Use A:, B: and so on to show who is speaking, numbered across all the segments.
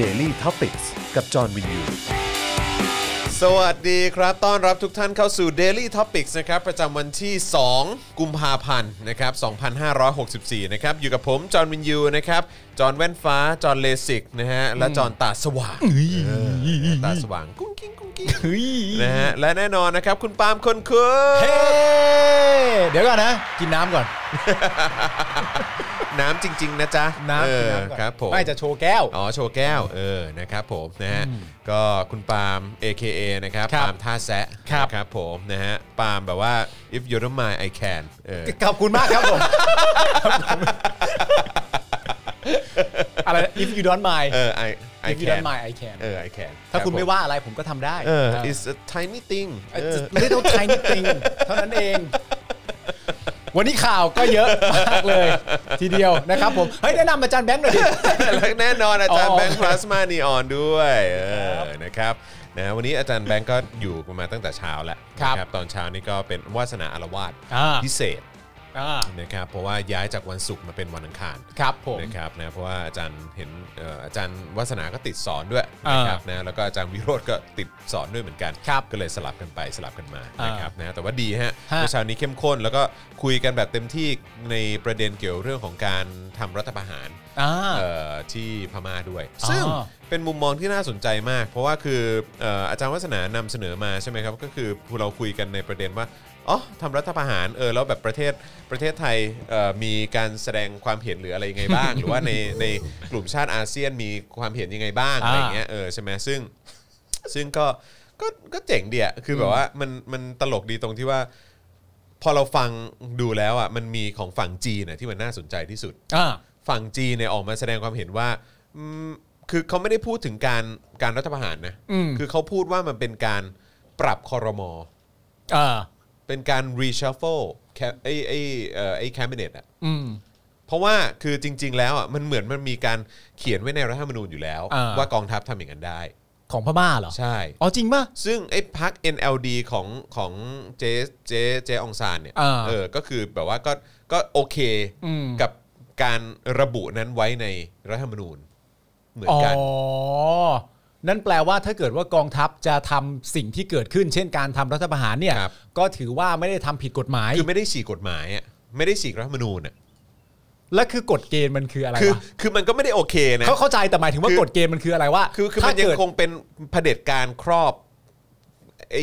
A: Daily t o p i c กกับจอห์นวินยู
B: สวัสดีครับ ต้อนรับทุกท่านเข้าสู่ Daily Topics นะครับ ประจำวันที่ 2 กุมภาพันธ์นะครับ 2564 นะครับ อยู่กับผม จอห์นวินยูนะครับ จอห์นแว่นฟ้า จอห์นเลสิกนะฮะ และจอห์นตาสว่างเออตาสว่าง กุ้งกิ้งกุ้งกิ้งนะฮะ และแน่นอนนะครับ คุณปาล์มคนคุ้
C: เฮ้เดี๋ยวก่อนนะ กินน้ำก่อน
B: น้ำจริง ๆ นะจ๊ะ
C: น้ำ
B: เอ
C: กิน
B: อ
C: น้ำก่อน
B: ครับผม
C: ไม่จะโชว์แก้ว
B: อ๋อโชว์แก้วเออนะครับผมนะฮะก็คุณปาล์ม AKA นะครับ
C: ครับ
B: ปาล์มท่าแซะ
C: ครับ
B: นะครับผมนะฮะปาล์มแบบว่า if you don't mind I can เอ อ
C: ขอบคุณมากครับผม อะไร if you don't mind
B: เออ I I
C: if you
B: can
C: don't mind I can
B: เออ I can
C: ถ้าคุณ
B: รับผ
C: ไม่ว่าอะไรผมก็ทำได้
B: เออ
C: เออ
B: it's a tiny thing เออ
C: ไม่ได้ต้อง tiny thing เท่านั้นเอง วันนี้ข่าวก็เยอะมากเลย ทีเดียวนะครับผม เฮ้ย แนะนำอาจารย์แบงค์หน่อยดิ
B: และแน่นอนอาจารย์
C: อ๋อ
B: แบงค์พลาสมานีออนด้วยเออนะครับนะฮะวันนี้อาจารย์แบงค์ก็อยู่มาตั้งแต่เช้าแล้วนะตอนเช้านี่ก็เป็นวาสนาอารวาส
C: อ่า
B: พิเศษ
C: อ่า
B: นะครับเพราะว่าย้ายจากวันศุกร์มาเป็นวันอังคาร
C: ครับผม
B: นะครับนะเพราะว่าอาจารย์เห็นเอ่ออาจารย์วัฒนาก็ติดสอนด้วยนะครับนะแล้วก็อาจารย์วิโรธก็ติดสอนด้วยเหมือนกัน
C: ครับ
B: ก็เลยสลับกันไปสลับกันมา
C: อ่าน
B: นะครับนะแต่ว่าดีฮะ
C: ฮะ
B: เมื่อเช้านี้เข้มข้น แล้วก็คุยกันแบบเต็มที่ในประเด็นเกี่ยวเรื่องของการทำรัฐประหาร
C: อ่า
B: เอ่อที่พม่าด้วย
C: อ๋อ
B: ซึ่งเป็นมุมมองที่น่าสนใจมาก เพราะว่าคือเอ่ออาจารย์วัฒนานำเสนอมาใช่ไหมครับก็คือเราคุยกันในประเด็นว่าอ๋อทำรัฐประหารเออแล้วแบบประเทศประเทศไทยเอ่อมีการแสดงความเห็นหรืออะไรยังไง บ้าง หรือว่าในในกลุ่มชาติอาเซียนมีความเห็นยังไงบ้าง
C: อ่า
B: อะไรอย่างเงี้ยเออใช่ไหมซึ่ง ซึ่งก็ก็ก็เจ๋งเดียคือแบบว่ามันมันตลกดีตรงที่ว่า พอเราฟังดูแล้วอ่ะมันมีของฝั่งจีนน่ะที่มันน่าสนใจที่สุด
C: อ่า
B: ฝั่งจีนเนี่ยออกมาแสดงความเห็นว่าอืมคือเขาไม่ได้พูดถึงการการรัฐประหารนะ
C: อืม
B: คือเขาพูดว่ามันเป็นการปรับคอรมอ
C: อ่า
B: เป็นการ reshuffle แคไอไอเอ่อไอแคมเปเนตอะ
C: อืม
B: เพราะว่าคือจริง ๆ แล้วอ่ะมันเหมือนมันมีการเขียนไว้ในรัฐธรรมนูญอยู่แล้ว
C: อ่า
B: ว่ากองทัพทำอย่างนั้นได้
C: ของพม่าเหรอ
B: ใช่
C: อ๋อจริงป่ะ
B: ซึ่งไอ้พัก NLD ของของเจเจเจอองซานเนี่ย
C: อ่า
B: เออก็คือแบบว่าก็ก็โอเค
C: อืม
B: กับการระบุนั้นไว้ในรัฐธรรมนูญเหมือนกัน
C: อ๋อ นั่นแปลว่าถ้าเกิดว่ากองทัพจะทำสิ่งที่เกิดขึ้น เช่นการทำรัฐประหารเนี่ย
B: ครับ
C: ก็ถือว่าไม่ได้ทำผิดกฎหมาย
B: คือไม่ได้ฉีกกฎหมายอ่ะไม่ได้ฉีกรัฐธรรมนูญอ่ะ
C: และคือกฎเกณฑ์มันคืออะไร
B: คือ
C: วะ
B: คือมันก็ไม่ได้โอเคนะ
C: เขาเข้าใจแต่หมายถึงว่า
B: คือ
C: กฎเกณฑ์มันคืออะไรว่า
B: คือคือมั
C: ถ้าน
B: ยัง
C: เกิด
B: คงเป็นเผด็จการครอบไอ้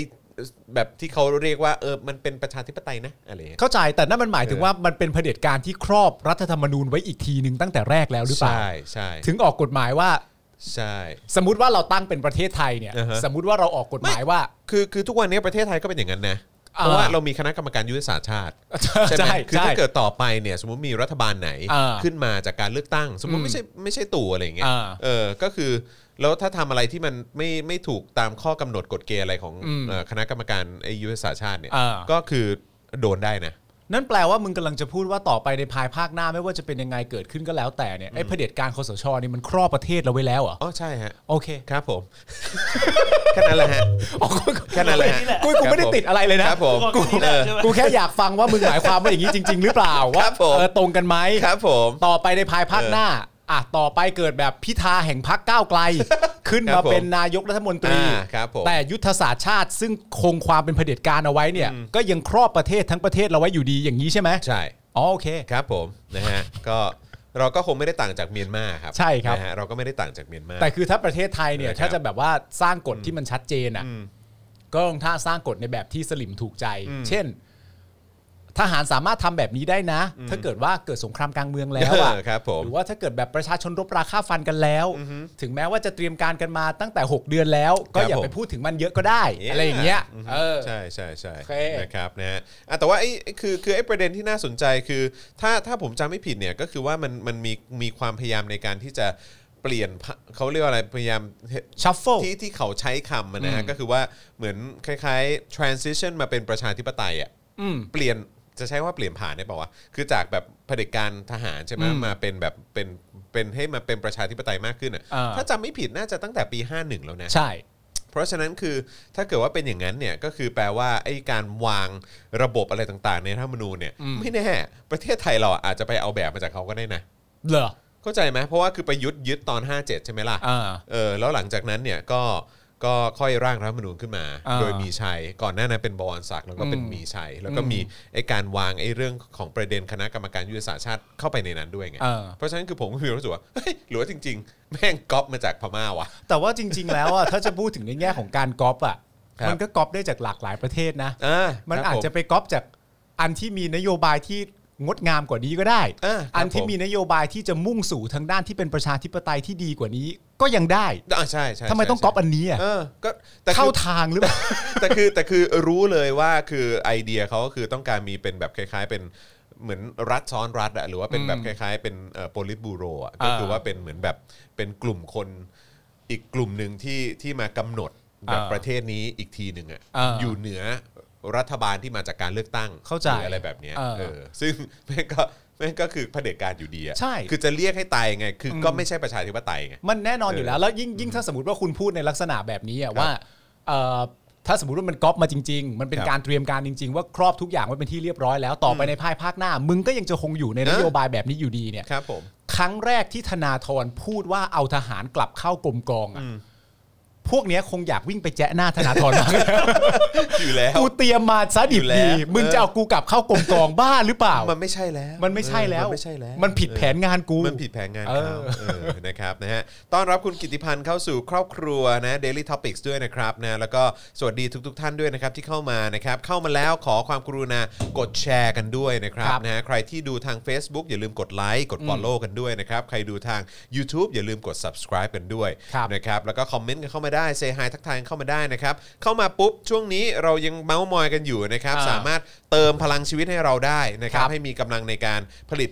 B: แบบที่เขาเรียกว่าเออมันเป็นประชาธิปไตยนะอะไรอย่างเงี้ย
C: เข้าใจแต่นั่นมันหมายถึง
B: เออ
C: ว่ามันเป็นเผด็จการที่ครอบรัฐธรรมนูญไว้อีกทีหนึ่งตั้งแต่แรกแล้วหรือเปล่า
B: ใช่ใช่
C: ถึงออกกฎหมายว่า
B: ใช่
C: สมมติว่าเราตั้งเป็นประเทศไทยเนี่ย
B: อ่าฮะ
C: สมมติว่าเราออกกฎหมายว่า
B: คือคือทุกวันนี้ประเทศไทยก็เป็นอย่างนั้นนะ เพ
C: อ่า
B: ราะว่าเรามีคณะกรรมการยุทธศาสตร์ชาติ ใช่ไหม
C: ใช่
B: คือ
C: ใช่
B: ถ้าเกิดต่อไปเนี่ยสมมติมีรัฐบาลไหน
C: อ่า
B: ขึ้นมาจากการเลือกตั้ง สมมติ
C: อืม
B: ไม่ใช่ไม่ใช่ตู่อะไรอย่างเงี้ย
C: อ่า
B: เออก็คือแล้วถ้าทำอะไรที่มันไม่ไม่ถูกตามข้อกำหนดกฎเกณฑ์อะไรของ
C: อืม
B: เอ่อคณะกรรมการไอยุทธศาสตร์ชาติเนี่ย
C: อ่า
B: ก็คือโดนได้นะ
C: นั่นแปลว่ามึงกำลังจะพูดว่าต่อไปในภายภาคหน้าไม่ว่าจะเป็นยังไงเกิดขึ้นก็แล้วแต่เนี่ยไอ้เผด็จการคสชนี่มันครอบประเทศเราไว้แล้วเหรอ
B: อ๋อใช่ฮะ
C: โอ เค
B: ครับ ผม แค่นั้นแหละฮะ แค่นั้นแหละฮะ
C: กูกูไม่ได้ติดอะไรเลยนะครับ
B: ผม
C: กู
B: เออ
C: กูแค่ อยากฟังว่ามึงหมายความว่าอย่างนี้จริง ๆ หรือเปล่า
B: ค
C: ว่า
B: รับผม
C: เออตรงกันไหม
B: ครับผม
C: ต่อไปในภายภาคหน้าอ่ะต่อไปเกิดแบบพิธาแห่งพักก้าว ไกล ขึ้น
B: ครั
C: มา
B: บผม
C: เป็นนายกรัฐมนตรี
B: อ่าครับผม
C: แต่ยุทธศาสตร์ชาติซึ่งคงความเป็นเผด็จการเอาไว้เนี่ย ก็ยังครอบประเทศทั้งประเทศเราไว้อยู่ดีอย่างนี้ใช่ไหม
B: ใช่
C: อ๋อโอเค
B: ครับผมนะฮะ ก็เราก็คงไม่ได้ต่างจากเมียนมาครับ
C: ใช่ครับ
B: นะฮะเราก็ไม่ได้ต่างจากเมียนมา
C: แต่คือถ้าประเทศไทยเนี่ย
B: เออครับ
C: ถ้าจะแบบว่าสร้างกฎที่มันชัดเจนอ่ะก็ต้องถ้าสร้างกฎในแบบที่สลิมถูกใจ เช่น ทหารสามารถทำแบบนี้ได้นะ ถ้าเกิดว่าเกิดสงครามกลางเมืองแล้วอะ
B: เออครับผม
C: หรือว่าถ้าเกิดแบบประชาชนรบราค่าฟันกันแล้ว ถึงแม้ว่าจะเตรียมการกันมาตั้งแต่ 6 เดือนแล้ว ก็อย่าไปพูดถึงมันเยอะก็ได้ อะไรอย่างเงี้ย
B: ม
C: เออ
B: ใช่ใช่ใช่
C: โอเค
B: นะครับนะฮะอ่ะแต่ว่าไอ้ไอ้คือคือไอ้ประเด็นที่น่าสนใจคือ ถ้าถ้าผมจำไม่ผิดเนี่ยก็คือว่ามันมันมีมีความพยายามในการที่จะเปลี่ยนพรรคเขาเรียกว่าอะไรพยายาม
C: Shuffle
B: ที่ที่เขาใช้คำอะนะฮะ
C: อืม
B: ก็คือว่าเหมือนคล้ายๆ transition มาเป็นประชาธิปไตยอ่ะ
C: อืม
B: เปลี่ยนจะใช้ว่าเปลี่ยนผ่านได้เปล่าวะคือจากแบบเผด็จการทหารใช่ไหม
C: อืม
B: มาเป็นแบบเป็นเป็นให้มาเป็นประชาธิปไตยมากขึ้นอ่ะ
C: อ่า
B: ถ้าจำไม่ผิดน่าจะตั้งแต่ปี 51 แล้วนะ
C: ใช่
B: เพราะฉะนั้นคือถ้าเกิดว่าเป็นอย่างนั้นเนี่ยก็คือแปลว่าไอ้การวางระบบอะไรต่างๆ ในรัฐธรรมนูญเนี่ย
C: อืม
B: ไม่แน่ ประเทศไทยเราอาจจะไปเอาแบบมาจากเขาก็ได้นะ
C: เหรอ
B: เข้าใจไหมเพราะว่าคือประยุทธ์ยึดตอน 57 ใช่ไหมล่ะ
C: อ่า
B: เออแล้วหลังจากนั้นเนี่ยก็ก็ค่อยร่างรัฐธรรมนูญขึ้นมา
C: อ่า
B: โดยมีชัยก่อนหน้านั้นเป็นบวรศักดิ์แล้วก็เป็น
C: อืม
B: มีชัย แล้วก็
C: อืม
B: มีไอ้การวางไอ้เรื่องของประเด็นคณะกรรมการยุทธศาสตร์ชาติเข้าไปในนั้นด้วยไง
C: เออ
B: เพราะฉะนั้นคือผมก็มีความรู้สึกว่าเฮ้ยหรือว่าจริง ๆ แม่งก๊อปมาจากพม่าว่ะ
C: แต่ว่าจริง ๆ แล้วอ่ะ ถ้าจะพูดถึงในแง่ของการก๊อปอ่ะ
B: ครับ
C: มันก็ก๊อปได้จากหลากหลายประเทศนะ
B: อ่า
C: มัน
B: ครั
C: อา
B: บ
C: จ
B: ผ
C: จะไปก๊อปจากอันที่มีนโยบายที่งดงามกว่านี้ก็ได้
B: อ่าครับ
C: อันที่
B: ผม
C: มีนโยบายที่จะมุ่งสู่ทางด้านที่เป็นประชาธิปไตยที่ดีกว่านี้ก็ยังได้
B: อ่าใช่ใช่
C: ทำไมต้อง
B: ใช่
C: ก๊อปอัน นี้อ่ะ
B: เออก็แต่คือ
C: เข้าทางหรือเปล่า
B: แต่คือแต่คือรู้เลยว่าคือไอเดียเขาก็คือต้องการมีเป็นแบบคล้าย ๆ เป็นเหมือนรัฐซ้อนรัฐอะหรือว่าเป็นแบบคล้าย ๆ เป็นโพลิตบูโรอะก็คือว่าเป็นเหมือนแบบเป็นกลุ่มคนอีกกลุ่มหนึ่งที่ที่มากำหนดแบบ
C: อ่า
B: ประเทศนี้อีกทีหนึ่งอะ
C: อ่า
B: อยู่เหนือรัฐบาลที่มาจากการเลือกตั้ง
C: เข้าใจ
B: หรืออะไรแบบเนี้ย
C: เออ
B: เออซึ่ง แม่งก็แม่งก็คือเผด็จการอยู่ดีอะ
C: ใช่
B: คือจะเรียกให้ตายยังไง คือก็ไม่ใช่ประชาธิปไตยไง
C: มันแน่นอนอยู่แล้ว
B: เออ
C: แล้วยิ่งยิ่งถ้าสมมติว่าคุณพูดในลักษณะแบบนี้อะว่าเอ่อถ้าสมมติว่ามันก๊อปมาจริง ๆ มันเป็น
B: ครับ
C: การเตรียมการจริง ๆ ว่าครอบทุกอย่างไว้เป็นที่เรียบร้อยแล้วต่อไปในภายภาคหน้า มึงก็ยังจะคงอยู่ในน
B: เออ
C: โยบายแบบนี้อยู่ดีเนี่ย
B: ครับผม
C: ครั้งแรกที่ธนาธรพูดว่าเอาทหารกลับเข้ากรมกองอะพวกเนี้ยคงอยากวิ่งไปแจ้หน้าธนา ธรมาก
B: อยู่แล้ว
C: กูเตรียมมาซะ
B: อ
C: ดิบ
B: ยู่แล้
C: ดี
B: ว
C: มึงจะเอากูกลับเข้ากรมกองบ้าหรือเปล่า
B: มันไม่ใช่แล้ว
C: มันไม่ใช่แล้ว
B: มันไม่ใช่แล้ว
C: มันผิดแผนงานกู
B: มันผิดแผนงาน
C: เอ
B: เขา
C: อ
B: เออ นะครับนะฮะต้อนรับคุณกิติพันธ์เข้าสู่ครอบครัวนะ Daily Topics ด้วยนะครับนะแล้วก็สวัสดีทุกๆทท่านด้วยนะครับที่เข้ามานะครับเข้ามาแล้วขอความกรุณากดแชร์กันด้วยนะครับ
C: ครับ
B: นะฮะใครที่ดูทาง Facebook อย่าลืมกดไลค์กด Follow กันด้วยนะครับ ใครดูทาง YouTube อย่าลืมกด subscribe กันด้วย
C: ครับ
B: นะครับแล้วก็คอมเมนต์กันเข้ามาได้ say hi ทักทายกันเข้ามาได้นะครับ เข้ามาปุ๊บช่วงนี้เรายังเมาส์มอยกันอยู่นะครับ
C: อ่า
B: สามารถเติมพลังชีวิตให้เราได้นะครับ
C: ครับ
B: ให้มีกำลังในการผลิต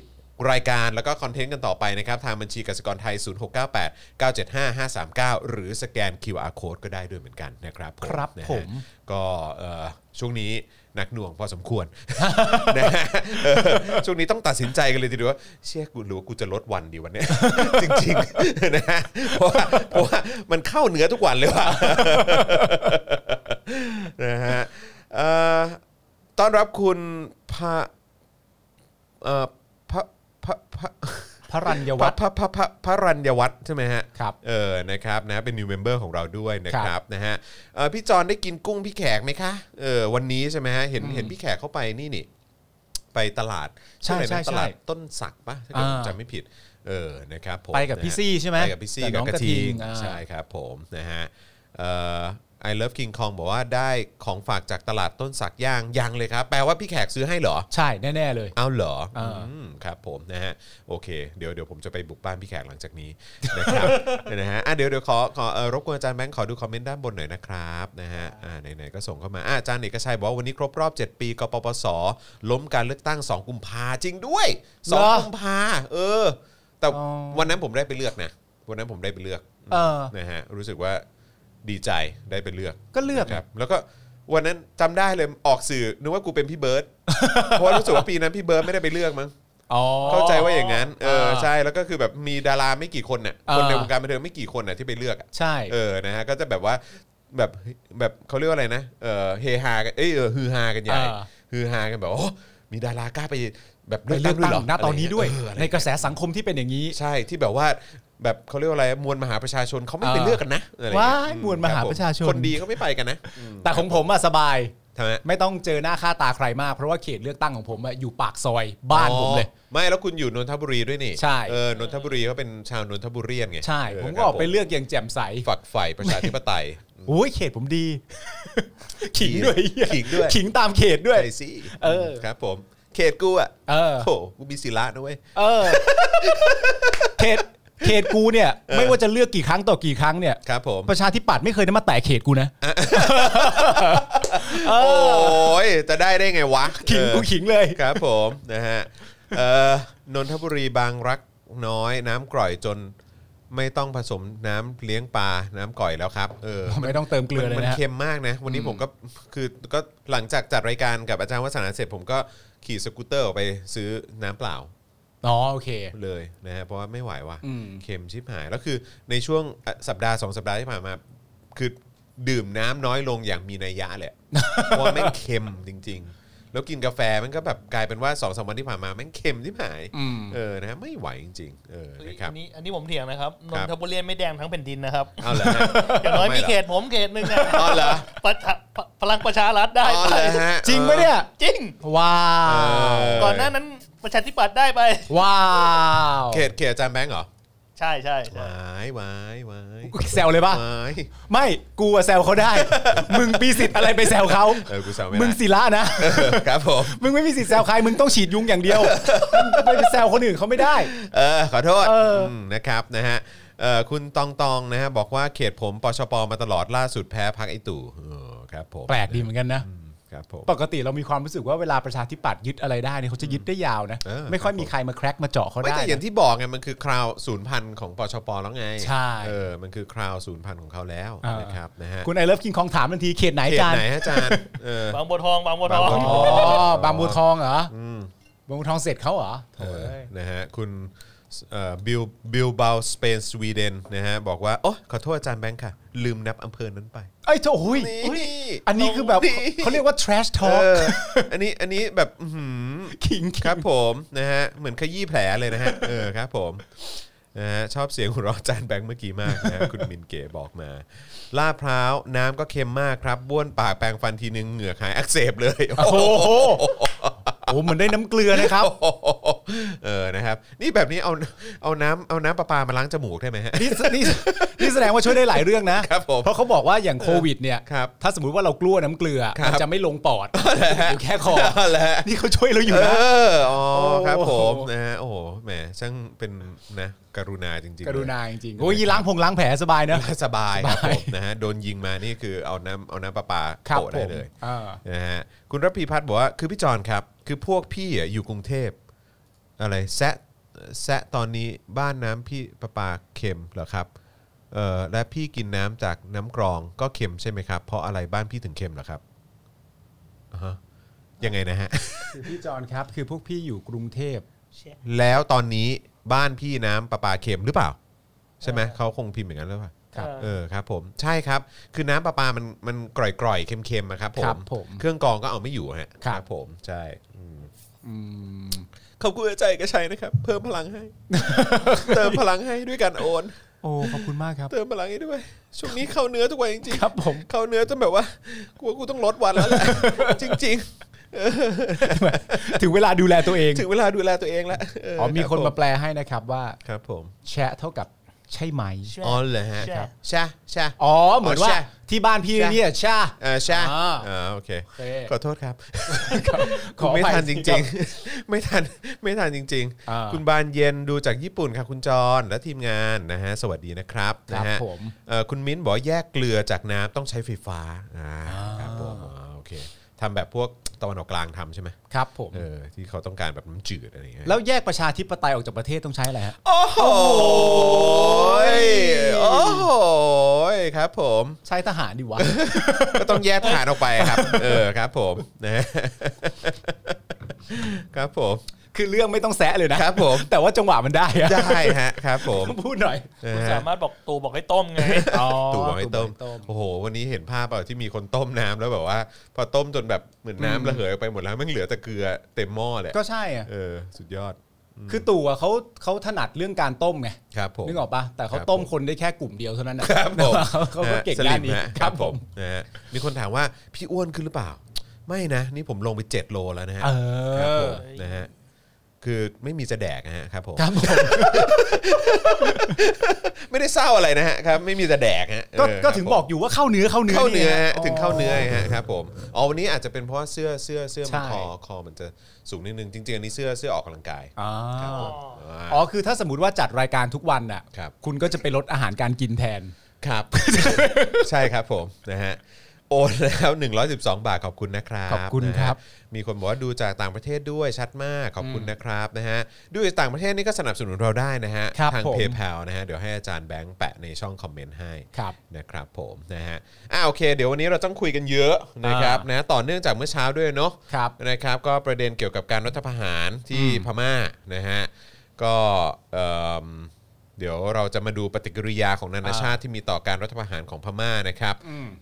B: รายการแล้วก็คอนเทนต์กันต่อไปนะครับ ทางบัญชีกสิกรไทย 0698 975 539 หรือสแกน QR Code ก็ได้ด้วยเหมือนกันนะครับ
C: ครับ
B: นะฮะ
C: ผม
B: ก็เอ่อช่วงนี้หนักหน่วงพอสมคว ร นะฮะเออช่วงนี้ต้องตัดสินใจกันเลยทีเดียวว่าเชี่ยกูหรือว่ากูจะลดวันดีวันเนี้ย จริงๆ นะฮะเพราะว่าเพราะว่ามันเข้าเนื้อทุกวันเลยว่ะ นะฮะเอ่อต้อนรับคุณพาเอ่อพระพระพระ
C: พระรัญญ
B: พ
C: วั
B: ระ
C: ฒน์
B: พระพระพระพระรัญญวัฒน์ใช่ไหมฮะ
C: ครับ
B: เออนะครับนะเป็น new member ของเราด้วยนะค
C: ครั
B: รับบ นะฮะเอ่อพี่จอนได้กินกุ้งพี่แขกไหมคะเออวันนี้ใช่ไหมฮะเห็นเห็นพี่แขกเข้าไปนี่นี่ ไปตลาดอ
C: ใช่
B: อะไรนะ
C: ใช่
B: ต
C: ใช่
B: ลาดต้นสักปะถ้าเกิดผม
C: อ่า
B: จำไม่ผิด เออนะครับผม
C: ไปกับพี่ซี่ใช่ไหม
B: ไปกับพี่ซี่
C: แต่
B: กับ
C: น้อง
B: กระ
C: กระทิ
B: ทิง
C: งอ่า
B: ใช่ ครับผมนะฮะเอ่อ I love King Kong บอกว่าได้ของฝากจากตลาดต้นสักย่างยังเลยครับ แปลว่าพี่แขกซื้อให้เหรอ
C: ใช่ แน่ ๆ เลย
B: เอาเหรอ
C: เอออื
B: มครับผมนะฮะโอเคเดี๋ยวเดี๋ยวผมจะไปบุกบ้านพี่แขกหลังจากนี้ นะครับนะฮะอ่ะเดี๋ยวเดี๋ยวขอขอเอ่อรบกวนอาจารย์แบงค์ขอดูคอมเมนต์ด้านบนหน่อยนะครับนะฮะอ่าไหนๆก็ส่งเข้ามาอ่ะอาจารย์เอกชัยบอกว่าวันนี้ครบรอบ 7 ปีกปปส ล้มการเลือกตั้ง 2 กุมภาจริงด้วย
C: เหรอ
B: 2 กุมภาเออ แต่
C: อ๋อ
B: วันนั้นผมได้ไปเลือกนะวันนั้นผมได้ไปเลือก
C: เออ
B: นะฮะรู้สึกว่าดีใจได้ไปเลือก
C: ก็เลือก
B: นะครับแล้วก็วันนั้นจำได้เลยออกสื่อนึกว่ากูเป็นพี่เบิร์ต เพราะว่ารู้สึกว่าปีนั้นพี่เบิร์ตไม่ได้ไปเลือกมั้ง
C: อ๋อ
B: เข้าใจว่าอย่างนั้นเออใช่แล้วก็คือแบบมีดาราไม่กี่คนน่ะ
C: อ่า
B: คนในวงการบันเทิงไม่กี่คนน่ะที่ไปเลือกอะ
C: ใช่
B: เออนะฮะก็จะแบบว่าแบบแบบเขาเรียกว่าอะไรนะเออเฮฮากันเอยเออฮือฮากันใหญ่
C: อ่า
B: ฮือฮากันแบบโอ้มีดารากล้าไปแบบ
C: ไป
B: เลือก
C: เลื
B: ตั้งด้วย
C: อกตั้
B: เหรอง
C: ณตอนนี้ด้วย
B: ะไรเงี้เอออะไร
C: ในกระแสสังคมที่เป็นอย่างนี้
B: ใช่ที่แบบว่าแบบเขาเรียกว่าอะไรมวลมหาประชาชนเขาไม่ไป
C: อ่า
B: เลือกกันนะอะไรเงี้
C: ว้าย
B: อื
C: มวลมหา
B: คบผ
C: ประชาชน
B: คนดีเขาไม่ไปกันนะ
C: แต่ของผมอะสบาย
B: ทำไม
C: ไม่ต้องเจอหน้าค่าตาใครมาก เพราะว่าเขตเลือกตั้งของผมอะอยู่ปากซอยบ้านผมเลย
B: อ๋อไม่แล้วคุณอยู่นนทบุรีด้วยนี่
C: ใช่
B: เออนนทบุรีเขาเป็นชาวนนทบุรีไง
C: ใช่
B: เ
C: ผมก็ออกไปเลือกอย่างแจ่มใส
B: ครับผมฝักใฝ่ประชาธิปไตย
C: โอ้ยเขตผม ดี ขิงด้วยเหี้
B: ขิงด้วย
C: ขิงตามเขตด้วย
B: ไอซี่
C: เออ
B: ครับผมเขตกูอ่ะ
C: เออ
B: โอ้โหกูมีศิละนะเว้ย
C: เออ เขตเขตกูเนี่ย ไม่ว่าจะเลือกกี่ครั้งต่อกี่ครั้งเนี่ย
B: ครับผม
C: ประชาธิปัตย์ไม่เคยได้มาแตะเขตกู นะเอ
B: โอ
C: อ้
B: ยจะได้ได้ไงวะ
C: ขิง
B: เออ
C: กูขิงเลย
B: ครับผม นะฮะเออนนทบุรีบางรักน้อย น้ำกร่อยจนไม่ต้องผสมน้ำเลี้ยงปลาน้ำก่อยแล้วครับเออ
C: ไม่ต้องเติมเกลือเลย
B: มัน
C: นะฮะ
B: เค็มมากนะ วันนี้ผมก็คือก็หลังจากจัดรายการกับอาจารย์วัฒนาเสร็จผมก็ขี่สกูตเตอร์ออกไปซื้อน้ำเปล่า
C: อ๋อโอเค
B: เลยนะฮะเพราะว่าไม่ไหวว่ะ
C: อืม
B: เค็มชิบหาย แล้วคือในช่วงอ่ะสัปดาห์สองสัปดาห์ที่ผ่านมา คือดื่มน้ำน้อยลงอย่างมีนัยยะเลย เพราะว่าแม่งเค็มจริง ๆ แล้วกินกาแฟมันก็แบบกลายเป็นว่าสองสามวันที่ผ่านมาแม่งเค็มที่หายเออนะฮะไม่ไหวจริงๆเออ
D: เฮ้ย
B: นะครับ
D: อันนี้อันนี้ผมเถียงนะครับน
B: ครั
D: น
B: บ
D: ทบุรีไม่แดงทั้งแผ่นดิน นะครับ
B: เอาเหรอฮะ
D: อย่างน้อย
B: ไม่
D: มี
B: หร
D: เขตผมเขตหนึ่งนะ
B: อ๋อเหรอ
D: ประชาพพลังประชารัฐได้
B: อ๋อ
D: ไป
B: เหรอฮะ
C: จริงปะเนี่ย
D: จริง
C: ว้า
B: เอ
C: ว
B: อ
D: ก่อนหน้านั้นประชาธิปัตย์ได้ไป
C: ว้าว
B: เขตเขตอาจารย์แบงค์เหรอ
D: ใช่ใช่ใช่
B: วายวายวาย
C: แซวเลยป่ะ
B: วาย
C: ไม่กูอะแซวเขาได้ มึงปีสิทธิ์อะไรไปแซวเขา
B: เออกูแซวไม่ได้
C: มึงศิละนะ
B: เออครับผม
C: มึงไม่มีสิทธิ์แซวใคร มึงต้องฉีดยุงอย่างเดียว มึงไปแซวคนอื่นเขาไม่ได้
B: เออขอโทษ
C: เอออื
B: มนะครับนะฮะเอ่อคุณตองตองนะฮะบอกว่าเขตผมปชปมาตลอดล่าสุดแพ้พักไอตู่เออครับผม
C: แปลกดีเหมือนกันนะ
B: อืมครับผม
C: ปกติเรามีความรู้สึกว่าเวลาประชาธิปัตย์ยึดอะไรได้เนี่ยเขาจะยึดได้ยาวนะ
B: เออ
C: ไม่ค่อยมีใครมาแคร็กมาเจาะเขา
B: ไม่
C: ได้
B: แต่อย่าง
C: นะ
B: ที่บอกไงมันคือคราวศูนย์พันของปชปแล้วไง
C: ใช่
B: เออมันคือคราวศูนย์พันของเขาแล้ว
C: เออ
B: นะครับนะฮะ
C: คุณไอเลิฟคิงคองถามทันทีเขตไหน
B: เขต
C: อาจารย์
B: ไหนฮะอาจารย์เออ
D: บางบัวทองบางบัวทอบ
B: าง งบัวท
C: อ๋อ บางบัวทองเหรออ
B: ม
C: บางบัวทองเสร็จเขาเหรอโถ่
B: เออ
C: เอ้ย
B: นะฮะคุณบิลบิลบาสเปนสวีเดนนะฮะบอกว่าโอ้ขอโทษอาจารย์แบงค์ค่ะ ลืมนับอำเภอนั้นไป
C: เอ้ยโถหุย
B: นี่
C: อันนี้คือแบบ
B: นี่
C: เขาเรียกว่า trash
B: เอ
C: talk
B: ออันนี้อันนี้แบบอื้อหือ
C: ขิง
B: ครับผมนะฮะเหมือนขยี้แผลเลยนะฮะเออครับผมนะฮะชอบเสียงหัวเราะอาจานแบงค์เมื่อกี้มากนะฮะ คุณมินเก๋บอกมา ลาดพร้าวน้ำก็เค็มมากครับบ้วนปากแปรงฟันทีนึงเหงือกหายอักเสบเลย
C: โอ้โหโอ้โหเหมือนได้น้ำเกลือนะครับ
B: เออนะครับ นี่แบบนี้เอาเอาน้ำเอาน้ำประปามาล้างจมูกได้ไหมฮะ
C: นี่นี่นี่แสดงว่าช่วยได้หลายเรื่องนะครับ
B: ผม
C: เพราะเขาบอกว่าอย่างโควิดเนี่ย
B: ครับ
C: ถ้าสมมติว่าเรากลัวน้ำเกลือ
B: ครับ
C: มันจะไม่ลงป อดอยู่แค่คอ
B: เอาละ
C: นี่เขาช่วยเราอยู่
B: เอ
C: นะ
B: ออ๋อครับ
C: โอ้
B: ผ
C: โห
B: มนะฮะโอ้โหแหมช่างเป็นนะกรุณาจริงๆ
C: กรุณาจริงๆโอ้
B: นะ
C: ย
B: ครับ
C: ล้างผงล้างแผลสบายนะ
B: สบายครับ
C: สบาย
B: ผมนะฮะโดนยิงมานี่คือเอาน้ำเอาน้ำประปา
C: ครับ
B: โปะได้เลย
C: ผมเออ
B: นะฮะคุณรพีพัฒน์บอกว่าคือพี่จอนครับ คือพวกพี่อ่ะอยู่กรุงเทพอะไรแซะแซะตอนนี้บ้านน้ำพี่ประปาเค็มเหรอครับเอ่อและพี่กินน้ำจากน้ำกรองก็เค็มใช่ไหมครับ เพราะอะไรบ้านพี่ถึงเค็มเหรอครับอ่าฮะยังไงนะฮะ
C: คือพี่จอนครับคือพวกพี่อยู่กรุงเทพ
B: แล้วตอนนี้บ้านพี่น้ำประปาเค็มหรือเปล่า ใช่ไหมเขาคงพิมพ์อย่างนั้นหรือเปล่า
C: ครับ
B: เออครับผมใช่ครับ คือน้ำประปามันมันกร่อยๆเค็มๆอะครับผม
C: ครับผม
B: เครื่องกรองก็เอาไม่อยู่ฮะ
C: ครับ
B: ผมใช่อืม
C: อืม
B: ขอบคุณอาจารย์เอกชัยนะครับ เพิ่มพลัง ให้ เติมพลังให้ด้วยการโอน
C: โอ้ขอบคุณมากครับ
B: เติมพลังให้ด้วยช่วงนี้เข้าเนื้อทุกวันจริง
C: ครับผม
B: ๆเข้าเนื้อจนแบบว่ากูว่ากูต้องลดวันแล้วแหละ จริง
C: ถึงเวลาดูแลตัวเอง
B: ๆ ถึงเวลาดูแลตัวเองแล้วเ
C: อ๋อมีคน
B: รั
C: มา
B: บผ
C: แปลให้นะครับว่า
B: ครับผม
C: แชะเท่ากับใช่ไหม
D: ใช่
B: อ๋อเหรอฮะ
D: ใช่
B: ครับใช่ ใช่
C: อ๋อเหมือนว่า
B: แชะ
C: ที่บ้านพี่เนี่ยแชะ
B: เออใช่
C: อ่า
B: อ่าโอเค
C: โอเค
B: ขอโทษครับ
C: ขออภัย
B: ไม่ทันจริงๆ ไม่ทันไม่ทันจริง
C: อ่า
B: ๆ คุณบานเย็นดูจากญี่ปุ่นค่ะคุณจรและทีมงานนะฮะสวัสดีนะครับ
C: ค
B: นะ
C: รับ
B: ฮะ
C: ผม
B: เอ่อคุณมิ้นบอกว่าแยกเกลือจากน้ำต้องใช้ไฟฟ้าอ่าครับผมอ๋อโอเคทำแบบพวกตะวันออกกลางทำใช่ไหม
C: ครับผม
B: เออที่เขาต้องการแบบน้ำจืดอะไรอย่างเงี้ย
C: แล้วแยกประชาธิปไตยออกจากประเทศต้องใช้อะไรฮะ
B: โอ้โหโอ้โหครับผม
C: ใช้ทหารดีวะ
B: ก็ต้องแยกทหารออกไป ครับ เออครับผม นะฮะครับผม
C: คือเรื่องไม่ต้องแซะเลยนะครับ
B: ผม
C: แต่ว่าจังหวะมันได้อะ
B: ได้ฮะครับผม
C: ต้องพูดหน่อย
D: คุณสามารถบอกตูบอกให้ต้ มไง
B: ตู่บอกให้ต้ม
C: ตู่บอกให้ต้ม
B: โอ้โห วันนี้เห็นภาพเปล่าที่มีคนต้มน้ำแล้วแบบว่า พอต้มจนแบบเหมือนน้ำระเหยออกไปหมดแล้วมันเหลือแต่เกลือเต็มหม้อเลย
C: ก็ใช่อะ
B: เออ สุดยอด
C: คือตู่อะเขาเขาถนัดเรื่องการต้มไง
B: ครับผม
C: นึกออกปะแต่เขา
B: ครับ
C: ต้ม
B: ผม
C: คนได้แค่กลุ่มเดียวเท่านั้นนะครับ
B: ผม
C: เขาก็เก่ง
B: สลิ
C: ด้าม นนี้
B: ฮะครับผมนะฮะมีคนถามว่าพี่อ้วนขึ้นหรือเปล่า ไม่นะ นี่ผมลงไป 7 โลแล้วนะฮะ
C: เอ
B: ครับผ
C: อ
B: มนะฮะคือไม่มีจะแดกนะฮะครับผม
C: ครับผม
B: ไม่ได้เศร้าอะไรนะฮะครับไม่มีจะแดกฮะเออค
C: ก็ก็
B: รับ
C: ถึง
B: ผม
C: บอกอยู่ว่าเข้าเนื้อเข้าเนื้อ
B: เข้าเนื้อ
C: นี่ย
B: ฮะถึงเข้าเนื้อฮะครับผมอ๋อวันนี้อาจจะเป็นเพราะว่าเสื้อเสื้อเสื้อ
C: ใช่
B: มันคอคอมันจะสูงนิดนึงจริงๆอันนี้เสื้อเสื้อออกกำลังกาย
C: อ๋อ
B: ครับผม
C: อ๋
B: อ๋
C: อ
B: อ
C: คือถ้าสมมติว่าจัดรายการทุกวันอ่ะ
B: ครับ
C: คุณก็จะไปลดอาหารการกินแทน
B: ครับ ใช่ครับผมนะฮะโอนแล้ว 112 บาทขอบคุณนะครับ
C: ขอบคุณครับ
B: นะฮะมีคนบอกว่าดูจากต่างประเทศด้วยชัดมากขอบคุณนะครับนะฮะดูจากต่างประเทศนี่ก็สนับสนุนเราได้นะฮะ
C: ครับ
B: ทาง
C: ผม
B: PayPal นะฮะเดี๋ยวให้อาจารย์แบงค์แปะในช่องคอมเมนต์ให้
C: ครับ
B: นะครับผมนะฮะอ่าโอเค เดี๋ยววันนี้เราต้องคุยกันเยอะนะครับ
C: อ่าน
B: นะต่อเนื่องจากเมื่อเช้าด้วยเนาะ
C: ครับ
B: นะครับก็ประเด็นเกี่ยวกับการรัฐประหารที่
C: อืม
B: พม่านะฮะก็เอิ่ม เดี๋ยวเราจะมาดูปฏิกิริยาของนานาชาติที่มีต่อการรัฐประหารของพม่านะครับ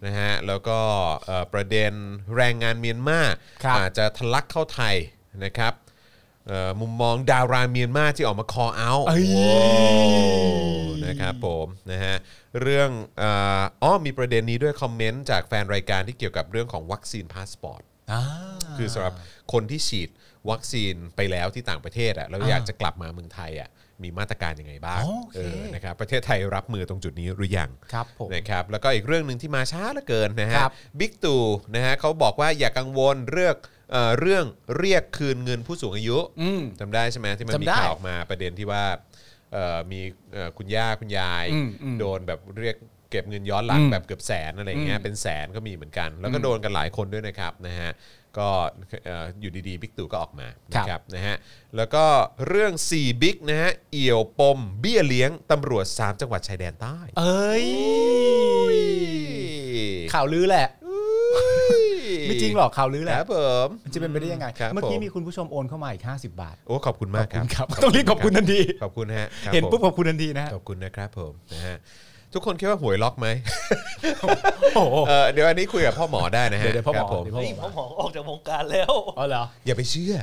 B: นะฮะแล้วก็เอ่อประเด็นแรงงานเมียนมา
C: ครับ
B: อาจจะทะลักเข้าไทยนะครับเอ่อมุมมองดาราเมียนมาที่ออกมา call out
C: เอ้ย
B: โว้วนะครับผมนะฮะเรื่องเอออ้อมีประเด็นนี้ด้วยคอมเมนต์จากแฟนรายการที่เกี่ยวกับเรื่องของวัคซีนพาสปอร์ต
C: อ่า
B: คือสำหรับคนที่ฉีดวัคซีนไปแล้วที่ต่างประเทศอ่ะแล้วอยากจะกลับมาเมืองไทยอ่ะมีมาตรการยังไงบ้าง
C: อ๋อโอเค
B: เออนะครับประเทศไทยรับมือตรงจุดนี้หรือยัง
C: ครับผม
B: นะครับแล้วก็อีกเรื่องหนึ่งที่มาช้าเหลือเกินนะฮะ
C: ครับ
B: บิ๊กตู่นะฮะเขาบอกว่าอย่ากังวลเรื่องเอ่อเรื่องเรียกคืนเงินผู้สูงอายุ
C: อืม
B: จำได้ใช่ไหมที่มันมี
C: จำได้
B: ข่าวออกมาประเด็นที่ว่าเอ่อมีเอ่อคุณย่าคุณยาย
C: อืมอืม
B: โดนแบบเรียกเก็บเงินย้อนหลัง
C: อืม
B: แบบเกือบแสนอะไรอย่างเงี้ย เป็นแสนก็มีเหมือนกัน แล้วก็โดนกันหลายคนด้วยนะครับนะฮะก็เอ่ออยู่ดีๆบิ๊กตู่ก็ออกมา
C: ครับ
B: นะครับนะฮะแล้วก็เรื่อง 4 บิ๊กนะฮะเอี่ยวปม เบี้ยเลี้ยงตำรวจ 3 จังหวัดชายแดนใต้
C: เอ้ย ข่าวลือแหละ ไม่จริงหรอกข่าวลือแห
B: ค
C: ละ
B: รับผม
C: มันจะเป็นไปได้ยังไง
B: ครับ
C: เมื่อกี้
B: ผม
C: มีคุณผู้ชมโอนเข้ามาอีก 50 บาท
B: โอ้ขอบคุณมากครับ
C: ขอบคุณครับต้องรีบขอบคุณทันที
B: ขอบคุณฮะครับ
C: เห็น
B: ผม
C: ปุ๊บขอบคุณทันทีนะฮะ
B: ขอบคุณนะครับผมนะฮะทุกคนคิดว่าหวยล็อกไหม
C: โอ้โห
B: เอ่อเดี๋ยวอันนี้คุยกับพ่อหมอได้นะฮะ
C: เดี๋ยวเดี๋ยวพ่อหมอ
B: ครับผ
C: เดี๋ยวพ่
D: เฮ้ยพ่อหมอออกจากวงการแล้ว
C: อ๋อเหรอ
B: อย่าไปเชื่อ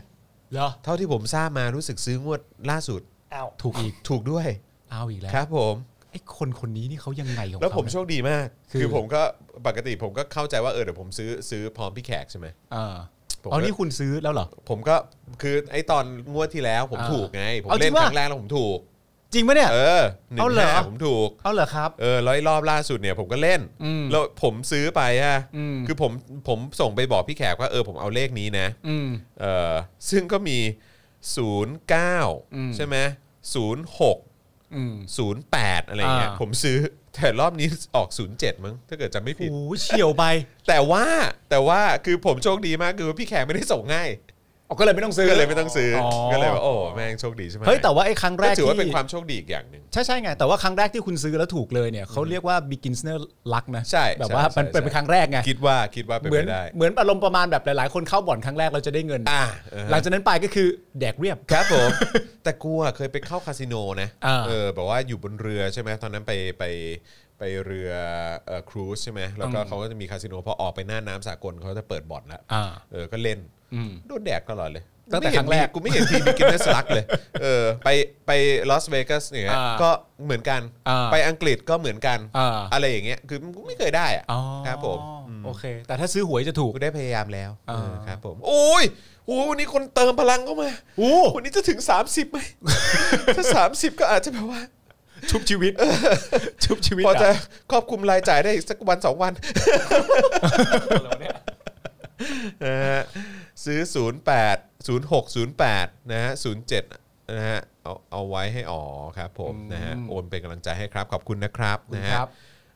C: เหรอ
B: เท่าที่ผมทราบมารู้สึกซื้องวดล่าสุด
D: อ้าว
C: ถูกอีก
B: ถูกด้วย
C: เอาอีกแล้ว
B: ครับผม
C: ไอ้คนคนนี้นี่เขายังไงของเขา
B: แล้วผมโชคดีมาก
C: คือ
B: คือผมก็ปกติผมก็เข้าใจว่าเออเดี๋ยวผมซื้อซื้อพร้อมพี่แขกใช่ไหม
C: เออ
B: ผมก็
C: เอานี่คุณซื้อแล้วเหรอ
B: ผมก็คือไอ้ตอนงวดที่แล้วผม
C: อ่า
B: ถูกไง ผม
C: เอาจริง
B: เล่นครั้
C: ปะ
B: งแรกแล้วผมถูก
C: จริงปะเนี่ย
B: เออหนึ่
C: เอา
B: ง
C: เหรอ
B: ห้าผมถูก
C: เอาเหรอครับ
B: เออร้อยรอบล่าสุดเนี่ยผมก็เล่น
C: อืม
B: แล้วผมซื้อไปฮะ
C: อืม
B: คือผมผมส่งไปบอกพี่แขกว่าเออผมเอาเลขนี้นะ
C: อืม
B: เออซึ่งก็มี
C: อืม
B: 09 ใช่ไหมศูนย์หก
C: อืม
B: 08 อะไรเงี้ย
C: อ่า
B: ผมซื้อแต่รอบนี้ออก 07 มั้งถ้าเกิดจำไม่ผิด
C: โอ้โหเฉียวไป
B: แต่ว่าแต่ว่าคือผมโชคดีมากคือว่าพี่แขกไม่ได้ส่งง่าย
C: อ๋อก็เลยไม่ต้องซื้อ
B: ก็เลยไม่ต้องซื้ออ
C: อ
B: ก็เลยว่าโอ้แม่งโชคดีใช่ไหม
C: เฮ้ยแต่ว่าไอ้ครั้งแร
B: ก็
C: ก
B: ถือว่าเป็น
C: ที่
B: ความโชคดีอีกอย่างหนึ่ง
C: ใช่ใช่ไง แต่ว่าครั้งแรกที่คุณซื้อแล้วถูกเลยเนี่ยเขาเรียกว่า beginner luck นะ
B: ใช่
C: แบบว่า
B: ใช่
C: มัน
B: ใช่
C: เป็นเป็นครั้งแรกไง
B: คิดว่าคิดว่าเป็น
C: เหมือน
B: ไปได้
C: เหมือนอารมณ์ประมาณแบบหลายๆ คนเข้าบ่อนครั้งแรกเราจะได้เงิน
B: อ่าเออ
C: หลังจากนั้นไปก็คือแดกเรียบ
B: ครับผม แต่กูอะเคยไปเข้าคาสิโนนะ
C: อ่า
B: เออแบบว่าอยู่บนเรือใช่ไหมตอนนั้นไปไปไปเรือเอ่อครูซใช่ไหมแล้วก็
C: อืม
B: เขาก็จะมีคาสิโนพอออกไปหน้าน้ำสากลเขาจะเปิดบ่อนละ
C: อ่า
B: เออก็เล่น
C: อืม
B: โดนแดกตลอดเลย
C: ตั้งแต่ครั้งแรก
B: กูไม่เห็นทีมบิกินเนสลักเลย เออ ไปไปลอสเวกัสเนี่ย
C: อ่า
B: ก็เหมือนกัน
C: อ่า
B: ไปอังกฤษก็เหมือนกัน
C: อ่า
B: ไรอย่างเงี้ย คือกูไม่เคยได้อะ
C: อ๋อ
B: ครับผม
C: โอเค แต่ถ้าซื้อหวยจะถูก
B: กูได้พยายามแล้ว
C: อ่า
B: เออครับผม โอ้ยโอ้ยวันนี้คนเติมพลังเข้ามา
C: โอ้
B: วันนี้จะถึง 30ไหม ถ้า 30 ก็อาจจะแบบว่า
C: ชุบชีวิต ชุบชีวิต
B: พอจะ
C: อ่ะ
B: ครอบคลุมรายจ่ายได้อีกสักวันสองวัน นะฮะซื้อ 08 06 08 นะฮะ 07 นะฮะ เอาเอาไว้ให้อ๋อครับผมนะฮะ โอนเป็นกำลังใจให้ครับ ขอบคุณนะครับนะฮะ
C: ครับ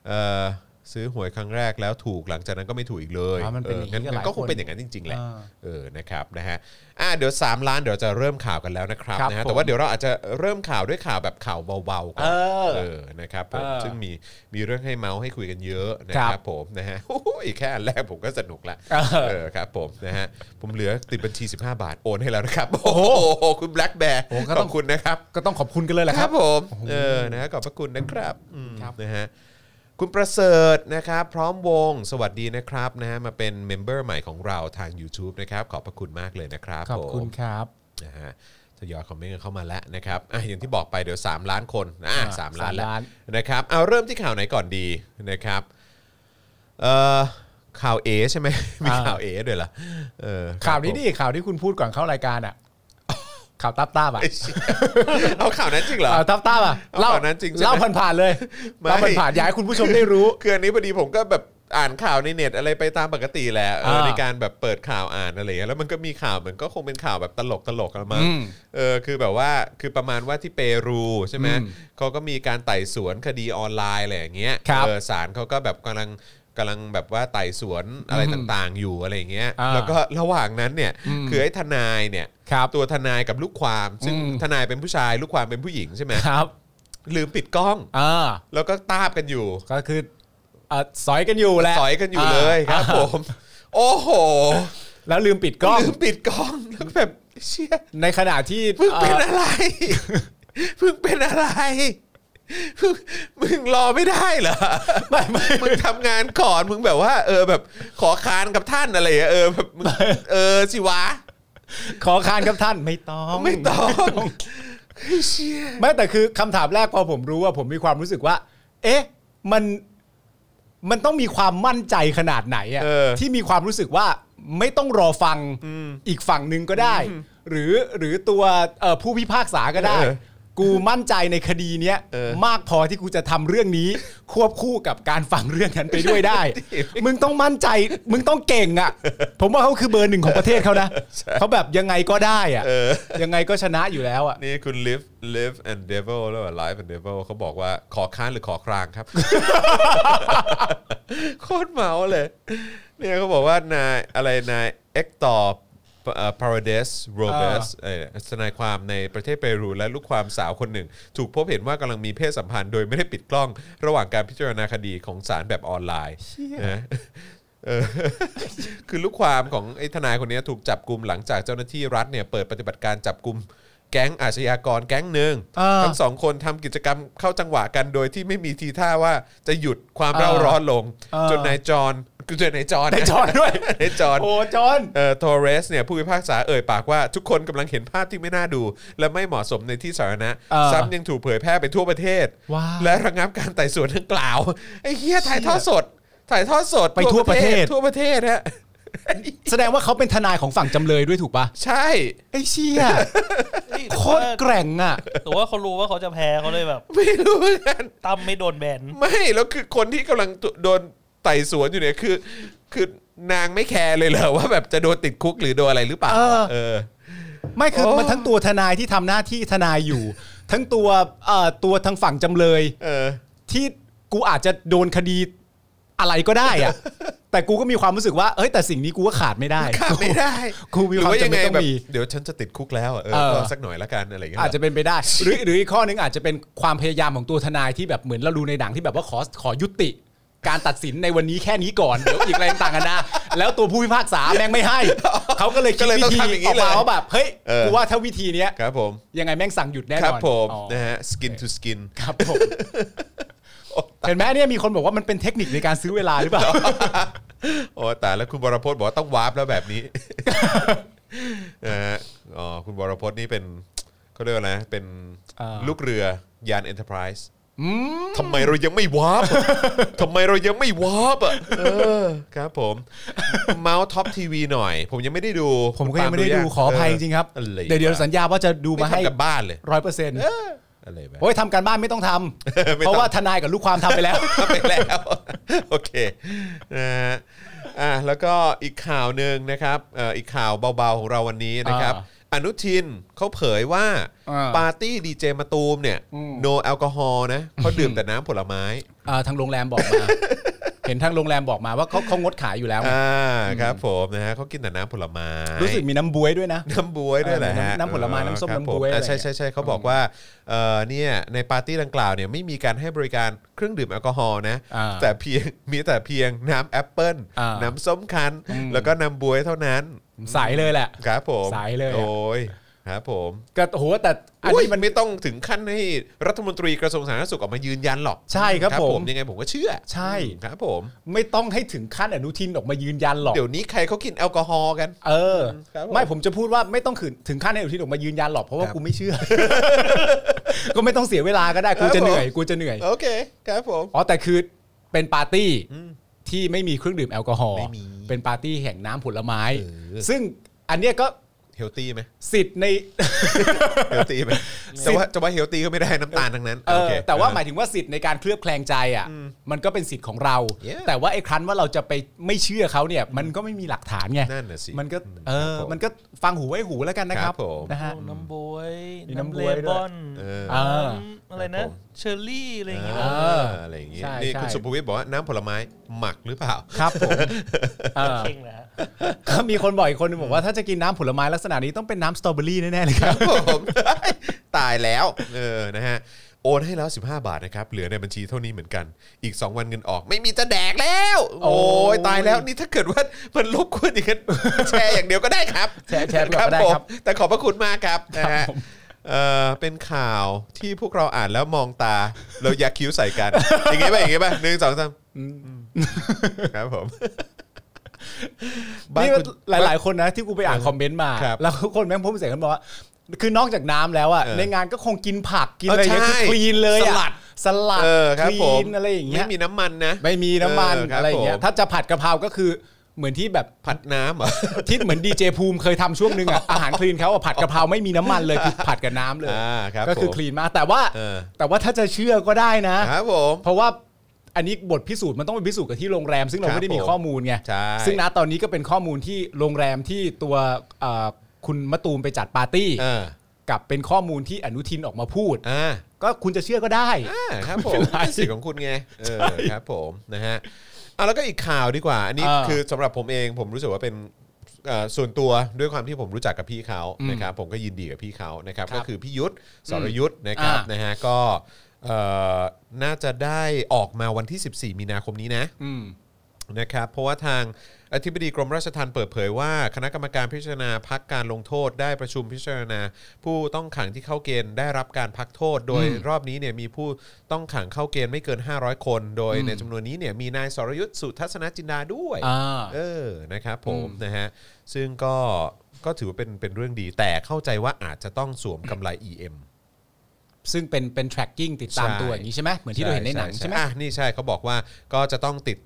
B: เอ่อซื้อหวยครั้งแรกแล้วถูกหลังจากนั้นก็ไม่ถูกอีกเลย
C: อ๋อมันเป็
B: อ
C: น
B: อ
C: อย่างนี้
B: งั้น
C: กับหลาย
B: ก็คง
C: คน
B: เป็นอย่างนั้นจริง ๆ แหละ
C: อ่า
B: เออนะครับนะฮะอ่ะเดี๋ยว 3 ล้านเดี๋ยวจะเริ่มข่าวกันแล้วนะครับ
C: ครับ
B: นะฮะ
C: ผม
B: แต่ว่าเดี๋ยวเราอาจจะเริ่มข่าวด้วยข่าวแบบข่าวเบาๆก่อน
C: เออ
B: เออนะครับผม
C: เออ
B: ซึ่งมีมีเรื่องให้เมาส์ให้คุยกันเยอะนะค
C: ครั
B: รับบ ผมนะฮะ โอ้โหแค่อันแรกผมก็สนุกละ
C: เออ
B: เออครับผมนะฮะผมเหลือติดบัญชี 15 บาท โอนให้แล้วนะครับ โอ้โหคุณแบล็กแบร์
C: โอ้ก็
B: ข
C: ต้
B: อ
C: อง
B: บคุณนะครับ
C: ก็ต้องขอบคุณกันเลยแหละ
B: ค
C: ค
B: รั
C: รั
B: บบ ผมเออนะฮะขอบพระคุณนะครับอืม
C: ครับ
B: นะฮะคุณประเสริฐนะครับ พร้อมวงสวัสดีนะครับนะฮะมาเป็นเมมเบอร์ใหม่ของเราทาง YouTube นะครับขอบพระคุณมากเลยนะครับ
C: ขอบคุณ
B: ผม
C: ครับ
B: นะฮะทยอยคอมเมนต์กันเข้ามาแล้วนะครับอ่ะอย่างที่บอกไปเดี๋ยว 3 ล้านคนอ่ะ
C: อ่ะ
B: สามล้านแล้ว
C: สามล้าน
B: นะครับเอาเริ่มที่ข่าวไหนก่อนดีนะครับเอ่อข่าวเอใช่ไหม มีข่าวเอด้วยเหรอเออ
C: ข่าวนี้ดิข่าวที่คุณพูดก่อนเข้ารายการอ่ะ ข่าวตับตาบอ่ะ
B: ไอ้เหี้ย เอาข่าวนั้นจริงเหรอ
C: ข่าวตับตาบอ่ะ
B: เอาข่าวนั้นจริงใช่ไหม
C: เล่าผ่านๆเลย
B: ไม่
C: เล่าผ่านๆอยากให้คุณผู้ชมได้รู้
B: คืออันนี้พอดีผมก็แบบอ่านข่าวในเน็ตอะไรไปตามปกติแหละเออ
C: อ่า
B: ในการแบบเปิดข่าวอ่านอะไรอย่างเงี้ยแล้วมันก็มีข่าวเหมือนก็คงเป็นข่าวแบบตลกตลกๆกันมา
C: อืม
B: เออคือแบบว่าคือประมาณว่าที่เปรูใช่ไหม
C: อืม
B: เขาก็มีการไต่สวนคดีออนไลน์อะไรอย่างเงี้ย
C: ครับ
B: เออศาลเขาก็แบบกำลังกำลังแบบว่าไต่สวนอะไร
C: อืม
B: ต่างๆ อยู่อะไรอย่างเงี้ย
C: อ่า
B: แล้วก็ระหว่างนั้นเนี่ย
C: อืม
B: คือไอ้ทนายเนี่ย
C: ครับ
B: ตัวทนายกับลูกความ ซึ่ง
C: อืม
B: ทนายเป็นผู้ชายลูกความเป็นผู้หญิงใช่ไหม
C: ครับ
B: ลืมปิดกล้อง
C: อ่า
B: แล้วก็ตาบกันอยู่
C: ก็คือเอ่อสอยกันอยู่แหละ
B: สอยกันอยู่เลยครับ
C: อ่า
B: ผม โอ้โห
C: แล้วลืมปิดกล้อง
B: ลืมปิดกล้องแล้วแบบเชี่ย
C: ในขณะที่
B: เพิ่งเป็น
C: เอ่อ
B: อะไร เพิ่งเป็นอะไร มึงรอไม่ได้เหรอไม่ไม่มึงทำงานก่อนมึงแบบว่า เออแบบขอคานกับท่านอะไรอย่างเงี้ยเออแบบมึงเออสิวะ
C: ขอคานครับท่านไม่ต้อง
B: ไม่ต้องเฮ้ยเชี่ย
C: ไม่แต่คือคำถามแรกพอผมรู้ว่าผมมีความรู้สึกว่า เอ๊ะ มันมันต้องมีความมั่นใจขนาดไหนอะ
B: เออ
C: ที่มีความรู้สึกว่าไม่ต้องรอฟังอีกฝั่งหนึ่งก็ได้ หรือหรือตัวเอ่อผู้พิพากษาก็ได้
B: เออ
C: กูมั่นใจในคดีเนี้ย
B: เออ
C: มากพอที่กูจะทำเรื่องนี้ ควบคู่กับการฟังเรื่องนั้นไปด้วยได้ มึงต้องมั่นใจ มึงต้องเก่งอ่ะ ผมว่าเขาคือเบอร์หนึ่งของประเทศเขานะเขาแบบยังไงก็ได้อ่ะ
B: เออ
C: ยังไงก็ชนะอยู่แล้วอ่ะ
B: นี่คุณ live live and devil แล้ว live and devil เขาบอกว่าขอค้านหรือขอครางครับ โคตรเมาเลย เนี่ยเขาบอกว่านายอะไรนายเอ็กตอร์พาราเดสโรเบสทนายความในประเทศเปรูและลูกความสาวคนหนึ่ง ถูกพบเห็นว่ากำลังมีเพศสัมพันธ์โดยไม่ได้ปิดกล้อง ระหว่างการพิจารณาคดีของศาลแบบออนไลน์นะเออ คือลูกความของไอ้ทนายคนเนี้ยถูกจับกลุ่มหลังจากเจ้าหน้าที่รัฐเนี่ยเปิดปฏิบัติการจับกลุ่มแก๊งอาชญากรแก๊งหนึ่ง
C: อ่า
B: ทั้งสองคนทำกิจกรรมเข้าจังหวะกันโดยที่ไม่มีทีท่าว่าจะหยุดความเร่า
C: อ่า
B: ร้อนลง
C: อ่า
B: จนนายจอนคือจนนายจอน
C: ได้จอนด้วย
B: นายจอน
C: โอ้จอน
B: เอ่อทอเรสเนี่ยผู้พิพากษาเอ่ยปากว่าทุกคนกำลังเห็นภาพที่ไม่น่าดู และไม่เหมาะสมในที่สาธารณะ
C: เออ
B: ซ้ำยังถูกเผยแพร่ไปทั่วประเทศ
C: ว้าว
B: และระงับการไต่สวนดังกล่าวไอ้เหี้ยถ่ายทอดสด ถ่ายทอดสด
C: ไปทั่วประเทศ
B: ทั่วประเทศฮะ
C: แสดงว่าเขาเป็นทนายของฝั่งจำเลยด้วยถูกปะ
B: ใช่
C: ไอ้เชี่ย
D: นี่
C: โคตรแกร่งอ่ะ
D: แต่ว่าเขารู้ว่าเขาจะแพ้เขาเลยแบบ
B: ไม่รู้เหมือนกัน
D: ตั้มไม่โดนแบน
B: ไม่ แล้วคือคนที่กำลังโดนไต่สวนอยู่เนี่ยคือ คือนางไม่แคร์เลยเหรอว่าแบบจะโดนติดคุกหรือโดนอะไรหรือเปล่า
C: เออ
B: เออ
C: ไม่คือ
B: โอ้
C: มันทั้งตัวทนายที่ทำหน้าที่ทนายอยู่ ทั้งตัวเอ่อตัวทางฝั่งจำเลย
B: เออ
C: ที่กูอาจจะโดนคดีอะไรก็ได้อะ แต่กูก็มีความรู้สึกว่าเอ้ยแต่สิ่งนี้กูก็ขาดไม่ได้
B: ขาดไม่ได้
C: กูกูมี
B: หรื
C: ความ
B: ว่ายั
C: จำ
B: งไง
C: เป็นต้อ
B: แบบ
C: งมี
B: เดี๋ยวฉันจะติดคุกแล้วอะเอ
C: เอ
B: อ
C: อ
B: ก็สักหน่อยละกันอะไรอย่างเงี้ย
C: อาจจะเป็นไปได้ หรือหรืออีกข้อหนึงอาจจะเป็นความพยายามของตัวทนายที่แบบเหมือนเราดูในหนังที่แบบว่าขอขอยุติ การตัดสินในวันนี้แค่นี้ก่อน เดี๋ยวอีกอะไรต่างกันนะ แล้วตัวผู้พิพากษาแม่งไม่ให้ เขาก็เลยคิดวิธีออกมาว่าแบบเฮ้ยกูว่าถ้าวิธีเนี้ย
B: ครับผม
C: ยังไงแม่งสั่งหยุดแน่นอน
B: ครับผม
C: อ๋อ
B: นะฮะ skin to skin
C: ครับผมเห็นไหมเนี่ยมีคนบอกว่ามันเป็นเทคนิคในการซื้อเวลาหรือเปล่า
B: โอ้แต่แล้วคุณบรพจน์บอกว่าต้องวาร์ปแล้วแบบนี้ นะฮะอ๋อคุณบรพจน์นี่เป็นเขาเรียกว่าอะไรนะเป็น
C: เอ่อ
B: ลูกเรือยานเอ็นเตอร์ไพรส์ทำไมเรายังไม่วาร์ป ทำไมเรายังไม่วาร์ปอ่ะเออครับผม เมาส์ท็อปทีวีหน่อย ผมยังไม่ได้ดู
C: ผมก็ยังไม่ได้ดู
B: คุณปา
C: ขออภัยจริงๆครับ
B: อะไะ
C: เดี๋ยวเดี๋ยวสัญญาว่าจะดูมา
B: ไม่
C: ให้
B: ทำกับบ้านเลย
C: ร้อยเปอร์เซ็นต์
B: อะไรแบบ
C: โอ้ยทำการบ้านไม่ต้องทำ
B: ไม่ต้อง
C: เพราะว่าทนายกับลูกความทำไปแล้ว
B: ไปแล้ว โอเคนะฮะอ่ะแล้วก็อีกข่าวหนึ่งนะครับเอ่ออีกข่าวเบาๆของเราวันนี้นะครับ
C: อ่า
B: อนุทินเขาเผยว่า
C: อ่า
B: ปาร์ตี้ดีเจมาตูมเนี่ย
C: อืม
B: โนแอลกอฮอล์นะเขาดื่มแต่น้ำผลไม้
C: เอ่อทางโรงแรมบอกมา เห็นทางโรงแรมบอกมาว่าเขาเขางดขายอยู่แล้วไง
B: อ่าครับผมนะฮะเขากินแต่น้ำผลไม้
C: รู้สึกมีน้ำบวยด้วยนะ
B: น้ำบวยด้วยแหละ
C: เออน้ำน้ำผลไม้น้ำส้มน้ำบ๊วยอะไร
B: ใช่ใช่ใช่เขาบอกว่าเออเนี่ยในปาร์ตี้ดังกล่าวเนี่ยไม่มีการให้บริการเครื่องดื่มแอลกอฮอล์นะ
C: อ่า
B: แต่เพียง มีแต่เพียงน้ำแอปเปิ้ล
C: อ่า
B: น้ำส้มคั้น แล้วก็น้ำบวยเท่านั้น
C: ใสเลยแหละ
B: ครับผม
C: สายเลยอะ
B: โอ้ยครับผม
C: ก็โหแต่อัน
B: อุ้ย
C: นี้
B: มั
C: มัน
B: นไม่ต้องถึงขั้นให้รัฐมนตรีกระทรวงสาธารณสุขออกมายืนยันหรอก
C: ใช่ครับผม
B: ยังไงผมก็เชื่อ
C: ใช่
B: ครับผม
C: ไม่ต้องให้ถึงขั้นอนุทินออกมายืนยันหรอก
B: เดี๋ยวนี้ใครเขากินแอลกอฮอล์กัน
C: เออ
B: ครับผม
C: ไม่ผมจะพูดว่าไม่ต้องถึงถึงขั้นให้อนุทินออกมายืนยันหรอกเพราะว่า
B: ครับ
C: กูไม่เชื่อ ก็ไม่ต้องเสียเวลาก็ได้กูจะเหนื่อยกูจะเหนื่อย
B: โอเคครับผม
C: อ๋อแต่คือเป็นปาร์ตี้ที่ไม่มีเครื่องดื่มแอลกอฮอล์
B: ไม่มี
C: เป็นปาร์ตี้แห่งน้ำผลไม้
B: เออ
C: ซึ่งอันเนี้ยก็
B: เฮลตี้ไหม
C: สิทธิ์ใน
B: เฮลตี้ไหมจะว่าจะว่าเฮลตี้ก็ไม่ได้น้ำตาลทั้งนั้น
C: เอ
B: โอ
C: อ
B: เค
C: แต่ว่าหมายถึงว่าสิทธิ์ในการเคลือบแคลงใจอ่ะมันก็เป็นสิทธิ์ของเรา
B: Yeah
C: แต่ว่าไอ้ครั้นว่าเราจะไปไม่เชื่อเขาเนี่ย มันก็ไม่มีหลักฐานไง
B: นั่นน่ะสิ
C: มันก็
B: อืม
C: เออ
B: ครับผม
C: มันก็ฟังหูไว้หูแล้วกันนะค
B: ครั
C: รับบ
B: ผม
C: นะฮะ
D: น้ำบวย
C: มี
D: น้ำ
C: น้ำบ๊
D: เล
C: วยด้วย
D: บอน
B: เออ
C: อ่า
D: น้ำอะไรนะ เชอร์รี่อะไรอย่างเงี้ย
B: อ่า
C: เออ
B: อะไรอย่างงี้
C: ใช่
B: นี่
C: ใช่
B: คุณสุภวิทย์บอกว่าน้ำผลไม้หมักหรือเปล่า
C: ครับผมเออ
D: เข่งเหรอฮะ
C: ก็มีคนบอกอีกคนหนึงบอกว่าถ้าจะกินน้ำผลไม้ลักษณะนี้ต้องเป็นน้ำสตรอเบอรี่แน่ๆเลยครับ
B: ผม ตายแล้ว เออนะฮะ โอนให้แล้ว 15 บาทนะครับ เหลือในบัญชีเท่านี้เหมือนกัน อีก 2 วันเงินออก ไม่มีจะแดกแล้ว
C: โอ้
B: โอ้
C: ย
B: ยตายแล้วนี่ถ้าเกิดว่ามันลบกวนอย่างนั้น แชร์อย่างเดียวก็ได้ครับ
C: แชร์แชร์ไปก่อนก็ได้ค
B: ผม
C: รับ
B: แต่ขอบพระคุณมากครับนะ
C: ครั
B: ฮะ
C: บผม
B: เอ่อเป็นข่าวที่พวกเราอ่านแล้วมองตา เรายักคิ้วใส่กัน อย่างงี้ป่ะอย่างงี้ป่ะหนึ่งสองสามครับผมบ้าน
C: นี่
B: คุณ
C: หลายหลาย ๆ คนนะที่กูไปอ่านคอมเมนต์มา
B: ครับ
C: แล้วทุกคนแม่งพูดเป็นเสียงกันบอกว่า คือนอกจากน้ำแล้วอ่ะ
B: เออ
C: ในงานก็คงกินผักกินอะไรอย่างเงี้
B: เออ
C: ยคือ
B: ใช่
C: คลีนเลย
B: ส
C: อะ
B: ลัด
C: สลัด
B: เออครับ
C: ลี
B: ผม
C: นอะไรอย่างเงี้ย
B: ไม่มีน้ำมันนะ
C: ไม่มีน้ำมัน
B: เคบ
C: อะไรอย่างเงี้ย
B: ผม
C: ถ้าจะผัดกะเพราก็คือเหมือนที่แบบ
B: ผัดน้ำเหรอ
C: ที่เหมือน ดีเจภูมิเคยทำช่วงหนึง อ่ะ อาหารคลีนเขาอะผัดกะเพราไม่มีน้ำมันเลยคือผัดกับน้ำเลย
B: อ่าครับ
C: ก็คือ
B: ผม
C: คลีนมากแต่ว่า
B: เออ
C: แต่ว่าถ้าจะเชื่อก็ได้นะ
B: ครับผม
C: เพราะว่าอันนี้บทพิสูจน์มันต้องเป็นพิสูจน์กับที่โรงแรม ซึ่งเรา
B: ครับ
C: ไม่ได้มี
B: ผม
C: ข้อมูลไง
B: ใช่
C: ซึ่งนะตอนนี้ก็เป็นข้อมูลที่โรงแรมที่ตัวเอ่อคุณมะตูมไปจัดปาร์ตี้
B: เออ
C: กับเป็นข้อมูลที่อนุทินออกมาพูด
B: อ่า
C: ก็คุณจะเชื่อก็ได้
B: อ่าครับผม
C: ไม่เป็นไร
B: เป็นสิทธิ์ของคุณไงเออครับผมนะฮะเอาแล้วก็อีกข่าวดีกว่า อันนี้
C: อ่า
B: คือสำหรับผมเองผมรู้สึกว่าเป็นเอ่อส่วนตัวด้วยความที่ผมรู้จักกับพี่เขา
C: อืม
B: นะครับผมก็ยินดีกับพี่เขานะครับ
C: ครับ
B: ก็คือพี่ยุทธสรยุทธนะครับ
C: อ่าน
B: นะฮะก็เอ่อน่าจะได้ออกมาวันที่ 14 มีนาคมนี้นะ
C: อืม
B: นะครับเพราะว่าทางอธิบดีกรมราชทัณฑ์เปิดเผยว่า คณะกรรมการพิจารณาพักการลงโทษได้ประชุมพิจารณา ผู้ต้องขังที่เข้าเกณฑ์ได้รับการพักโทษ โดย
C: อืม
B: รอบนี้เนี่ยมีผู้ต้องขังเข้าเกณฑ์ไม่เกิน 500 คน โดย
C: อืม
B: ในจำนวนนี้เนี่ยมีนายสรยุทธ์สุทัศนจินดาด้วย
C: อ่า
B: เออ นะครับผม
C: อืม
B: นะฮะ ซึ่งก็ก็ถือว่าเป็นเป็นเรื่องดี แต่เข้าใจว่าอาจจะต้องสวมกำไร EM
C: ซึ่งเป็นเป็น tracking ติดตาม
B: ใช่
C: ตัวอย่างนี้ใช่ไหมเหมือนที่เราเห็นในหนังใช่ไหม
B: อ่ะนี่ใช่เขาบอกว่าก็จะต้องติด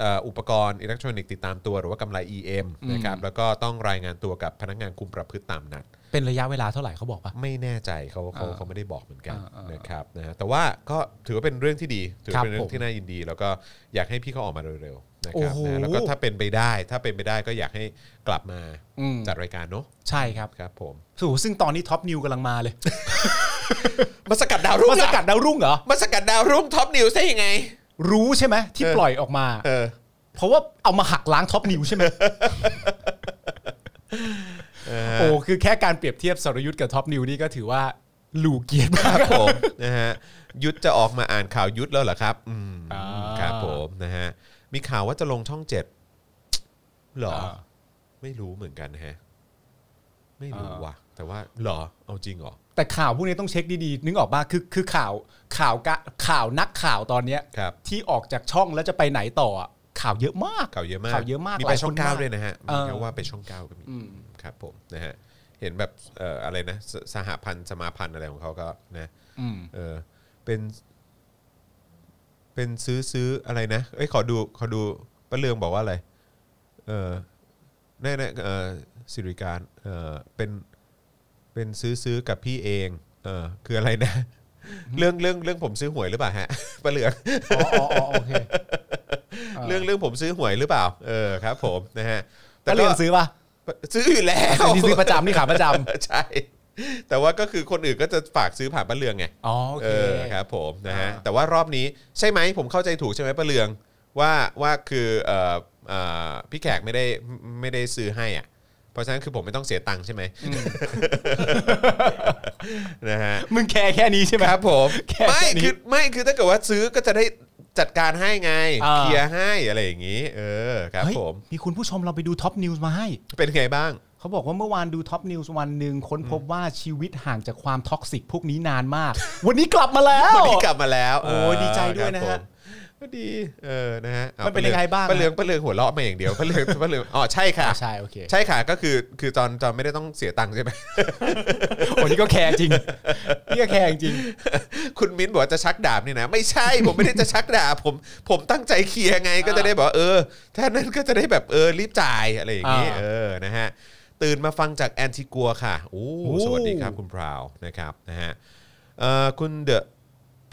B: เอ่ออุปกรณ์อิเล็กทรอนิกส์ติดตามตัวหรือว่ากำไร EM
C: อืม
B: นะครับแล้วก็ต้องรายงานตัวกับพนักงานคุมประพฤติตามนัด
C: เป็นระยะเวลาเท่าไหร่เขาบอกปะ
B: ไม่แน่ใจเขาเขา
C: อ่า
B: เขาไม่ได้บอกเหมือนกัน
C: อ่าอ่าน
B: นะครับนะฮะแต่ว่าก็ถือว่าเป็นเรื่องที่ดีถือว่าเป็น
C: ครับ
B: เรื่องที่น่ายินดี แล้วก็อยากให้พี่เขาออกมาเร็วๆนะครับ
C: โอ้โห
B: นะแล้วก็ถ้าเป็นไปได้ ถ้าเป็นไปได้ก็อยากให้กลับมา
C: อืม
B: จัดรายการเนาะ
C: ใช่ครับ
B: ครับผม
C: โอ้โหซึ่งตอนนี้ท็อปนิวกำลังมาเลย
B: มาสกัดดาวรุ่ง
C: มาสกัดดาวรุ่งเหรอ
B: มาสกัดดาวรุ่งท็อปนิวส์ได้ยังไง
C: รู้ใช่ไหมที่
B: เออ
C: ปล่อยออกมา
B: เออ
C: เพราะว่าเอามาหักล้างท็อปนิวใช่ไหม โอ้ คือแค่การเปรียบเทียบสรยุทธ์กับท็อปนิวนี่ก็ถือว่าหลูเกียร ติมาก
B: ครับผม นะฮะยุทธจะออกมาอ่านข่าวยุทธแล้วเหรอครับ อืม
C: อ่า
B: ครับผมนะฮะมีข่าวว่าจะลงช่องเจ็ดหรอ ไม่รู้เหมือนกันฮะ ไม่รู้ว่ะ แต่ว่าหรอ เอาจริงเหรอ
C: แต่ข่าวพวกนี้ต้องเช็คดีๆ นึกออกป่ะคือคือข่าวข่าวกะข่าวนักข่าวตอนเนี้ย
B: ครับ
C: ที่ออกจากช่องแล้วจะไปไหนต่ออะข่าวเยอะมาก
B: ข่าวเยอะมาก
C: ข่าวเยอะมาก
B: มี
C: ห
B: ไป
C: ลายคน
B: ช่องเก้าม
C: าก
B: ด้วยนะฮะ
C: เออ
B: มีแค่ว่าไปช่องเก้าก็มี
C: อืม
B: ครับผมนะฮะ เห็นแบบเอ่ออะไรนะสสหพันธ์สมาพันธ์อะไรของเขาก็นะ
C: อืม
B: เออเป็น เป็นซื้อซื้ออะไรนะ เอ้ยขอดูขอดูป้าเลืองบอกว่าอะไร เออแน่แน่เออสิริการเออเป็น เป็นซื้อซื้อกับพี่เอง เออคืออะไรนะ เรื่องเรื่องเรื่องผมซื้อหวยหรือเปล่าฮะ ป้าเลือง
C: อ๋ออ๋ออ๋อโอเค
B: เรื่องเรื่องผมซื้อหวยหรือเปล่า เออครับ ผมนะฮะ แต่
C: แต่
B: ก็
C: เรื่องซื้อป่ะ
B: ซื้ออยู่แล้ว
C: นี่ซื้อประจำนี่ขาประจ
B: ใช่ แต่ว่าก็คือคนอื่นก็จะฝากซื้อผ่านป้าเลืองไง
C: ำอ๋อโอ
B: เอ
C: เค
B: อครับผมนะฮะ
C: อ่า
B: แต่ว่ารอบนี้ใช่ไหมผมเข้าใจถูกใช่ไหมป้าเลืองว่าว่าคือเอ่อเอ่อพี่แขกไม่ได้ไม่ได้ซื้อให้อ่ะเพราะฉะนั้นคือผมไม่ต้องเสียตังค์ใช่ไหมนะฮะ
C: มึงแคร์แค่นี้ใช่ไหม
B: ครับผม
C: แค่
B: ไม่
C: นี้
B: คือไม่คือถ้าเกิดว่าซื้อก็จะได้จัดการให้ไง
C: อ่า
B: เคลียร์ให้อะไรอย่างนี้ เออครับ
C: เฮ้ย
B: ผม
C: มีคุณผู้ชมเราไปดูท็อปนิวส์มาให้
B: เป็นไงบ้าง
C: เขาบอกว่าเมื่อวานดูท็อปนิวส์วันหนึ่งค้นพบว่าชีวิตห่างจากความท็อกซิกพวกนี้นานมาก วันนี้กลับมาแล้ว
B: วันนี้กลับมาแล้ว
C: โอ้ย
B: เ
C: ดีใจด้วยนะ
B: ครั
C: ฮะ
B: บผมก็ดีเออนะฮะอา
C: มันเป็นยังไงบ้าง
B: ป้าเลืองป้าเลืองหัวเราะมาอย่างเดียวป้าเลืองป้าเลืองอ๋อใช่ค่ะ
C: ใช่โอเค
B: ใช่ค่ะก็คือคือจอนจอนไม่ได้ต้องเสียตังค์ใช่ไหม
C: โอ้นี่ก็แคร์ จริง นี่ก็แคร์จริง
B: คุณมิ้นบอกว่าจะชักดาบนี่นะ ไม่ใช่ผมไม่ได้จะชักดาบผมผมตั้งใจเคลียร์ไงก็จะได้บอกว่าเออถ้านั้นก็จะได้แบบเออรีบจ่ายอะไรอย่างนี้
C: อ่า
B: เออนะฮะตื่นมาฟังจากแอนติกัวค่ะโอ้
C: โอ้
B: สวัสดีครับคุณพราวนะครับนะฮะเอ่อคุณเดอะ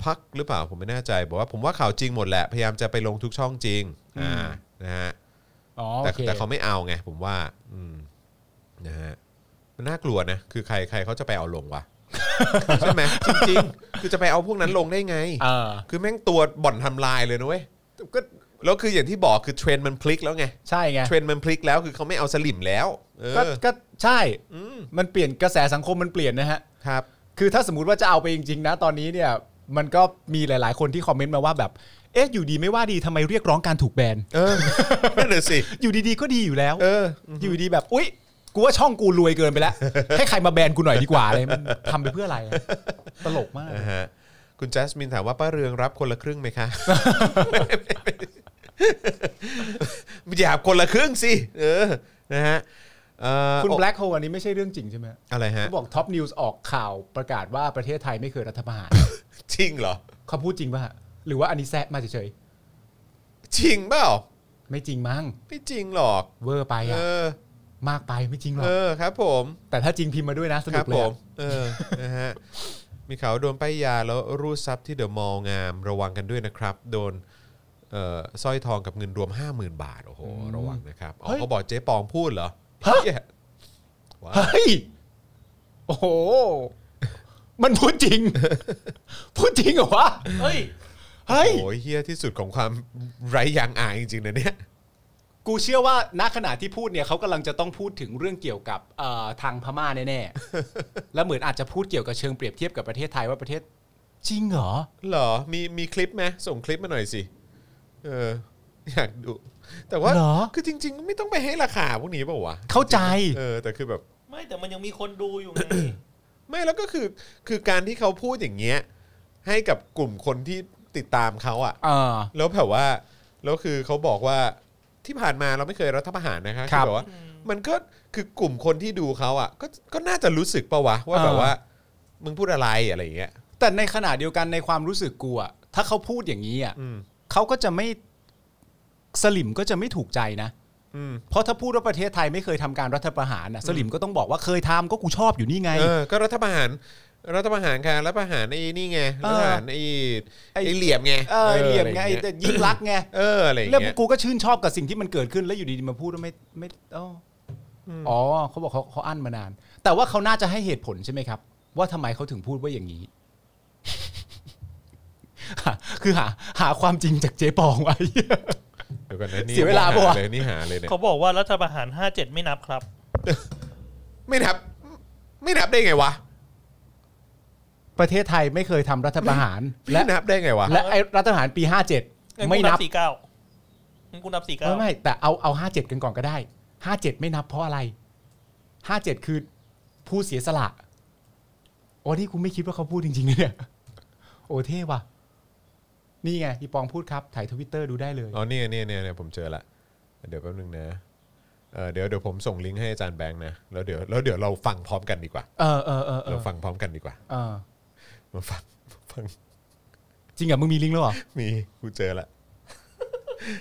B: พักหรือเปล่าผมไม่แน่ใจบอกว่าผมว่าข่าวจริงหมดแหละพยายามจะไปลงทุกช่องจริงอ่านะฮะ
C: อ๋อ
B: แต่
C: โอเค
B: แต่เขาไม่เอาไงผมว่า อืมนะฮะมันน่ากลัวนะ คือใครใครเขาจะไปเอาลงวะ ใช่ไหมจริงๆ คือจะไปเอาพวกนั้นลงได้ไง
C: เออ
B: คือแม่งตัวบ่อนทำลายเลยนะเว้ย
C: ก็
B: แล้วคืออย่างที่บอกคือเทรนด์มันพลิกแล้วไง
C: ใช่ไง
B: เทรนด์มันพลิกแล้วคือเขาไม่เอาสลิมแล้ว เอ
C: ก็
B: อ
C: ก็ใช่ มันเปลี่ยนกระแสสังคมมันเปลี่ยนนะฮะ
B: ครับ
C: คือถ้าสมมติว่าจะเอาไปจริงๆนะตอนนี้เนี่ย มันก็มีหลาย ๆ คนที่คอมเมนต์มาว่าแบบ เอ๊ะอยู่ดีไม่ว่าดีทำไมเรียกร้องการถูกแบน
B: เออนั่นเลยสิ
C: อยู่ดีๆก็ดีอยู่แล้ว
B: เออ
C: อยู่ดีแบบอุ๊ย กูว่าช่องกูรวยเกินไปแล้ว ให้ใครมาแบนกูหน่อยดีกว่าเลยมันทำไปเพื่ออะไรอะตลกมาก
B: นะฮะคุณแจสมินถามว่าป้าเรืองรับคนละครึ่งไหมคะ อย่าคนละครึ่งสิเออนะฮะเอ่อ
C: คุณแบล็คโฮอันนี้ไม่ใช่เรื่องจริงใช่ไหม
B: อะไรฮะ
C: เขาบอกท็อปนิวส์ออกข่าวประกาศว่าประเทศไทยไม่เคยรัฐประ หาร
B: จริงเหรอ
C: เขาพูดจริงป่ะฮะหรือว่าอันนี้แซะมาเฉย
B: จริงเปล่า
C: ๆไม่จริงมั้ง
B: ไม่จริงหรอก
C: เวอร์ไป
B: เอ
C: อะ
B: อ
C: มากไปไม่จริงหรอ
B: เอกอครับผม
C: แต่ถ้าจริงพิมพ์มาด้วยนะส
B: ค
C: นุ
B: รั
C: กเล
B: ผ
C: ย
B: ม
C: อะ
B: เออนะฮะมีข่าวโดนป้ายยาแล้วรูดทรัพย์ที่เดอะมอลล์งามระวังกันด้วยนะครับ โดนเอ่อสร้อยทองกับเงินรวม 50,000 บาทโอ้โหระวังนะครับอ๋อเขาบอกเจ๊ปองพูดเหรอเหี้ยว้าว
C: เฮ้ยโอ้โหมันพูดจริ ง พูดจริงเหรอวะ
D: เฮ้ย
C: เฮ้ย
B: โอ้ยเฮี้ยที่สุดของความไร้ยางอายจริงๆนะเนี่ย
C: กูเชื่อว่าณขณะที่พูดเนี่ยเขากำลังจะต้องพูดถึงเรื่องเกี่ยวกับเอ่อทางพม่าแน่ ๆ แล้วเหมือนอาจจะพูดเกี่ยวกับเชิงเปรียบเทียบกับประเทศไทยว่าประเทศ จริงเหรอ
B: เหรอ มีมีคลิปไหมส่งคลิปมาหน่อยสิ เออ อยากดู แต่ว่า
C: เหรอ
B: คือจริง ๆ ไม่ต้องไปให้ราคาพวกนี้เปล่าวะ
C: เข้า ใจ
B: เออ แต่คือแบบ
D: ไม่แต่มันยังมีคนดูอยู่ไง
B: ไม่แล้วก็คือคือการที่เขาพูดอย่างเงี้ย ให้กับกลุ่มคนที่ติดตามเขาอะ
C: เออ
B: แล้วแบบว่า แล้วคือเขาบอกว่าที่ผ่านมาเราไม่เคยรัฐประหารนะคะ
C: ครับ
B: แบบว่า มันก็คือกลุ่มคนที่ดูเขาอะก็ก็น่าจะรู้สึกปะวะว่าแบบ
C: เออ
B: ว่า มึงพูดอะไรอะไรอย่างเงี้ย
C: แต่ในขณะเดียวกันในความรู้สึกกูอะถ้าเขาพูดอย่างนี้อะ
B: อืม
C: เขาก็จะไม่สลิมก็จะไม่ถูกใจนะ
B: อืม
C: เพราะถ้าพูดว่าประเทศไทยไม่เคยทำการรัฐประหารนะสลิมก็ต้องบอกว่าเคยทำก็กูชอบอยู่นี่ไง
B: เออ ก็รัฐประหาร รัฐประหารค่ะรัฐประหารไอ้นี่ไง
C: เอ
B: รัฐ
C: อ
B: ประหารไอ้
C: ไอ้
B: ไอ้เหลี่ยมไง
C: เออเหลี่ยมไง
B: อะรอาเย
C: แต่ยิ่งรักษณ์ไง
B: เออ อะไรอย่าง
C: แล้ว
B: เงี้ย
C: กูก็ชื่นชอบกับสิ่งที่มันเกิดขึ้นแล้วอยู่ดีๆมาพูดว่าไม่ไม่เอ้าอ๋อเขาบอกเขาเขาอั้นมานาน แต่ว่าเขาน่าจะให้เหตุผลใช่ไหมครับ ว่าทำไมเขาถึงพูดว่าอย่างนี้ หาคือหา หาความจริงจากเจ๊ปองไว้
B: เดี๋ยวก่อนนะนี่
C: เสียเวลาปะวะ
B: หเลยนี่หาเลยเนี่ย
D: เขาบอกว่ารัฐประหาร 57 ไม่นับครับ
B: ไม่นับ ไม่นับได้ไงวะ
C: ประเทศไทยไม่เคยทำรัฐประหาร และ
B: ไม่นับได้ไงวะ
C: และไอ้รัฐประหารปีห้าเจ็ด
D: งั้นกู
C: ไม่นับ
D: สี่เก้างั้นกูนับสี่เก้า
C: ไม่ไม่แต่เอาเอาห้าเจ็ดกันก่อนก็ได้ห้าเจ็ดไม่นับเพราะอะไรห้าเจ็ดคือผู้เสียสละโอ้นี่กูไม่คิดว่าเขาพูดจริงๆนะเนี่ย โอ้เท่ว่ะ นี่ไงพี่ปองพูดครับถ่ายทวิตเตอร์ดูได้เลย
B: อ๋อเนี่ยเนี่ยเนี่ยเนี่ยผมเจอละ เดี๋ยวแป๊บนึงนะ เออเดี๋ยวเดี๋ยวผมส่งลิงก์ให้อาจารย์แบงค์นะ แล้วเดี๋ยวแล้วเดี๋ยวเราฟังพร้อมกันดีกว่า
C: เออเออเออเอ
B: เรา
C: อ
B: ฟังพร้อมกันดีกว่า
C: เออ
B: มาฟังฟัง
C: จริงเหรอมึงมีลิงก์แล้วเหรอ
B: มี กูเจอละ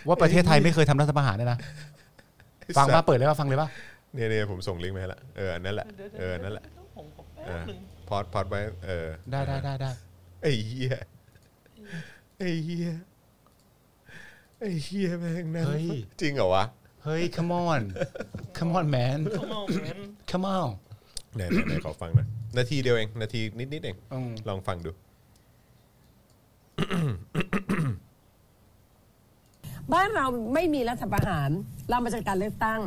C: ว่าประเทศไทยไม่เคยทำรัฐประหาร เนี่ยนะฟังมาเปิดเลยว่าฟังเลยว่า
B: เนี่ยเนี่ยผมส่งลิงก์มาให้ละ เอออันนั่นแหละ
D: เดี๋ยวๆ
B: เอออันนั่นแหละ
D: ผมขอแป๊
B: เอบอ
D: หนึ่ง
B: พอดพอดไว้เออ
C: ได้ได้ได้ได้
B: ไอ้เหี้ยไอ้เหี้ยไอ้เหี้ยแม่งนั่นจริงเหรอวะ
C: เฮ้ย come on come on man
D: ชั่วโมงนั้น
C: come on
B: ไหนไหนไหนขอฟังหนะนาทีเดียวเองนาทีนิดนิดๆเอง
C: อืม
B: ลองฟังดู
E: บ้านเราไม่มีรัฐประหาร เรามาจากการเลือกตั้ง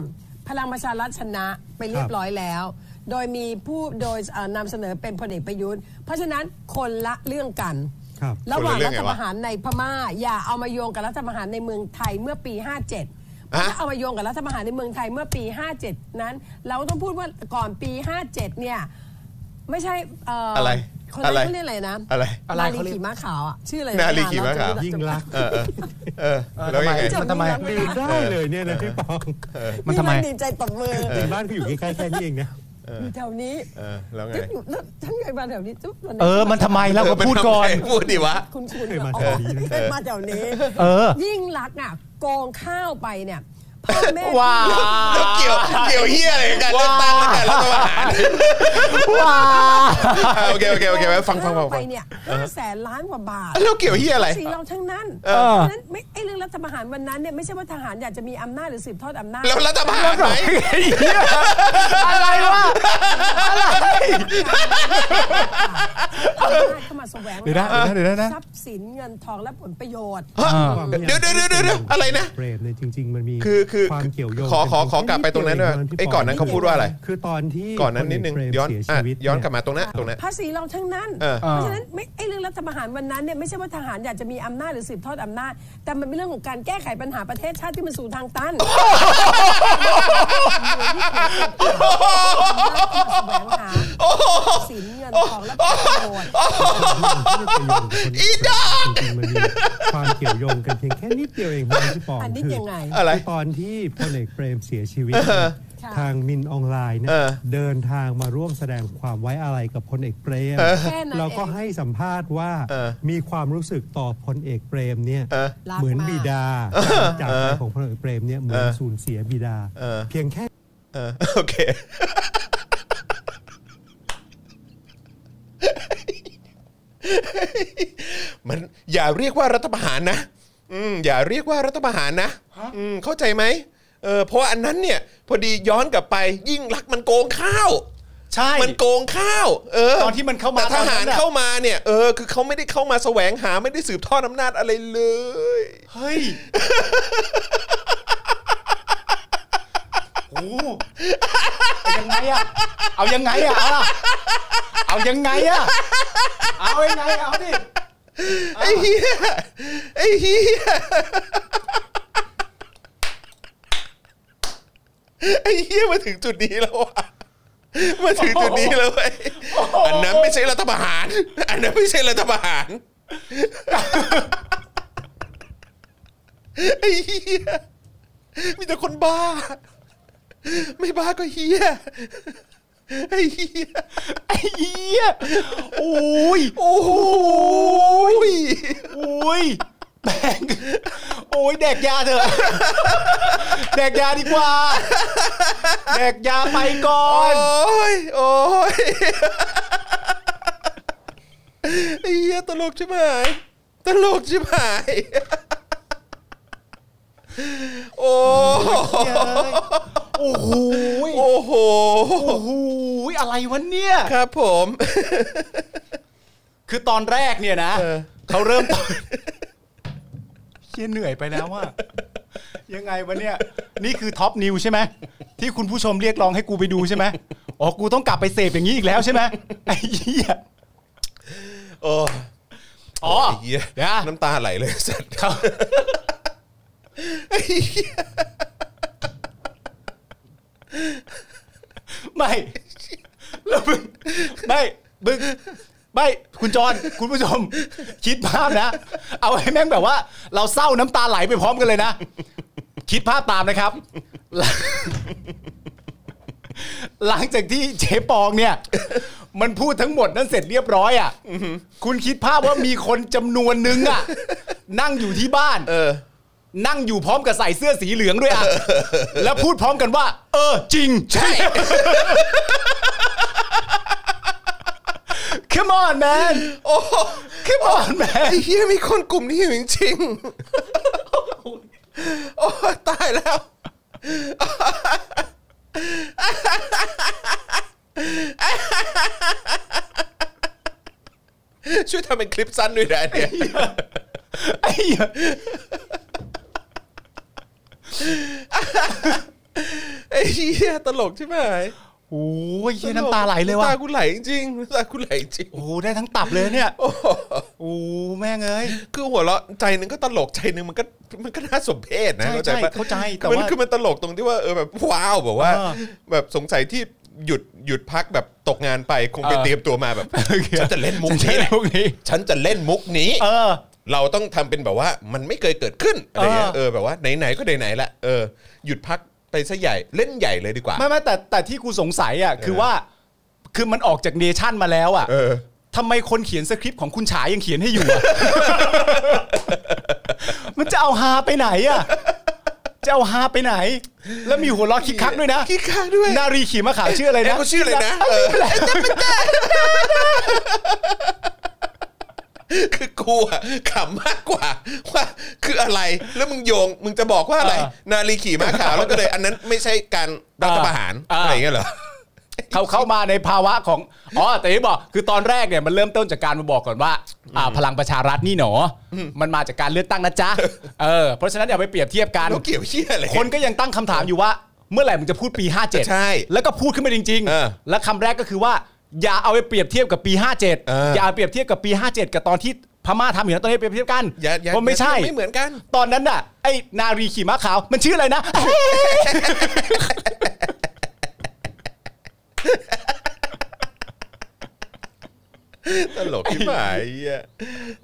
E: พลังประชารัฐชนะไปเรียบร้อยแล้ว โดยมีผู้โดยเอ่อนำเสนอเป็นพลเอกประยุทธ์ เพราะฉะนั้นคนละเรื่องกัน
F: ครับ
E: หว่าง
B: คนละเรื่อ
E: รั
B: งไง
E: ฐ
B: วะ
E: ประหารในพม่า อย่าเอามาโยงกับรัฐประหารในเมืองไทยเมื่อปี 57ถ้าเอามาโยงกับรัฐประหารในเมืองไทยเมื่อปี 57 นั้น เราต้องพูดว่าก่อนปี 57 เนี่ยไม่ใช่เอ่ออะไร คน
B: อะไร
E: นั้นเขาเรียกอะไรนะ
B: อะไร
C: อะไร
E: นา
C: เขา
E: ลี
C: เรียก
E: ขี่ม้าขาวอะชื่ออะไระ
B: นาลีขี่ม้าขาว
E: เรจำไ
F: ยิ่งรักษณ์
B: เออเออเออแล้วยังไง
C: มันทำไม
F: ลืมได้เลยเนี่ยนะพี่ปอง
C: มันทำไม
E: ดีใจตบมือ
F: แต่บ้านก็อยู่ใกล้ๆแค่นี้เองนะ
E: อยู่แถวนี้
B: เออแล้วไง
E: จุ๊บอยู่แล้วฉันเคยมาแถวนี้จุ๊บวั
C: เออ มันทำไมเราก็พูดก่อน
B: เมัทำไมพูดดิวะ
E: คุณคุณ
F: เคยมา
E: อ๋อ
F: แถวนี้นะ
E: เคยมาแถวนี้
C: เออ
E: ยิ่งรักษณ์อ่ะโกงข้าวไปเนี่ยพ่อแม่
C: ว้า
B: แล้วเกี่ยวเกี่ยวเหี้ยอะไรกับการเลือกตั้งและการรัฐประหารอ
C: ว้า
B: ่ะโอเคโอเคโอเคไว้ฟังฟังฟัง
E: ข้าวไป
B: ฟัง
E: เนี่ยห้าแสนล้านกว่าบาท
B: แล้วเกี่ยวเหี้ยอะไร
E: สิ่งเราทั้งนั้น
C: เออ
E: เพราะฉะนั้นไม่ไอเรื่องรัฐประหารวันนั้นเนี่ยไม่ใช่ว่าทหารอยากจะมีอำนาจหรือสืบทอดอำนาจ
B: แล้วรัฐประหารไหม
C: อะไรวะ
E: อำนาจเข้ามาแสวง
C: เดี๋ยวนะ
E: หา
C: เดี๋ยวนะเดี๋ยวนะ
E: ทรัพย์สินเงินทองและผลประโยชน์
B: ฮะ
C: อ่า
F: ความ
B: เดี๋ยวเดี๋ยวเดี๋ยวเดี๋ยวเดี๋ยวอะไรนะ
F: เปรมเนี่ยจริง ๆ มันมี
B: คือคือ
F: วามเกี่ยวโยง
B: ขอขอขอก
F: กัน
B: ลับไปตรงนั้นด้วย
F: ดเดีว
B: ไอ้ก่อนนั้นเขาพูดว่าอะไร
F: คือตอนที่
B: ก่อนนั้นนิดนึง
F: พลเอกเปรม
B: ย้อน
F: เสีย
B: อ่ะ
F: ชีวิต
B: ย้อน
F: เ
B: กลับมาตรงนั้นตรงนั้น
E: ภาษีเราทั้งนั้น
B: เออ
E: เพราะฉะนั้นไม่ไอ้เรื่องรัฐประหารวันนั้นเนี่ยไม่ใช่ว่าทหารอยากจะมีอำนาจหรือสืบทอดอำนาจ แต่มันเป็นเรื่องของการแก้ไขปัญหาประเทศชาติที่มันสู่ทางตัน
B: โอ้โห
E: สินเงินทองและผลประโยชน์
B: อีดอก
F: จริงๆมันมีความเกี่ยวโยงกันเพียงแค่นิดเดียวเองนะพี่ปอง
E: อันนี้ยังไง
B: อะไร
F: คืตอนที่พลเอกเปรมเสียชีวิต
E: ค่ะ
F: ทางมินออนไลน์เนี่ย
B: เออ
F: เดินทางมาร่วมแสดงความไว้อาลัยกับพลเอกเปรม
E: แค่นั้นเอง
F: แล้วก็ให้สัมภาษณ์ว่า
B: เออ
F: มีความรู้สึกต่อพลเอกเปรมเนี่ย
B: เออ
F: เหมือนบิดา จากใจของพลเอกเปรมเนี่ยเหมือน
B: เออ
F: สูญเสียบิดา
B: เออ
F: เพียงแค่
B: เออ โอเค มันอย่าเรียกว่ารัฐประหารนะ อืมอย่าเรียกว่ารัฐประหารนะอืมเข้าใจไหมเออเพราะว่าอันนั้นเนี่ย พอดีย้อนกลับไปยิ่งรักษณ์มันโกงข้าว
C: ใช่
B: มันโกงข้าว เออ
C: ตอนที่มันเข้ามา
B: แต่ทหาร
C: ตอนนั้นน่ะ
B: เข้ามาเนี่ย เออ คือเขาไม่ได้เข้ามาแสวงหาไม่ได้สืบทอดอำนาจอะไรเลย
C: เฮ้ยโอ้โหเอายังไงอะเอายังไงอะเอาล่ะเอายังไงอะเอายังไงเอาดิ
B: ไอ้เหี้ย ไอ้เหี้ย ไอ้เหี้ยมาถึงจุดนี้แล้วอะมาถึงจุดนี้แล้วไอ้ยอันนั้นไม่ใช่รัฐประหาร อันนั้นไม่ใช่รัฐประหาร ไอ้เหี้ย มีแต่คนบ้า ไม่บ้าก็เหี้ย ไอ้เหี้ย
C: ไอ้เหี้ยโอ้ย
B: โอ้โหย
C: โอ้ยแบงโอ้ยแดกยาเถอะแดกยาดีกว่าแดกยาไปก่อน
B: โอ้ย โอ้ยไอ้เหี้ยตลกใช่ไหมตลกใช่ไหมโอ้
C: โอ้โห
B: โอ้โห
C: โอ้โหอะไรวะเนี่ย
B: ครับผม
C: คือตอนแรกเนี่ยนะ
B: เออ
C: เขาเริ่มต้นเชี่ยเหนื่อยไปแล้วว่า ยังไงวะเนี่ย นี่คือท็อปนิวใช่ไหมที่คุณผู้ชมเรียกร้องให้กูไปดูใช่ไหมอ๋อกูต้องกลับไปเสพอย่างนี้อีกแล้วใช่ไหมไอ้เหี้ย
B: โอ้
C: อ๋อ
B: ไอ้เหี้ย
C: เดี๋ยวนะ
B: น้ำตาไหลเลยสัตว์
C: เขา
B: ไอ้เหี้ย
C: ไม่แล้วมึงไม่มึงไม่คุณจอนคุณผู้ชม คิดภาพนะ เอาให้แม่งแบบว่า เราเศร้าน้ำตาไหลไปพร้อมกันเลยนะ คิดภาพตามนะครับ หลังจากที่เจ๊ปองเนี่ย มันพูดทั้งหมดนั้นเสร็จเรียบร้อยอ่ะคุณคิดภาพว่ามีคนจำนวนนึงอ่ะ นั่งอยู่ที่บ้านนั่งอยู่พร้อมกับใส่เสื้อสีเหลืองด้วยอ่ะแล้วพูดพร้อมกันว่า เออ จริง ใช่ Come on man
B: โอ้
C: Come on
B: ไอ้
C: man
B: เหี้ยมีคนกลุ่มนี้อยู่จริงๆโอ้ตายแล้ว ช่วยทำเป็นคลิปสั้นด้วยนะอันเนี่ย
C: ไอ้เหี้ย
B: ไอ้เหี้ยตลกใช่ไหม
C: โอ้ยเหี้ยน้ำตาไหลเลยว่ะ
B: น้ำตากูไหลจริงๆน้ำตากูไหลจริง
C: โอ้โหได้ทั้งตับเลยเนี่ยโอ้โหแม่งเอ้ย
B: คือหัวเราะใจหนึงก็ตลกใจหนึงมันก็มันก็น่าสมเพชนะ
C: ใช่
B: เข้าใจปะ
C: ใช่เข้าใจแต่
B: คือมัน
C: ว่า
B: คือมันตลกตรงที่ว่าเออแบบว้าวแบบว่า
C: เออ
B: แบบสงสัยที่หยุดหยุดพักแบบตกงานไปคงไป
C: เออ
B: เตรียมตัวมาแบบฉันจะเล่นมุก
C: ใช่
B: นี้แหละ
C: พวกนี้
B: ฉันจะเล่นมุกนี้
C: เออ
B: เราต้องทำเป็นแบบว่ามันไม่เคยเกิดขึ้นอะไรเงี้ย
C: เออ
B: เออแบบว่าไหนๆก็ไหนๆละเออหยุดพักไปซะใหญ่เล่นใหญ่เลยดีกว่า
C: ไม่ไม่แต่แต่ที่กูสงสัยอ่ะคือว่าคือมันออกจากเนชั่นมาแล้วอ่ะ
B: เออ
C: ทำไมคนเขียนสคริปต์ของคุณฉายยังเขียนให้อยู่อะ มันจะเอาฮาไปไหนอ่ะจะเอาฮาไปไหน แล้วมีหัวล้อคิกคักด้วยนะ
B: คิกคักด้วย
C: นารีขี่มาขาวชื่ออะไร
B: เอ๊ะ
C: นะ
B: เขาชื่ออะไรนะเออคือกูอะขำมากกว่าว่าคืออะไรแล้วมึงโยงมึงจะบอกว่าอะไร นาลีขี่ม้าขาวแล้วก็เลย อันนั้นไม่ใช่การรัฐประหารอะไรอย่างเงี้ยเหรอ
C: เขาเข้ามาในภาวะของอ๋อแต่ที่บอกคือตอนแรกเนี่ยมันเริ่มต้นจากการมาบอกก่อนว่าอ่าพลังประชารัฐนี่หนออมันมาจากการเลือกตั้งนะจ๊ะเออเพราะฉะนั้นอย่าไปเปรียบเทียบกัน
B: แล้วเกี่ยวเชี่ยอะไร
C: คนก็ยังตั้งคำถามอยู่ว่าเมื่อไหร่มึงจะพูดปี 57
B: ใช่
C: แล้วก็พูดขึ้นมาจริง
B: เออ
C: ๆ และคำแรกก็คือว่า อย่าเอาไปเปรียบเทียบกับปี 57
B: เอออ
C: อย่าเอาเปรียบเทียบกับปี 57 กับตอนที่พม่าทำอยู่นะตอนนี้เปรียบเทียบกัน
B: อย่าอย่า
C: เพราะไม่ใช่
B: ไม่เหมือนกัน
C: ตอนนั้นน่ะไอ้นารีขี่ม้าขาว มันชื่ออะไรนะ
B: ตลกที่หมายเหี้ย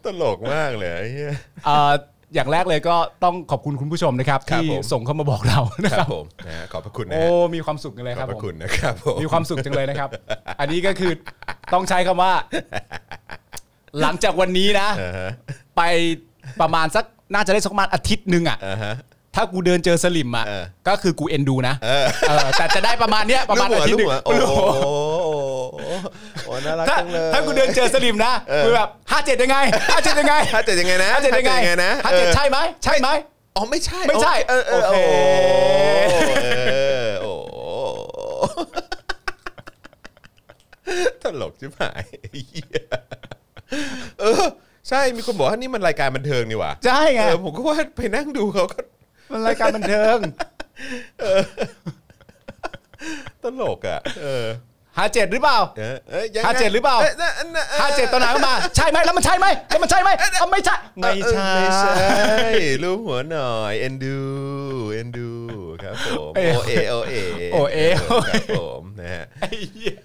B: ตลกมากเลยไอ้เหี้ย
C: เอ่ออย่างแรกเลยก็ต้องขอบคุณคุณผู้ชมนะครับ
B: ครับ
C: ที่
B: ผม
C: ส่งเข้ามาบอกเรา นะ
B: ค
C: ค
B: รั
C: รั
B: บบ ผมนะฮะขอบพระคุณนะ
C: โอ้
B: ฮะ
C: มีความสุขกันเลย
B: ขอ
C: ครั
B: บบ พ
C: ผ
B: ระ
C: ม
B: คุณนะครับผม
C: มีความสุขจังเลยนะครับ อันนี้ก็คือต้องใช้คำว่า หลังจากวันนี้นะ
B: อ่าฮะ
C: ไปประมาณสักน่าจะได้สักประมาณอาทิตย์หนึ่งอะ
B: อ่าฮะ
C: ถ้ากูเดินเจอสลิมอะ
B: เออ
C: ก็คือกูเอ็นดูนะเออแต่จะได้ประมาณเนี้ยประมาณอาทิตย์หนึ่ง
B: ลูกหัวลูกหั
C: ลูก
B: ว
C: หัว
B: โอ้โหโอ้โหโอ้โหน่ารัก
C: ถ้า
B: จังเลย
C: ถ้ากูเดินเจอสลิมนะกูแบบห้าเจ็ดยังไงห้าเจ็ดยังไง
B: ถ้าเจ็ดยังไงนะ
C: ห้าเจ็ดยังไง
B: นะ
C: ห้าเจ็ดใช่ไหมใช่ไหม
B: อ๋อไม่ใช่
C: ไม่ใช่
B: เออเออ
C: โอเค
B: โอ้โหเออโอ้โหตลกจิ๋วหายไอ้เหี้ยเออ ใช่มีคนบอกว่านี่มันรายการบันเทิงนี่หว่า
C: ใช่ไง
B: เออผมก็ว่าไปนั่งดูเขาก็
C: มันรายการบันเทิง
B: ตลกอ่ะ เออ
C: ห้าเจ็ดหรือเปล่า
B: เออเอ้ยยังไง
C: ห้าเจ็ดหรือเปล่า
B: ยนั่นนั่น
C: ห้าเจ็ดตอนไหนเข้ามา ใช่ไหมแล้วมันใช่ไหมแล้วมันใช่ไหมเอาไม่ใช่ไม่
B: เออ
C: ใช่
B: ไม่ใช่รูปหัวหน่อย เอ็นดู เอ็นดู ครับผมโอเอโอเอ
C: โอเอโอเอ
B: ครับผมนะฮะ
C: ไอ้เหี้ย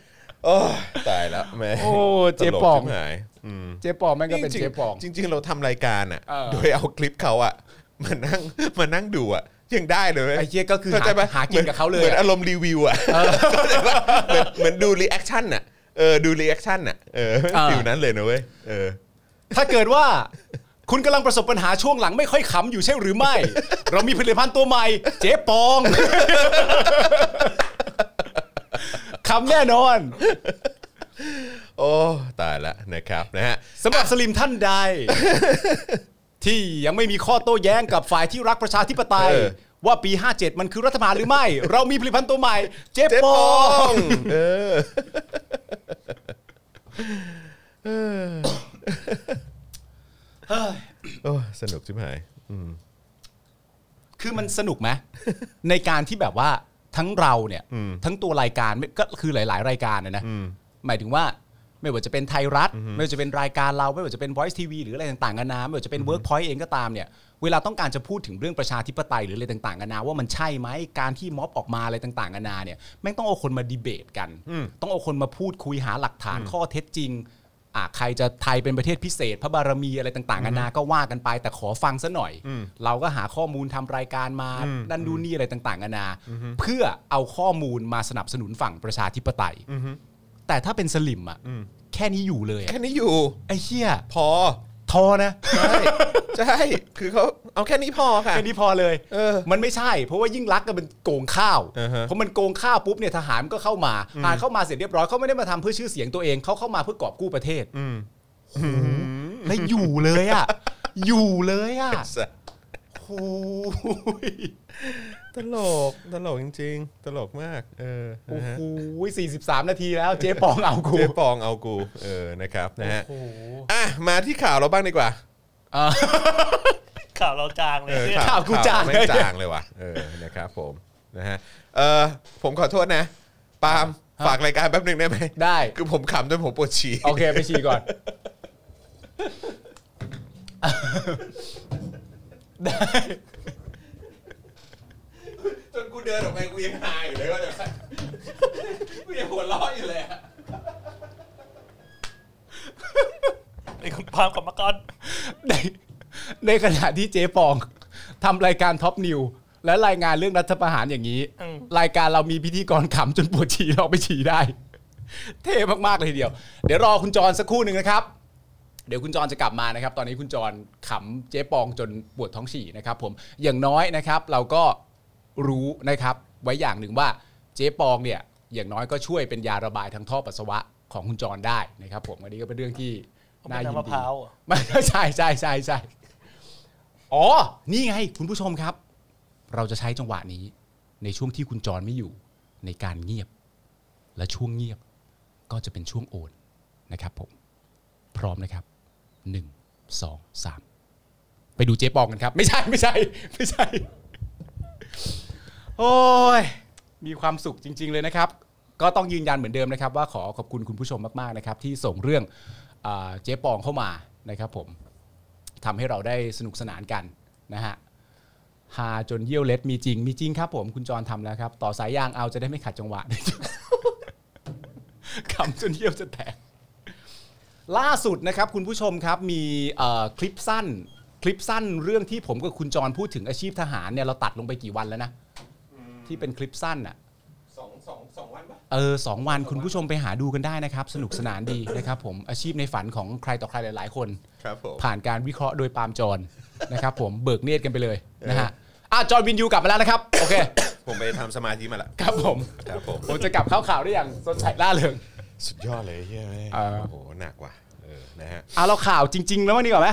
B: โอ้ยตายแล้วแม่
C: โอ้เจ๊ปอง
B: ตลกชิบหายอืม
C: เจ๊ปองแม่งก็เป็นเจ๊ปอง
B: จริงๆจริง ๆ เราทำรายการอ่ะ
C: เออ
B: โดยเอาคลิปเขาอ่ะมานั่งมานั่งดูอ่ะยังได้เลยว้ย
C: ไอ้เหี้ยก็คือ
B: เข้า
C: หา
B: ใจปะ
C: หากินกับเขาเลย
B: หมือน
C: อะ
B: อารมณ์รีวิวอ่ะเข้าใจปะเหมือนเหมือนดูรีแอคชั่นอ่ะเออดูรีแอคชั่นอ่ะเออ
C: เออ
B: ฟิวนั้นเลยนะเว้ยเออ
C: ถ้าเกิดว่า คุณกำลังประสบปัญหาช่วงหลังไม่ค่อยขำอยู่ใช่หรือไม่ เรามีผลิตภัณฑ์ตัวใหม่ เจ๊ปอง ขำแน่นอน
B: โอ้ตายละนะครับนะฮะ
C: สำหรับสลิมท่านใด ที่ยังไม่มีข้อโต้แย้งกับฝ่ายที่รักประชาธิปไตย ว่าปี 57 มันคือรัฐบาลหรือไม่ เรามีผลิตภัณฑ์ตัวใหม่ เจ๊
B: เจ๊
C: ป
B: ป
C: อ
B: อง งเออโอ้สนุกชิบหาย
C: คือมันส นุกไหม ในการที่แบบว่าทั้งเราเนี่ยทั้งตัวรายการไม่ก็คือหลาย ๆ รายการนะนะหมายถึงว่าไม่ว่าจะเป็นไทยรัฐ ไม่ว่าจะเป็นรายการเราไม่ว่าจะเป็น Voice TV หรืออะไรต่างๆกันานาไม่ว่าจะเป็น Workpoint เองก็ตามเนี่ยเวลาต้องการจะพูดถึงเรื่องประชาธิปไตยหรืออะไรต่างๆกันานาว่ามันใช่ไหมการที่ม็อบออกมาอะไรต่างๆกันานาเนี่ยแม่งต้องเอาคนมาดีเบตกัน ต้องเอาคนมาพูดคุยหาหลักฐานข้อเท็จจริง อ่ะใครจะไทยเป็นประเทศพิเศษ พระบารมีอะไรต่างๆนานาก็ว่ากันไป แต่ขอฟังซะหน่อย เราก็หาข้อมูลทำรายการมาดันดูนี่อะไรต่างๆนานาเพื่อเอาข้อมูลมาสนับสนุนฝั่งประชาธิปไตยแต่ถ้าเป็นสลิมอ่ะแค่นี้อยู่เลยอะ
B: แค่นี้อยู่
C: ไอ้เหี้ย
B: พอ
C: ทอนะ
B: ใช่ใช่คือเขาเอาแค่นี้พอค่ะ
C: แค่นี้พอเลย
B: เออ
C: มันไม่ใช่ เพราะว่ายิ่งรักษณ์ก็เป็นโกงข้าว
B: อ่าฮะ
C: เพราะมันโกงข้าวปุ๊บเนี่ยทหารก็เข้ามาทหารเข้ามาเสร็จเรียบร้อยเขาไม่ได้มาทำเพื่อชื่อเสียงตัวเองเขาเข้ามาเพื่อกอบกู้ประเทศ
B: อืม
C: แล้วอยู่เลยอ่ะ อยู่เลยอ่ะโอ้ย
B: ตลกตลกจริง ๆ ตลกมาก เออ
C: โอ้
B: นะฮะ
C: โหสี่สิบสามนาทีแล้วเจ๊ปองเอากู
B: เจ๊ปองเอากู เออ นะครับ นะฮะ
C: โอ้โห
B: อ่ะ มาที่ข่าวเราบ้างดีกว่า
C: อ่ะ
D: ข่าวเราจางเลย
B: เออ
D: เนี่ย
C: ข่าวกูจาง
B: ไม่
C: เลย
B: จางเลยว่ะ เออ นะครับผม นะฮะ เออผมขอโทษนะ ปาล์มฝากรายการแป๊บหนึ่งได้ไหม
C: ได้
B: คือผมขำจนผมปวดฉี่
C: โอเค ไปฉี่ก่อน
B: จนกูเดินออกไปกูยังหายอยู่เลยว่าแต่กูยังหัวเราะอยู่เลย
D: ไอ้คุณพามกลับมาก่อน
C: ในในขณะที่เจ๊ปองทำรายการท็อปนิว และรายงานเรื่องรัฐประหารอย่างนี้ รายการเรามีพิธีกรขำจนปวดฉี่เราไปฉี่ได้ เท่มากๆเลยทีเดียว เดี๋ยวรอคุณจรสักครู่หนึ่งนะครับ เดี๋ยวคุณจรจะกลับมานะครับ ตอนนี้คุณจรขำเจ๊ปองจนปวดท้องฉี่นะครับ ผมอย่างน้อยนะครับ เราก็รู้นะครับ ไว้อย่างหนึ่งว่าเจ๊ปองเนี่ย อย่างน้อยก็ช่วยเป็นยาระบายทางท่อปัสสาวะของคุณจรได้นะครับ ผมอันนี้ก็เป็นเรื่องที่
D: ผม
C: น่า
D: เป็น
C: ยิน
D: น้ำมะ
C: ดี
D: พร้าวอะ
C: ไม่ใช่ใช่ใช่ใช่อ๋อ นี่ไง คุณผู้ชมครับ เราจะใช้จังหวะนี้ ในช่วงที่คุณจรไม่อยู่ ในการเงียบ และช่วงเงียบก็จะเป็นช่วงโอนนะครับผม พร้อมนะครับหนึ่งสองสามไปดูเจ๊ปองกันครับ ไม่ ใช่ไม่ใช่ไม่ใช่ โอ้ย มีความสุขจริง ๆ เลยนะครับ ก็ต้องยืนยันเหมือนเดิมนะครับ ว่าขอขอบคุณคุณผู้ชมมากๆนะครับ ที่ส่งเรื่องอ่าเจ๊ปองเข้ามานะครับผมทำให้เราได้สนุกสนานกันนะฮะฮาจนเยี่ยวเล็ดมีจริงมีจริงครับผมคุณจรทำแล้วครับ ต่อสายยางเอาจะได้ไม่ขัดจังหวะ ขำจนเยี่ยวจะแตก ล่าสุดนะครับคุณผู้ชมครับมีเอ่อคลิปสั้น คลิปสั้นเรื่องที่ผมกับคุณจรพูดถึงอาชีพทหารเนี่ยเราตัดลงไปกี่วันแล้วนะ ที่เป็นคลิปสั้นอ่ะสองสองสองวันปะเออสองวันคุณผู้ชมไปหาดูกันได้นะครับ สนุกสนานดีนะครับผมอาชีพในฝันของใครต่อใครหลาย ๆ คน
B: ครับผม
C: ผ่านการวิเคราะห์โดยปาล์มจร นะครับผมเบิกเนตรกันไปเลยนะฮะอ่ะจอร์นวินยูกลับมาแล้วนะครับโอเค
B: ผมไปทำสมาธิมาละ
C: ครับผม
B: ครับผม
C: ผมจะกลับเข้าข่าวได้อย่างสดใสล่าเริง
B: สุดยอดเลยเฮีย
C: เออ
B: โอ้โหหนักว่ะเออนะฮะ
C: อ่ะเราข่าวจริง ๆ แล้ววันนี้ก่อนไหม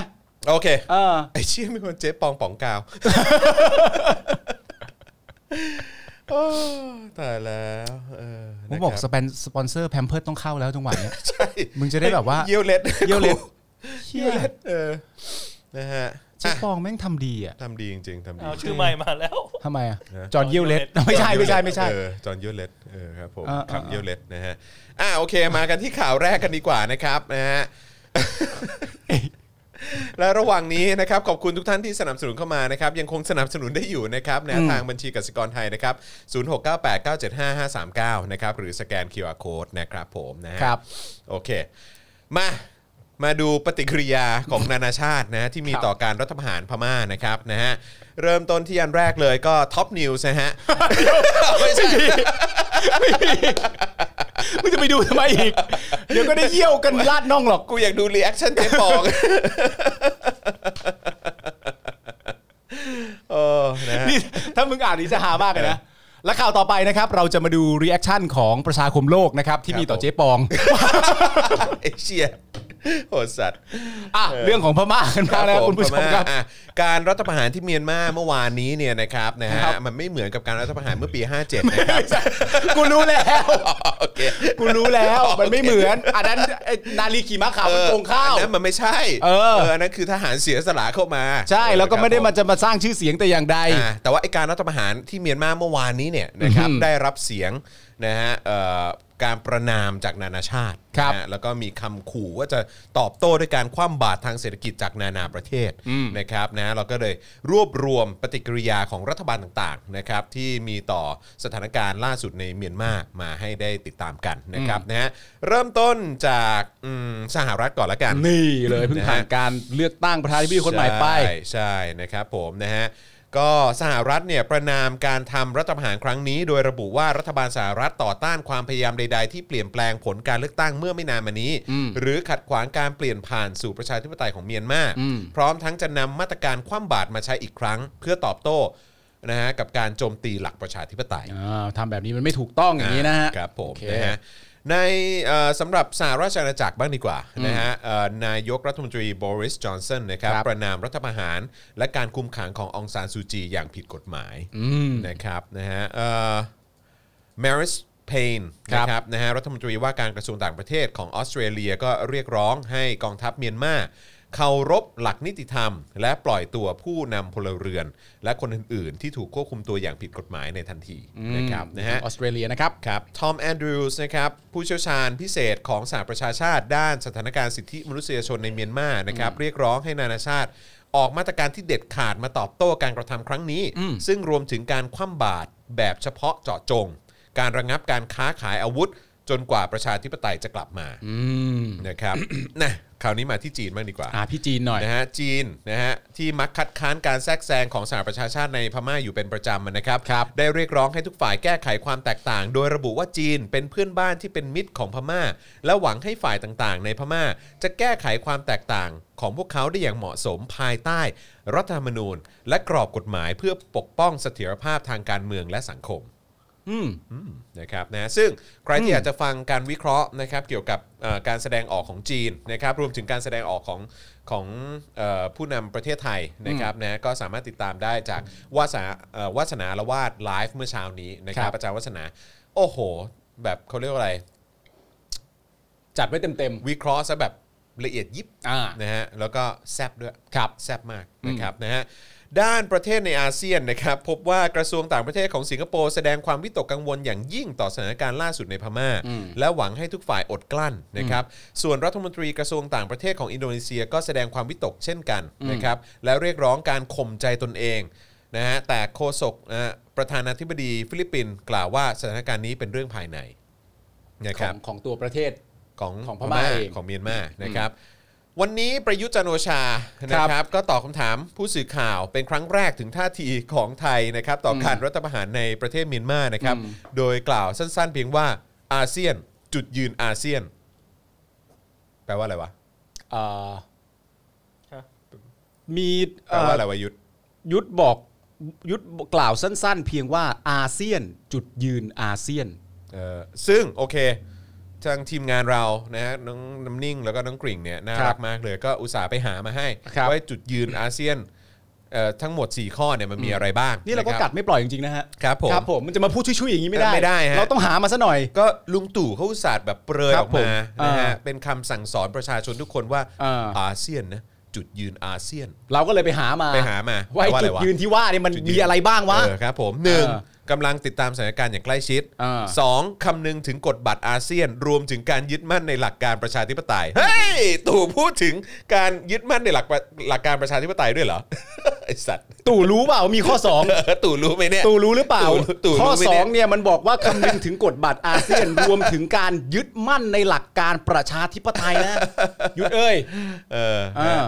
B: โอเค
C: เออ
B: ไอ้เชี่ยมีคนเจ๊ปองป๋องกาวโอ้ตายแล้วเออ
C: ผม
B: นะครับ
C: บอกสปอนสปอนเซอร์แพมเพิร์ต้องเข้าแล้วจังหวะ เนี้ย
B: ใช่
C: มึงจะได้แบบว่า
B: เยี่ยวเล็ด
C: เยี่ยวเล็ด
B: เยี่ยวเล็ดเออนะฮะ
C: เจ๊
B: อ่ะ
C: ปองแม่งทำดีอ่ะ
B: ทำดีจริงๆทำดี
D: เอาชื่อใหม่มาแล้ว
C: ทำไมอ่ะ
B: ะ
C: จอร์นเยี่ยวเล็ด ไม่ใช่ไม่ใช่ไม่ใช่
B: เออจอห์นยูเลตเออครับผม
C: อ่า
B: ครับยูเลตนะฮะอ่าโอเคมากันที่ข่าวแรกกันดีกว่านะครับนะฮะ และระหว่างนี้นะครับขอบคุณทุกท่านที่สนับสนุนเข้ามานะครับยังคงสนับสนุนได้อยู่นะครับนะทางบัญชีกสิกรไทยนะครับ 0698975539 นะครับหรือสแกน QR Code นะครับผมนะฮะ
C: ครับ
B: โอเค มา มาดูปฏิกิริยาของนานาชาตินะฮะที่มี
C: ครับ
B: ต่อการรัฐประหารพม่านะครับนะฮะเริ่มต้นที่อันแรกเลยก็ท็อปนิวส์นะฮะ ไม่ใช่
C: มึงจะไปดูทำไมอี ก เดี๋ยวก็ได้เยี่ยวกันลาดน่องหรอก
B: กูอยากดูรีแอคชั่นเจ๊ป องโอ้นะฮะ
C: นี่ ถ้ามึงอ่านนี่จะหามากเลยนะ และข่าวต่อไปนะครับ เราจะมาดูรีแอคชั่นของประชาคมโลกนะครับ ที่มีต่อ
B: ครับผม
C: เจ๊ปอ ง
B: ไอเชียโหดสัตว์
C: อ่ะเรื่องของพม่ากันบ้างนะครับคุณผู้ชมครับ
B: อ่ะการรัฐประหารที่เมียนมาเมื่อวานนี้เนี่ยนะครับนะฮะ
C: ครับ
B: มันไม่เหมือนกับการรัฐประหารเมื่อปี 57 นะครับ
C: กูรู้ แล้ว
B: โอเค
C: กูรู้แล้วมันไม่เหมือนอันนั้นไอ้นาลีขี่ม้าขาวมันโกงข้าว
B: นนั้นมันไม่ใช่
C: เออ
B: นนั้นคือทหารเสียสละเข้ามา
C: ใช่แล้วก็ไม่ได้มา
B: ครับ
C: จะมาสร้างชื่อเสียงแต่อย่างใด
B: ผอ่าแต่ว่าไอการรัฐประหารที่เมียนมาเมื่อวานนี้เนี่ยนะครับ
C: อืม
B: ได้รับเสียงนะฮะเอ่อการประนามจากนานาชาติ
C: ครับ
B: นะฮะแล้วก็มีคำขู่ว่าจะตอบโต้ด้วยการคว่ำบาตรทางเศรษฐกิจจากนานาประเทศ
C: อืม
B: นะครับนะเราก็เลยรวบรวมปฏิกิริยาของรัฐบาลต่างๆนะครับที่มีต่อสถานการณ์ล่าสุดในเมียนมามาให้ได้ติดตามกันนะครับนะฮะเริ่มต้นจากอืมสหรัฐก่อนละกัน
C: นี่เลยเพิ่ง
B: นะฮะ
C: ผ่านการเลือกตั้งประธานาธิบดีคนใหม่ไป
B: ใช่ใช่นะครับผมนะฮะก็สหรัฐเนี่ยประนามการทำรัฐประหารครั้งนี้ โดยระบุว่ารัฐบาลสหรัฐต่อต้านความพยายามใด ๆ ที่เปลี่ยนแปลงผลการเลือกตั้งเมื่อไม่นานมานี้ หรือขัดขวางการเปลี่ยนผ่านสู่ประชาธิปไตยของเมียนมา
C: อืม
B: พร้อมทั้งจะนำมาตรการคว่ำบาตรมาใช้อีกครั้ง เพื่อตอบโต้นะฮะกับการโจมตีหลักประชาธิปไตย
C: อ่าทำแบบนี้มันไม่ถูกต้องอย่างนี้นะฮะ
B: ครับผม
C: โอเค
B: นะฮะในเอ่อสำหรับสหราชอาณาจักรบ้างดีกว่านะฮะเอ่อนายกรัฐมนตรีบริสจอนสันนะครับ
C: ครับ
B: ประนามรัฐประหาร และการคุมขังขององซานซูจีอย่างผิดกฎหมายนะครับนะฮะเอ่อ Maris Payne นะครับนะฮะรัฐมนตรีว่าการกระทรวงต่างประเทศของออสเตรเลียก็เรียกร้องให้กองทัพเมียนมาเคารพหลักนิติธรรม และปล่อยตัวผู้นำพลเรือน และคนอื่นๆ ที่ถูกควบคุมตัวอย่างผิดกฎหมายในทันทีนะครับนะฮะ
C: ออสเตรเลียนะครับ
B: ครับทอมแอนดรูส์นะครับผู้เชี่ยวชาญพิเศษของสหประชาชาติ ด้านสถานการณ์สิทธิมนุษยชนในเมียนมานะครับเรียกร้องให้นานาชาติ ออกมาตรการที่เด็ดขาดมาตอบโต้การกระทำครั้งนี้ ซึ่งรวมถึงการคว่ำบาตรแบบเฉพาะเจาะจง การระงับการค้าขายอาวุธ จนกว่าประชาธิปไตยจะกลับมา
C: อืม
B: นะครับ นะคราวนี้มาที่จีนบ้างดีกว่า
C: อ่าพี่จีนหน่อย
B: นะฮะจีนนะฮะที่มักคัดค้านการแทรกแซงของสหประชาชาติในพม่าอยู่เป็นประจำนะครับ
C: ครับ
B: ได้เรียกร้องให้ทุกฝ่ายแก้ไขความแตกต่าง โดยระบุว่าจีนเป็นเพื่อนบ้านที่เป็นมิตรของพม่า และหวังให้ฝ่ายต่างๆ ในพม่า จะแก้ไขความแตกต่างของพวกเขาได้อย่างเหมาะสมภายใต้ รัฐธรรมนูญ และกรอบกฎหมายเพื่อปกป้องเสถียรภาพทางการเมืองและสังคม
C: ืม
B: นะครับนะซึ่งใครที่อยากจะฟังการวิเคราะห์นะครับเกี่ยวกับเอ่อการแสดงออกของจีนนะครับรวมถึงการแสดงออกของของเออผู้นำประเทศไทยนะครับนะก็สามารถติดตามได้จากวาสนาเอ่อวาสนาละวาดไลฟ์เมื่อเช้านี้นะครับ
C: ครับ
B: อาจารย์วาสนา โอ้โห แบบเขาเรียกว่าอะไร
C: จัดไว้เต็ม
B: วิเคราะห์ซะแบบละเอียดยิบ
C: ๆอ่า
B: นะฮะแล้วก็แซบด้วย
C: ครับ
B: แซบมากนะครับนะฮะด้านประเทศในอาเซียนนะครับพบว่ากระทรวงต่างประเทศของสิงคโปร์แสดงความวิตกกังวลอย่างยิ่งต่อสถานการณ์ล่าสุดในพม่า และหวังให้ทุกฝ่ายอดกลั้นนะครับส่วนรัฐมนตรีกระทรวงต่างประเทศของอินโดนีเซียก็แสดงความวิตกเช่นกันนะครับและเรียกร้องการข่มใจตนเองนะฮะแต่โฆษกนะฮะประธานาธิบดีฟิลิปปินส์กล่าวว่าสถานการณ์นี้เป็นเรื่องภายในนะ
C: ข
B: ครั
C: อบ งของตัวประเทศ
B: ของ
C: ของพม่าเอง
B: ของเมียนมานะครับ วันนี้ประยุทธ์จันทร์โอชานะค
C: ครั
B: รับบ ก็ตอบคำถามผู้สื่อข่าวเป็นครั้งแรกถึงท่าทีของไทยนะครับต่อการรัฐประหารในประเทศเมียนมานะครับ
C: อืม
B: โดยกล่าวสั้นๆ เพียงว่าอาเซียนจุดยืนอาเซียน แปลว่าอะไรวะ
C: เอ่อ
D: ฮะ
C: มี
B: แปลว่าอะไรวะยุทธ
C: ยุทธบอกยุทธกล่าวสั้น ๆ เพียงว่าอาเซียนจุดยืนอาเซียน
B: เอ่อซึ่งโอเคทางทีมงานเรานะฮะน้องน้ำนิ่งแล้วก็น้องกริ่งเนี่ยน่า
C: ครั
B: รับ กมากเลยก็อุตส่าห์ไปหามาให้
C: ครับ
B: ว่าจุดยืนอาเซียนเอ่อทั้งหมด 4 ข้อเนี่ยมันมีอะไรบ้าง
C: นี่เราก็
B: ะคบ
C: กัดไม่ปล่อยจริงๆนะฮะ
B: ครับผม
C: ครับผมมันจะมาพูดชุ่ยๆอย่างนี้ไม่ได้
B: ไม่ได้ฮะ
C: เราต้องหามาซะหน่อย
B: ก็ลุงตู่เขาอุตส่าห์แบบเปรย
C: ครั
B: อ
C: บอก ผม
B: มานะฮะ
C: อ่า
B: เป็นคำสั่งสอนประชาชนทุกคนว่า
C: อ่า
B: อาเซียนนะจุดยืนอาเซียน
C: เราก็เลยไปหามา
B: ไปหามา
C: ว่าไอ้
B: ว่าอะไร
C: จุด
B: วะ
C: ยืนที่ว่าเนี่ยมัน
B: จุดยืน
C: มีอะไรบ้างวะ
B: เออครับผมหนึ่ง
C: เออก
B: ำลังติดตามสถานการณ์อย่างใกล้ชิด
C: อ่า
B: สองคำนึงถึงกฎบัตรอาเซียน รวมถึงการยึดมั่นในหลักการประชาธิปไตยเฮ้ยตู่พูดถึงการยึดมั่นในหลักประหลักการประชาธิปไตยด้วยเหรอ ไอสัตว์
C: ตู่รู้เปล่ามีข้อ สอง
B: เออตู่รู้ไหมเนี่ย
C: ตู่รู้หรือเปล่า
B: ตู่ตู่รู้
C: ข้อ
B: ไหมเนี่ย
C: สองเนี่ยมันบอกว่าคำนึงถึงกฎบัตรอาเซียน รวมถึงการยึดมั่นในหลักการประชาธิปไตย นะยุดเอ้ย
B: เออ
C: อ่า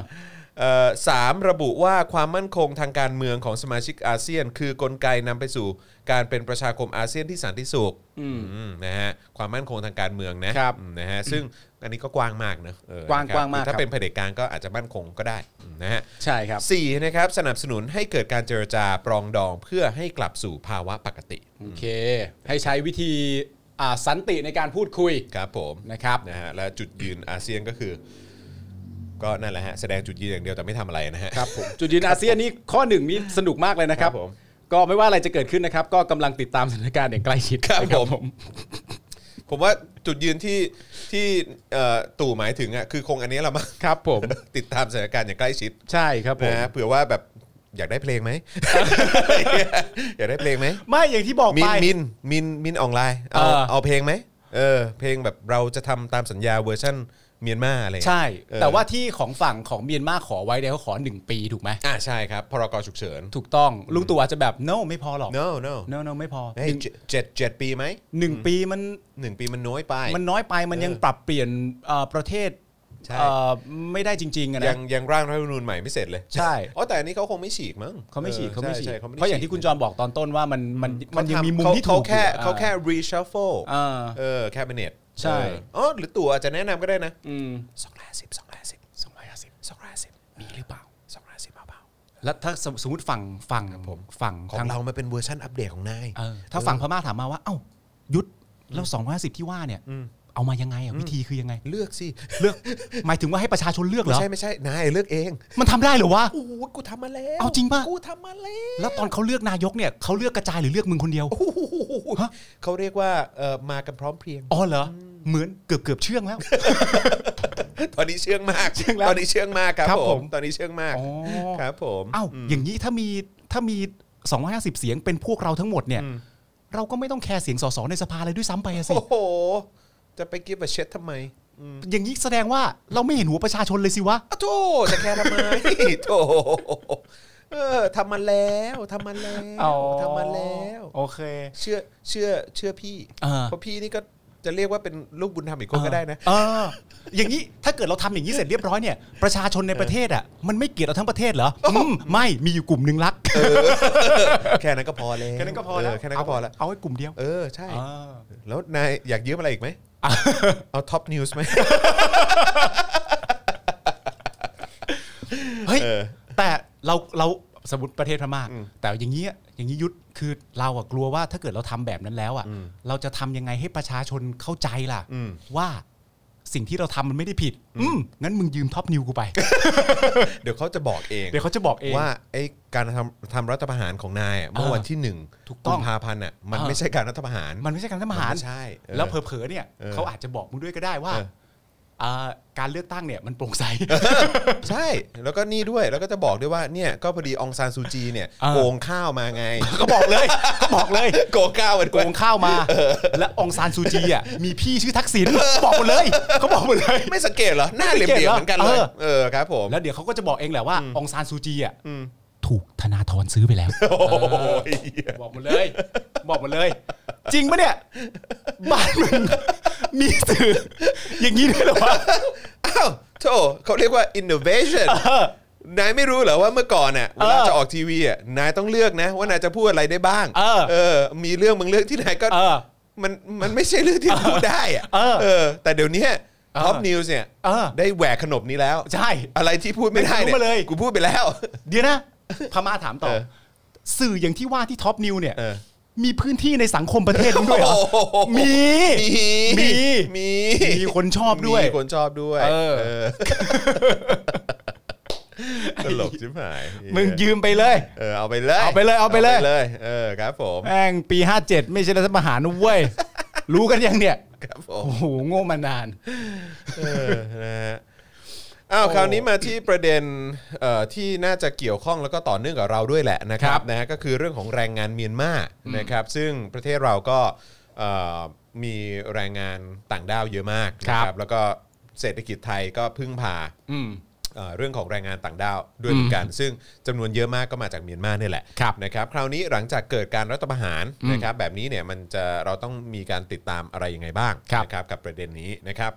B: เอ่อสามระบุว่าความมั่นคงทางการเมืองของสมาชิกอาเซียน คือกลไกนำไปสู่การเป็นประชาคมอาเซียนที่สันติสุขอืมนะฮะความมั่นคงทางการเมืองนะครับ อืมนะฮะซึ่งอันนี้ก็กว้างมากเนอะเออก
C: ว้าง
B: นะครับ
C: กว้างมาก
B: ถ้า
C: ครับ
B: เป็นเผด็จการก็อาจจะมั่นคงก็ได้อืมนะฮะ
C: ใช่ครับ
B: สี่นะครับสนับสนุนให้เกิดการเจรจาปรองดองเพื่อให้กลับสู่ภาวะปกติ
C: โอเค ให้ใช้วิธีอ่าสันติในการพูดคุย
B: ครับผม
C: นะครับ
B: นะฮะและจุดยืนอาเซียนก็คือ ก็นั่นแหละฮะแสดงจุดยืนอย่างเดียวแต่ไม่ทำอะไรนะฮะ
C: ครับผมจุดยืนอาเซียนนี่ข้อหนึ่งนี่สนุกมากเลยนะครับ
B: ครับผม
C: ก็ไม่ว่าอะไรจะเกิดขึ้นนะครับ ก็กำลังติดตามสถานการณ์อย่างใกล้ชิด
B: ครับ
C: นะ
B: ผมผมว่าจุดยืนที่ที่เอ่อตู่หมายถึงอ่ะคือคงอันนี้แหละมั้ง
C: ครับผม
B: ติดตามสถานการณ์อย่างใกล้ชิด
C: ใช่ครับผม
B: นะฮะเผื่อว่าแบบอยากได้เพลงไหม อยากได้เพลงไหม
C: ไม่อย่างที่บอก
B: มิ
C: ไป
B: นมินมินมินออนไลน์เอา
C: เออ
B: เอาเพลงไหมเออ เพลงแบบเราจะทำตามสัญญาเวอร์ชั่นเมียนมาอะไรอย่างเงี้ย
C: ใช่
B: เออ
C: แต่ว่าที่ของฝั่งของเมียนมาขอไว้เนี่ยเขาขอหนึ่งปีถูกไหม
B: อ่าใช่ครับพรกฉุกเฉิน
C: ถูกต้องลุงตู่อาจจะแบบ no ไม่พอหรอก
B: no no
C: no no ไม่พอ
B: เฮ้ย
C: หนึ่ง
B: เจ็ดเจ็ดเจ็ดปีไหม
C: หนึ่งปีมัน
B: หนึ่งปีมันน้อยไป
C: มันน้อยไปมันยังปรับเปลี่ยนเอ่อประเทศ
B: ใช่
C: เอ่อไม่ได้จริงๆอะ
B: ยั
C: นะ
B: งยังร่างรัฐธรรมนูญใหม่ไม่เสร็จเลย
C: ใช่
B: อ๋อแต่อันนี้เขาคงไม่ฉีกมั้ง
C: เขาไม่ฉีด
B: ออ
C: เขาไม่ฉีด
B: ใช่ใช่
C: เพราะอย่างที่คุณจอมบอกตอนต้นว่ามันมันมันยั
B: เขา
C: ง
B: ทำ
C: มีมุมที่
B: เขา
C: ถูก
B: แค่
C: อยู่อะ
B: เขาแค่ reshuffle
C: อ่า
B: เออ cabinet
C: ใช่
B: เอออ๋อหรือตัวอาจจะแนะนำก็ได้นะ
C: อืม
B: สองร้อยสิบสองร้อยสิบสองร้อยสิบสองร้อยสิบมีหรือเปล่าสองร้อยสิบเปล่า
C: แล้วถ้าสมสมมติฝั่งฝั่งฝั่ง
B: ๆของ
C: ทาง
B: เรามันเป็นเวอร์ชันอัปเดตของนาย
C: เออถ้าฝั่งพม่าถามมาว่า เอ้ายุทธแล้วสองร้อยสิบที่ว่าเนี่ยเอามายังไงอ่ะวิธีคือยังไง
B: เลือกสิ
C: เลือก หมายถึงว่าให้ประชาชนเลือกเห
B: ไม่
C: รอ
B: ใช่ไม่ใช่นายเลือกเอง
C: มันทำได้เหรือวะ
B: โอ้โหกูทำมาแล้ว
C: เอาจริงป่ะ
B: กูทำมาแล้ว
C: แล้วตอนเขาเลือกนายกเนี่ยเขาเลือกกระจายหรือเลือกมึงคนเดียว
B: โอ้โห
C: ฮะ
B: เขาเรียกว่าเออมากันพร้อมเพรียง
C: อ๋อเหรอเหมือนเกือบเกือบเชื่องแล้ว
B: ตอนนี้เชื่องมาก
C: เชื่องแล้ว
B: ตอนนี้เชื่องมากครั
C: ครับ บ
B: ผ
C: ผม ม
B: ตอนนี้เชื่องมาก
C: อ๋อ
B: ครับผม
C: เอ้าอย่างนี้ถ้ามีถ้ามี 250 เสียงเป็นพวกเราทั้งหมดเนี่ยเราก็ไม่ต้องแคร์เสียงสสในสภาเลยด้วยซ้ำไปอะสิ
B: โอ้โห จะไปกิฟต์เช็ดทำไม
C: อย่างนี้แสดงว่าเราไม่เห็นหัวประชาชนเลยสิวะ
B: อ้าวโธ่จะแค่ทำไม โธ่เออทำมาแล้วทำมาแล้วทำมาแล้ว
C: โอเค
B: เชื่อเชื่อเชื่อพี่
C: อ่า
B: เพราะพี่นี่ก็จะเรียกว่าเป็นลูกบุญธรรมอีกคนก็ได้นะ
C: เออ อย่างนี้ถ้าเกิดเราทำอย่างนี้เสร็จเรียบร้อยเนี่ยประชาชนในประเทศอ่ะมันไม่เกลียดเราทั้งประเทศเหรออืมไม่มีอยู่กลุ่มหนึ่งรัก
B: แค่นั้นก็พอแล้ว
C: แค่นั้นก็พอแล้ว
B: เแค่นั้นก็พอแล้ว
C: เอาไว้กลุ่มเดียว
B: เออใช่
C: อ่า
B: แล้วนายอยากยืมอะไรอีกไหม เอาท็อปนิว ส์ไหม
C: เฮ้ย
B: เออ
C: แต่เราเราสมมติประเทศพม่าแต่อย่างนี้ยอย่างนี้ยุทธคือเราอะกลัวว่าถ้าเกิดเราทำแบบนั้นแล้วอะเราจะทำยังไงให้ประชาชนเข้าใจล่ะ ว่า สิ่งที่เราทำมันไม่ได้ผิด อืมงั้นมึงยืมท็อปนิวกูไป
B: เดี๋ยวเขาจะบอกเอง
C: เดี๋ยวเขาจะบอกเอง
B: ว่าไอ้การทำทำรัฐประหารของนายอะเมื่อวันที่หนึ่ง
C: ถูกต้อง
B: มภาพันธ์อ่ะมัน
C: เออ
B: ไม่ใช่การรัฐประหาร
C: มันไม่ใช่การทำอาหา
B: มัน
C: ร
B: ไม่ใช่เออ
C: แล้วเผลอๆเนี่ย
B: เออ
C: เขาอาจจะบอกมึงด้วยก็ได้ว่า
B: เออ
C: อ่าการเลือกตั้งเนี่ยมันโปร่งใส
B: ใช่แล้วก็นี่ด้วยแล้วก็จะบอกด้วยว่าเนี่ยก็พอดีองซานซูจีเนี่ย
C: เออ
B: โกงข้าวมาไง
C: ก็บอกเลยก็บอกเลย
B: โกงข้าวมา
C: โก
B: ด้วย
C: งข้าวมา และองซานซูจีอ่ะมีพี่ชื่อทักษิณบอกหมดเลยเขาบอกหมดเลย
B: ไม่สังเกตเหรอหน้าเหลี่ยม
C: ไม่สั
B: ๆเหมือ
C: งเกตเหรอ
B: นกันเลย
C: เออ
B: เออครับผม
C: แล้วเดี๋ยวเขาก็จะบอกเองแหละว่าองซานซูจีอ่ะถูกธนาธรซื้อไปแล้วเออบอกหมดเลย บอกหมดเลย จริงปะเนี่ย บ้านมึงมีสื่ออย่างนี้ด้วยเหรอวะ
B: อ้าวโธ่เขาเรียกว่า innovation นายไม่รู้เหรอว่าเมื่อก่อนน่ะเวลาจะออกทีวีอ่ะนายต้องเลือกนะ ว่านายจะพูดอะไรได้บ้าง
C: เออ
B: อมีเรื่องบางเรื่องที่นายก็
C: เออ
B: มันมันไม่ใช่เรื่องที่พูดได้อ่ะ
C: เออ
B: แต่เดี๋ยวเนี้ท็อป
C: เออ
B: นิวส์เนี่ย
C: เออ
B: ได้แหวกขนบนี้แล้ว
C: ใช่
B: อะไรที่พูดไม่ได้
C: ไม่รู้มาเลย
B: กูพูดไปแล้ว
C: เดี๋ยวนะ พม่าถามต่อ
B: เออ
C: สื่ออย่างที่ว่าที่ท็อปนิวเนี่ย
B: เออ
C: มีพื้นที่ในสังคมประเทศนี้ด้วยเหรอ มี มี
B: มี
C: มีคนชอบด้วย
B: มีคนชอบด้วย
C: เออ
B: อ ตลกชิบหาย
C: มึงยืมไปเลย
B: เออเอาไปเลย
C: เอาไปเลยเอาไปเลย
B: เอาไปเลยเออครับผม
C: แม่งปี 57 ไม่ใช่รัฐประหารนะเว้ย รู้กันยังเนี่ย
B: ครับผม
C: โอ้โหโง่มานาน
B: เออนะฮะอ้าวคราวนี้มาที่ประเด็นเอ่อที่น่าจะเกี่ยวข้องแล้วก็ต่อเนื่องกับเราด้วยแหละนะครับ
C: ครับ
B: นะฮะก็คือเรื่องของแรงงานเมียนมานะครับซึ่งประเทศเราก็เอ่อมีแรงงานต่างด้าวเยอะมาก
C: ครับ
B: นะแล้วก็เศรษฐกิจไทยก็พึ่งพา
C: อืม
B: เอ่อเรื่องของแรงงานต่างด้าวด้วยเหมือนกัน ซึ่งจำนวนเยอะมากก็มาจากเมียนมาเนี่ยแหละ
C: ครับ
B: นะครับคราวนี้หลังจากเกิดการรัฐประหารนะครับแบบนี้เนี่ยมันจะเราต้องมีการติดตามอะไรยังไงบ้าง
C: ครับ
B: นะครับกับประเด็นนี้นะครับ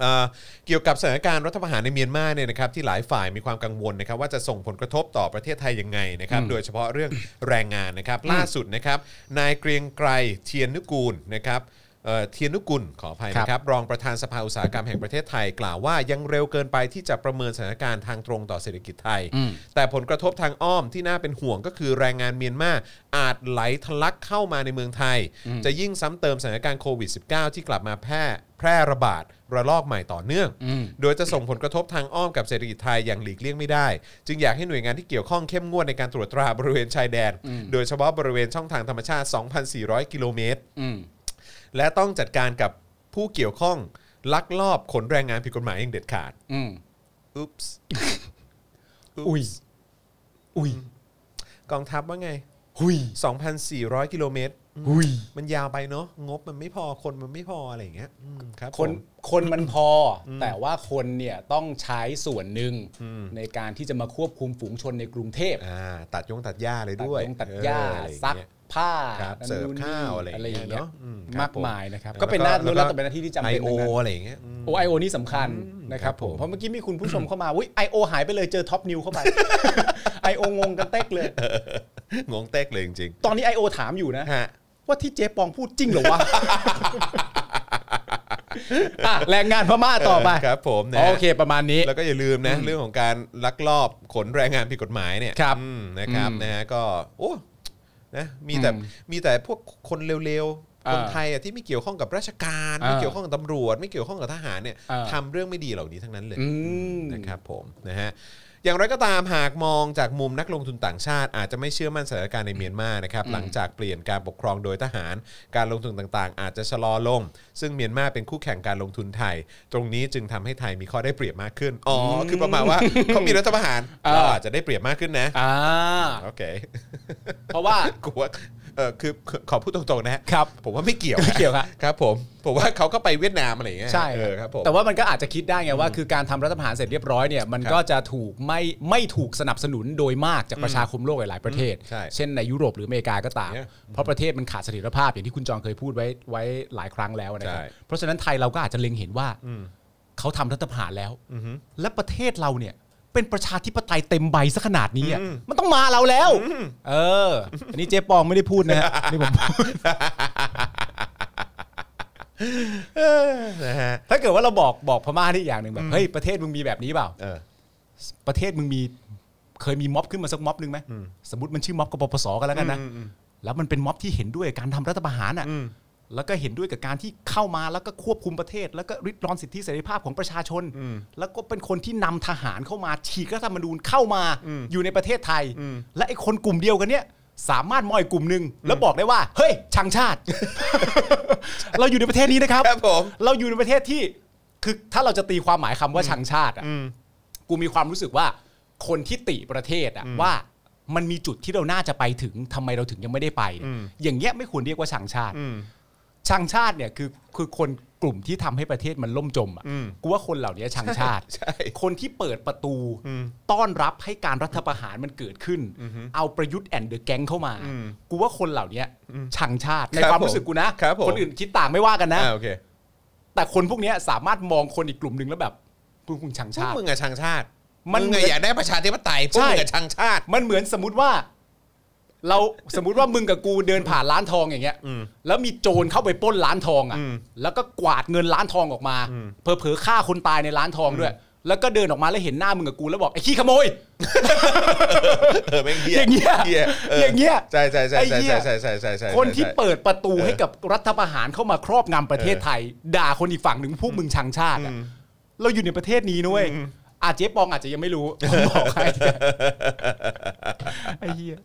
B: เอ่อเกี่ยวกับสถานการณ์รัฐประหารในเมียนมาเนี่ยนะครับที่หลายฝ่ายมีความกังวลนะครับว่าจะส่งผลกระทบต่อประเทศไทยยังไงนะครับ
C: อืม
B: โดยเฉพาะเรื่องแรงงานนะครับล่าสุดนะครับนายเกรียงไกรเทียนนุกูลนะครับเอ่อเทียนนุกุลขออภัยนะครับ นะครับรองประธานสภาอุตสาหกรรมแห่งประเทศไทยกล่าวว่ายังเร็วเกินไปที่จะประเมินสถานการณ์ทางตรงต่อเศรษฐกิจไทย
C: อืม
B: แต่ผลกระทบทางอ้อมที่น่าเป็นห่วงก็คือแรงงานเมียนมาอาจไหลทะลักเข้ามาในเมืองไทย จะยิ่งซ้ำเติมสถานการณ์โควิด -19 ที่กลับมาแพร่แพร่ระบาดระลอกใหม่ต่อเนื่อง โดยจะส่งผลกระทบทางอ้อมกับเศรษฐกิจไทยอย่างหลีกเลี่ยงไม่ได้ จึงอยากให้หน่วยงานที่เกี่ยวข้องเข้มงวดในการตรวจตราบริเวณชายแดน โดยเฉพาะบริเวณช่องทางธรรมชาติ 2,400 กิโลเมตร
C: อืม
B: และต้องจัดการกับผู้เกี่ยวข้องลักลอบขนแรงงานผิดกฎหมายอย่างเด็ดขาด
C: อืม
B: อุ๊ป ส์
C: อุ้ย อุ้ย
B: กองทัพว่าไง
C: หุย
B: 2,400 กิโลเมตร
C: หุย
B: มันยาวไปเนาะ งบมันไม่พอ คนมันไม่พออะไรอย่างเงี้ยอืมครับ
C: คน
B: ผม
C: คนมันพออแต่ว่าคนเนี่ยต้องใช้ส่วนหนึ่งในการที่จะมาควบคุมฝูงชนในกรุงเทพ
B: อ่า ตัดยงตัดหญ้าเลย
C: ตัด
B: ด้วย
C: ยงตัดหญ้า
B: เอออะไรอ
C: ซั
B: ง
C: ก
B: เงี้ย
C: ผ้า
B: ครับ
C: นั่น
B: เสิร์ฟ
C: นู่นนี่
B: ข้าวอะไรอย่างเงี้ย
C: ย่าง
B: เน
C: เงี้ย
B: อะอืมครับ
C: มาก
B: ผม
C: มายนะครับ ก็เป็นหน้ารู้แล้วแต่เป็นหน้าที่ที่จำเป็น
B: ไอโอ
C: ทั้งนั้น
B: อะไรอย่างเงี้ยอืม
C: โอไอโอนี่สำคัญนะค
B: ค
C: รับ
B: รับผ
C: ผ
B: ม
C: มเพราะเมื่อกี้มีคุณผู้ชมเข้ามาอุ้ยไอโอหายไปเลยเจอท็อปนิวเข้าไป ไอโองงกันเต็กเลย
B: งงเต็กเลยจริง
C: ตอนนี้ไอโอถามอยู่นะ
B: ๆฮะ
C: ว่าที่เจ๊ปองพูดจริงเหรอ วะ อ่ะแรงงานพม่าต่อไป
B: เออครับผมนะ
C: โอเคประมาณนี้
B: แล้วก็อย่าลืมนะ เรื่องของการลักลอบขนแรงงานผิดกฎหมายเนี่ย
C: ครับ
B: อืมนะครับ
C: อืม
B: นะฮะก็โอ้นะมีแต่
C: อืม
B: มีแต่พวกคนเร็วๆ
C: อ่า
B: คนไทยอ่ะที่ไม่เกี่ยวข้องกับราชการ
C: อ่า
B: ไม่เกี่ยวข้องกับตำรวจ ไม่เกี่ยวข้องกับทหารเนี่ย
C: อ่า
B: ทำเรื่องไม่ดีเหล่านี้ทั้งนั้นเลย
C: อืม
B: นะครับผมนะฮะอย่างไรก็ตามหากมองจากมุมนักลงทุนต่างชาติ อาจจะไม่เชื่อมั่นสถานการณ์ในเมียนมานะครับหลังจากเปลี่ยนการปกครองโดยทหาร การลงทุนต่างๆ อาจจะชะลอลง ซึ่งเมียนมาเป็นคู่แข่งการลงทุนไทย ตรงนี้จึงทำให้ไทยมีข้อได้เปรียบมากขึ้นอ๋ออคือประมาณว่าเขามีรัฐประหาร
C: อ่า
B: เราอาจจะได้เปรียบมากขึ้นนะ
C: อ่า
B: โอเค
C: เพราะว่า
B: กูว่าเออคือขอพูดตรงๆนะฮะ
C: ครับ
B: ผมว่าไม่เกี่ยว
C: ไม่เกี่ยวครับ
B: ครับผมผมว่าเขาก็ไปเวียดนามอะไรอย่างเงี้ย
C: ใช่
B: เออครับผม
C: แต่ว่ามันก็อาจจะคิดได้ไงว่า คือการทำรัฐประหารเสร็จเรียบร้อยเนี่ยมัน
B: ครับ
C: ก็จะถูกไม่ไม่ถูกสนับสนุนโดยมากจากประชาคมโลกหลายๆประเทศ
B: อืมใช่
C: เช่นในยุโรปหรืออเมริกาก็ตาม
B: Yeah
C: เพราะประเทศมันขาดเสถียรภาพอย่างที่คุณจองเคยพูดไว้ไว้หลายครั้งแล้วนะครับ
B: ใช่
C: เพราะฉะนั้นไทยเราก็อาจจะเล็งเห็นว่าเขาทำรัฐประหารแล้วและประเทศเราเนี่ยเป็นประชาธิปไตยเต็มใบซะขนาดนี้อะมันต้องมาเราแล้ว เออ อันนี้เจ๊ปองไม่ได้พูดนะฮะ นี่ผมพูด
B: เออนะฮะ
C: ถ้าเกิดว่าเราบอกบอกพม่านี่อีกอย่างหนึ่งแบบเฮ้ยประเทศมึงมีแบบนี้เปล่า
B: เออ
C: ประเทศมึงมีเคยมีม็อบขึ้นมาสักม็อบหนึ่งไหมสมมติมันชื่อม็อบกปปสกันแล้วกันนะแล้วมันเป็นม็อบที่เห็นด้วยการทำรัฐประหารอ่ะ แล้วก็เห็นด้วยกับการที่เข้ามาแล้วก็ควบคุมประเทศ แล้วก็ริดรอนสิทธิเสรีภาพของประชาชน แล้วก็เป็นคนที่นำทหารเข้ามาฉีกรัฐธรรมนูญเข้ามาอยู่ในประเทศไทย และไอ้คนกลุ่มเดียวกันเนี่ยสามารถมอยกลุ่มหนึ่งแล้วบอกได้ว่า เฮ้ยชังช าติ เราอยู่ในประเทศนี้นะครับ
B: ครับผม
C: เราอยู่ในประเทศที่คือถ้าเราจะตีความหมายคำว่าชังชาติอ่ะกูมีความรู้สึกว่าคนที่ติประเทศอ่ะว่ามันมีจุดที่เราน่าจะไปถึงทำไมเราถึงยังไม่ได้ไปเนี่ยอย่างเงี้ยไม่ควรเรียกว่าชังชาติ ชังชาติเนี่ยคือคือคนกลุ่มที่ทำให้ประเทศมันล่มจมอ่ะกูว่าคนเหล่านี้ชังชาติ
B: ใช่
C: คนที่เปิดประตูต้อนรับให้การรัฐประหารมันเกิดขึ้น เอาประยุทธ์แอนเดอะแก๊งเข้ามา กูว่าคนเหล่านี้ชังชาติใน
B: ครับ
C: ความรู้สึกกูนะครับ
B: ผม
C: นอื่นคิดต่างไม่ว่ากันนะ
B: อ่าโอเค
C: แต่คนพวกเนี้ยสามารถมองคนอีกกลุ่มหนึ่งแล้วแบบพวกคุณชัง
B: พวก
C: ชาติ
B: มึงอะชังชาติ
C: มัน
B: งอะอยากได้ประชาธิปไตยพวก
C: ใช่
B: มึงอะชังชาติ
C: มันเหมือนสมมติว่า เราสมมติว่ามึงกับกูเดินผ่านร้านทองอย่างเงี้ยแล้วมีโจรเข้าไปปล้นร้านทองอ่ะ แล้วก็กวาดเงินร้านทองออกมาเพอเผลอๆฆ่าคนตายในร้านทองด้วย แล้วก็เดินออกมาแล้วเห็นหน้ามึงกับกูแล้วบอกไอ้ขี้ขโมย
B: เออแม่งเหี้ย
C: อย่างเงี้ย
B: หี้เ
C: อย่างเงี้ย
B: ใช่ใช่ใช่
C: ไอ้
B: ใช่
C: เหี้ย
B: ใช่ใช่ใช่ใช่ใช่
C: คนที่
B: ใช่
C: เปิดประตู
B: เออ
C: ให้กับรัฐประหารเข้ามาครอบงำประเทศไทย ด่าคนอีกฝั่งหนึ่งพวกมึงชังชาติอะเราอยู่ในประเทศนี้นุ้ยอาเจ๊ปองอาจจะยังไม่ รู้ผมบอกให้ไอ้เหี้ย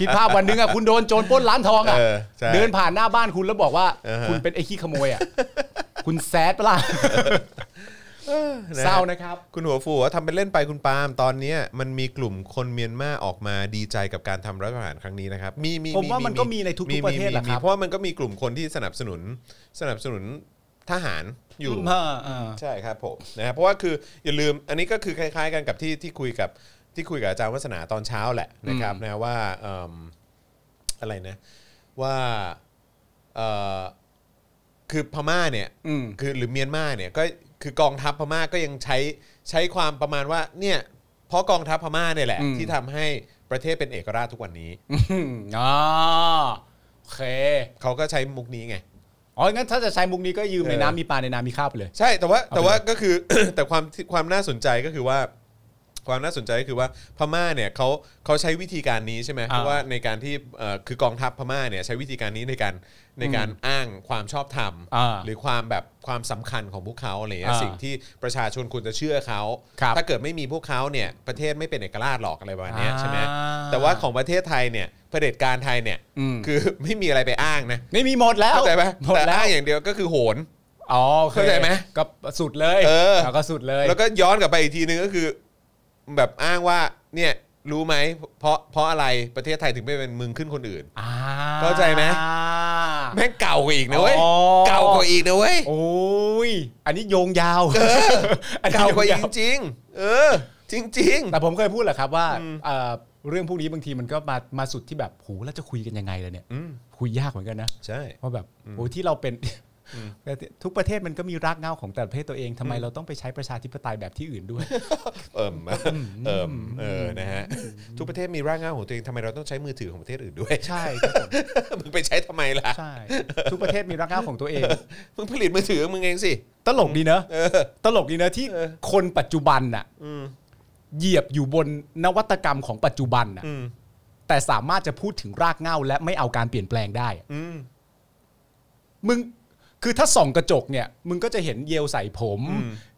C: คิดภาพวันหนึงอะคุณโดนโจรปล้นร้านทองอะ
B: เออใช่
C: เดินผ่านหน้าบ้านคุณแล้วบอกว่า
B: เออฮะ
C: คุณเป็นไอ้ขี้ขโมยอะคุณแซดปะล่ะ
B: นะ
C: เศร้านะครับ
B: คุณหัวฟูว่าทำเป็นเล่นไปคุณปาล์มตอนเนี้ยมันมีกลุ่มคนเมียนมาออกมาดีใจกับการทำรัฐประหารครั้งนี้นะครับมีมี
C: ผมว่ามันก็มีในทุกๆ
B: มี
C: ประเทศแหละ
B: มี
C: ครับ
B: เพราะว่ามันก็มีกลุ่มคนที่สนับสนุนสนับสนุนทหารอยู่
C: เออเออ
B: ใช่ครับผมนะฮะเพราะว่าคืออย่าลืมอันนี้ก็คือคล้าย ๆ กันกับที่ที่คุยกับที่คุยกับอาจารย์วัฒนาตอนเช้าแหละนะครับนะว่าเอิ่มอะไรนะว่าเอ่อคือพม่าเนี่ย
C: อืม
B: คือหรือเมียนมาเนี่ยก็คือกองทัพพม่าก็ยังใช้ใช้ความประมาณว่าเนี่ยเพราะกองทัพพม่าเนี่ยแหละ ที่ทำให้ประเทศเป็นเอกราชทุกวันนี้
C: อ๋อโอเค
B: เขาก็ใช้มุกนี้ไง
C: อ๋องั้นถ้าจะใช้มุกนี้ก็ยืมในน้ำมีปลาในน้ำมีข้าวไปเลย
B: ใช่แต่ว่า
C: เอาไป
B: แต่ว่าก็คือ แต่ความที่ความน่าสนใจก็คือว่า ความน่าสนใจก็คือว่าพม่าเนี่ยเขาเขาใช้วิธีการนี้ใช่ไหม
C: อ่า
B: เพราะว่าในการที่เอ่อคือกองทัพพม่าเนี่ยใช้วิธีการนี้ในการในการอ้างความชอบธรรม
C: อ่า
B: หรือความแบบความสำคัญของพวกเขาอะไรเงี้ย
C: อ่า
B: สิ่งที่ประชาชนควรจะเชื่อเขา
C: ครับ
B: ถ้าเกิดไม่มีพวกเขาเนี่ยประเทศไม่เป็นเอกราชหรอกอะไรประมาณเนี้ยใช่ไหม
C: อ่า
B: แต่ว่าของประเทศไทยเนี่ยเผด็จการไทยเนี่ย
C: อืม
B: คือ ไม่มีอะไรไปอ้างนะ
C: ไม่มีหมดแล้ว
B: เข้าใจไหม
C: หมด
B: แต่
C: แล้ว
B: อ้างอย่างเดียวก็คือโหน
C: อ๋อโอค
B: เข้าใจไหม
C: ก็สุดเลย
B: เออ
C: าก็สุดเลย
B: แล้วก็ย้อนกลับไปอีกทีนึงก็คือ แบบอ้างว่าเนี่ยรู้ไหมเพราะเพราะอะไรประเทศไทยถึงไม่เป็นเมึงขึ้นคนอื่น
C: อ่
B: เข้าใจไหม แม่งเก่ากว่าอีกนะเว้ย
C: อ๋อ
B: เก่ากว่าอีกนะเว้ย
C: โอ้ยอันนี้โยงยาว อันนี้
B: เก่ากว่าอีก
C: โย
B: จ
C: งยาว
B: ริงๆเออ จริง
C: แต่ผมเคยพูดแหละครับว่าเอ่อเรื่องพวกนี้บางทีมันก็มามาสุดที่แบบโหแล้วจะคุยกันยังไงล่ะเนี่ย
B: อืม
C: คุยยากเหมือนกันนะ
B: ๆ ใช่
C: เพราะแบบโอ้ยที่เราเป็นแต่ ทุกประเทศมันก็มีรากเหง้าของแต่ละประเทศตัวเองทำไมเราต้องไปใช้ประชาธิปไตยแบบที่อื่นด้วย
B: เอิ่มเอิ่มเออนะฮะทุกประเทศมีรากเหง้าของตัวเองทำไมเราต้องใช้มือถือของประเทศอื่นด้วย
C: ใช่ครับผม
B: มึงไปใช้ทำไมล่ะ
C: ใช่ ทุกประเทศมีรากเหง้าของตัวเอง
B: มึงผลิตมือถือของมึงเองสิ
C: ตลกดีเนอะตลกดีเนอะที่คนปัจจุบันน่ะเหยียบอยู่บนนวัตกรรมของปัจจุบันน่ะ
B: อืม
C: แต่สามารถจะพูดถึงรากเหง้าและไม่เอาการเปลี่ยนแปลงได้อะ
B: อืม
C: มึงคือถ้าส่องกระจกเนี่ย มึงก็จะเห็นเยลใส่ผม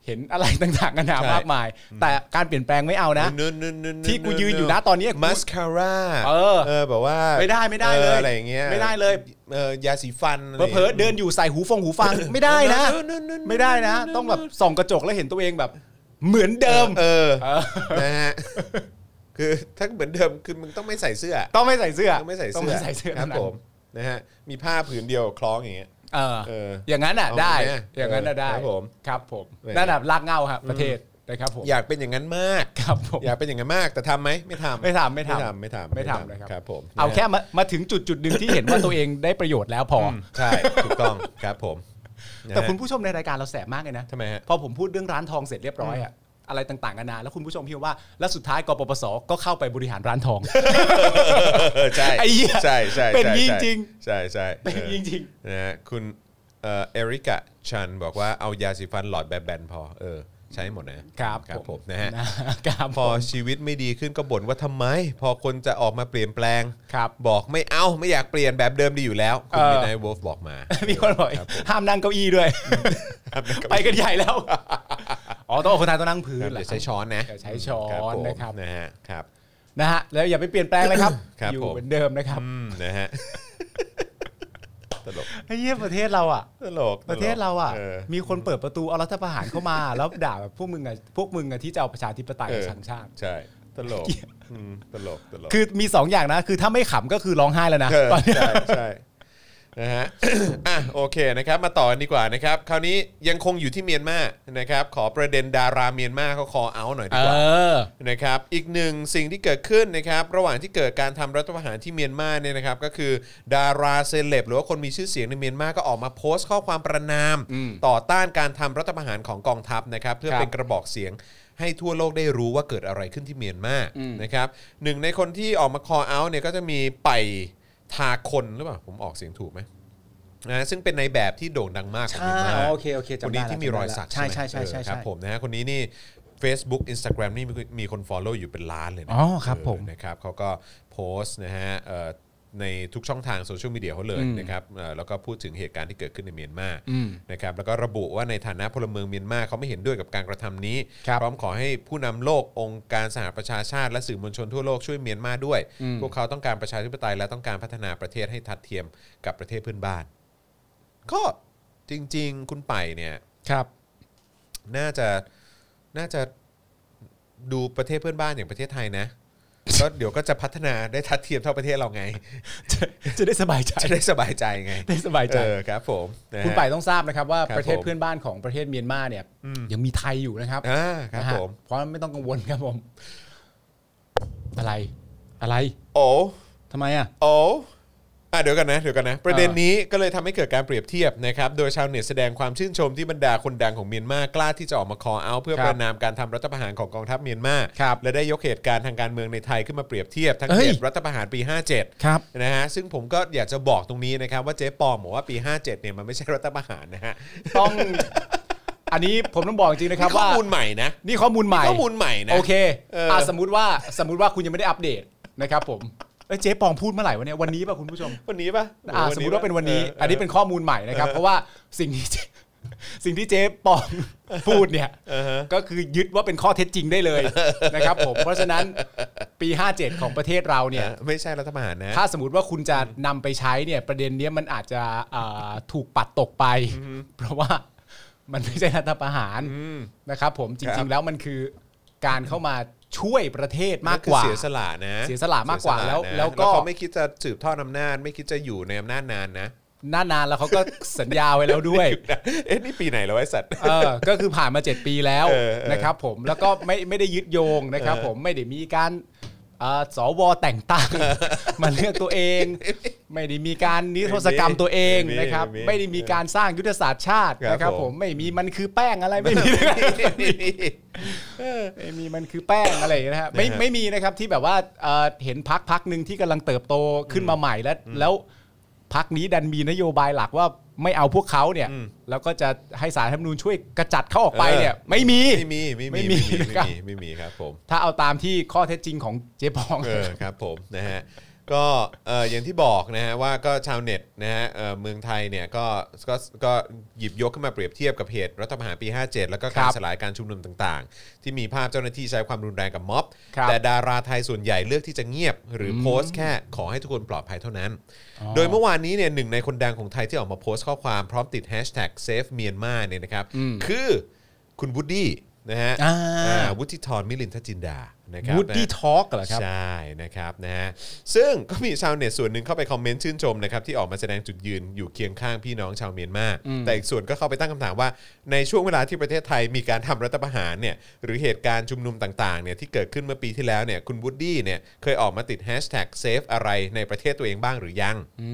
C: เห็นอะไรต่างๆกันานา
B: ใช่
C: มากมาย แต่การเปลี่ยนแปลงไม่เอานะ
B: เนนเนนเนนเนน
C: ที่กูยืนอยู่นะตอนเนี้ยกู
B: มัสคาร่า
C: เออ
B: เออแบบว่า
C: ไม่ได้ไม่ได้เล
B: ออ
C: ย
B: อะไรอย่างเงี้ย
C: ไม่ได้เลย
B: เออยาสีฟันอะไร
C: เผลอๆเดินอยู่ใส่หูฟงหูฟัง ไม่ได้นะ
B: เออเออเออเออ
C: ไม่ได้นะ ต้องแบบส่องกระจกแล้วเห็นตัวเองแบบ เหมือนเดิม
B: เออ
C: เออ
B: นะฮะคือถ้าเหมือนเดิมคือมึงต้องไม่ใส่เสื้อ
C: ต้องไม่ใส่เสื้อ
B: ต้องไม่ใส่
C: ต้อ
B: เสื้อ
C: งไม่ใส่เสื้อ
B: ครับ
C: เท่านั้น
B: ผมนะฮะมีผ้าผืนเดียวคล้องอย่างเงี้ย
C: เออ
B: เออ
C: อย่างนั้นอ่ะ
B: เอา
C: ได้
B: ไหม
C: อย่างนั้นอ่ะได้
B: ครับผม
C: ครับผม
B: แหม่
C: นั่นแบบลากเหงาครับประเทศนะครับผม
B: อยากเป็นอย่างนั้นมาก
C: ครับผม
B: อยากเป็นอย่างนั้นมากแต่ทำไหมไม่ทำ
C: ไม่ทำไม่ทำ
B: ไม่ทำ
C: ไม่ทำนะครับ
B: ครับผม
C: เอาแค่
B: นะฮะ
C: มามาถึงจุดจุดหนึ่งที่เห็นว่า ตัวเอง ได้ประโยชน์แล้วพออ
B: ใช่ถูกต้องครับผมนะฮะ
C: แต่คุณผู้ชมในรายการเราแสบมากเลยนะ
B: ทำไมฮะ
C: พอผมพูดเรื่องร้านทองเสร็จเรียบร้อยอะอะไรต่างๆกันานาแล้วคุณผู้ชมพี่ว่า แล้วสุดท้ายกปปสก็เข้าไปบริหารร้านทอง
B: เออใช่
C: ไอ้เหี้ย
B: ใช่ใช่
C: เป็น
B: ใช่
C: งี้
B: ใช่
C: จริง
B: ใช่ใช่
C: เป็นงี้จริง
B: เออนะฮะคุณเอ่อเอริกะชันบอกว่าเอายาสีฟันหลอดแบนๆพอเออ ใช้หมดนะครับ ครับผมนะฮะ
C: ครับ
B: พอชีวิตไม่ดีขึ้นก็บ่นว่าทำไม พอคนจะออกมาเปลี่ยนแปลง
C: ครับ
B: บอกไม่เอาไม่อยากเปลี่ยนแบบเดิมดีอยู่แล้ว คุณ
C: เออ
B: มินาย w ว l ฟบอกมา
C: มีคนบอกห้ามนั่งเก้าอี้ด้วย ไปกันใหญ่แล้ว อ๋อต้องเอาคนไทยต้องนั่งพื้น
B: ครับเดี๋
C: แหละ
B: ยวใช้ช้อนนะ
C: เดี๋ยวใช้ช้อน
B: ผม
C: นะครับ
B: นะฮะครับ
C: นะฮะแล้วอย่าไปเปลี่ยนแปลงเลยครับ
B: ครับ
C: อยู่
B: ผม
C: เหมือนเดิมนะครับ
B: อืมนะฮะตลก
C: ไอ้เหี้ยประเทศเราอ่ะ
B: ตลก
C: ประเทศเราอ่ะ
B: มี
C: มีคนเปิดประตูเอารัฐประหารเข้ามา แล้วด่าแบบพวกมึงอ่ะพวกมึงอ่ะที่จะเอาประชาธิปไตย
B: เออ
C: กับสังชาติ
B: ใช่ตลกอืมตลกตลก
C: คือมีสองอย่างนะ คือถ้าไม่ขำก็คือร้องไห้แล้วนะ
B: เออ
C: ตอนเนี้ย
B: ใช่ใช่นะฮะ อ่ะโอเคนะครับ มาต่อกันดีกว่านะครับ คราวนี้ยังคงอยู่ที่เมียนมานะครับ ขอประเด็นดาราเมียนมาเขาคอเอาหน่อยดี
C: เอก
B: ว่า
C: อ
B: นะครับอีกหนึ่งสิ่งที่เกิดขึ้นนะครับระหว่างที่เกิดการทำรัฐประหารที่เมียนมาเนี่ยนะครับก็คือดาราเซเลบหรือว่าคนมีชื่อเสียงในเมียนมาก็ออกมาโพสต์ข้อความประนาม ต่อต้านการทำรัฐประหารของกองทัพนะครับเพื่อ
C: ครับ
B: เป็นกระบอกเสียงให้ทั่วโลกได้รู้ว่าเกิดอะไรขึ้นที่เมียนมานะครับหนึ่งในคนที่ออกมาคอเอาเนี่ยก็จะมีไปทาคนหรือเปล่าผมออกเสียงถูกไหมนะซึ่งเป็นในายแบบที่โด่งดังมากของเมียนมา
C: อ๋อโอเคโอเคจำได้
B: คนนี้ที่มีรอยสัก
C: ใช่
B: ใช่ไหม
C: ใช่ใช่
B: เออค
C: ใช่ใช่
B: รับผมนะฮะคนนี้นี่ Facebook Instagram นี่มีมีคน Follow อยู่เป็นล้านเลยนะ
C: อ๋อครับผม
B: เออนะครับเขาก็โพสต์นะฮะเอ่อในทุกช่องทางโซเชียลมีเดียเขาเลยนะครับเอ่อแล้วก็พูดถึงเหตุการณ์ที่เกิดขึ้นในเมียนมา
C: อืม
B: นะครับแล้วก็ระบุว่าในฐานะพลเมืองเมียนมาเขาไม่เห็นด้วยกับการกระทำนี้
C: ครับ
B: พร้อมขอให้ผู้นำโลกองค์การสหประชาชาติและสื่อมวลชนทั่วโลกช่วยเมียนมาด้วย
C: อืม
B: พวกเขาต้องการประชาธิปไตยและต้องการพัฒนาประเทศให้ทัดเทียมกับประเทศเพื่อนบ้าน ก็จริง ๆ คุณไปเนี่ย
C: ครับ
B: น่าจะน่าจะดูประเทศเพื่อนบ้านอย่างประเทศไทยนะ ก็เดี๋ยวก็จะพัฒนาได้ทัดเทียมเท่าประเทศเราไง
C: จะจะ ได้สบายใจ
B: จะได้สบายใจไง
C: ได้สบายใจ
B: เออครับผมนะฮะ
C: คุณไปายต้องทราบนะครับว่า
B: ครับ
C: ประเทศ
B: ผม
C: เพื่อนบ้านของประเทศเมียนมาเนี่ย
B: อืม
C: ยังมีไทยอยู่นะครับ
B: อ่าครับ
C: นะฮะ
B: ผม
C: เพราะไม่ต้องกังวลครับผม อะไรอะไร
B: โอ้
C: ทำไมอ่ะ
B: โอ้อ่ะเดี๋ยวกันนะเดี๋ยวกันนะ ประเด็น
C: เออ
B: นี้ก็เลยทำให้เกิดการเปรียบเทียบนะครับ โดยชาวเน็ตแสดงความชื่นชมที่บรรดาคนดังของเมียนมากล้าที่จะออกมาคอเอาเพื่อประนามการทำรัฐประหารของกองทัพเมียนมา
C: ครับ
B: และได้ยกเหตุการณ์ทางการเมืองในไทยขึ้นมาเปรียบเทียบทั้ง
C: เฮ้ย
B: เหตุรัฐประหารปี 57
C: ครับ
B: นะฮะซึ่งผมก็อยากจะบอกตรงนี้นะครับ ว่าเจ๊ปอมบอกว่าปี 57เนี่ยมันไม่ใช่รัฐประหารนะฮะ
C: ต้อง อันนี้ผมต้องบอกจริงๆนะครับ
B: ข้อ
C: ว่า
B: มูลใหม่นะ
C: นี่ข้อมูลใหม่
B: ข้อมูลใหม่นะ
C: โอเค
B: เอออ่
C: อ่าสมมุติว่าสมมุติว่าคุณยังไม่ได้อัปเดตนะครับผมเอ้ยเจ๊ปองพูดเมื่อไหร่วะเนี่ยวันนี้ป่ะคุณผู้ชม
B: วันนี้ปะ
C: อ่าสมมติว่าเป็นวันนี้
B: เ
C: อันนี้เป็นข้อมูลใหม่นะครับ เพราะว่าสิ่งที่เจ๊สิ่งที่เจ๊ปอง พูดเนี่ย
B: เออฮะ
C: ก็คือยึดว่าเป็นข้อเท็จจริงได้เลยนะครับผมเพราะฉะนั้นปี 57 ของประเทศเรา
B: เอ
C: เนี่ย
B: อไม่ใช่รัฐประหารนะ
C: ถ้าสมมติว่าคุณจะนำไปใช้เนี่ยประเด็นเนี้ยมันอาจจะอ่าถูกปัดตกไป เพราะว่ามันไม่ใช่รัฐประหาร
B: อืม
C: นะครับผม
B: ค
C: จ
B: รั
C: ริ
B: บ
C: งๆแล้วมันคือการเข้ามาช่วยประเทศมากกว่า
B: เสียสละนะ
C: เสียสละมากกว่า
B: เสียสะ
C: แล้ว
B: นะ
C: แล้วก็
B: เขาไม่คิดจะสืบทอดอำนาจไม่คิดจะอยู่ในอำนาจนานนะ
C: หน้านานแล้วเขาก็ สัญญาไว้แล้วด้วย
B: เอ๊ะนี่ปีไหนแล้วไอ้สัตว์
C: เออก็คือผ่านมา 7 ปีแล้ว
B: เออเออ
C: นะครับผมแล้วก็ไม่ไม่ได้ยึดโยงนะครับ ผมไม่ได้มีการเอ่อสวแต่ง ตั้ง มาเลือกตัวเอง ไม่ได้มีการนิรโทษกรรมตัวเอง
B: ไม่มี
C: นะครับ
B: ไม่มี
C: ไม่ได้มีการสร้างยุทธศาสตร์ชาติ
B: ครับ
C: นะครับ
B: ผ
C: ผม มไม่มีมันคือแป้งอะไรไม่มี ไม่มีมันคือแป้งอะไรอย่างเงี้ยนะฮะไม่
B: นะฮะ
C: ไม่มีนะครับที่แบบว่าเอ่อเห็นพักพักหนึ่งที่กำลังเติบโตขึ้นมาใหม่แล้ว แล้วพักนี้ดันมีนโยบายหลักว่าไม่เอาพวกเขาเนี่ย แล้วก็จะให้สารรัฐธรรมนูญช่วยกระจัดเขาออกไปเนี่ย
B: เออ
C: ไม่มี
B: ไม่มีไม่มี
C: ไม่
B: ไม่
C: มี
B: มี
C: นะครับ
B: ไม่มีครับผม
C: ถ้าเอาตามที่ข้อเท็จจริงของเจ๊ปอง
B: เออครับผมนะฮะก็เอ่ออย่างที่บอกนะฮะว่าก็ชาวเน็ตนะฮะเอ่อเมืองไทยเนี่ยก็ก็ก็หยิบยกขึ้นมาเปรียบเทียบกับเหตุรัฐประหารปี 57 แล้วก็การ
C: ครับ
B: สลายการชุมนุมต่างๆ ที่มีภาพเจ้าหน้าที่ใช้ความรุนแรงกับม็อบ
C: ครับ
B: แต่ดาราไทยส่วนใหญ่เลือกที่จะเงียบ หรืออโพสต์แค่ขอให้ทุกคนปลอดภัยเท่านั้น
C: อ๋อ
B: โดยเมื่อวานนี้เนี่ยหนึ่งในคนดังของไทยที่ออกมาโพสต์ข้อความพร้อมติดแฮชแท็กเซฟเมียนมาเนี่ยนะครับ
C: อืม
B: คือคุณบูดดี้นะฮะ
C: อ่า
B: อ่าวุฒิธรมิลินทจินดานะครับ
C: วูดดี้ทอล์กเหรอครับ
B: ใช่นะครับนะฮะซึ่งก็มีชาวเน็ตส่วนหนึ่งเข้าไปคอมเมนต์ชื่นชมนะครับที่ออกมาแสดงจุดยืนอยู่เคียงข้างพี่น้องชาวเมียนมาแต่อีกส่วนก็เข้าไปตั้งคำถามว่า ในช่วงเวลาที่ประเทศไทยมีการทำรัฐประหารเนี่ยหรือเหตุการณ์ชุมนุมต่างๆเนี่ยที่เกิดขึ้นเมื่อปีที่แล้วเนี่ยคุณวูดดี้เนี่ยเคยออกมาติดแฮชแท็กเซฟอะไรในประเทศตัวเองบ้างหรือยัง
C: อื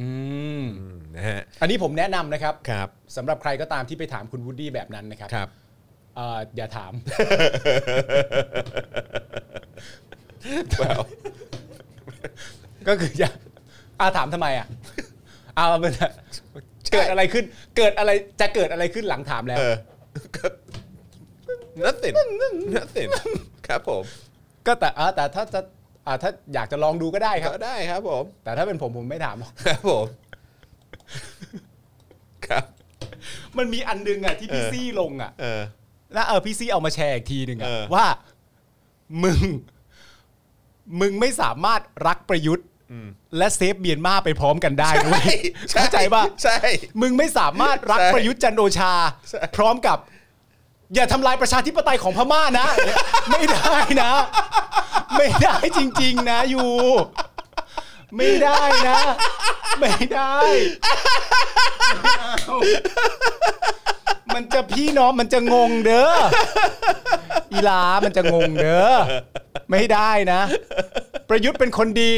C: ม
B: อืมนะฮะ
C: อันนี้ผมแนะนำนะครับ
B: ครับ
C: สำหรับใครก็ตามที่ไปถามคุณวูดดี้แบบนั้นนะครับ
B: ครับ
C: เอ่ออย่าถาม
B: well
C: ก็คืออย่าอาถามทำไมอ่ะเอาเป็นเกิดอะไรขึ้น เกิดอะไรจะเกิดอะไรขึ้นหลังถามแล้ว
B: เออก็ nothing nothing ครับผม
C: ก็แต่อ่าแต่ถ้าจะอ่าถ้าอยากจะลองดูก็ได้ครับ
B: ก็ได้ครับผม
C: แต่ถ้าเป็นผมผมไม่ถามหรอก
B: ครับผม ครับ
C: มันมีอันนึงอ่ะที่พี่
B: เออ
C: ซี่ลงอ่ะ
B: เออ
C: แล้วเออพี่ซี่เอามาแชร์อีกทีหนึ่งอะ
B: เออ
C: ว่า มึง มึงไม่สามารถรักประยุทธ์และเซฟเมียนมาไปพร้อมกันได้ด้วยเข้าใจป่ะ
B: ใช่
C: มึงไม่สามารถรัก
B: ใช่
C: ประยุทธ์จันทร์โอชา
B: ใช่
C: พร้อมกับ อย่าทำลายประชาธิปไตยของพม่านะ ไม่ได้นะ ไม่ได้จริง ๆ นะยูไม่ได้นะ ไม่ได้ มันจะพี่น้องมันจะงงเด้อ อีหลามันจะงงเด้อ ไม่ได้นะ ประยุทธ์เป็นคนดี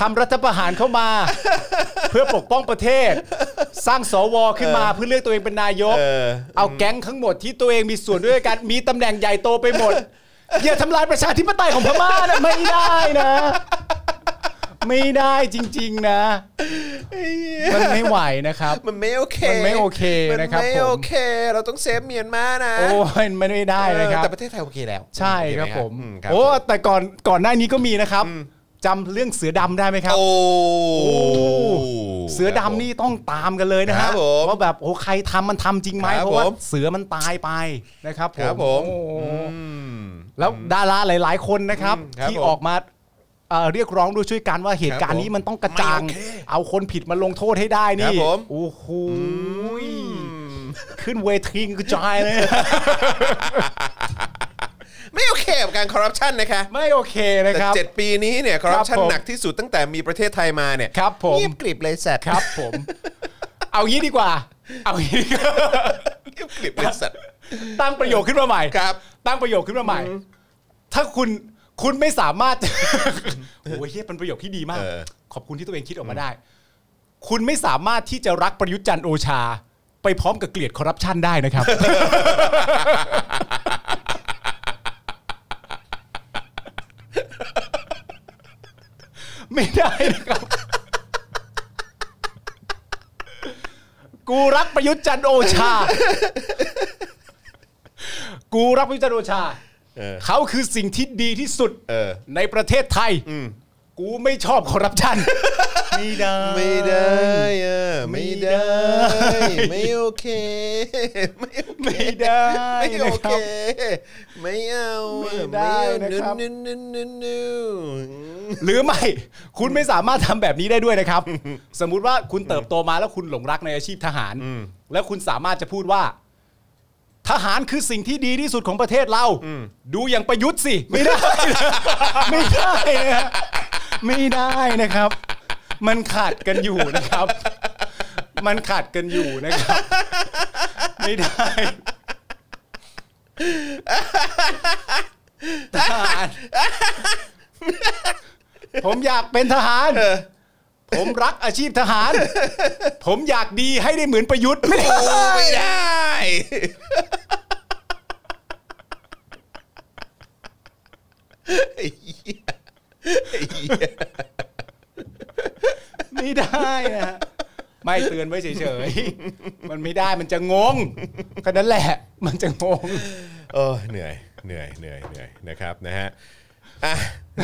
C: ทำรัฐประหารเข้ามา เพื่อปกป้องประเทศ สร้างสวขึ้นมาเพื่อเลือกตัวเองเป็นนายก
B: เออ
C: เอาแก๊งทั้งหมดที่ตัวเองมีส่วนด้วยกันมีตำแหน่งใหญ่โตไปหมด อย่าทำลายประชาธิปไตยของพม่านะไม่ได้นะ ไม่ได้จริง ๆ นะ มันไม่ไหวนะครับ
B: มันไม่โอเค
C: มันไม่โอเคนะครับ
B: มัไม่
C: ผม
B: โอเค เราต้องเซฟเมียนมานะ
C: โอ้ยมันไม่ได้นะครับ
B: แต่ประเทศไทยโอเคแล้ว
C: ใช่
B: โอเ
C: ครับผม
B: อืครับ
C: โอ้แต่ก่อนก่อนหน้านี้ก็มีนะครับจำเรื่องเสือดำได้ไหมครับ
B: โอ้
C: เสือดำนี่ต้องตามกันเลยนะ
B: ครั
C: ฮะ
B: บผม
C: ว่าแบบโอ้ใครทำมันทำจริงไหม
B: ครับ
C: เพราะว่า
B: ผม
C: เสือมันตายไปนะครับผม
B: ครับผม
C: โอ้โห
B: อืม
C: แล้วดาราหลาย ๆ คนนะครับ
B: ครับ
C: ที่
B: ผม
C: ออกมาเอ่อเรียกร้องด้วยช่วยกันว่าเหตุการ
B: ครับผม
C: ณ์นี้มันต้องกระจ่าง เอาคนผิดมาลงโทษให้ได้
B: ครั
C: นี่
B: บผม
C: โอ้โหขึ้นเวทีกระจายเลย
B: ไม่โอเคกับการคอร์รัปชันนะคะ
C: ไม่โอเคนะ
B: แต่
C: ครับ
B: เจ็ดปีนี้เนี่ยคอร์รัปชัน
C: ครับผม
B: หนักที่สุดตั้งแต่มีประเทศไทยมาเนี่ย
C: ครับผม
B: เงียบกริบเลยสัตว์
C: ครับผม เอางี้ดีกว่า เอางี้ดีกว่า
B: เงียบกริบเลยสัตว์
C: ตั้งประโยคขึ้นมาใหม่
B: ครับ
C: ตั้งประโยคขึ้นมาใหม่ ถ้าคุณคุณไม่สามาร ถ โอ้ยเฮียเป็นประโยคที่ดีมาก
B: เออ
C: ขอบคุณที่ตัวเองคิดออกมาได้ คุณไม่สามารถที่จะรักประยุทธ์จันทร์โอชา ไปพร้อมกับเกลียดคอร์รัปชันได้ นะครับ ไม่ได้นะครับ กูรักประยุทธ์จันทร์โอชา กูรักประยุทธ์จันทร์โอชา
B: เออ
C: เขาคือสิ่งที่ดีที่สุด
B: เออ
C: ในประเทศไทย กูไม่ชอบคอร์รัปชัน ไม่ได้
B: ไม่ได้อะไม่ได้
C: ไม่ได้
B: ไม่โอเค ไม่โอเค
C: ไม่ได้
B: ไม่โอ
C: นะค
B: เครับ ไม่เอาอ
C: ไม่ได้นะครับ
B: ไม่เอานู่นนู่นนู่นนู่น
C: หรือไม่ คุณไม่สามารถทำแบบนี้ได้ด้วยนะครับ สมมุติว่าคุณเติบโตมาแล้วคุณหลงรักในอาชีพทหาร แล้วคุณสามารถจะพูดว่า ทหารคือสิ่งที่ดีที่สุดของประเทศเรา ดูอย่างประยุทธ์สิ ไม่ได้นะ ไม่ได้นะ ไม่ได้นะครับ มันขัดกันอยู่นะครับ มันขัดกันอยู่นะครับ ไม่ได้ ทหาร ผมอยากเป็นทหาร ผมรักอาชีพทหาร ผมอยากดีให้ได้เหมือนประยุทธ์ไม่ได้
B: โอ้ไม่ได้ไอ้เหี้ยไอ้เหี้ย
C: ไม่ได้นะฮะไม่เตือนไว้เฉยๆ มันไม่ได้มันจะงงก็นั้นแหละ มันจะงง
B: โอ้ยเหนื่อยเหนื่อยเหนื่อยเหนื่อยนะครับนะฮะอ่ะ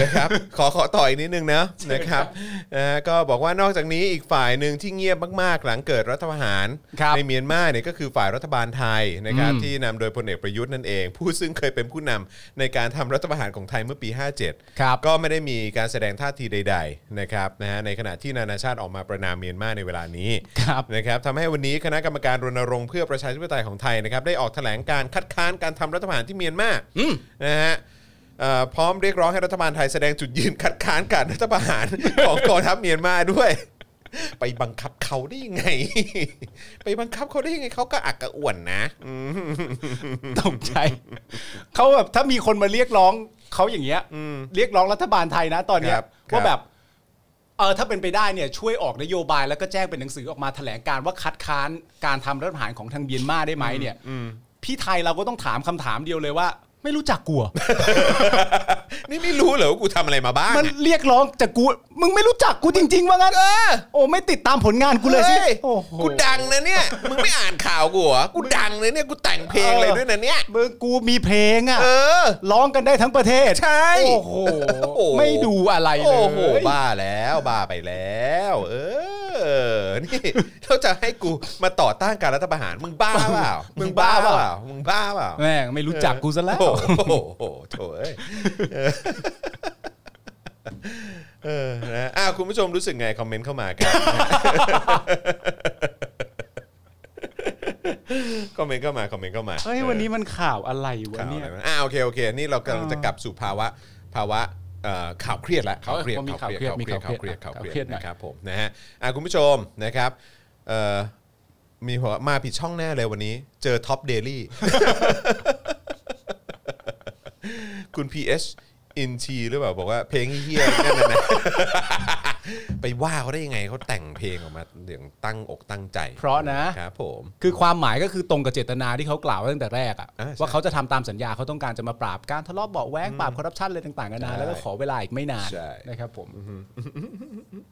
B: นะครับ ขอขอต่ออีกนิดนึงนะนะครับนะฮะก็บอกว่านอกจากนี้อีกฝ่ายหนึ่งที่เงียบมากๆ หลังเกิดรัฐประหาร
C: ครับ
B: ในเมียนมาเนี่ยก็คือฝ่ายรัฐบาลไทยนะครับ
C: อืม
B: ที่นำโดยพลเอกประยุทธ์นั่นเอง ผู้ซึ่งเคยเป็นผู้นำในการทำรัฐประหารของไทยเมื่อปี 57
C: ครับ
B: ก็ไม่ได้มีการแสดงท่าทีใด ๆ นะครับนะฮะในขณะที่นานาชาติออกมาประนามเมียนมาในเวลานี้
C: ครับ
B: นะครับทำให้วันนี้คณะกรรมการรณรงค์เพื่อประชาธิปไตยของไทยนะครับได้ออกแถลงการคัดค้านการทำรัฐประหารที่เมียนมานะฮะเอ่อพร้อมเรียกร้องให้รัฐบาลไทยแสดงจุดยืนคัดค้านการรัฐประหาร ของกองทัพเมียนมาด้วย ไปบังคับเขาได้ยังไง ไปบังคับเขาได้ยังไงเขาก็อักกระอ่วนนะอืม
C: ตกใจเขาแบบถ้ามีคนมาเรียกร้องเขาอย่างเงี้ยเรียกร้องรัฐบาลไทยนะตอนเนี้ยว่าแบบเออถ้าเป็นไปได้เนี่ยช่วยออกนโยบายแล้วก็แจ้งเป็นหนังสือออกมาแถลงการว่าคัดค้านการทำรัฐประหารของทางเบียนมาได้ไหมเนี่ยพี่ไทยเราก็ต้องถามคำถามเดียวเลยว่า ไม่รู้จักกลัว
B: นี่ไม่รู้เหรอว่ากูทำอะไรมาบ้าง
C: มัน
B: เนี่ย
C: เรียกร้องจากกูมึงไม่รู้จักกูจริง ๆ ว่างั้น
B: เออ
C: โอ้ไม่ติดตามผลงานกูเลยสิ
B: ฮ้
C: โอ้โห
B: กูดังนะเนี่ย มึงไม่อ่านข่าวกูเหรอ กูดังเลยเนี่ย กูแต่งเพลงอะไรด้วยนะเนี่ย
C: มึงกูมีเพลงอ่ะ
B: เออ
C: ร้องกันได้ทั้งประเทศ
B: ใช่
C: โอ้โหไม่ดูอะไรเลย
B: โอ้โห บ้าแล้ว บ้าไปแล้ว เออ นี่ เขาจะให้กูมาต่อต้านการรัฐประหาร มึงบ้าเปล่า มึงบ้าเปล่า มึงบ้าเปล่า
C: แม่งไม่รู้จักกูซะแล้ว
B: โอ้โหโอ้โหโถเอ้ยเออ เออนะอ้าวคุณผู้ชมรู้สึกไง คอมเมนต์เข้ามา ครับ คอมเมนต์เข้ามา คอมเมนต์เข้ามา
C: เฮ้ยวันนี้มันข่าวอะไรวะ
B: ข่าว
C: เนี่
B: อะไร
C: ย
B: วะอ่าโอเค โอเค นี่เรากำลังจะกลับสู่ภาวะ ภาวะเอ่อข่าวเครียดละข่าวเครียด
C: เออมีข่าวเครียดมี
B: ข่า
C: ข่าว ว
B: เค
C: เค
B: รี
C: รี
B: ย
C: ย
B: ด
C: ด
B: ข่าวเครียด ข่าว
C: ข่าว
B: เค
C: เครี
B: รีย
C: ย
B: ด
C: ดหน่อย
B: นะครับผม นะฮะอ่ะคุณผู้ชม นะครับเอ่อมีหัวมาผิดช่องแน่เลยวันนี้ เจอท็อปเดลี่ คุณ PH อินทีหรือเปล่าบอกว่าเพลงเฮี้ยๆนั่นนะ ไปว่าเขาได้ยังไงเขาแต่งเพลงออกมาอย่างตั้งอกตั้งใจ
C: เพราะนะ
B: ครับผม
C: คือความหมายก็คือตรงกับเจตนาที่เขากล่าวไว้ตั้งแต่แรกอะ
B: อ่าใช่
C: ว่าเขาจะทำตามสัญญาเขาต้องการจะมาปราบการทะเลาะเบาะแว้งปราบคอร์รัปชันอะไรต่างๆกันานาแล้วก็ขอเวลาอีกไม่นาน
B: ใช่
C: นะครับผม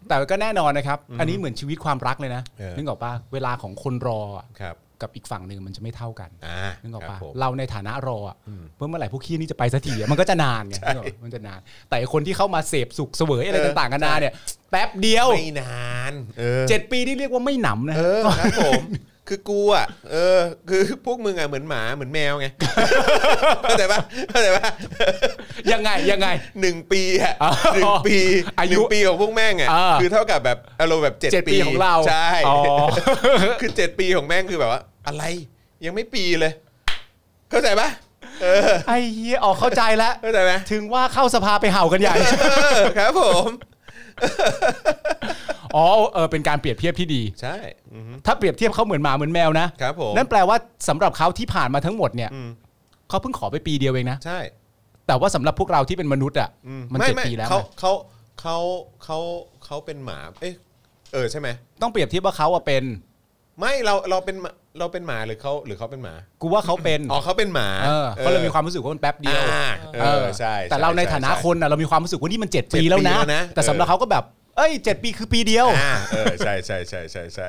C: แต่ก็แน่นอนนะครับ อันนี้เหมือนชีวิตความรักเลยนะ
B: เออ
C: นึกออกปะเวลาของคนรออะ
B: ครับ
C: กับอีกฝั่งหนึ่งมันจะไม่เท่ากัน
B: อ่า
C: นึกออก
B: ครั
C: ปะ
B: บผม
C: เราในฐานะรออะเมื่อเมื่อไหร่พวกขี้นี่จะไปสักทีอะมันก็จะนานไงนึกออกปะมันจะนาน แต่ไอ้คนที่เข้ามาเสพสุขเสวยอะไรต่างๆกันานาเนี่ยแป๊บเดียว
B: ไม่นานเออ
C: เจ็ดปีนี่เรียกว่าไม่หนำนะ
B: เอ
C: ฮะ
B: อครับผม คือกูอ่ะเออ คือพวกมึงอ่ะเหมือนหมาเหมือนแมวไง เข้าใจปะเข้าใจปะ
C: ยังไงยังไง
B: หนึ่งปีอ่ะ
C: อ๋อ
B: หนึ่งปี
C: อา
B: ห
C: ยุ
B: นึ่งปีของพวกแม่งอ่ะ
C: อ่า
B: คือเท่ากับแบบอารมณ์แบบเจ็ด
C: เจ็ดปีของเรา
B: ใช่
C: อ๋อ
B: คือเจ็ดปีของแม่งคือแบบว่า อะไรยังไม่ปีเลย เข้าใจปะเออ
C: ไอ้เหี้ยออกเข้าใจแล้ว
B: เข้าใจไหม
C: ถึงว่าเข้าสภาไปเห่ากันใหญ่
B: เออครับผม
C: อ๋อเออเป็นการเปรียบเทียบที่ดี
B: ใช่อือฮึ
C: ถ้าเปรียบเทียบเขาเหมือนหมาเหมือนแมวนะครับ
B: ผม
C: นั่นแปลว่าสำหรับเขาที่ผ่านมาทั้งหมดเนี่ย
B: อืม
C: เขาเพิ่งขอไปปีเดียวเองนะ
B: ใช่
C: แต่ว่าสำหรับพวกเราที่เป็นมนุษย์อ่ะ
B: อื
C: มัน
B: ไม่
C: เจ็ด
B: ไม่
C: ปีแล้ว
B: เขา
C: นะ
B: เขาเขาเขาเขาเป็นหมา เอ๊ะเออใช่ไหม
C: ต้องเปรียบเทียบว่าเขาอะเป็น
B: ไม่เราเราเป็นหมาเราเป็นหมาหรือเขาหรือเขาเป็นหมา
C: กูว่าเขาเป็น
B: อ๋อเขาเป็นหมา
C: เออเขาเลยมีความรู้สึกว่ามันแป๊บเดียว
B: อ่าเออใช่
C: แต่เราในฐานะ
B: ช่
C: คนน่ะเรามีความรู้สึกว่านี่มันเจ็ด
B: เจ็ด
C: ปี
B: ปี
C: แล้วนะ
B: แล้วนะ
C: แต่สำหรับ
B: เออ
C: เขาก็แบบ เอ้ยเจ็ดปีคือปีเดียว
B: อ่าเออใช่ใช่ใช่ใช่ ใช่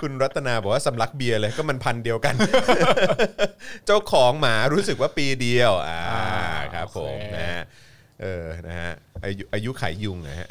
B: คุณรัตนาบอกว่าสำลักเบียร์เลยก็มันพันเดียวกัน เจ้าของหมารู้สึกว่าปีเดียวอ่าครับผม
C: โอเค
B: นะฮะเออนะฮะอายุอายุไขยุงนะ ฮะ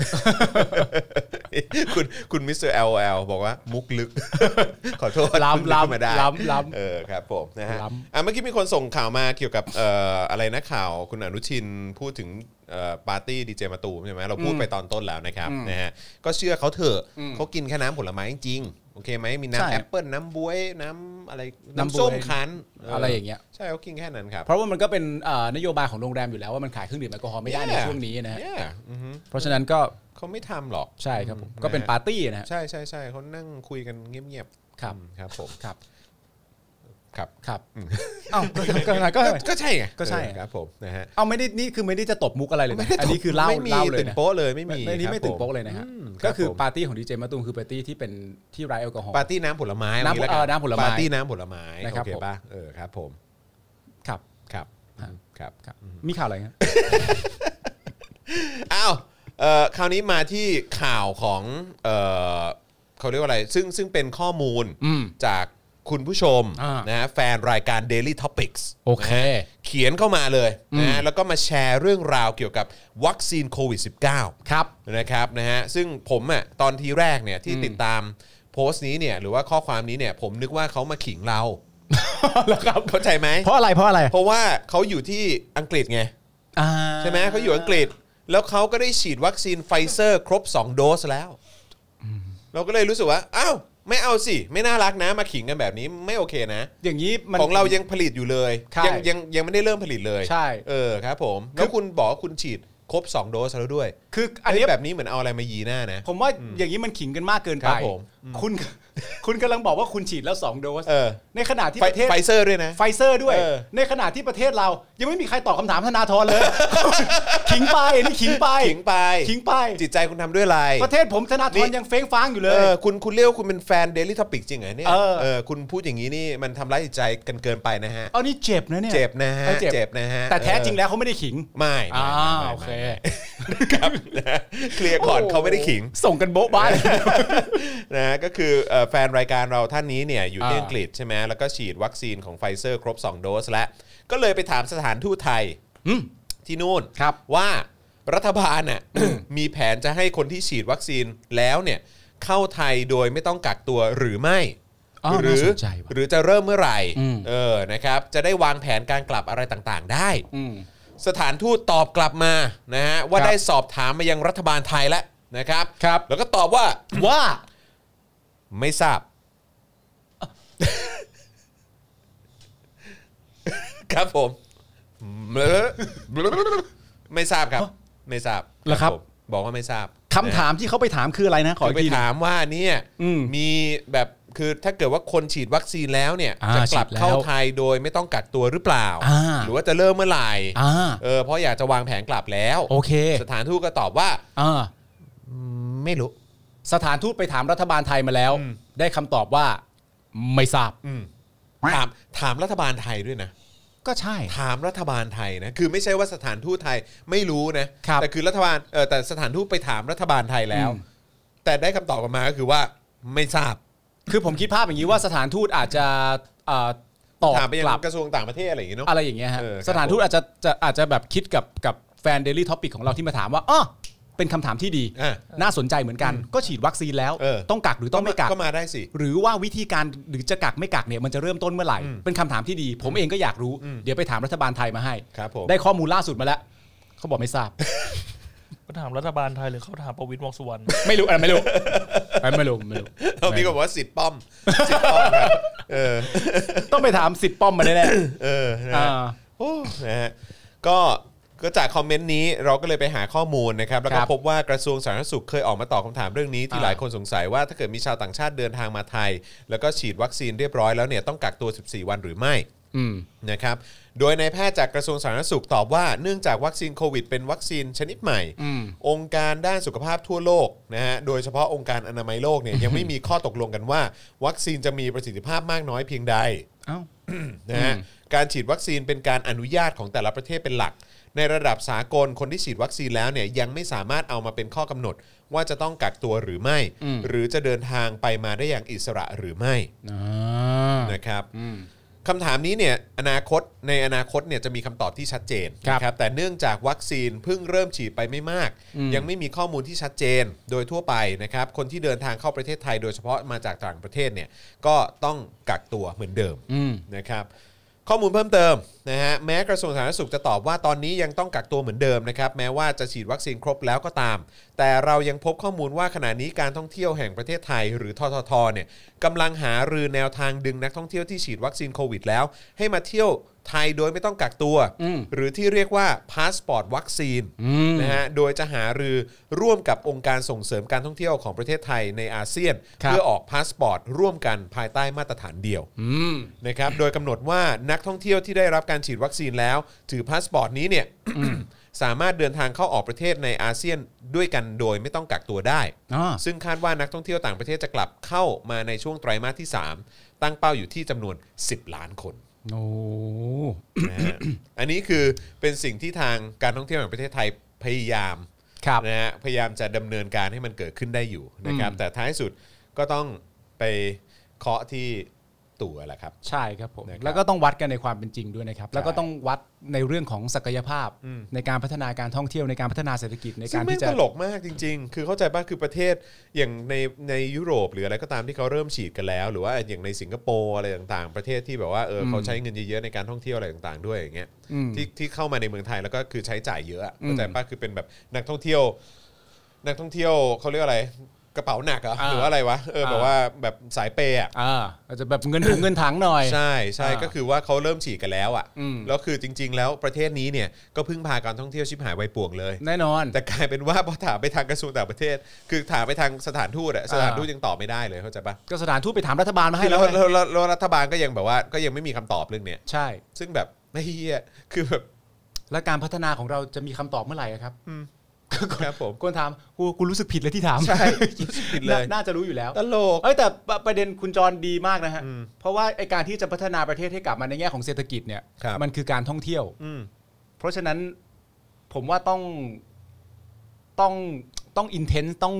B: คุณคุณมิสเตอร์ LL บอกว่ามุกลึก ขอโทษ
C: ล้ำ
B: คุณนึกขึ้นมาได้
C: ล้ำล้ำล้ำ
B: เออครับผมนะฮะ
C: ล้ำ
B: อ่ะเมื่อกี้มีคนส่งข่าวมาเกี่ยวกับเอ่ออะไรนะข่าวคุณอนุชินพูดถึงเอ่อปาร์ตี้ดีเจมาตูมใช่ไหมเราพูดไปตอนต้นแล้วนะครับนะฮะก็เชื่อเขาเถอะเขากินแค่น้ำผลไม้จริงๆโอเคไหมมี
C: ใช่
B: น้ำแอปเปิ้ลน้ำบ๊วยน้ำอะไร
C: น้ำบ๊วย
B: น้ำส้มคั้น
C: ะไรอย่างเงี้ย
B: ใช่เขากินแค่นั้นครับ
C: เพราะว่ามันก็เป็นเอ่อนโยบายของโรงแรมอยู่แล้วว่ามันขายเครื่องดื่มแอลกอฮอล์ไม่ได้ใน
B: Yeah
C: ช่วงนี้นะฮะ
B: เนี่ยอือฮึ
C: เพราะฉะนั้นก็
B: เขาไม่ทำหรอก
C: ใช่ครับผม
B: อืม
C: ก็เป็นปาร์ตี้นะฮะ
B: ใช่ใช่ใช่เขานั่งคุยกันเงียบๆ
C: ครับ
B: อืมครับผม
C: ครับ
B: ครับ
C: ครับเอ้าก็ก็ก็ก็
B: ก็ใช่ไง
C: ก็ใช่
B: เออครับผมนะฮะ
C: เอาไม่ได้นี่คือไม่ได้จะตบมุกอะไรเลยนะอันนี้คือเล่า
B: ไม่มี
C: เล่าเลย
B: ตื่น
C: นะ
B: โป๊ะเลยไม่
C: ไม่
B: มี
C: ไม่นี่ไม่
B: ครับ
C: ตื่นโป๊ะเลยนะฮะ
B: อืม
C: ก็คือ
B: รับผม
C: ปาร์ตี้ของดีเจมะตูมคือปาร์ตี้ที่เป็นที่ไร้แอลกอฮอล์
B: ปาร์ตี้น้ำผลไม้
C: น้ำ
B: วั
C: เออน้ำผลไม้
B: ปาร์ตี้น้ำผลไม้
C: นะ
B: โอ
C: ครับ
B: เค
C: ผม
B: ป่ะเออครับผม
C: ครับ
B: ครับครับ
C: ครับ มีข่าวอะไรครับ
B: อ้าวเอ่อคราวนี้มาที่ข่าวของเอ่อเขาเรียกว่าอะไร ซึ่งซึ่งเป็นข้อมูล
C: อืม
B: จากคุณผู้ชม
C: อ่าน
B: นะฮะแฟนรายการ Daily Topics
C: โอเค
B: เขียนเข้ามาเลยนะฮะ
C: อืม
B: แล้วก็มาแชร์เรื่องราวเกี่ยวกับวัคซีนโควิด -19
C: ครับ
B: นะครับนะฮะซึ่งผมอ่ะตอนทีแรกเนี่ยที่ติดตามโพสต์นี้เนี่ยหรือว่าข้อความนี้เนี่ยผมนึกว่าเขามาขิงเราแล้วครับ เข้าใจไหม
C: เพราะอะไรเพราะอะไร
B: เพราะว่าเขาอยู่ที่อังกฤษไง
C: อ่า
B: ใช่ไหมเขาอยู่อังกฤษ แล้วเขาก็ได้ฉีดวัคซีนไฟเซอร์ครบ 2 โดสแล้ว เราก็เลยรู้สึกว่าอ้าวไม่เอาสิ ไม่น่ารักนะมาขิงกันแบบนี้ไม่โอเคนะ
C: อย่างนี้มัน
B: ของเรายังผลิตอยู่เลย
C: ใช่
B: ยังยังยังไม่ได้เริ่มผลิตเลย
C: ใช่
B: เออครับผมแล้วคุณบอกว่าคุณฉีดครบ 2 โดสแล้วด้วย
C: คืออั
B: อั
C: น
B: น
C: นี้
B: นี้แบบนี้เหมือนเอาอะไรมายีหน้านะ
C: ผมว่าอย่างนี้มันขิงกันมากเกิน
B: ค
C: ไป
B: รับผม
C: คุณ คุณกำลังบอกว่าคุณฉีดแล้วสองโดส
B: เออ
C: ในขณะที่
B: ไฟ
C: ประเทศ
B: ไฟเซอร์ด้วยนะ
C: ไฟเซอร์ด้วย
B: เออ
C: ในขณะที่ประเทศเรายังไม่มีใครตอบคำถามธนาธรเลย ขิงไปอันนี่ขิงไป
B: ขิงไป
C: ขิงไป
B: จิตใจคุณทำด้วยอะไร
C: ประเทศผมธนาธ
B: นี่
C: รยังเฟ้งฟ้างอยู่เล
B: เอย อคุณคุณเรียกว่าคุณเป็นแฟน Daily Topic จริงเหรอเนี่ย
C: เออ
B: คุณพูดอย่างนี้นี่มันทำร้ายจิตใจกันเกินไปนะฮะ
C: เอานี่เจ็บนะเนี่ย
B: เจ็บนะฮะ
C: ออ
B: เจ็บนะฮะ
C: แต่แท้จริง
B: เอ
C: แล้วเขาไม่ได้ขิง
B: อไม่ไม่
C: อา
B: ไม่
C: โอเค
B: ครับนะเคลียร์ก่อนเขาไม่ได้ขิง
C: ส่งกันโบ๊ะบ้าเลย
B: นะก็คือเอ่อแฟนรายการเราท่านนี้เนี่ยอยู่ที่
C: อ่า
B: อังกฤษใช่ไหมแล้วก็ฉีดวัคซีนของไฟเซอร์ครบ 2 โดสแล้ว ก็เลยไปถามสถานทูตไทยที่นู่น
C: ครับ
B: ว่ารัฐบาลน่ะ มีแผนจะให้คนที่ฉีดวัคซีนแล้วเนี่ยเข้าไทยโดยไม่ต้องกักตัวหรือไม่
C: อ้าว
B: หรื
C: น่าสนใจว่ะ
B: หรือจะเริ่มเมื่อไหร่
C: อืม
B: เออนะครับจะได้วางแผนการกลับอะไรต่างๆ ได้
C: อืม
B: สถานทูตตอบกลับมานะฮะว่า
C: ครับ
B: ได้สอบถามมายังรัฐบาลไทยแล้วนะครับ
C: ครับ
B: แล้วก็ตอบว่า
C: ว่า
B: ไม่ทราบ ครับผมเบลอเบลอไม่ทราบครับ ไม่ทราบ
C: เหรอครับ
B: ผมบอกว่าไม่ทราบ
C: คำถามที่เขาไปถามคืออะไรนะ ขอ
B: คื
C: อี
B: อก ไป
C: ทีหนึ่ง
B: ถามว่าเนี่ย
C: อืม
B: มีแบบคือถ้าเกิดว่าคนฉีดวัคซีนแล้วเนี่ย
C: อ่า
B: จะกลับ
C: ฉีดแล้ว
B: เข้าไทยโดยไม่ต้องกักตัวหรือเปล่า
C: อ่า
B: หรือว่าจะเริ่มเมื่อไหร่
C: อ่า
B: เออเพราะอยากจะวางแผนกลับแล้ว
C: โอเค
B: สถานทูตก็ตอบว่า
C: อ่า
B: ไม่รู้
C: สถานทูตไปถามรัฐบาลไทยมาแล้ว ได้คำตอบว่า ไม่ทราบ
B: อืมถามถามรัฐบาลไทยด้วยนะ
C: ก็ใช่
B: ถามรัฐบาลไทยนะคือไม่ใช่ว่าสถานทูตไทยไม่รู้นะครับ แต่คือรัฐบาลเออแต่สถานทูตไปถามรัฐบาลไทยแล้ว
C: อืม
B: แต่ได้คำตอบกลับมาก็คือว่าไม่ทราบ
C: คือผมคิดภาพอย่างนี้ว่าสถานทูตอาจจะเอ่อตอบ
B: ถามไปยัง
C: กลับ
B: กระทรวงต่างประเทศอะไรอย่างเงี้ยเนาะ
C: อะไรอย่างเงี้ยฮะ
B: เออครับ
C: สถานทูตอาจจะจะอาจจะแบบคิดกับกับแฟน Daily Topic ของเราที่มาถามว่าอ๋อเป็นคำถามที่ดี
B: อ่ะ
C: น่าสนใจเหมือนกันก็ฉีดวัคซีนแล้ว
B: เออ
C: ต้องกักหรือต้องไม่กัก
B: ก็มาได้สิ
C: หรือว่าวิธีการหรือจะกักไม่กักเนี่ยมันจะเริ่มต้นเมื่อไหร่ เป็นคำถามที่ดี ผมเองก็อยากรู้ เดี๋ยวไปถามรัฐบาลไทยมาให้
B: ครับผม
C: ได้ข้อมูลล่าสุดมาแล้วเขาบอกไม่ทราบ
D: ก็ถามรัฐบาลไทยหรือเขาถามประวิตรวงษ์สุวรรณ
C: ไม่รู้อะไรไม่ รู้ไม่รู้ไม่รู้
B: เรามีคนบอกว่าสิทธิ์ป้อมสิทธิ์ป้อมครับเออ
C: ต้องไปถามสิทธิ์ป้อมมาแน่
B: เออนะ
C: ๆ
B: ฮะ
C: อ่า
B: โอ้นะฮะก็ก็จากคอมเมนต์นี้เราก็เลยไปหาข้อมูลนะครับแล้วก็
C: ครับ
B: พบว่ากระทรวงสาธารณสุขเคยออกมาตอบคำถามเรื่องนี้ที่
C: อ่า
B: หลายคนสงสัยว่าถ้าเกิดมีชาวต่างชาติเดินทางมาไทย แล้วก็ฉีดวัคซีนเรียบร้อยแล้วเนี่ยต้องกักตัว 14 วันหรือไม่
C: อืม
B: นะครับโดยนายแพทย์จากกระทรวงสาธารณสุขตอบว่าเนื่องจากวัคซีนโควิดเป็นวัคซีนชนิดใหม่ องค์การด้านสุขภาพทั่วโลกนะฮะโดยเฉพาะองค์การอนามัยโลกเนี่ยยังไม่มีข้อตกลงกันว่า วัคซีนจะมีประสิทธิภาพมากน้อยเพียงใด
C: เอ้า
B: นะฮะการฉีดวัคซีนเป็นการอนุญาตของแต่ละประเทศเป็นหลัก ในระดับสากลคนที่ฉีดวัคซีนแล้วเนี่ยยังไม่สามารถเอามาเป็นข้อกำหนด ว่าจะต้องกักตัวหรือไม่ หรือจะเดินทางไปมาได้อย่างอิสระหรือไม่นะครับคำถามนี้เนี่ยอนาคตในอนาคตเนี่ยจะมีคำตอบที่ชัดเจน
C: ครับ
B: นะแต่เนื่องจากวัคซีนเพิ่งเริ่มฉีดไปไม่มาก ยังไม่มีข้อมูลที่ชัดเจนโดยทั่วไปนะครับคนที่เดินทางเข้าประเทศไทย โดยเฉพาะมาจากต่างประเทศเนี่ยก็ต้องกักตัวเหมือนเดิม
C: อืม
B: นะครับข้อมูลเพิ่มเติมนะฮะแม้กระทรวงสาธารณสุขจะตอบว่าตอนนี้ยังต้องกักตัวเหมือนเดิมนะครับแม้ว่าจะฉีดวัคซีนครบแล้วก็ตาม แต่เรายังพบข้อมูลว่าขณะนี้การท่องเที่ยวแห่งประเทศไทย หรือทททเนี่ยกำลังหารือแนวทางดึงนักท่องเที่ยวที่ฉีดวัคซีนโควิดแล้ว ให้มาเที่ยวไทยโดยไม่ต้องกักตัว
C: อืม
B: หรือที่เรียกว่าพาสปอร์ตวัคซีน
C: อืม
B: นะฮะ โดยจะหารือร่วมกับองค์การส่งเสริมการท่องเที่ยวของประเทศไทยในอาเซียน
C: ครับ
B: เพื่อออกพาสปอร์ตร่วมกันภายใต้มาตรฐานเดียว
C: อืม
B: นะครับ โดยกำหนดว่านักท่องเที่ยวที่ได้รับการฉีดวัคซีนแล้ว ถือพาสปอร์ตนี้เนี่ย สามารถเดินทางเข้าออกประเทศในอาเซียนด้วยกันโดยไม่ต้องกักตัวได้
C: อ่า
B: ซึ่งคาดว่านักท่องเที่ยวต่างประเทศจะกลับเข้ามาในช่วงไตรมาสที่ 3 ตั้งเป้าอยู่ที่จำนวน 10 ล้านคน
C: โอ้
B: นะฮะอันนี้คือเป็นสิ่งที่ทางการท่องเที่ยวแห่งประเทศไทยพยายาม
C: ครับ
B: นะฮะพยายามจะดำเนินการให้มันเกิดขึ้นได้อยู่นะครับ
C: อืม
B: แต่ท้ายสุดก็ต้องไปเคาะที่ตั๋วแหละครับ
C: ใช่ครับผม
B: นะครับ
C: แล้วก็ต้องวัดกันในความเป็นจริงด้วยนะครับ แล้วก็ต้องวัดในเรื่องของศักยภาพ
B: อืม
C: ในการพัฒนาการท่องเที่ยวในการพัฒนาเศรษฐกิจใน
B: ซึ่
C: กาง ร
B: ไม่
C: ที่
B: ง
C: จะ
B: ตลกมากจริง ๆ คือเข้าใจป่ะคือประเทศอย่างในในยุโรปหรืออะไรก็ตามที่เขาเริ่มฉีดกันแล้ว หรือว่าอย่างในสิงคโปร์อะไรต่างๆ ประเทศที่แบบว่าเอออ
C: ม
B: เขาใช้เงินเยอะๆในการท่องเที่ยวอะไรต่างๆ ด้วยอย่างเงี้ย
C: อืม
B: ที่ที่เข้ามาในเมืองไทยแล้วก็คือใช้จ่ายเยอะอะ
C: อืม
B: เข้าใจป่ะคือเป็นแบบนักท่องเที่ยว นักท่องเที่ยวเขาเรียกอะไร กระเป๋าหนักเหรอ
C: อ่า
B: หรือว่าอะไรวะเออแบบ
C: อ่า
B: ว่าแบบสายเปย์อะ
C: อ่าอาจจะแบบเงินถุงเงิน ถังหน่อย
B: ใช่ใช่
C: อ่า
B: ก็คือว่าเขาเริ่มฉีดกันแล้วอ่ะ
C: อืม
B: แล้วคือจริง ๆ แล้วประเทศนี้เนี่ยก็พึ่งพาการท่องเที่ยวชิบหายไวป่วงเลย
C: แน่นอน
B: แต่กลายเป็นว่าพอถามไปทางกระทรวงต่างประเทศ คือถามไปทางสถานทูตอะสถานทูตยังตอบไม่ได้เลยเข้าใจปะ
C: ก็สถานทูตไปถามรัฐบาลมาให้
B: คือ
C: แล้
B: แล้ว ว
C: ไง
B: แล้วแล้วแล้วรัฐบาลก็ยังแบบว่าก็ยังไม่มีคำตอบเรื่องเนี้ย
C: ใช่
B: ซึ่งแบบไม่เฮียคือแบบ
C: และการพัฒนาของเราจะมีคำตอบเมื่อไหร่อะครับ
B: อืม
C: ก็น
B: ครับผม
C: คนถามกูกูรู้สึกผิดเลยที่ถาม
B: ใช่รู้สึกผิดเลย
C: น่าน่าจะรู้อยู่แล้ว
B: ตลก
C: เอ้ยแต่ปประเด็นคุณจรดีมากนะฮะ เพราะว่าไอการที่จะพัฒนาประเทศให้กลับมาในแง่ของเศรษฐกิจเนี่ย
B: ครับ
C: มันคือการท่องเที่ยว
B: อืม
C: เพราะฉะนั้นผมว่าต้องต้องต้องอินเทนส์ต้อง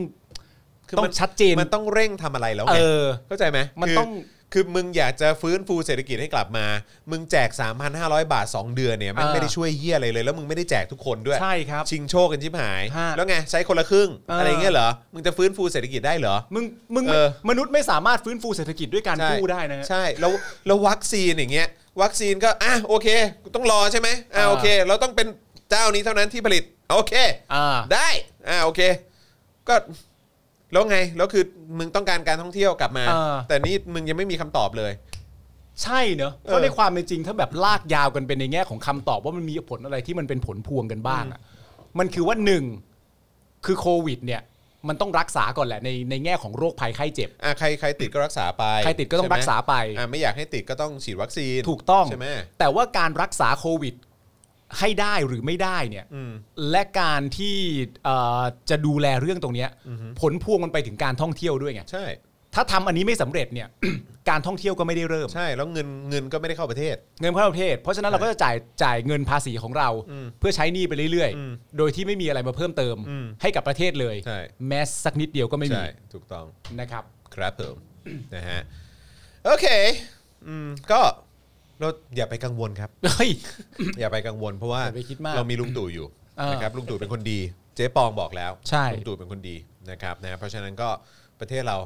B: คือ
C: ต้อ
B: มั
C: ง
B: น
C: ชัดเจน
B: มันต้องเร่งทำอะไรแล้ว
C: เอ
B: ไง
C: อ
B: เข้าใจไหม
C: มัน
B: คือ
C: ต้อง
B: คือมึงอยากจะฟื้นฟูเศรษฐกิจให้กลับมา มึงแจก 3,500 บาท 2 เดือนเนี่ยมันไม่ได้ช่วยเยี่ยอะไรเลย แล้วมึงไม่ได้แจกทุกคนด้วย
C: ใช่ครับ
B: ชิงโชคกันชิบหาย
C: ฮะ
B: แล้วไงใช้คนละครึ่ง
C: เอออ
B: อะไรเงี้ยเหรอมึงจะฟื้นฟูเศรษฐกิจได้เหรอ
C: มึงมึง
B: เออ
C: มนุษย์ไม่สามารถฟื้นฟูเศรษฐกิจด้วยการกู้ได้นะฮะ
B: ใช่แล้วแล้ววัคซีนอย่างเงี้ยวัคซีนก็อ่ะโอเคต้องรอใช่ไหมอ่ะ
C: อ่า
B: โอเค เราต้องเป็นเจ้านี้เท่านั้นที่ผลิต โอเค
C: อ่า
B: ได้อ่ะโอเค ก็แล้วไงแล้วคือมึงต้องการการท่องเที่ยวกลับมา
C: อ่า
B: แต่นี่มึงยังไม่มีคำตอบเลย
C: ใช่เนอะเพราะในความเป็นจริงถ้าแบบลากยาวกันเป็นในแง่ของคำตอบว่ามันมีผลอะไรที่มันเป็นผลพวงกันบ้างอะมันคือว่าหนึ่งคือโควิด เนี่ย มันต้องรักษาก่อนแหละในในแง่ของโรคภัยไข้เจ็บ
B: อ่ะใครใครติดก็รักษาไป
C: ใครติดก็ต้อง
B: ช่ไหม
C: รักษาไป
B: อ่ะไม่อยากให้ติดก็ต้องฉีดวัคซีน
C: ถูกต้อง
B: ใช่ไหม
C: แต่ว่าการรักษาโควิด ให้ได้หรือไม่ได้เนี่ย
B: อืม
C: และการที่เอ่อจะดูแลเรื่องตรงเนี้ยผลพวงมันไปถึงการท่องเที่ยวด้วยไง
B: ใช่
C: ถ้าทำอันนี้ไม่สำเร็จเนี่ย การท่องเที่ยวก็ไม่ได้เริ่ม
B: ใช่แล้วเงินเงินก็ไม่ได้เข้าประเทศ
C: เงินเข้าประเทศ เพราะฉะนั้นเราก็จะจ่ายจ่ายเงินภาษีของเรา
B: อืม
C: เพื่อใช้หนี้ไปเรื่อย
B: อืม
C: ๆ โดยที่ไม่มีอะไรมาเพิ่มเติม
B: อืม
C: ให้กับประเทศเลย
B: ใช่
C: แม้สักนิดเดียวก็ไม่มี
B: ใช่ถูกต้อง
C: นะครับ
B: ครับผม นะฮะ โอเค อืม ก็เราอย่าไปกังวลครับ
C: เฮ้ย
B: อย่าไปกังวลเพราะว่า
C: อย่าไปคิดมาก
B: เรามีลุงตู่อยู่
C: เออ
B: นะครับลุงตู่เป็นคนดี เจ๊ปองบอกแล้ว
C: ใช่
B: ลุงตู่เป็นคนดีนะครับนะเพราะฉะนั้นก็ประเทศเรา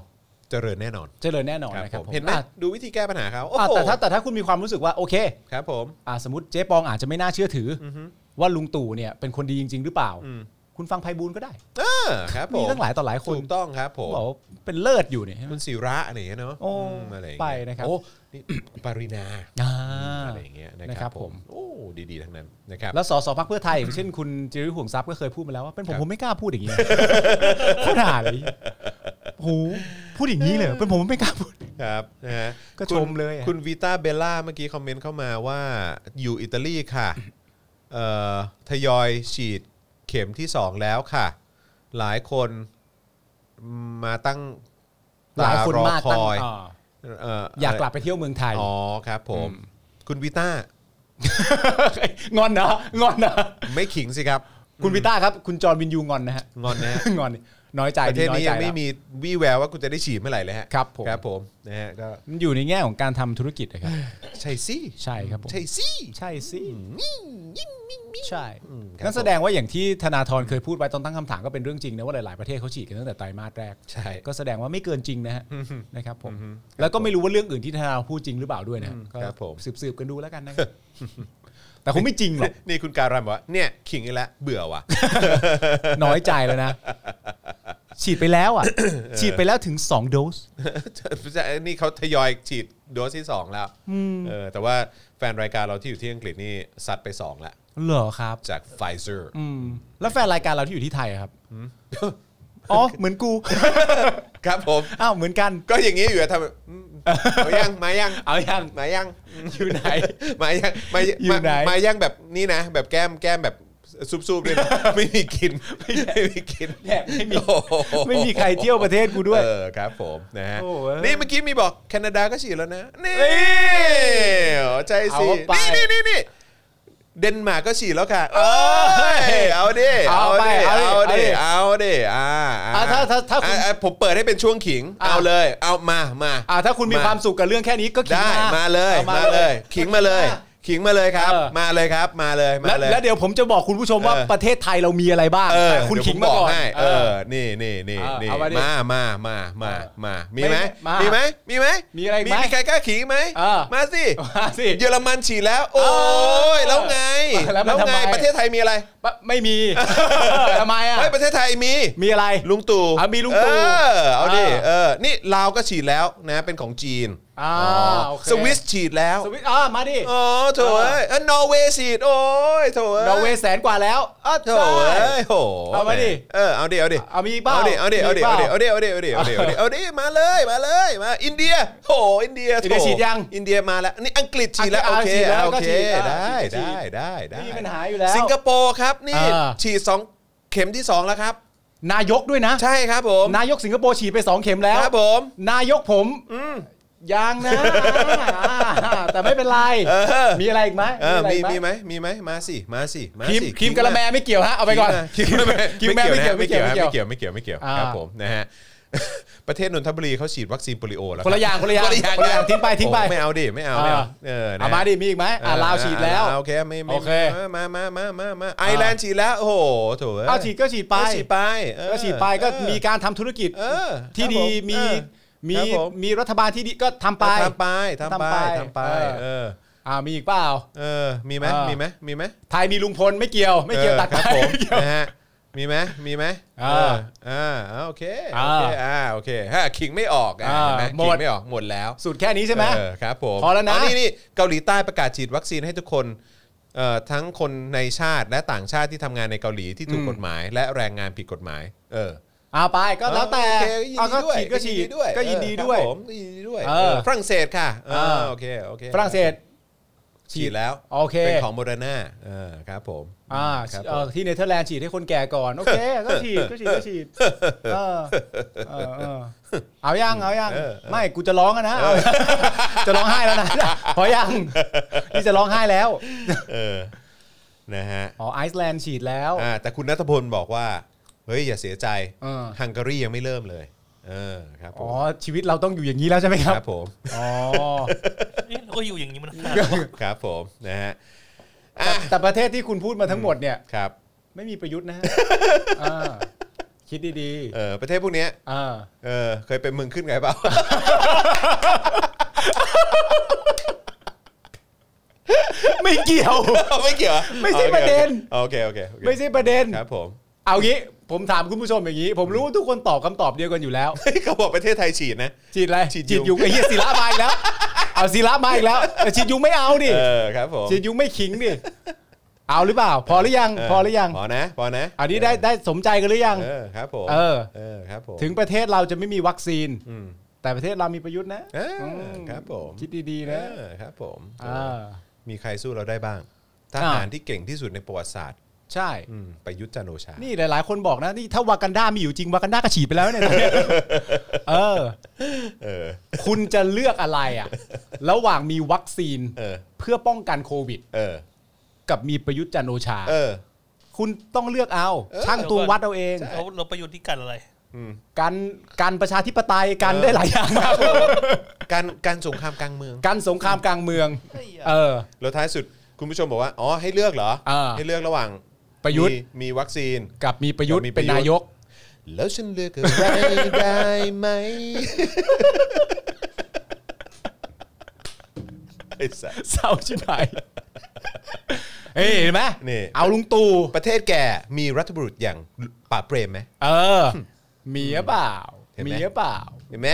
B: เจริญแน่นอน
C: เจริญแน่นอนนะครับ
B: ผมเห็นไหม
C: อ่ะ
B: ดูวิธีแก้ปัญหาเขาโอ้
C: อ่ะ
B: โห
C: แต่ถ้าแต่ถ้าคุณมีความรู้สึกว่าโอเค
B: ครับผม
C: อ่ะสมมติเจ๊ปองอาจจะไม่น่าเชื่อถืออว่าลุงตู่เนี่ยเป็นคนดีจริง ๆ หรือเปล่า
B: อืม
C: คุณฟังไพบูลย์ก็ได้
B: อ่าครับผม
C: มีตั้งหลายต่อหลายคน
B: ถูกต้องครับผม
C: บอกว่าเป็นเลิศอยู่เนี่ยใช่ไหม
B: คุณศิระอะไรอย่างเงี้ยเนาะ
C: โอ้
B: อืมอะไรอย่างเงี้ย
C: ไปนะครับ
B: โอ้นี่ ปรินา
C: อ่า
B: อะไรอย่างเงี้ยนะ
C: นะ
B: ค
C: ครั
B: รับบ ผ
C: ผม ม
B: โอ้ดีๆทั้งนั้นนะครับ
C: แล้วสสพักเพื่อไทยอย่างเช่นคุณจิริห่วงทรัพย์ก็เคยพูดมาแล้วว่าเป็น
B: ค
C: ผม
B: รับ
C: ผมไม่กล้าพูดอย่างนี้ขนาดเลยโหพูดอย่างนี้เลยเหรอเป็นผมผมไม่กล้าพูด
B: ครับนะฮะ
C: ก็ชมเลย
B: คุณ
C: อะ
B: คุณวีตาเบลล่าเมื่อกี้คอมเมนต์เข้ามาว่าอยู่อิตาลีค่ะเอ่อทยอยฉีดเข็มที่ 2 แล้วค่ะ หลายคนมาตั้งต
C: หลายคนมา
B: ร
C: ก
B: อค
C: ตั้ง
B: อย
C: อ่า
B: เ
C: อยากกลับไปเที่ยวเมืองไทย
B: อ๋อครับผม
C: อืม
B: คุณวีต้าง
C: อนนะงอนนะ
B: ไม่ขิงสิครับ
C: คุณพิต้าครับ คุณจอร์นวินยูงอนนะฮะ
B: งอนนะฮะ
C: งอนน้อย ใจ
B: ประเทศนี้
C: อ
B: ยั
C: ใจ
B: งไม่
C: แล้ว
B: มีวี่แววว่าคุณจะได้ฉีดเมื่อไหร่เลยฮะ
C: ครับผม
B: ครับผมนะฮะก็
C: มันอยู่ในแง่ของการทำธุรกิจนะครับ
B: ใช่สิ
C: ใช่ครับผม
B: ใช่สิ
C: ใช่สิ
B: นี่ยิ่งยิ่งยิ่ง
C: ใช่
B: อืมครับ
C: นั่นแสดงว่าอย่างที่ธนาธรเคยพูดไว้ตอนตั้งคำถามก็เป็นเรื่องจริงนะว่าหลายๆประเทศเขาฉีดกันตั้งแต่ไตรมาสแรก
B: ใช่
C: ก็แสดงว่าไม่เกินจริงนะฮะนะครับผมแล้วก็ไม่รู้ว่าเรื่องอื่นที่ธนาธรพูดจริงหรือเปล่าด้วยนะฮะก็
B: ครับผม
C: สืบๆกันดูแล้วกัน นะครับแต่คงไม่จริงหรอก
B: นี่คุณการันบอกว่าเนี่ยขิงอีกแล้วเบื่อว่ะ
C: น้อยใจแล้ว นะ ฉีดไปแล้วอ่ะ ฉีดไปแล้วถึง 2 โดส
B: นี่เขาทยอยฉีดโดสที่ 2 แล้วเออแต่ว่าแฟนรายการเราที่อยู่ที่อังกฤษนี่ซัดไป 2 แล้ว
C: เหรอครับ
B: จากไฟเซอร์
C: อืมแล้วแฟนรายการเราที่อยู่ที่ไทยอะครับอ๋อเหมือนกู
B: ครับผม
C: อ้าวเหมือนกัน
B: ก็อย่างนี้อยู่อะทำอืมมายังมายัง
C: เอายัง
B: มายัง
C: อยู่ไหน
B: มายังมา
C: อยู่ไหน
B: มามายังแบบนี่นะ แบบแก้มแก้มแบบซุบๆด้วย นะไม่มีกินไม่มีกิน
C: เนี่ยไม่มี
B: โอ้โห
C: ไม่มีใครเที่ยวประเทศกูด้วย
B: เออครับผมนะฮะ
C: โอ้โห
B: นี่เมื่อกี้มีบอกแคนาดาก็ฉีดแล้วนะนี่ใจสิ
C: เอาไป
B: นี่นี่นี่นี่เดนมาร์กก็ฉีดแล้วค่ะเอ้ยเอาดิเอาดิเอาดิเอาดิอ่า
C: อ่ะถ้าถ้าถ้าคุณ
B: อ่ะอ่ะผมเปิดให้เป็นช่วงขิง เอาเลย เอามามา
C: อ่าถ้าคุณมี
B: มา
C: ความสุขกับเรื่องแค่นี้ก็คิด
B: ได้
C: มา
B: มาเลย
C: อ
B: มาเลยขิงมาเลย ขิงมาเลยครับ
C: เออ
B: มาเลยครับมาเลยมา
C: แล้ว
B: เลย
C: แล้วเดี๋ยวผมจะบอกคุณผู้ชมว่า
B: เออ
C: ประเทศไทยเรามีอะไรบ้าง
B: เออ
C: แต่คุณ
B: เดี๋ยว
C: ขิง
B: ผ
C: มา
B: บ
C: ก่อน
B: ให้เออ นี่นี่นี่
C: เออ
B: นี่
C: เอามาดิ
B: มามามามามามีไหม
C: ไม่มามี
B: มีไหมมีไหม
C: มีอะไรอีกไหม
B: มีใครกล้าขี่ไหม
C: เออ
B: มาสิ
C: มาสิ
B: เยอรมันฉีดแล้ว โอ้ยแล้วไง
C: แล้วมัน
B: ไง
C: ทำไม
B: ประเทศไทยมีอะไร
C: ปะไม่มี ทำไมอ่ะ
B: เฮ้ยประเทศ ทศไทยมี
C: มีอะไร
B: ลุงตู่
C: อ่ะมีลุงตู่
B: เออเอาดิ
C: อ่า
B: เออนี่ลาวก็ฉีดแล้วนะเป็นของจีน
C: อ่าโอเค
B: สวิสฉีดแล้ว
C: สวิสอ่ามาดิ
B: อ๋อโถเอ้ยเออนอร์เวย์ฉีดโอ้ยโถเอ้ย
C: นอร์เวย์แสนกว่าแล้วอ่ะ
B: โถเอ้ยโห
C: เอามาดิ
B: เออเอาดิเอาดิ
C: เอามีเปล่า
B: ดิเอาดิเอาดิ
C: มีเป
B: เอา
C: ล่า
B: ดิเอาดิเอาดิเอาดิเอาดิเอาดิเอาดิมาเลยมาเลยมาอินเดียโหอินเดียโถ
C: อินเดียฉีดยัง
B: อินเดียมาแล้วนี่อังกฤษฉีดแล้ว
C: อั
B: โอง
C: กฤษ
B: เค
C: ฉีดแล้ว
B: โอ
C: ก็
B: เค
C: ฉีดอ่ะ
B: ได้
C: ฉีด
B: ได้ได้ได้
C: ไม่มีปัญหาอยู่แล้ว
B: สิงคโปร์ครับนี่
C: อ่า
B: ฉีดสองเข็มที่สองแล้วครับ
C: นายกด้วยนะ
B: ใช่ครับผม
C: นายกสิงคโปร์ฉีดไป 2 เข็มแล้ว
B: ครับผม
C: นายกผมยัง นะ แต่ไม่เป็นไร
B: อ
C: มีอะไรอีกไหม
B: เออมีมี
C: อะไรก
B: ไหมมีไหมมาสิมาสิมา
C: ครีม
B: สิ
C: ครีมกะละแมไม่เกี่ยวฮะเอาไปก่อน
B: ครีมกะละแม
C: ครีมแม่ไม่ เกี่ยวไม่เกี่ยว
B: ไม่
C: ไม่
B: เกี่ย
C: เกี่ยว ว
B: ไม่เกี่ยวไม่เกี่ยวไม่เกี่ยว
C: อ่า
B: ครับผมนะฮ ะ ประเทศนนทบุรีเขาฉีดวัคซีนโปลิโอแล้ว
C: คนละอย่างคนละอย่างคนละอย่างทิ้งไปทิ้งไป
B: โอ้ไม่เอาดิไม่เอาไม่เอา
C: ะ
B: เออนะ
C: เอามาดิมีอีกไหม
B: เอ
C: อ่า
B: อ
C: ลาวฉีดแล้ว
B: โอเคไม่ไม่
C: โอเค
B: มามามามามาไอร์แลนด์ฉีดแล้วโอ้โหโถย
C: เอาฉีดก็ฉีดไป
B: ก็ฉีดไปเออ
C: ก็ฉีดไปก็
B: เออ
C: มีการทำธุรกิจ
B: เออ
C: ที่
B: ครับ
C: ดี
B: ผ
C: มี
B: เออค
C: มี
B: รับผม
C: มีรัฐบาลที่ดีก็ทำไป
B: ทำไปทำไป
C: ทำไป
B: ทำไป
C: เออ
B: เออ
C: อ่ามีอีกเปล่า
B: เออมีไหม
C: อ่ามี
B: มีไหมมีไหม
C: ไทยมีลุงพลไม่เกี่ยวไม่เกี่ยว
B: ออ
C: ตัด
B: ค
C: ไป
B: รับผม
C: ไม่เกี่ยว
B: นะฮะมีไหมมีไหม
C: อ่า
B: เอออ่าโอเค
C: อ่า
B: โอเคอ่าโอเคฮะคิงไม่ออกอ่ะ
C: อ่า
B: เห็นไหม
C: หม
B: คิ
C: ด
B: งไม่ออกหมดแล้ว
C: สุดแค่นี้ใช่ไหม
B: เออครับผม
C: พอแล้วนะ
B: นี่นี่เกาหลีใต้ประกาศฉีดวัคซีนให้ทุกคนเอ่อทั้งคนในชาติและต่างชาติที่ทำงานในเกาหลีที่ถูกกฎหมาย และแรงงานผิดกฎหมาย เออ
C: เอาไปก็แล้วแต่
B: โอเค
C: เอาก็
B: ก็
C: ฉีดก็
B: ยิ
C: ฉี
B: น
C: ด
B: ดีด้วย
C: ก็ยินดีด้วย
B: เออครับผมก็ยินดีด้วย
C: เออ
B: เออฝรั่งเศสค่ะเออ
C: เออ
B: โอเคโอเค
C: ฝรั่งเศส
B: ฉีดแล้ว
C: โอเค
B: เป็นของโมเดอร์นาเออครับผม
C: อ่า
B: ครับผม
C: เอ่อที่เนเธอร์แลนด์ฉีดให้คนแก่ก่อน โอเค ก็ฉีดก็ฉีดก็ฉีดเออเออเออเอายังเอายัง
B: เออเออ
C: ไม่กูจะร้องอะนะเอาจะร้องไห้แล้วนะพอยังนี่จะร้องไห้แล้ว
B: เออนะฮะ
C: อ๋อไอซ์แลนด์ฉีดแล้ว
B: อ่าแต่คุณนัทพลบอกว่า เฮ้ย อย่าเสียใจ
C: เออ
B: ฮังการียังไม่เริ่มเลย เออครับผ
C: อ๋อ
B: ม
C: ชีวิตเราต้องอยู่อย่างนี้แล้วใช่ไหมครับ
B: ครับผม
C: อ๋อ
D: เอ๊ะแล้วก็อยู่อย่างนี้มันนา น
B: ครับผมนะฮะ
C: แต่แต่ประเทศที่คุณพูดมาทั้งหมดเนี่ย
B: ครับ
C: ไม่มีประยุทธ์ นะฮะอ่าคิดดี
B: เออประเทศพวกเนี้ย
C: ๆอ่า
B: เออเคยเป็นเมืองขึ้นไงเปล่า
C: ไม่เกี่ยว
B: ไม่เกี่ยว
C: ไม่ใช่ประเด็น
B: โอเคโอเคโอเค
C: ไม่ใช่ประเด็น
B: ครับผม
C: เอางี้ผมถามคุณผู้ชมอย่างนี้ ผมรู้ว่าทุกคนตอบคำตอบเดียวกันอยู่แล้ว
B: เฮ้ยเขาบอกประเทศไทยฉีดนะ
C: ฉีดอะไร
B: ฉีดยุง
C: ฉีดยุงไอ้เหี้ยศิละมาอี กแล้ว เอาศิละมาอีกแล้วแต่ฉีดยุงไม่เอาดิ
B: เออครับผม
C: ฉีดยุงไม่ขิงดิเอาหรือเปล่า พอหรือยัง
B: เ
C: พอหรือยัง
B: พอนะพอนะ
C: อันนี้ได้ได้สมใจกันหรือยัง
B: เออครับผม
C: เออ
B: เออครับผม
C: ถึงประเทศเราจะไม่มีวัคซีน
B: อืม
C: แต่ประเทศเรามีประยุทธ์นะ
B: เอออ
C: ม
B: ครับผม
C: คิดดีๆ
B: เอ
C: นะ
B: อครับผม
C: อ่า
B: มีใครสู้เราได้บ้าง ท
C: อ่า
B: หารที่เก่งที่สุดในประวัติศาสตร์
C: ใช่
B: อืมประยุทธ์จันทร์โอชา
C: นี่หลายๆ คนบอกนะนี่ถ้าวากันดามีอยู่จริงวากันดาก็ฉีดไปแล้ว เนี่ยตอนเนี้ยเออ
B: เออ
C: คุณจะเลือกอะไรอะระหว่างมีวัคซีน
B: เออ
C: เพื่อป้องกันโควิด
B: เออ
C: กับมีประยุทธ์จันทร์โอชา
B: เออ
C: คุณต้องเลือกเอา
B: เออ
C: ช่างตวงวัดเอาเอง
D: แล้วเราประโยชน์ที่กันอะไร
C: การการประชาธิปไตยการได้หลายอย่างมาก
B: การการสงครามกลางเมือง
C: การสงครามกลางเมือง
D: เฮ้ยอะ
C: เออ
B: แล้วท้ายสุดคุณผู้ชมบอกว่า อ๋อ ให้เลือกเหรอ
C: อ่า
B: ให้เลือกระหว่าง
C: ประยุทธ์
B: มีมีวัคซีน
C: กับมีประยุทธ์
B: กับมีป
C: เป็
B: ระ
C: น
B: ยุทธ์
C: นายก
B: แล้วฉันเลือกอะไรได้ไหม ไอ้สัส
C: เศร้าชิบ หายเฮ้ยเห็นไหม
B: นี่
C: เอาลุงตู่
B: ประเทศแกมีรัฐบุรุษอย่างป่าบเปรมไหม
C: เออ มีหรือเปล่า
B: เห็นไหม
C: มีหรือเปล่า
B: เห็นไหม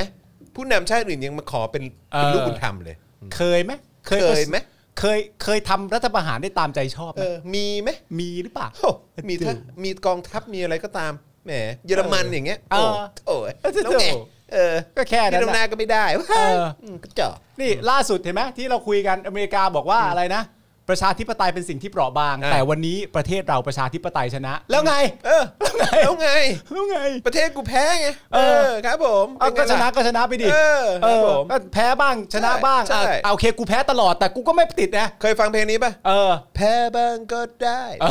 B: ผู้นำชาติอื่นยังมาขอเป็น
C: เอ
B: เป็น
C: อ
B: ลูกบุญธรรมเลย
C: เคยไหม
B: เคยไหม
C: เคยเคยทำรัฐประหารได้ตามใจชอบไห
B: เอ
C: ม
B: อ มีไหม
C: มีหรือเปล่า
B: โอ้มีทะมีกองทัพมีอะไรก็ตาม แหม เยอรมันอย่างเงี้ย
C: เอ
B: โอ้
C: อ
B: โอ้ยแล้วไง
C: โอ้โห
B: เออ
C: ก็แค่
B: เย
C: นั้
B: อน รมัน
C: น่ะ
B: ก็ไม่ได้
C: เออ
B: มกระจอก
C: นี่ล่าสุดเห็นไหมที่เราคุยกันอเมริกาบอกว่าอะไรนะ ประชาธิปไตยเป็นสิ่งที่เปราะบาง แต่วันนี้ประเทศเราประชาธิปไตยชนะ แล้วไง
B: เออแล้วไง
C: แล้วไง
B: ประเทศกูแพ้ไง
C: เอ
B: เอ
C: อ
B: อครับผม
C: เอา
B: เป็
C: ก็
B: ไง
C: ช
B: ล่
C: นะก็ชนะไปดิ
B: เออ
C: เอ
B: ค
C: อ
B: รับผม
C: ก็แพ้บ้างชนะบ้าง
B: ใช่
C: อ่ะ
B: ใช่
C: เอาโอเคกูแพ้ตลอดแต่กูก็ไม่ติดนะ
B: เคยฟังเพลงนี้ป่ะ
C: เออ
B: แพ้บ้างก็ได้ เอ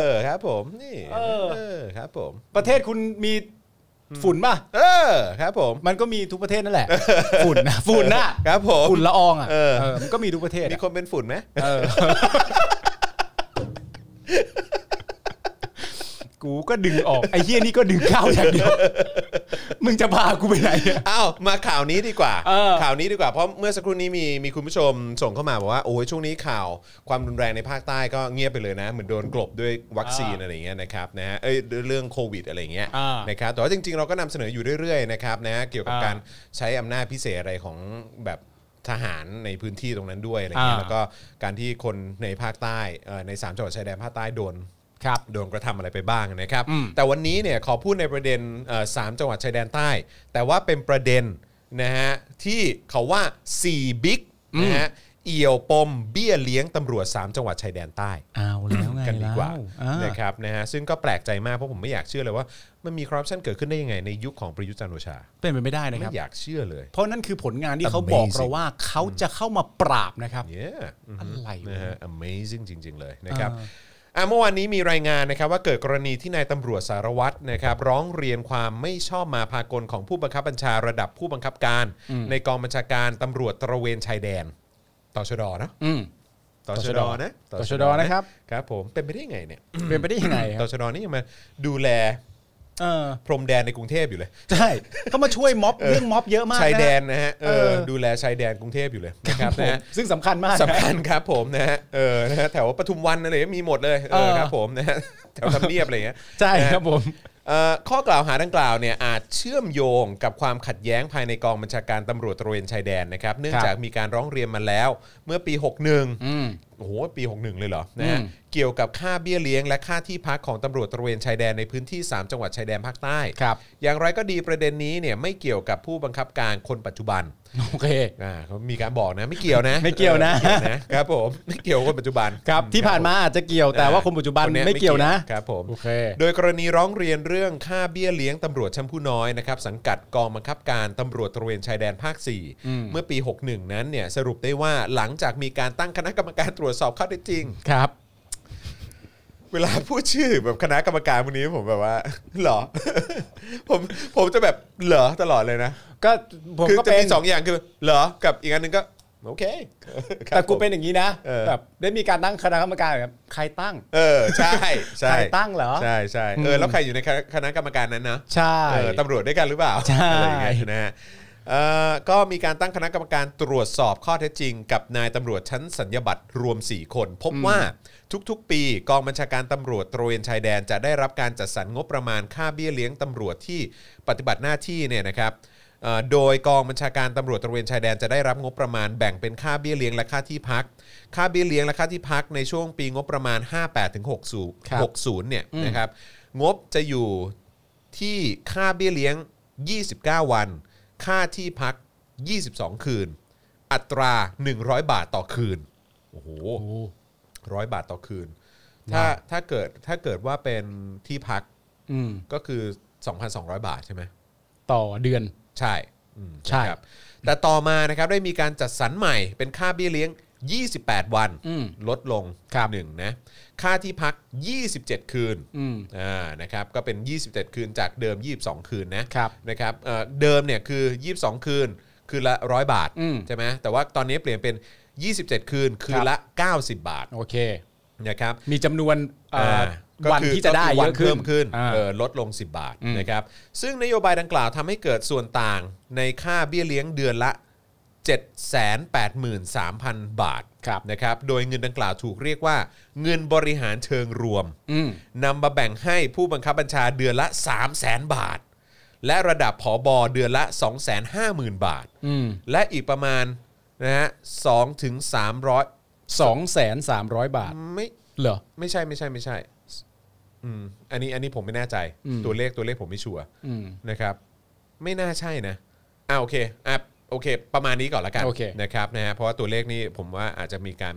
B: อครับผม นี่
C: เออ
B: เออครับผม
C: ประเทศคุณมีฝุ่นป่ะ
B: เออครับผม
C: มันก็มีทุกประเทศนั่นแหละ ฝุ่นนะฝุ่นนะครับ
B: ผม
C: ฝุ่นละอองอ่ะ
B: เออ
C: เออมันก็มีทุกประเทศ
B: มี
C: อะ
B: คนเป็นฝุ่นไหม
C: เออ กู กูก็ดึงออก ไอ้เฮียนี่ก็ดึงเข้าอย่างเดียว มึงจะพากูไปไหนอะ
B: อ้าวมาข่าวนี้ดีกว่า
C: เออ
B: ข่าวนี้ดีกว่าเพราะเมื่อสักครู่นี้มีมีคุณผู้ชมส่งเข้ามาบอกว่าโอ้ยช่วงนี้ข่าวความรุนแรงในภาคใต้ก็เงียบไปเลยนะ เหมือนโดนกลบด้วยวัคซีน
C: อ่า
B: อะไรอย่างเงี้ยนะครับนะฮะเอ้ยเรื่องโควิดอะไรอย่างเงี้ย
C: อ่า
B: นะครับแต่ว่าจริง ๆ เราก็นำเสนออยู่เรื่อยๆนะครับนะฮะเกี่ยวกับ
C: อ่า
B: การใช้อำนาจพิเศษอะไรของแบบทหารในพื้นที่ตรงนั้นด้วยอะไรเงี้ย
C: อ่า
B: แล้วก็การที่คนในภาคใต้เอ่อในสามจังหวัดชายแดนภาคใต้โดน
C: ครับ
B: โดนกระทำอะไรไปบ้างนะครับ
C: อืม
B: แต่วันนี้เนี่ยขอพูดในประเด็นเอ่อสามจังหวัดชายแดนใต้ แต่ว่าเป็นประเด็นนะฮะที่เขาว่า 4 บิ๊กนะฮะเอี่ยวปมเบี้ยเลี้ยงตำรวจ 3 จังหวัดชายแดนใต้
C: เอาแล้วไง
B: กันดีกว่า
C: เล่อ่า
B: นะครับนะฮะซึ่งก็แปลกใจมากเพราะผมไม่อยากเชื่อเลยว่า มันมีคอร์รัปชันเกิดขึ้นได้ยังไงในยุคของประยุทธ์จันทร์โอชา
C: เป็นไปไม่ได้นะค
B: ไม่
C: รับ
B: อยากเชื่อเลย
C: เพราะนั่นคือผลงานที่เขาบอก
B: Amazing
C: เราว่าเขาจะเข้ามาปราบนะครับ
B: Yeah ม
C: อะไรวะ
B: นะฮะ Amazing จริง ๆ เลยนะครับ
C: อ่า
B: อ่ะเมื่อวานนี้มีรายงานนะครับว่าเกิดกรณีที่นายตำรวจสารวัตรนะครับร้องเรียนความไม่ชอบมาพากลของผู้บังคับบัญชาระดับผู้บังคับการ ในกองบัญชาการตำรวจตระเวนชายแดนต่อชดนะ
C: อืม
B: ต่อชดนะ
C: ต่อชดนะครับ
B: ครับผมเป็นไปได้ไงเนี่ย
C: เป็นไปได้ยังไงค
B: ต่อ
C: รั
B: บ ชดนี่ยังมาดูแล
C: เออ
B: พรมแดนในกรุงเทพอยู่เลย
C: ใช่เขามาช่วยม็อบเรื่องม็อบเยอะมากนะ
B: ชายแดนนะฮะเอ
C: เอ
B: อ
C: อ
B: ดูแลชายแดนกรุงเทพอยู่เลยนะ
C: ค
B: ค
C: รั
B: รั
C: บบผ
B: นะ
C: ม
B: ฮะ
C: ซึ่งสำคัญมากนะ
B: สำคัญครับผมนะฮะเออนะฮะแถวปทุมวันอะไรมีหมดเลยเอ
C: เอ
B: อ
C: อ
B: ครับผมนะฮะแถวทำเนียบอะไรเงี้ย
C: ใช่ครับผม
B: เอ่อข้อกล่าวหาดังกล่าวเนี่ยอาจเชื่อมโยงกับความขัดแย้งภายในกองบัญชาการตำรวจตระเวนชายแดนนะครับเนื่องจากมีการร้องเรียนมาแล้วเมื่อปี 61
C: อืม
B: โอ้โหปี 61 เลยเหรอนะฮะ
C: อืม
B: เกี่ยวกับค่าเบี้ยเลี้ยง และค่าที่พักของตำรวจตระเวนชายแดนในพื้นที่ 3 จังหวัดชายแดนภาคใต้
C: ครับ
B: อย่างไรก็ดีประเด็นนี้เนี่ยไม่เกี่ยวกับผู้บังคับการคนปัจจุบัน
C: โอเค
B: อ่าเขามีการบอกนะไม่เกี่ยวนะ
C: ไม่เกี่ยวนะ
B: ออไม่เกี่ยวนะครับผมไม่เกี่ยวกับคนปัจจุบัน
C: ครับที่ผ่านมาอาจจะเกี่ยวแต่ว่าคนปัจจุบัน
B: ย
C: ไม่เกี่ยวนะ
B: ครับผม
C: โอเค
B: โดยกรณีร้องเรียนเรื่องค่าเบี้ยเลี้ยงตำรวจชั้นผู้น้อยนะครับสังกัดกองบังคับการตำรวจตระเวนชายแดนภาค 4 เมื่อปี 61 นั้นเนี่ยสรุปได้ว่าหลังจากมีการตั้งคณะกรรมการตรวจสอบข้อเท็จจริง
C: ครับ
B: เวลาพูดชื่อแบบคณะกรรมการพวกนี้ผมแบบว่า เหรอ ผมผมจะแบบเหรอตลอดเลยนะ
C: ก็ผม
B: คือ
C: ก็
B: จะ
C: เป็
B: มี
C: น
B: สองอย่างคือเหรอกับอีกอันหนึ่งก็โอเค ครับ
C: แต่กู
B: ผม
C: เป็นอย่างนี้นะ
B: เออ
C: แบบได้มีการตั้งคณะกรรมการแบบใครตั้ง
B: เออใช่ใช่
C: ใครตั้งเหรอ
B: ใช่ใช่เออแล้วใครอยู่ในคณะคณะกรรมการนั้นนะ
C: ใช่
B: เออตำรวจด้วยกันหรือเปล่า
C: ใช่
B: อะไรอย่างเงี้ยนะฮะเอ่อก็มีการตั้งคณะกรรมการตรวจสอบข้อเท็จจริง กับนายตำรวจชั้นสัญญบัตรรวม 4 คน พบว่าทุกๆ ปีกองบัญชาการตำรวจตระเวนชายแดนจะได้รับการจัดสรรงบประมาณค่าเบี้ยเลี้ยงตำรวจที่ปฏิบัติหน้าที่เนี่ยนะครับเอ่อโดยกองบัญชาการตำรวจตระเวนชายแดนจะได้รับงบประมาณแบ่งเป็นค่าเบี้ยเลี้ยงและค่าที่พัก ค่าเบี้ยเลี้ยงและค่าที่พักในช่วงปีงบประมาณ 58-60
C: ครับ
B: 60เนี่ยนะครับงบจะอยู่ที่ค่าเบี้ยเลี้ยง 29 วัน ค่าที่พัก 22 คืน อัตรา 100 บาทต่อคืนโอ้โหร้อยบาทต่อคืน ถ้าถ้าเกิดถ้าเกิดว่าเป็นที่พัก
C: อืม
B: ก็คือ 2,200 บาทใช่ไหม
C: ต่อเดือน
B: ใช่อืม
C: ใช่
B: ครับแต่ต่อมานะครับได้มีการจัดสรรใหม่เป็นค่าเบี้ยเลี้ยง 28 วัน
C: อืม
B: ลดลง
C: ครับ
B: หนึ่งนะค่าที่พัก 27 คืน
C: อืม
B: อ่านะครับก็เป็น 27 คืนจากเดิม 22 คืนนะครับ นะครับเอ่อเดิมเนี่ยคือ 22 คืน คืนละ 100 บาท
C: อืม
B: ใช่ไหมแต่ว่าตอนนี้เปลี่ยนเป็น 27 คืน คืนละ 90 บาท
C: โอเค
B: นะครับ
C: มีจำนวนเอ่อ
B: อ่าก็
C: วัน
B: คือ
C: ที่จะได้
B: ก็คือวั
C: เย
B: น
C: อะขึ้
B: เพิ่
C: น
B: มขึ้น
C: อ่า
B: เออลดลง 10 บาท
C: อืม
B: นะครับซึ่งนโยบายดังกล่าวทำให้เกิดส่วนต่างในค่าเบี้ยเลี้ยงเดือนละ 783,000 บาท
C: ครับ
B: นะครับโดยเงินดังกล่าวถูกเรียกว่า เงินบริหารเชิงรวม
C: อืม
B: นำมาแบ่งให้ผู้บังคับบัญชาเดือนละ 3 0 0แสนบาท และระดับผอบอเดือนละ 2 5 0 0 0 0 บาท
C: อืม
B: และอีกประมาณนะฮะสองถึงสามร้อย
C: สองแสนสามร้อยบาท
B: ไม่
C: เหรอ
B: ไม่ใช่ไม่ใช่ไม่ใช่ อืม อันนี้อันนี้ผมไม่แน่ใจ ตัวเลขตัวเลขผมไม่ชัวร์
C: อืม
B: นะครับ ไม่น่าใช่นะอ่าโอเคอ่ะโอเค ประมาณนี้ก่อนละกัน
C: โอเค
B: นะครับนะฮะเพราะว่าตัวเลขนี่ผมว่าอาจจะมีการ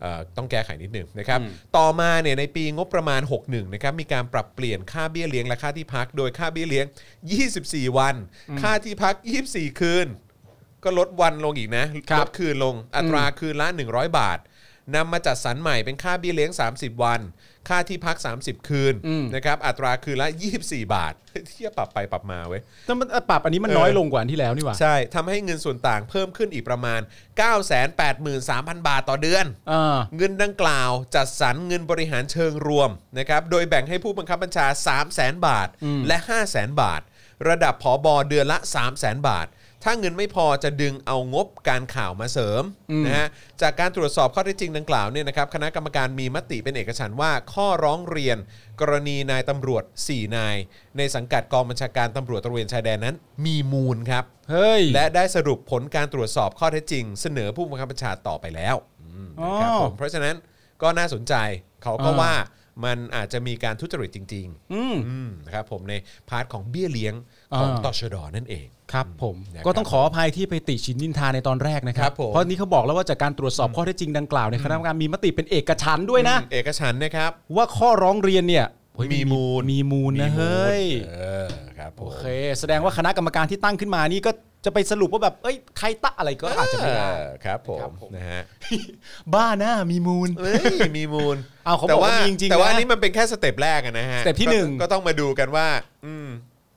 B: เอ่อต้องแก้ไขนิดหนึ่งนะครับ ต่อมาเนี่ยในปีงบประมาณ 61นะครับมีการปรับเปลี่ยนค่าเบี้ยเลี้ยงและค่าที่พัก โดยค่าเบี้ยเลี้ยง 24 วัน ค่าที่พัก 24 คืน ก็ลดวันลงอีกนะ
C: ครั
B: ล
C: บ
B: ดคืนลงอัตราคืนละ 100 บาทนำมาจัดสรรใหม่เป็นค่าเบี้ยเลี้ยง 30 วัน ค่าที่พัก 30 คืนนะครับอัตราคืนละ 24 บาท เที่ยปรับไปปรับมาเว้ย
C: แต่มันปรับอันนี้มัน
B: เออ
C: น้อยลงกว่าอันที่แล้วนี่หว่า
B: ใช่ทำให้เงินส่วนต่างเพิ่มขึ้นอีกประมาณ 983,000 บาทต่อเดือน
C: อ่า
B: เงินดังกล่าวจัดสรรเงินบริหารเชิงรวมนะครับ โดยแบ่งให้ผู้บังคับบัญชา 3 0 0แสนบาทและ 5 0 0แสนบาท ระดับผอบอเดือนละ 3 0 0แสนบาท ถ้าเงินไม่พอจะดึงเอางบการข่าวมาเสริมนะฮะจากการตรวจสอบข้อเท็จจริงดังกล่าวเนี่ยนะครับคณะกรรมการมีมติเป็นเอกฉันท์ว่าข้อร้องเรียน กรณีนายตำรวจ 4 นาย ในสังกัดกองบัญชาการตำรวจตระเวนชายแดนนั้น มีมูลครับ
C: เฮ้ย
B: และได้สรุปผลการตรวจสอบข้อเท็จจริง เสนอผู้บังคับบัญชาต่อไปแล้วอืม
C: อ๋อ
B: นะครับผมเพราะฉะนั้นก็น่าสนใจเขาก็
C: อ่า
B: ว่ามันอาจจะมีการทุจริตจริง
C: อืม
B: ๆ อืมนะครับผมในพาร์ทของเบี้ยเลี้ยงของ
C: อ่า
B: ตชดนั่นเอง
C: ครับผม
B: นะครับ
C: ก็ต้องขออภัยที่ไปติชินนินทาในตอนแรกนะครั
B: ครับ บผม
C: เพราะนี่เขาบอกแล้วว่าจากการตรวจสอบข้อเท็จจริงดังกล่าวในยคณะกรรมการมีมติเป็นเอกฉันท์ด้วยนะ
B: อืมเอกฉันท์นะครับ
C: ว่าข้อร้องเรียนเนี่ยเฮ้ย
B: มีมูล
C: มีมูลนะเฮ้ย
B: เออครับผม
C: โอเค แสดงว่าคณะกรรมการที่ตั้งขึ้นมานี่ก็จะไปสรุปว่าแบบเอ้ยใครตะอะไรก็อาจจะไม่ได้
B: เออครับผ
C: ครั
B: ม
C: บผม
B: นะฮะ
C: บ้าหน้ามีมูล
B: เอ้ยมีมูล
C: เอาเขาบอก
B: แต่ว่า
C: ว่ามีจริงๆ
B: แต่ว่า
C: นะ
B: อันนี่มันเป็นแค่สเต็ปแรกอะนะฮะ
C: สเต็ปที่หนึ่ง
B: ก็ก็ต้องมาดูกันว่า อืม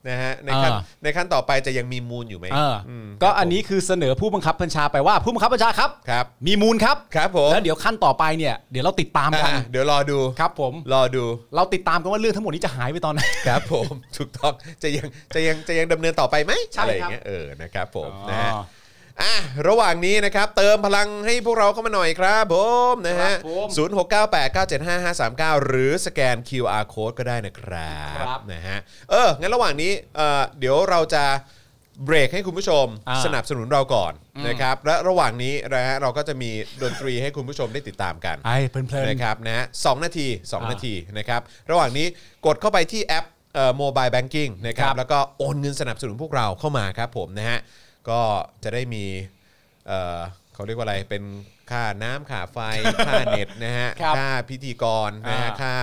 B: นะฮะในขั้น
C: อ่า
B: ในขั้นต่อไปจะยังมีมูลอยู่ไหม
C: เอออ
B: ม
C: ก็อันนี้คือเสนอผู้บังคับบัญชาไปว่าผู้บังคับบัญชาครับ
B: ครับ
C: มีมูลครับ
B: ครับผม
C: แล้วเดี๋ยวขั้นต่อไปเนี่ยเดี๋ยวเราติดตามกัน
B: อ่ะเดี๋ยวรอดู
C: ครับผม
B: รอดู
C: เราติดตามกันว่าเรื่องทั้งหมดนี้จะหายไปตอนไหน
B: ครับผม ถูกต้องจะยังจะยังจะยังดำเนินต่อไปไหม
C: ใช่
B: อะไรอย่าง
C: ครับ
B: เงี้ยเออนะครับผม
C: อ๋อ
B: นะฮะอ่ะระหว่างนี้นะครับ เติมพลังให้พวกเราเข้ามาหน่อยครับผมนะฮะ
C: ครับผม
B: 0 6 9 8 9 7 5 5 3 9 หรือสแกน QR code ก็ได้นะครับ
C: ครับ
B: นะฮะเอองั้นระหว่างนี้เอ่อเดี๋ยวเราจะเบรกให้คุณผู้ชม
C: อ่า
B: สนับสนุนเราก่อนนะครับและระหว่างนี้นะฮะเราก็จะมีดนตรีให้คุณผู้ชมได้ติดตามกัน
C: ไอ้เพลิน
B: นะครับนะฮะสองนาทีสอง
C: อ่า
B: นาทีนะครับระหว่างนี้กดเข้าไปที่แอปเอ่อโมบายแบงกิ้งนะครับ
C: ครับ
B: แล้วก็โอนเงินสนับสนุนพวกเราเข้ามาครับผมนะฮะก็จะได้มีเอ่อเขาเรียกว่าอะไรเป็นค่าน้ำค่า ไฟ ค่าเน็ตนะฮะ
C: ครับ
B: ค่าพิธีกรนะฮะ
C: อ่า
B: ค่า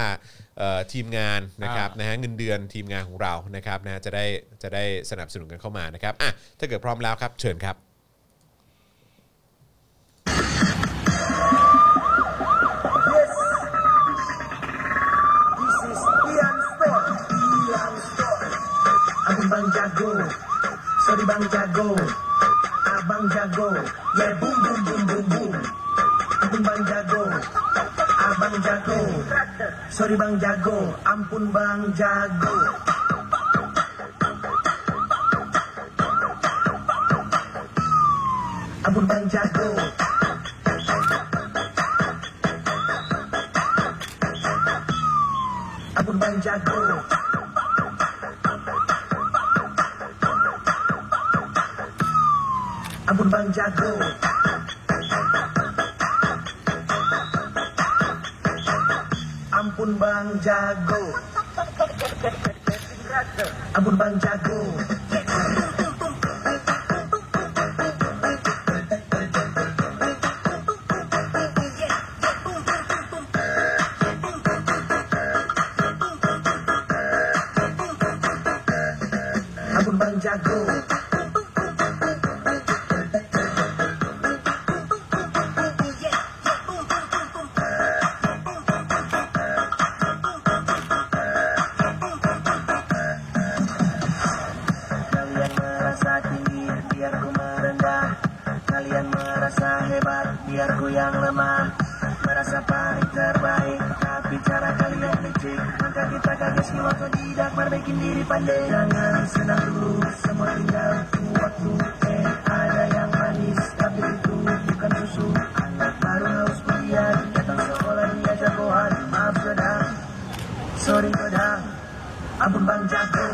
B: เอ่อทีมงานนะครับ
C: อ่าน
B: นะฮะเงินเดือนทีมงานของเรานะครับนะฮะจะได้จะได้สนับสนุนกันเข้ามานะครับอ่ะถ้าเกิดพร้อมแล้วครับเชิญครับ
G: This is Ian Store. Ian Store. Abang Jago. Sorry Bang Jago. Abang Jago. Yeah, boom, boom, boom, boom, boom. Abang Jago. Abang Jago. Sorry Bang Jago. Ampun Bang Jago. Ampun Bang Jago. Ampun Bang Jago. Ampun Bang Jago. Ampun Bang Jago. Ampun Bang Jago. Ampun Bang Jago. Kalian merasa tinggi, biar ku merendah. Kalian merasa hebat, biar ku yang lemah. Merasa paling terbaik, tapi cara kalian licik. Maka kita gagas di waktu tidak perbaikin diri pandai. Jangan senang dulu, semua tinggal tunggu waktu. Eh, ada yang manis, tapi itu bukan susu. Anak baru haus kuliah, datang sekolah dia jagoan. Maaf sedang, sorry sedang. Ampun bang jago.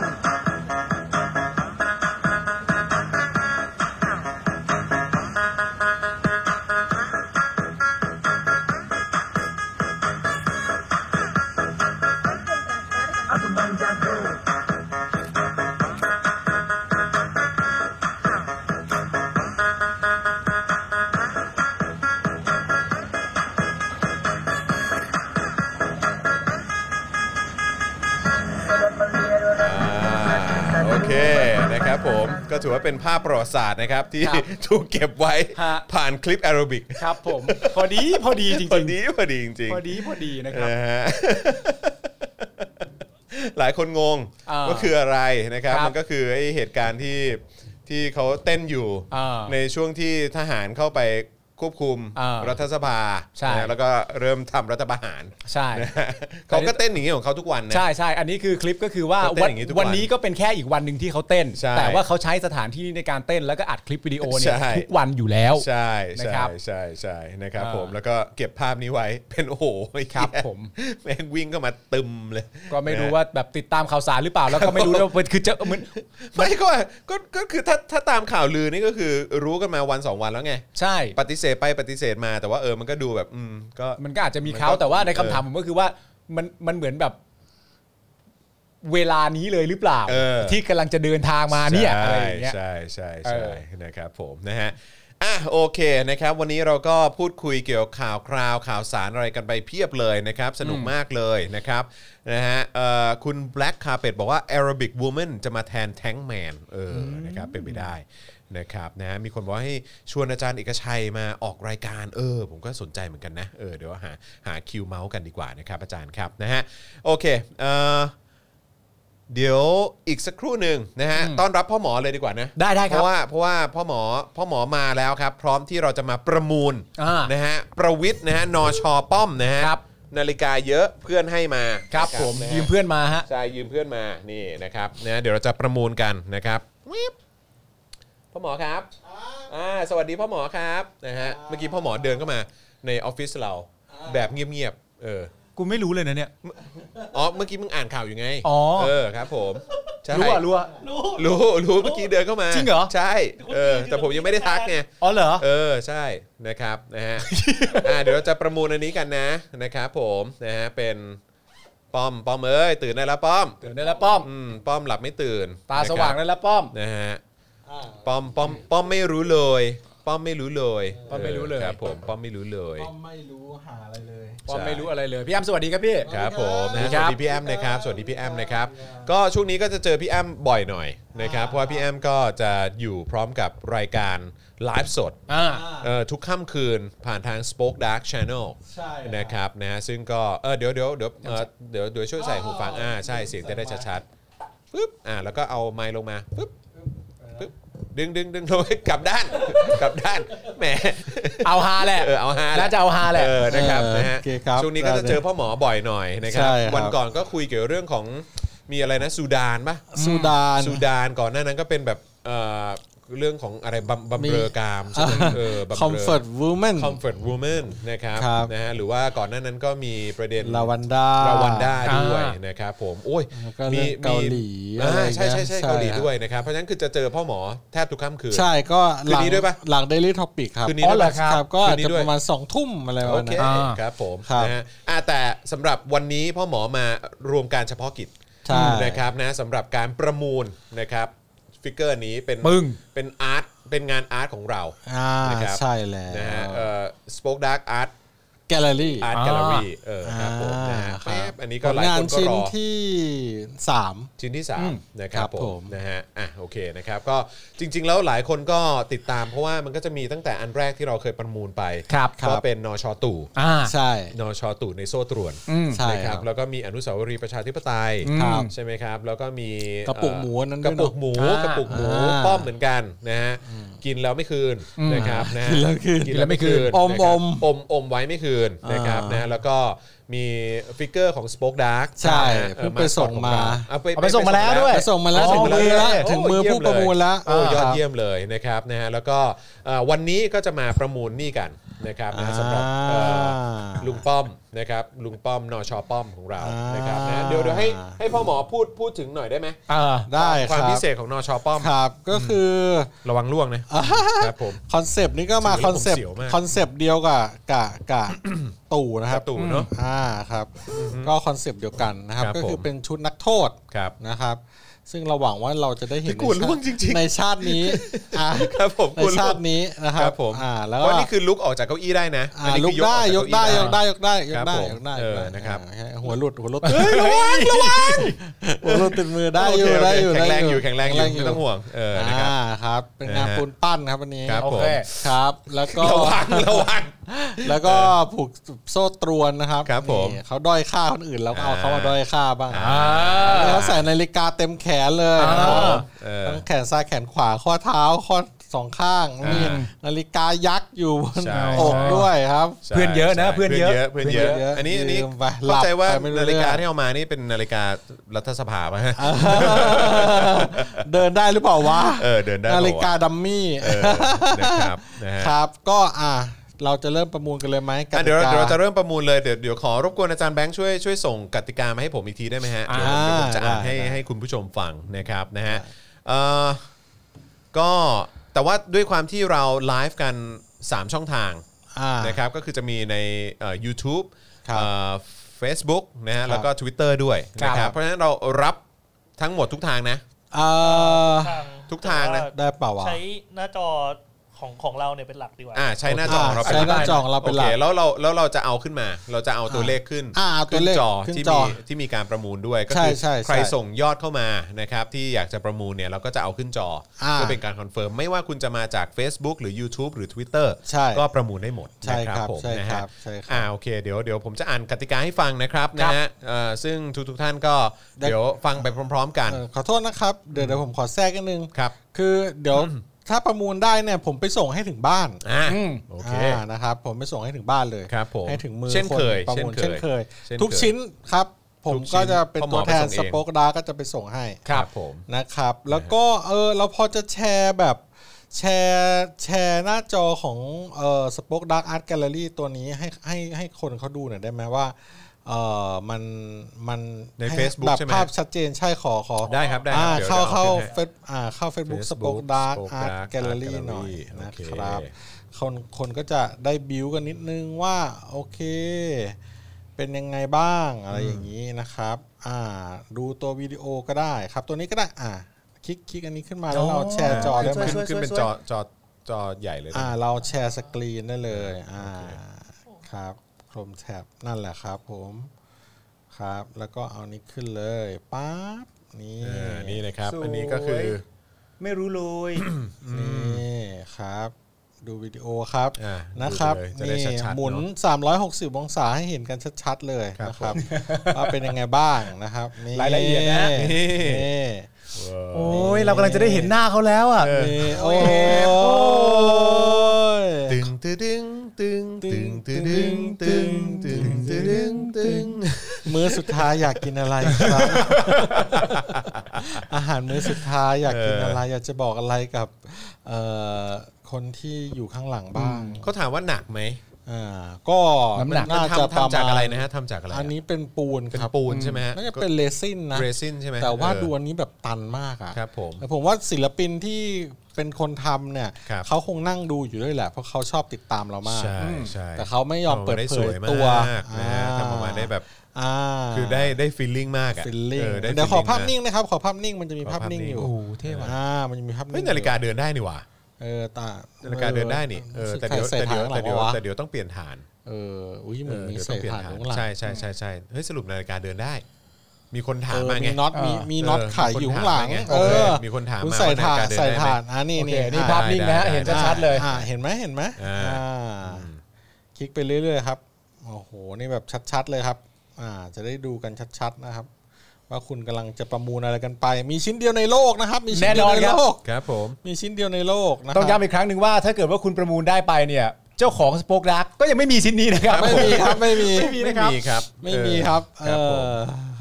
G: Ampun bang jago.
B: ครับผม ก็ถือว่าเป็นภาพประวัติศาสตร์นะครับ ที่
C: ครับ
B: ถูกเก็บไว้
C: ฮะ
B: ผ่านคลิปแอโรบิก
C: ครับผม พอดีพอดีจริง
B: พ
C: ๆ
B: อดีพอดีจริง
C: พอดีพอดีนะครับ
B: นะฮะ หลายคนงง
C: อ่า
B: ว่าคืออะไรนะครับ
C: ครับ
B: มันก็คือไอเหตุการณ์ที่ที่เขาเต้นอยู่
C: อ่า
B: ในช่วงที่ทหารเข้าไปควบคุม
C: อ่า
B: รั
C: รั
B: ฐสภา
C: ใช่
B: นะแล้วก็เริ่มทำรัฐประหาร
C: ใช่
B: นะฮะเขาก็เต้นอย่างนี้ของเขาทุกวันนะ
C: ใช่ใช่อันนี้คือคลิปก็คือว่า
B: เขาเต้น
C: วัน
B: อย่างนี้ทุกวัน
C: วันนี้ก็เป็นแค่อีกวันหนึ่งที่เขาเต้น
B: ใช่
C: แต่ว่าเขาใช้สถานที่ในการเต้นแล้วก็อัดคลิปวิดีโอเนี่ย
B: ใช่
C: ทุกวันอยู่แล้ว
B: ใช่
C: นะ
B: ใช่
C: ครับ
B: ใช่ใช่นะครับ
C: อ่า
B: ผมแล้วก็เก็บภาพนี้ไว้เป็นโอ้โหไอ้เหี้ย
C: ครับผม
B: แม่งวิ่งเข้ามาตึมเลย
C: ก็ไม่รู้
B: นะ
C: ว่าแบบติดตามข่าวสารหรือเปล่าแล้วก็ไม่รู้ด้วยว่าเป็นคือจะเหมือน
B: ไม่ก็ก็ก็คือถ้าถ้าตามข่าวลือนี่ก็คือรู้กันมาวันสองวันแล้วไง
C: ใช่
B: ปฏิเสธไปปฏิเสธมาแต่ว่าเออมันก็ดูแบบอืมก็
C: มันก็อาจจะมี
B: มันก็
C: เขาแต่ว่าในคำถาม
B: เออ
C: ผมก็คือว่ามันมันเหมือนแบบ เวลานี้เลยหรือเปล่า
B: เออ
C: ที่กำลังจะเดินทางมาเนี่ยอะไรอย่างเงี้ย
B: ใช่ใช่
C: เอ
B: ใช่
C: อ
B: นะครับผมนะฮะอ่ะโอเคนะครับ วันนี้เราก็พูดคุยเกี่ยวกับข่าวคราวข่าวสารอะไรกันไปเพียบเลยนะครับ สนุกมากเลยนะครับนะฮะเอ่อคุณ Black Carpet บอกว่า Arabic Woman จะมาแทน Tank Man เอออนะครับเป็นไปได้นะครับนะฮะมีคนบอกว่าให้ชวนอาจารย์เอกชัยมาออกรายการเออ ผมก็สนใจเหมือนกันนะเออเดี๋ยวหาหาคิวเมาส์กันดีกว่านะครับอาจารย์ครับนะฮะโอเคเอ่อ เดี๋ยวอีกสักครู่หนึ่งนะฮะต้อนรับพ่อหมอเลยดีกว่านะ
C: ได้ได้ครับ
B: เพราะว่าเพราะว่าพ่อหมอพ่อหมอมาแล้วครับ พร้อมที่เราจะมาประมูล
C: อ่าน
B: นะฮะประวิทย์นะฮะนอชอป้อมนะฮะ
C: ครับ
B: นาฬิกาเยอะเพื่อนให้มา
C: ครับผม
B: ะฮะ
C: ยืมเพื่อนมาฮะ
B: ใช่ยืมเพื่อนมานี่นะครับนะเดี๋ยวเราจะประมูลกันนะครับวิบพ่อหมอครับอ่าสวัสดีพ่อหมอครับนะฮะเมื่อกี้พ่อหมอเดินเข้ามาในออฟฟิศเราแบบเงียบๆเออ
C: กูไม่รู้เลยนะเนี่ย
B: อ๋อเมื่อกี้มึงอ่านข่าวอยู่ไง
C: อ๋อ
B: เออครับผมใช่
C: รู้อ่ะรู้อ่ะ
B: รู้รู้เมื่อกี้เดินเข้ามา
C: จริงเหรอ
B: ใช่เออแต่ผมยังไม่ได้ทักไง
C: อ๋อเหรอ
B: เออใช่นะครับนะฮะ อ่าเดี๋ยวเราจะประมูลอันนี้กันนะนะครับผมนะฮะเป็นป้อมป้อมเอ้ยตื่นได้แล้วป้อม
C: เดี๋ยวได้แล้วป้อม
B: อืมป้อมหลับไม่ตื่น
C: ตาสว่าง
B: นะ
C: ได้
B: ครับ
C: แล้วป้อม
B: นะฮะป้อมป้อมป้อมไม่รู้เลยป้อมไม่รู้เลย
C: ป้อมไม่รู้เลย
B: ครับผมป้อมไม่รู้เลย
H: ก็ไม่รู้หาอะไรเลย
C: ป้อมไม่รู้อะไรเลย พี่แอมสวัสดีครับพี่
B: ครับผมนะฮะ
C: ค
B: ส
C: รับ
B: วัสดีพี่แอมนะครับสวัสดีพี่แอมนะครับก็ช่วงนี้ก็จะเจอพี่แอมบ่อยหน่อยนะครับเพราะว่าพี่แอมก็จะอยู่พร้อมกับรายการไลฟ์สด
C: อ่า
B: เออทุกค่ำคืนผ่านทาง Spoke Dark Channel
H: ใช่ครับ
B: นะครับนะฮะซึ่งก็เออเดี๋ยวเดี๋ยวเดี๋ยวเอ่อเดี๋ยวเดี๋ยวช่วยใส่หูฟังอ่าใช่เสียงจะได้ชัดๆปึ๊บอ่าแล้วก็เอาไมค์ลงมาปึ๊บปึ๊บดึงดึงดึงลง ให้กลับด้าน กลับด้านแหม
C: เอาฮาแหละ
B: เออเอาฮา
C: น่าจะเอาฮาแหละ
B: เออนะครับ
H: เออ
B: นะฮะ
H: โอเคครับ
B: ช่วงนี้ก็จะเจอพ่อหมอบ่อยหน่อยนะครั
H: ใช่
B: บ
H: ครับ
B: วันก่อนก็คุยเกี่ยวเรื่องของมีอะไรนะซูดานปะ
H: สุดาน
B: ซูดานก่อนหน้านั้นก็เป็นแบบเอ่อเรื่องของอะไรบำบำเรอกามใช่ไหมเออบำเรอ
H: comfort woman
B: comfort woman นะครับ
H: ครับ
B: นะฮะหรือว่าก่อนหน้านั้นก็มีประเด็น
H: ลาวันดา
B: ลาวันด้าด้วย
C: อ่าน
B: นะครับผมโอ้ย
H: แล้วก็เรื่องเกาหลี
B: อ่า
H: อะไรอย่างเงี้ย
B: ใช่ใช่ใช่
H: ใช่
B: เกาหลีด้วยนะครับเพราะฉะนั้นคือจะเจอพ่อหมอแทบทุกค่ำคืน
H: ใช่ก็หลั
B: คืนนี้ด้วยปะ
H: หลัง daily topic ครับ
B: คืนนี้ด้วยปะ
H: ครับ ก็อา
B: คืน
H: จ
B: นี้
H: จะ
B: ด้วย
H: ประมาณสองทุ่มอะไรประ
B: โอ
H: มาณ
B: เค
H: นั้น
B: ครับผม
H: ครับ
B: นะฮะอ่าแต่สำหรับวันนี้พ่อหมอมารวมการเฉพาะกิจ
H: ใช่
B: นะครับนะสำหรับการประมูลนะครับฟิกเกอร์นี้เป็น
C: ปึ้ง
B: เป็นอาร์ตเป็นงานอาร์ตของเรา
H: อ่า
B: นะครับ
H: ใช่แล้ว
B: นะฮะเอ่อสป็อคดักอาร์ต
H: แกลเลอรี่
B: อาร์ตแกลเลอรี่เออครับผมนะฮะแป๊บอันนี้ก็หลาย
H: งา
B: คน นก็
H: ชิ้น
B: รอ
H: ที่สาม
B: ชิ้นที่ 3 นะครับ
H: ครับ
B: ผ
H: ผม ม
B: นะฮะอ่ะโอเคนะครับก็จริง ๆ แล้วหลายคนก็ติดตามเพราะว่ามันก็จะมีตั้งแต่อันแรกที่เราเคยประมูลไป
C: ครับ
B: ก็เป็นนชตู่
C: อ่า
H: ใช่
B: นชตู่ในโซ่ตรวน
H: ใช่
B: นะค
H: ค
B: รั
H: รั
B: บบ แล้วก็มีอนุสาวรีย์ประชาธิปไตย
H: ครับ
B: ใช่ไหมครับ แล้วก็มี
H: กระปุกหมูอันนั้น
B: ก
H: ด้
B: ระ
H: วย
B: ปุ
H: เนอะ
B: กหมู
C: อ่าก
B: ระปุกหมู
H: อ่า
B: ป้อมเหมือนกันนะฮะกินแล้วไม่คืนนะครับนะฮะ
H: กินแล้วคืน
B: กินแล้วไม่คืน
H: อม
B: นะครับ
H: อม
B: อมอมไว้ไม่คืนนะครับ
H: อ่าน
B: นะแล้วก็มีฟิกเกอร์ของ Spoke Dark
H: ใช่
B: นะฮะ
H: เพิ่ง
B: เออ
H: ไปส่ง
B: ของ
H: มา
B: เราเอาไป
C: เอาไปส่งมาแล้วด้วย
H: ไปส่งมาแล้วถึงมือแล้วถึงมือผู้ประมูลแล้ว
B: โอ้ยอดเยี่ยมเลยนะครับนะฮะแล้วก็เอ่อวันนี้ก็จะมาประมูลนี่กันนะครับนะสำหรับเอ่อลุงป้อมนะครับลุงป้อมนชป้อมของเรา
H: อ่าน
B: นะครับนะเดี๋ยวเดี๋ยวให้ให้พ่อหมอพูดพูดถึงหน่อยได้ไหม
C: อ่า
H: ได้คว
B: คา
H: รั
B: ม
H: บ
B: พิเศษของนชป้อม
H: ครับก็คือ
B: ระวังล่วง นะ
H: อ
B: ครับผม
H: คอนเซปต์นี้ก็มา
B: ถือ
H: ค
B: ว่า
H: อนเซป
B: ผมเสี
H: ต์
B: ยวมาก
H: คอนเซปต์เดียวกับกับกับ ตู่นะครับ
B: กับตู่เนอะ
H: อืมอ่าครับ ก็คอนเซปต์เดียวกันนะครับ
B: ครับ
H: ก็คือ
B: ผม
H: เป็นชุดนักโทษ
B: ครับ
H: นะครับ ซึ่งเราหวังว่าเราจะได้เห็น
B: พี่กวน
H: ใน
B: ล่วงจริงๆ
H: ในชาติ นี้อ่า
B: ครับผม
H: ใน
B: คุณ
H: ชาตินี้นะค
B: ค
H: รั
B: รั
H: บบ
B: ผม
H: อ่าแล้ว
B: เพ
H: ก็
B: ราะนี่คือลุกออกจากเก้าอี้ได้นะ
H: อ่า
B: อันนี้
H: ลุ
B: คือ
H: กได้ย
B: ออก จา
H: ได้ยก
B: เา
H: ได้ยกได้ย
B: ครั
H: ก
B: บ
H: ได้
B: ผม
H: ยกได้
B: เออย
H: กได้
B: นะครับ
H: อ่าหัวหลุดหัวหลุดระวังระวัง หัวหลุดติดมือได้
B: โอ
H: อ
B: เค
H: ยู่
B: โอเค
H: ได้อยู่
B: แข็งแรงอยู่แข็งแร
H: ได้
B: งอยู่ไม่ต้องห่วงเออ
H: อ่า
B: นะครับ
H: ครับเป็นงาน
B: นะฮะ
H: ปูนปั้นครับวันนี้
B: ครับ
C: โอ
B: ผม
C: เค
H: ครับ แล้วก็
B: ระวังระวัง
H: แล้วก็ผูกโซ่ตรวนนะครับ
B: ครับผม
H: นี่เขาด้อยค่าคนอื่นแล้วก็เอาเขามาด้อยค่าบ้าง
B: อ่า
H: แล้วใส่นาฬิกาเต็มแขนเลย
C: อ่า
H: ครับผม
B: เออ
H: ทั้งแขนซ้ายแขนขวาข้อเท้าข้อสองข้าง
B: อ่ามี
H: มีนาฬิกายักษ์อยู่บน
B: ใช่
H: อกด้วยครับ
B: ใช่
C: เพื่อนเยอะนะ
B: ใช่
C: เพื่อนเยอะ
B: เพื่อนเยอะ
H: เพื่อนเยอะ
B: อันนี้อันนี้
H: ลืมไป
B: เข้าใจว่า
H: หลับไปไม่รู้
B: นาฬิกา
H: เรื่อง
B: ที่เอามานี่เป็นนาฬิการัฐสภาป่ะฮะ
H: เดินได้หรือเปล่าวะ
B: เออเดินได้
H: นาฬิกา
B: ปะวะ
H: ดัมมี่
B: เออนะครับนะฮะ
H: ครับ ก็อ่ะเราจะเริ่มประมูลกันเลยไหมก
B: อ่ะ
H: ติ
B: เดี๋ยวเรา
H: กา
B: เดี๋ยวเราจะเริ่มประมูลเลยเดี๋ยวเดี๋ยวขอรบกวนอาจารย์แบงค์ช่วยช่วยส่งกติกามาให้ผมอีกทีได้ไหมฮะเดี๋ยวผม
H: อ่า
B: เดี๋ยวผมจะอ่าน
H: ได้
B: ให้
H: ได้
B: ให้คุณผู้ชมฟังนะครับนะฮะเอ่อก็แต่ว่าด้วยความที่เราไลฟ์กัน 3 ช่องทาง
H: อ่า
B: นะครับก็คือจะมีในเอ่อ YouTube
H: ครับ
B: เฟซบุ๊กนะฮะ
H: ครับ
B: แล้วก็ Twitter ด้วยนะค
C: ครั
B: รับบ เพราะฉะนั้นเรารับทั้งหมดทุกทางนะ
H: เอ่อ
B: ทุกทางนะ
H: ได้เปล่าวะ
D: ใช้หน้าจอของของเราเนี่ยเป็นหลักดีกว่า
B: อ่าใช้หน้าจอของเรา
H: ใช้หน้าจอของเรา
B: โอ
H: เป็นห
B: เค
H: ลัก
B: แล้วเราแล้วเราจะเอาขึ้นมา เราจะเอาตัวเลขขึ้น
H: อ่าเอาตัวเลข
B: ขึ้นจอ
H: ขึ้น
B: ที่
H: จ
B: มี
H: อ
B: ที่มีการประมูลด้วยก็
H: ใช่
B: คื
H: ใช่ใช่
B: ใครส่งยอดเข้ามานะครับที่อยากจะประมูลเนี่ยเราก็จะเอาขึ้นจอ
H: อ่า
B: เพื่อเป็นการคอนเฟิร์มไม่ว่าคุณจะมาจาก Facebook หรือ YouTube หรือ Twitter
H: ใช่
B: ก็ประมูลได้หมด
H: ใช่
B: นะครับ ผม
H: ใช่
B: นะ
H: ครั
B: ฮะ
H: บใช่ครับ
B: อ่าโอเคเดี๋ยวเดี๋ยวผมจะอ่านกติกาให้ฟังนะครับนะฮะเอ่อซึ่งทุกทุกๆท่านก็
H: ได้
B: เดี๋ยวฟังไปพร้อม ๆ กัน
H: เอ่อขอโทษนะครับ เดี๋ยวเดี๋ยวผมขอแทรกนิดนึง
B: ครับ
H: คือเดี๋ยวถ้าประมูลได้เนี่ยผมไปส่งให้ถึงบ้าน
B: อ่า
C: อืม
B: โอเค
H: านะครับ ผมไปส่งให้ถึงบ้านเลย
B: ครับผม
H: ให้ถึงมือ
B: เช่นเคย
H: ประมูล
B: เช่
H: เช่
B: น
H: น
B: เค
H: เค
B: ย
H: ย
B: เช่นเคย
H: ทุกชิ้นครับ ผม
B: ทุกชิ้
H: ก็
B: น
H: จะเป็น
B: พ่อหมอ
H: ตัวแทน
B: ไป
H: ส
B: ส่งเอง
H: ป็อกดาก็จะไปส่งให้
B: ครับผม
H: นะครับ แล้วก็เออเราพอจะแชร์แบบแชร์แชร์หน้าจอของเออสป็อกดาร์กอาร์ตแกลเลอรี่ตัวนี้ให้ให้ให้คนเขาดูหน่อยได้ไหมว่าเออมันมัน
B: ใน
H: ห้
B: Facebook
H: แบบ
B: ใช่ไหม
H: ภาพชัดเจนใช่ขอขอ
B: ได้ครับได้ค
H: อ่า
B: รับดี๋ยว
H: เข้า
B: ดี๋ยว
H: เข้า
B: ขึ้นให้
H: เฟซอ่าเข้า Facebook
B: Facebook
H: Spoke Dark
B: Spoke
H: Art
B: Dark
H: Gallery
B: Art
H: หน่อย
B: Gallery
H: นะ
B: โอเค
H: ครับคนคนก็จะได้บิวกันนิดนึงว่า โอเค เป็นยังไงบ้างอะไรอย่างนี้นะครับ อ่า ดูตัววิดีโอก็ได้ครับ ตัวนี้ก็ได้อ่าคลิกคลิกอันนี้ขึ้นมาแล้วเราแชร์จอได้ไหม
B: ขึ้นขึ้นเป็นจอจอจอใหญ่เลยนะ
H: อ่า เราแชร์สกรีนได้เลยอ่าครับโครมแท็บนั่นแหละครับผมครับ แล้วก็เอานี้ขึ้นเลยปั๊บนี่
B: เออนี่นะครับ อันนี้ก็คือ
I: ไม่รู้เลย
H: นี่ครับ ดูวิดีโอครับ
B: อ่านะ
H: นะครับ
B: จะได้
H: นี่
B: ชัดๆ
H: หมุน
B: เอะ
H: 360 องศาให้เห็นกันชัดๆเลย
B: ครับ
H: นะครับว่าเป็นยังไงบ้างนะครับนี่
C: รายละเอียดนะ
H: นี่
C: โอ้ยเรากำลังจะได้เห็นหน้าเขาแล้วอ่ะ
H: นี่โอ้ย
B: ึงตึดึงตึงตึงตึดึงตึงตึงตึดึงตึง
H: มื้อสุดท้ายอยากกินอะไร ครับ อาหารมื้อสุดท้ายอยากกินอะไร อยากจะบอกอะไรกับเอ่อคนที่อยู่ข้างหลังบ้าง
B: เขาถามว่าหนักไหม
H: อ่าก็
C: น้ำหนัก
H: น่าจะ
B: ทำ
H: ประ
B: ทำจาก
H: มา
B: อะไร
H: ณ
B: นะฮะทำจากอะไร
H: อันนี้เป็นปูน
B: เป็น
H: ครับ
B: ปูนใช่ไหมฮะ
H: น่าจะเป็นเรซินนะ
B: เรซินใช่ไหม
H: แต่ว่า
B: เออ
H: ดูอันนี้แบบตันมากอะ
B: ครับผม
H: แต่ผมว่าศิลปินที่เป็นคนทำเนี่ย
B: ครับ
H: เขาคงนั่งดูอยู่ด้วยแหละ เพราะเขาชอบติดตามเรามาก
B: ใช่ใช่
H: แต่เขาไม่ยอม
B: ทำก
H: เปิด
B: ได้
H: เผ
B: ส
H: ย
B: มาก
H: ตัว
B: นะฮะทำออกมาได้แบบ
H: อ่า
B: คือได้ได้ฟีลลิ่งมากอะ
H: ฟิลลิ่ง
B: ออไ
H: เดี๋ยวขอ
B: feeling
H: ภาพ
B: มก
H: นิ่งนะครับ ขอภาพนิ่งมันจะมี
B: ขอภา
H: ภา
B: พ
H: พนิ่ง
B: นิ่ง
H: อยู่
C: โอ้เท่ว่ะ
H: อ่ามันจะมีภาพ
B: เฮ้
H: นิ่
B: ย
H: ง
B: นาฬิกาเดินได้นี่หว่า
H: เออตา
B: นาฬิกาเดินได้นี่เออแต่เดี๋ยว
H: ใส่
B: แต่
H: ถ่า
B: เดี๋ยว
H: นข้างหลั
B: แต่
H: ง
B: เดี๋ยว
H: วะ
B: แต่เดี๋ยวต้องเปลี่ยนฐาน
H: เอออุ้ยเหมือนมี
B: ดี๋ยวต้
H: ใส่
B: งปลี่ย
H: ถ่านข้างหลัง
B: ใช่ใช่ใช่ใช่เฮ้ยสรุปนาฬิกาเดินได้ มีคนถาม
H: เออ
B: มาไง
H: มีน็อตมี
C: เออ
H: มีน็อต
B: เมี
H: ไขายอยู่ข้างหลัง
B: คนถมมไ
H: เออ
B: โคมีคนถาม
H: คุณ
B: มา
H: ใส่
B: ว่
H: ถ่าน
B: ฬิกเดิ
H: ใส่
B: ได้ไหม
H: ถ่านอ่านี่
C: โอเค
H: นี่
C: นี่
H: อ่
C: ภาพนิ่งนะฮะ
B: ได้ได้
C: เห็นชัดๆเลย
H: อ่าเห็นไหมเห็นไหม
B: อ่า
H: อ่าคลิกไปเรื่อยๆครับโอ้โหนี่แบบชัดๆเลยครับ อ่า จะได้ดูกันชัดๆนะครับ ว่าคุณกำลังจะประมูลอะไรกันไป มีชิ้นเดียวในโลกนะครับ มีชิ้นเดียวใน
C: แน่นอนครับ
H: โลก
B: ครับผม
H: มีชิ้นเดียวในโลกนะค
C: ต้อง
H: รับ
C: ย้ำอีกครั้งหนึ่งว่าถ้าเกิดว่าคุณประมูลได้ไปเนี่ย เจ้าของสป o อ e ดักก็ยังไม่มีชิ้นนี้นะครับ
H: ไม่มีครับไม่มี
C: ไม่มีนะครับ
B: ไม่มีครับ
H: ไม่มีครับ
B: เออค
H: เอ
B: รับผม
H: อ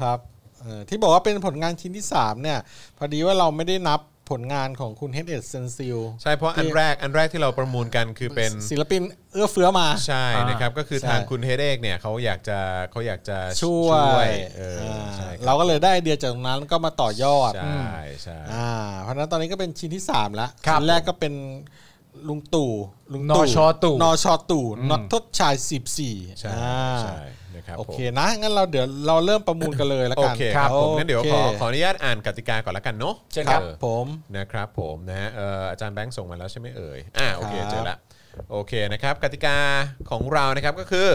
H: ครับเออที่บอกว่าเป็นผลงานชิ้นที่สามเนี่ย พอดีว่าเราไม่ได้นับผลงานของคุณเฮดเอ็ดเซนซิล
B: ใช่เพราะอันแรกอันแรกที่เราประมูลกันคือเป็น
H: ศิลปินเอื้อเฟื้อมา
B: ใช่นะครับ ก็คือ
H: ใช่
B: ทางคุณเฮเดกเนี่ยเขาอยากจะเขาอยากจะ
H: ช่วย
B: เออ
H: อ่า
B: ใช่ค
H: เรา
B: รับ
H: ก็เลยได้ไอเดียจากตรงนั้นก็มาต่อยอด
B: ใช่ใช่
H: อ่าเพราะฉะนั้นตอนนี้ก็เป็นชิ้นที่ 3 แล้ว
C: ครับ
H: ชิ้นแรกก็เป็น ลุงตู่ลุง
C: นชตู่
H: นชตู่
C: อืม
H: นักโทษชายสิบสี่
B: ใช่ใช่นะครับ
H: โอ
B: ผม
H: เคนะ งั้นเราเดี๋ยวเราเริ่มประมูลกันเลยละ
B: โอ
H: กัน
B: เคครับผม
H: โ
B: งั้นเดี๋ยว
H: ค
B: ขอขออนุญาตอ่านกติกาก่อนละกันเนาะ
C: เชิญ
H: ค
C: ครั
H: รับ บผม
B: นะครับผมนะฮะเอ่ออาจารย์แบงค์ส่งมาแล้วใช่ไหมเอ่ยอ่าโอเคเจอละโอเคนะครับกติกาของเรานะครับก็คือ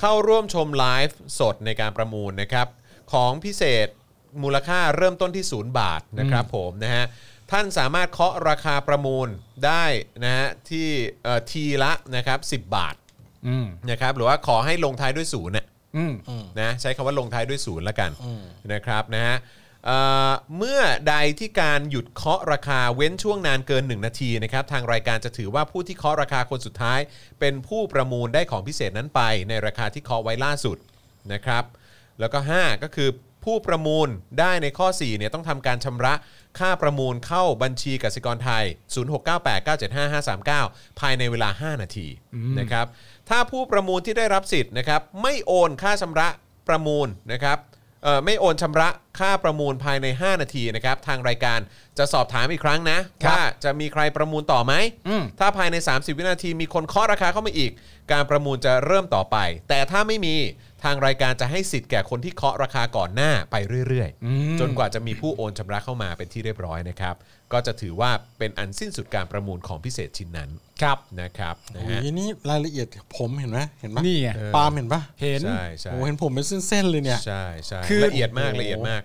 B: เข้าร่วมชมไลฟ์สดในการประมูลนะครับ ของพิเศษมูลค่าเริ่มต้นที่ 0 บาทนะครับผมนะฮะท่านสามารถเคาะราคาประมูลได้นะฮะที่เอ่อทีละนะครับ10 บาท
C: อืม
B: นะครับหรือว่าขอให้ลงท้ายด้วยศูนย์น่ะ
C: อืม
B: นะใช้คำว่าลงท้ายด้วยศูนย์ละกันนะครับนะฮะเอ่อเมื่อใดที่การหยุดเคาะราคาเว้นช่วงนานเกิน 1 นาทีนะครับทางรายการจะถือว่าผู้ที่เคาะราคาคนสุดท้าย เป็นผู้ประมูลได้ของพิเศษนั้นไป ในราคาที่เคาะไว้ล่าสุดนะครับ แล้วก็ 5 ก็คือผู้ประมูลได้ในข้อ4เนี่ยต้องทำการชำระค่าประมูลเข้าบัญชีกสิกรไทย 0698975539 ภายในเวลา 5 นาทีนะครับถ้าผู้ประมูลที่ได้รับสิทธิ์นะครับไม่โอนค่าชำระประมูลนะครับเอ่อไม่โอนชำระค่าประมูลภายใน 5 นาทีนะครับทางรายการจะสอบถามอีกครั้งนะ
C: ครับ
B: ว่าจะมีใครประมูลต่อไหม
C: อืม
B: ถ้าภายใน 30 วินาทีมีคนเคาะราคาเข้ามาอีก การประมูลจะเริ่มต่อไป แต่ถ้าไม่มีทางรายการจะให้สิทธิ์แก่คนที่เคาะราคาก่อนหน้าไปเรื่อย
C: อืม
B: จนกว่าจะมีผู้โอนชำระเข้ามาเป็นที่เรียบร้อยนะครับ ก็จะถือว่าเป็นอันสิ้นสุดการประมูลของพิเศษชิ้นนั้น
C: ครับ
B: นะครับนะ
H: โอ้
B: ฮะ
H: ยนี่รายละเอียดผมเห็นไหมเห็นปะ
C: นี่ไง
H: เออปาล์มเห็นปะ
C: เห็น
B: ใช่ใช่
H: โอ้เห็นผมเป็นเส้นๆเลยเนี่ย
B: ใช่ใช่
C: คือ
B: ละเอียดมากละเอียดมาก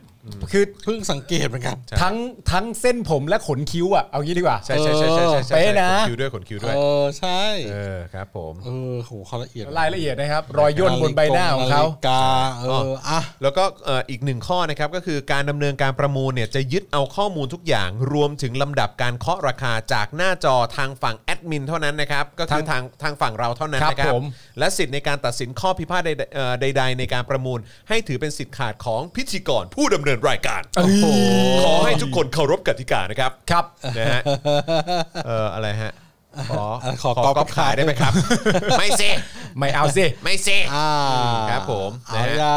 C: คือ
H: เพิ่งสังเกตเหมือนกัน
B: ใช่
C: ทั้งทั้งเส้นผมและขนคิ้วอ่ะเอางี้ดีกว่า
B: ใช่ใช่ใช่ใช่ใช่ใช่
C: เป๊ะนะ
B: ขนคิวด้วยขนคิวด้วย
H: เออใช่
B: เออครับผม
H: เออโหเขาละเอียด
C: รายละเอียดนะครับ รอยย่นบนใบหน้าของเขา
H: ฬิกาเอออ่ะ
B: แล้วก็เอ่ออีกหนึ่งข้อนะครับก็คือการดำเนินการประมูลเนี่ยจะยึดเอาข้อมูลทุกอย่าง รวมถึงลำดับการเคาะราคาจากหน้าจอทางฝั่งแอดมินเท่านั้นนะครับ ก็คือทางทางฝั่งเราเท่านั้นนะค
C: ครั
B: รับบ
C: ผม
B: และสิทธิ์ในการตัดสินข้อพิพาทใดเอ่อใด ๆ ในการประมูล ให้ถือเป็นสิทธิ์ขาดของพิธีกรผู้ดำเนินรายการ
C: โอ้โห
B: ขอให้ทุกคนเคารพกติกานะครับ
C: ครับ
B: นะฮะเอ่ออะไรฮะขอ
H: ขอก๊อป
B: ขายได้ไหมครับ ไม่สิ
C: ไม่เอาสิ
B: ไม่สิ
H: อ่า
B: ครับผม
H: เอา
B: นะฮะ
H: ละ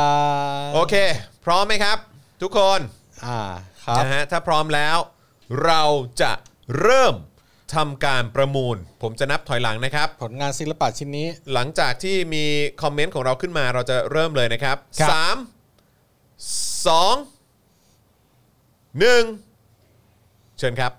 B: โอเค พร้อมไหมครับ ทุกคน
H: อ่าครับ
B: นะฮะถ้าพร้อมแล้วเราจะเริ่มทำการประมูล ผมจะนับถอยหลังนะครับ
H: ผลงานศิลปะชิ้นนี้
B: หลังจากที่มีคอมเมนต์ของเราขึ้นมาเราจะเริ่มเลยนะครับ
C: ครับ
B: สามสองหนึ่งเชิญครับ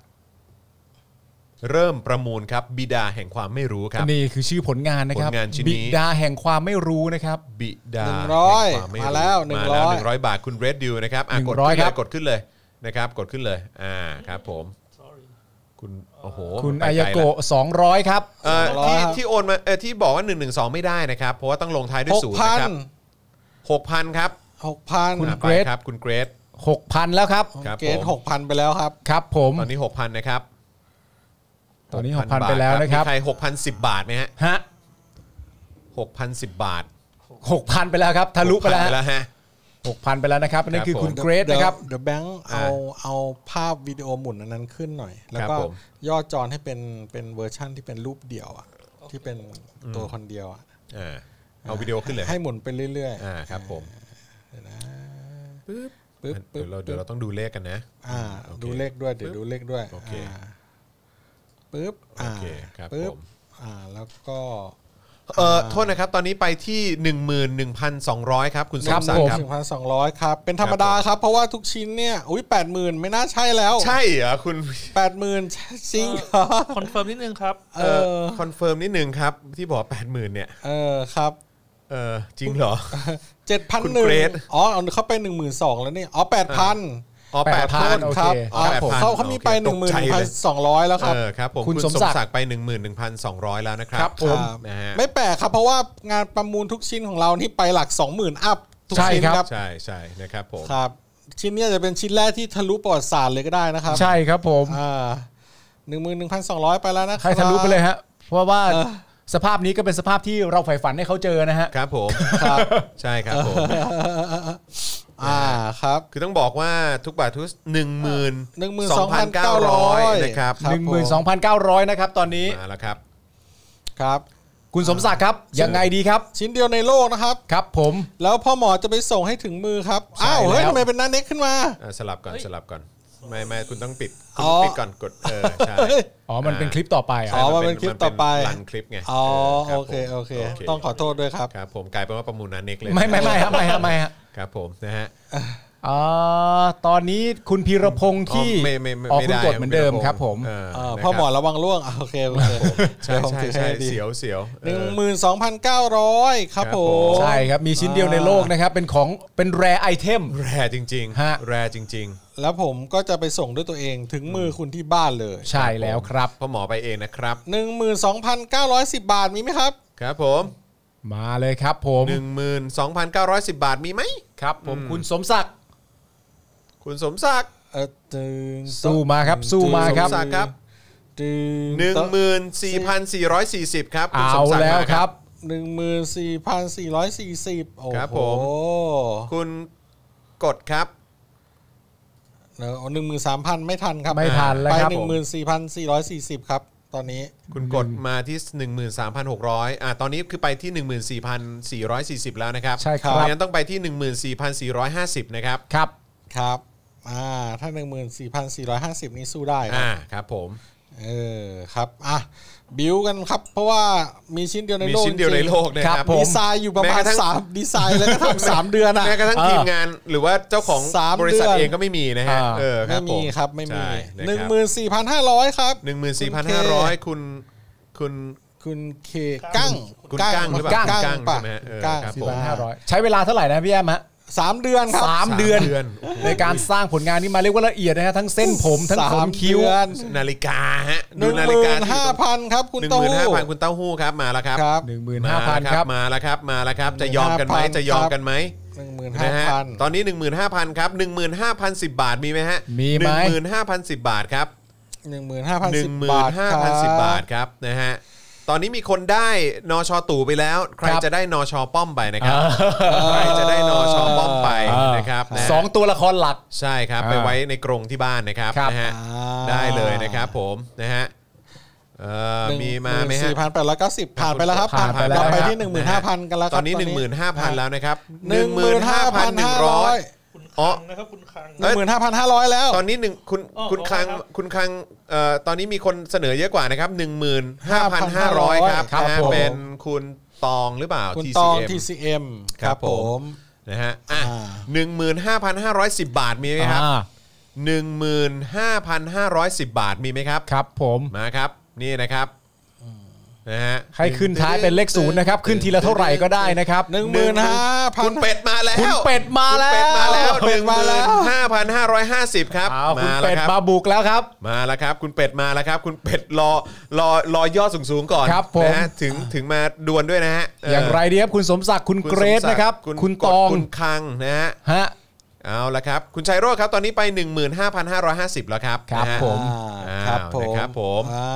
B: เริ่มประมูลครับ บิดาแห่งความไม่รู้ครับ
C: นี่คือชื่อผลงานนะครับ
B: ผลงานชิ้นนี้
C: บิดาแห่งความไม่รู้นะครับ
B: บิดา
H: หนึ่งร้อย
B: แห่งควไ
H: มาแล้วหนึ่งร้อย
B: หนึ่งร้อยบาทคุณเรดดิวนะครับอ่ะ
C: หนึ่
B: กด
C: งร้อย
B: ขึ้นเล
C: ค
B: ย
C: รับ
B: กดขึ้นเลยนะครับ กดขึ้นเลยอ่าครับผมคุณโอ้โห
C: คุณ
B: ไป
C: อายา
B: ไกลละ
C: โกะ200 ครับ
B: เอ่อ
H: สองร้อ
B: ที่
H: ยครับ
B: ที่โอนมาเอ่อที่บอกว่า 1 1 2 ไม่ได้นะครับ เพราะว่าต้องลงท้ายด้ว
H: ห
B: ย
H: ก
B: ศูนย์
H: พั
B: นะ
H: น
B: ครับหกพันครับ
H: หกพัน
C: คุณ
B: อ่ะไป
C: เกรท
B: ครับคุณเกรท
C: 6,000 แล้วครับ
B: ครับ
H: เกณฑ์
B: ผ
H: ห
B: ม
H: กพันไปแล้วครับ
C: ครับผม
B: ตอนนี้ 6,000 นะครับ
C: ตอนนี้
B: 6,000
C: 6,000ไปแล้ว
B: บาท
C: นะครับ
B: มีใคร6,010 บาทไหมฮะ
C: ฮะ
B: 6,010 บาท
C: 6,000 ไปแล้วครับ ทะลุไปแล้ว
B: 6,000
C: ฮะ
B: ฮะ
C: 6,000 ไปแล้วนะครับอันนั่
B: ครั
C: น
B: บ
C: คือคุณ
B: ผม
C: เกรทนะครับ
H: เดี๋ยวแบงค์เอาเอาภาพวิดีโอหมุนอันนั้นขึ้นหน่อย แล้ว
B: ค
H: ก็
B: รับผม
H: ย่อจอให้เป็นเป็นเวอร์ชั่นที่เป็นรูปเดียวอะที่เป็นตัวคนเดียวอะ
B: อ่าเอาวิดีโอขึ้นเลย
H: ให้หมุนไปเรื่อยๆ
B: อ่าครับผม
H: ปึ๊บ
B: เดี๋
H: ปึ๊
B: ยว
H: บ
B: เราเดี๋ยวเราต้องดูเลขกันนะ
H: อ่า
B: โอเค
H: ดูเลขด้วยเดี๋ยวดูเลขด้วย
B: โอเค
H: าปึ๊บอ่า
B: โอเคครับ
H: ปึ๊บ
B: ผม
H: อ่าแล้วก็
B: เออโทษนะครับ ตอนนี้ไปที่ 11,200 ครับ คุณส
C: ครั
B: ม
C: บ
B: ศักดิ์
C: ผม
B: ครับ
H: หนึ่งพันสองร้อยครับ เป็นธรรมดาครับ เพราะว่าทุกชิ้นเนี่ย อุ้ยแปดหมื่นไม่น่าใช่แล้ว
B: ใช่เหรอคุณ
H: แปดหมื่นจริงเหรอ
D: คอนเฟิร์มนิดนึงครับ
H: เออ
B: คอนเฟิร์มนิดนึงครับ ที่บอก8 0 0 0 0 เนี่ย
H: เออครับ
B: เออจริงเหรอ
H: เจ็ดพัน
B: คุณ
H: หนึ่ง
B: เกรซ
H: อ๋อเอาเข้าไปหนึ่งหมื่นสองแล้วนี่อ๋อแปดพัน
B: อ๋อ8 0 0
C: โอ
B: 0
C: เค
H: ครับ
B: อ๋
H: อ๋
B: อ
H: อ
B: 8,000
H: เขาเขามีไปห
B: โอ
H: นึ่งห
B: เค
H: มื่น
B: ตกใจ
H: พัน
B: เลย
H: สองร้อยแล้วครับ
B: เออครับผม
C: คุณสมศักดิ์
B: ไป 11,200 แล้วนะครับ
C: ครับผม
H: ครับ
B: นะฮะ
H: ไม่แปลกครับเพราะว่างานประมูลทุกชิ้นของเรานี่ไปหลักสองหมื่นอัพทุก
C: ใช่
H: ชิ้น
C: ครับ
H: ครับ
B: ใช่ใช่นะครับผม
H: ครับ ชิ้นเนี้จะเป็นชิ้นแรกที่ทะลุประวัติศาสตร์เลยก็ได้นะครับ
C: ใช่ครับผม
H: อ่าหนึ่งหมื่นหนึ่งพันสองร้อยไปแล้วนะครับ
C: ให้ทะลุไปเลยฮะเพราะว่าสภาพนี้ก็เป็นสภาพที่เราใฝ่ฝันให้เขาเจอนะฮะ
B: ครับผม ใช่ครับผม
H: อ่าครับ
B: คือต้องบอกว่าทุกบาททุก1
H: หนึ่งหมื่น
B: 2
H: สองพัน
B: 9
H: เก้าร้อย
B: 0 0 นะครับ
H: ครับ
C: 12,900 นะครับ ตอนนี้
B: มาแล้วครับ
H: ครับ
C: คุณสมศักดิ์ครับ ยังไงดีครับ
H: ชิ้นเดียวในโลกนะครับ
C: ครับผม
H: แล้วพ่อหมอจะไปส่งให้ถึงมือครับ อ้าว เฮ้ย
C: แล้ว
H: ทำไมเป็นหน้าเน็กขึ้นมา
B: อ่ะสลับก่อนสลับก่อน ไม่ไม่คุณต้องปิดคุณต้องปิดก่อนกดเออใช่
C: อ๋อ มันเป็นคลิปต่อไปอ่ะ
B: ใช่
H: อ๋อมันเป็นคลิปต่อไป
B: รันคลิปไง
H: อ๋อ
B: รับ
H: โอเค
B: ผม
H: โอเค ต้องขอโทษด้วยครับ
B: ครับผมกลายเป็นว่าประมูลนาเน็กเลย
C: ไม่ไม่ไม่ฮะไม่ฮะไม่ฮะ
B: ครับผมนะฮะ
C: อ่าตอนนี้คุณพีรพงศ์
B: อ๋อ
C: ที่
B: ไม่ไม่ไม่
C: อ๋อ
B: ไม่
C: คุณ
B: ได้
C: กดเหมือนเดิมครับผม
H: เออ
B: นะครับ
H: พ่อหมอระวังล่วงอ่ะ โอเคโอเค
B: ใช่
H: เดี๋ยวผม
B: ใช่
H: ถือ
B: ใช่
H: ให้ดี
B: เสียวเสียวเออ
H: หนึ่งหมื่นสองพันเก้าร้อยครับ
B: ครับ
H: ผ
B: ผม
H: ม
C: ใช่ครับ มีชิ้นเดียวในโลกนะครับ เป็นของเป็นแรไอเทม
B: แรจริง
C: ฮะ
B: แรจริง
H: แล้วผมก็จะไปส่งด้วยตัวเองถึงมือคุณที่บ้านเลย
C: ใช่แล้วครับ
B: ๆพ่อหมอไปเองนะครับ
H: หนึ่งหมื่นสองพันเก้าร้อยสิบบาทมีไหมครับ
B: ครับผม
C: มาเลยครับผม
B: 12,910 บาทมีไหม
C: ครับผมคุณสมศักดิ์
B: คุณสมศักดิ์
H: เออตึง
C: สู้มาครับ สู้มาครับ
B: สมศักดิ์ ครับ
H: ตึง
B: 14,440 ครับคุณ
C: เอา
B: สมศักดิ์
C: แล้ว
B: มา
C: ครับ
H: หนึ่งหมื่นสี่พันสี่ร้อยสี่สิบโอ้
B: ครับ
H: โห
B: ผม คุณกดครับ
H: เออหนึ่งหมื่นสามพันไม่ทันครับ
C: ไม่ทันแล้ว
H: ไป
C: ครับ
H: หนึ่
C: ผ
H: ง
C: ม
H: หมื่นสี่พันสี่ร้อยสี่สิบครับ ตอนนี้
B: คุณกดมาที่ 13,600อ่ะตอนนี้คือไปที่ 14,440 แล้วนะครับ
C: ใช่ครับ
B: เพาะงั้นต้องไปที่ 14,450 นะครับ
C: ครับ
H: ครับ อ่า ถ้า 14,450 นี่สู้ได้ครับ
B: อ่าครับผม
H: เออ ครับ อ่ะ บิวกันครับ เพราะว่ามีชิ้นเดียวใน
B: มี
H: โลก
B: ชิ้นเดียวในโลกนะค
C: ครั
B: รับ
C: บผม
H: ดีไซน์อยู่ประ
B: แม้
H: มาณ
B: กระทั่ง
H: สามดีไซน์แล้วก็ ทำสามเดือนอ่ะ
B: แม้กระทั่ง
C: เออ
B: ทีมงานหรือว่าเจ้าของ
H: สาม
B: บริษัท
H: เดือน
B: เองก็ไม่มีนะฮะ
C: อ่า
B: เออครั
H: ไม่
B: บผ
H: มี
B: ม
H: ครับ ไม่มี
B: ใช่
H: ห
B: นะ
H: นึ่ง
B: ครับ
H: หมื่นสี่พันห้าร้อยครับ
B: หนึ่งหมื่นสี่พันห้าร้อยคุณคุณ
H: คุณเคกั้ง
B: คุณกั้งหรือเปล่า
H: กั้ง
B: กั้ง
H: ปะ
B: ใช่ไหมฮะเออ
H: กั้ง
B: ครับ
H: สี่
B: ผม
H: พันห้าร้อย
C: 500 ใช้เวลาเท่าไหร่นะพี่แอมฮะ
H: สามเดือนครับ
C: สาม
B: สาม
C: เดือน
B: เดือนโอ้โห
C: ในการสร้างผลงานนี้มาเรียกว่าละเอียดนะฮะทั้งเส้นผมทั้งผมคิ้ว
H: สามเดือน
B: นาฬิกาฮะ
H: ห
B: ดู
H: นึ่ง
B: นา
H: ห
B: ฬิ
H: มื่
B: กาน
H: ห้าพันครับ คุณ
B: หนึ่ง
H: เต้า
B: หมื่น
H: หู้
B: ห้าพันคุณเต้าหู้ครับมาแล้วครับ
H: ครับ
C: หนึ่งหมื่นห้าพันครับ
B: มาแล้วครับมาแล้วครับจะยอมกันไหมจะยอมกันไหม
H: หนึ่งหมื่นห้า
B: นะฮะ
H: พัน
B: ตอนนี้ 15,000ครับ15,010 บาทมีไหมฮะ
C: มีไหม
B: 15,010 บาทครับ
H: หนึ่งหมื่นห้าพันสิบบาทครับ
B: 15,010 บาทครับนะฮะตอนนี้มีคนได้นชตู่ไปแล้ว ใคร
C: ครับ
B: จะได้นชป้อมไปนะครับใครจะได้นชป้อมไปนะครับนะฮะ
C: สองตัวละครหลัก
B: ใช่ครับไป
C: อ่า
B: ไว้ในกรงที่บ้านนะครับ
C: ครับ
B: นะฮะ
H: อ่า
B: ได้เลยนะครับผมนะฮะเอ่อมีมาไหมฮะ
H: สี่พันแปดร้อยเก้าสิบผ่านไปแล้วครับ
B: ผ่านไปแล้ว
H: เรไป
C: ครับ
H: ที่หนึ่งหมื่นห้าพันกันแล้วค
B: ต
H: รั
B: อ
H: บ
B: นนี้ 15,000 แล้วนะครับ
H: หนึ่งหมื่นห้าพันห้าร้อย
B: 15,100
D: คุณ
B: อ๋อ
D: คังนะครับคุณคัง
H: หนึ่งหมื่นห้าพันห้าร้อยแล้ว
B: ตอนนี้หนึ่งคุณ
D: อ๋อ
B: คุณคลัง
D: ขอบคุ
B: คุ
D: ณครับ
B: ณคลังเอ่อตอนนี้มีคนเสนอเยอะกว่านะครับ15,500 ครับ
C: ครับ
B: นะฮะ
C: ผม
B: เป็นคุณตองหรือเปล่า
H: คุณ
B: TCM
H: ตอง TCM
B: ครับผม นะฮะอ่ะ
H: อ่า
B: 15,510 บาทมีไหมครับ
C: อ่า
B: 15,510 บาทมีไหมครับ
C: ครับผม
B: มาครับนี่นะครับนะฮะ
C: ให้ขึ้นท้ายเป็นเลขศูนย์นะครับ ขึ้นทีละเท่าไหร่ก็ได้นะครับ
H: หนึ่งหมื่นห้าพัน
B: คุณเป็ดมาแล้ว
C: คุณเป็ดมาแล้ว
B: คุณเป็ดมาแล้ว
H: เป็ดมาแล้ว
B: ห้าพันห้าร้อยห้าสิบครับ
C: เอาคุณ
B: แล้
C: เป็
B: ว
C: ด
B: ครับ
C: มาบุกแล้วครับ
B: มาแล้วครับ คุณเป็ดมาแล้วครับ คุณเป็ดรอรอรอยอดสูงๆก่อน
C: ครับผม
B: นะฮะถึงถึงมาดวลด้วยนะฮะเ
C: อย่างไรดีครับคุณสมศักดิ์คุณ
B: คุณ
C: เกรซ
B: สมศัก
C: นะครับ คุณตอง
B: คุณคังนะฮะ
C: ฮะ
B: เอาละครับ คุณชัยโรจน์ครับตอนนี้ไป 15,550 แล้วครับ
C: ครับ
B: นะฮะ
C: ผ
H: ผม ม
B: อ้าว
H: ครับผม
B: นะครับผม
H: อ่า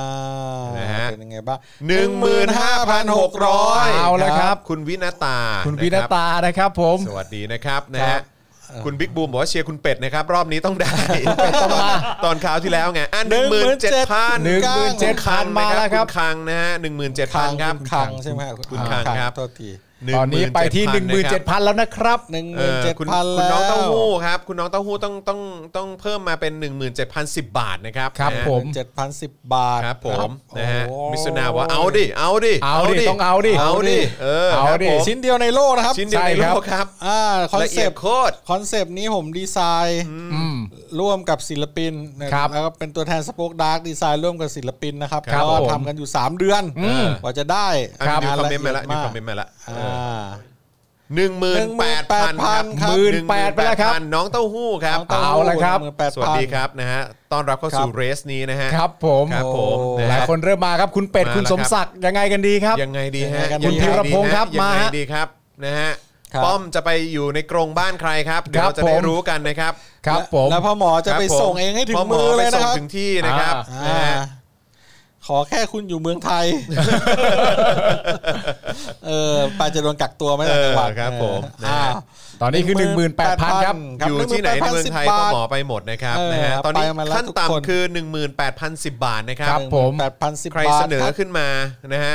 B: นะฮะ
H: เป็นยังไงบ้าง
B: 15,600
C: เอาละครับ
B: คุณวินาตา
C: คุณวิน
B: นะรับ
C: ตานะครับผม
B: สวัสดีนะครับนะฮะคุณบิ๊กบูมบอกว่าเชียร์คุณเป็ดนะครับ รอบนี้ต้องได้
C: ต้องมา
B: ตอนคราวที่แล้วไงอ่ะหนึ่งหมื่นเจ็ดพัน
C: 17,000มาแล้วครับ
B: ณคังนะฮะหนึ่งหมื่นเจ็ดพั
H: คั
B: น
H: ง
B: ครับ
H: คังใช่ไหมฮะ
B: คุณคังครับ
H: โทษที
C: ตอนนี้ไปที่ 17,000 แล้วนะครับ
H: หนึ่งห
B: เอ
H: มื่น
B: อ
H: เจ็ด
B: คุณ
H: พัน
B: คุ
H: แล้
B: ณ
H: ว
B: น้องเต้าหู้ครับ คุณน้องเต้าหู้ต้องต้องต้องเพิ่มมาเป็น 17,010 บาทนะครับ
C: ครับ
B: นะฮะ
C: ผม
H: เจ็ดพันสิบบาท
B: ครับผมนะฮะ
H: โอ้
B: มิสนาว่าเอาดิเอาดิ
C: เอาดิต้องเอาดิ
B: เอาดิเออ
C: เอาดิ
B: ครับผม
H: ชิ้นเดียวในโลกนะครับ
B: ชิ้นเดียวในโลกครับ
H: อ่าคอน
B: ละ
H: เซ
B: เอียด
H: ปต์
B: โคตร
H: คอนเซปต์นี้ผมดีไซน์
C: อืม
H: ร่วมกับศิลปินนะครับ แล้วก็เป็นตัวแทนสป็อกดาร์กดีไซน์ร่วมกับศิลปินนะครับ
C: ครับ
H: ก็
C: ผม
H: ทำกันอยู่ 3 เดือน
C: อืม
H: กว่าจะได้
B: อ่ะมีคอมเมนต์มาละ
H: ยด
B: มีคอมเมนต์มาละ
H: อ่า
B: หนึ่งหมื่นแปดพันครับ
H: ครับ
C: 18,000ไปแล้วครับ
B: น้องเต้าหู้ครับ
H: ต้
C: เอาละครับ
H: หนึ่งหมื่นแปด
B: สวัส
H: พัน
B: ดีครับนะฮะ ต้อนรับเข้าสู่
H: ครับ
B: เรสนี้นะฮะ
C: ครับผม
B: ครับผม
C: โอ้
B: นะฮะ
C: หลายคนเริ่มมาครับคุณเป็ด
B: มาแล้ว
C: คุณสมศักดิ์ยังไงกันดีครับ
B: ยังไงดีฮะ
H: ยังไงกั
B: ยั
H: น
B: งไง
C: คุณธี
B: ดี
C: รพงษ์
B: ฮะ
C: ครับ
B: ยังไง
C: มาฮะ
B: ดีครับนะฮะ
H: ครับ
B: ป้อมจะไปอยู่ในกรงบ้านใครครับ เดี๋ยว
C: ครับ
B: เราจะได้
C: ผม
B: รู้กันนะครับ
C: ครับ
H: และ
C: ผม
H: แล้วพ่อหมอจะไป
B: ครับผ
H: ส่งเองให้ถึ
B: พ่
H: ง
B: ห
H: มือเลยนะค
B: ไปส่
H: รับ
B: งถึงที่นะครับ
C: อ่
B: นะ
H: อ่า
B: ฮะ
H: ขอแค่คุณอยู่เมืองไทย เออปาจะโดนกักตัวไหม
B: เอ
H: ล่ะจัง
B: อ
H: หวัด
B: ครับผมนะ
H: อ้า
B: ฮะ
H: ว
C: ตอนนี้คือ 18,000 ครับ
H: ครับ
B: อยู่ที่ไหนในเมืองไทย
H: 18,010
B: ก็หมอไปหมดนะครับ
H: เออ
B: นะฮะตอนนี้
H: ไปมาแล้ว
B: ขั้น
H: ทุกคน
B: ต่ำคือ 18,010 บาทนะครับ
C: ครับ ผม
H: แปดพันสิบ
B: ใคร
H: บาท
B: เสนอ
H: ครับ
B: ขึ้นมานะฮะ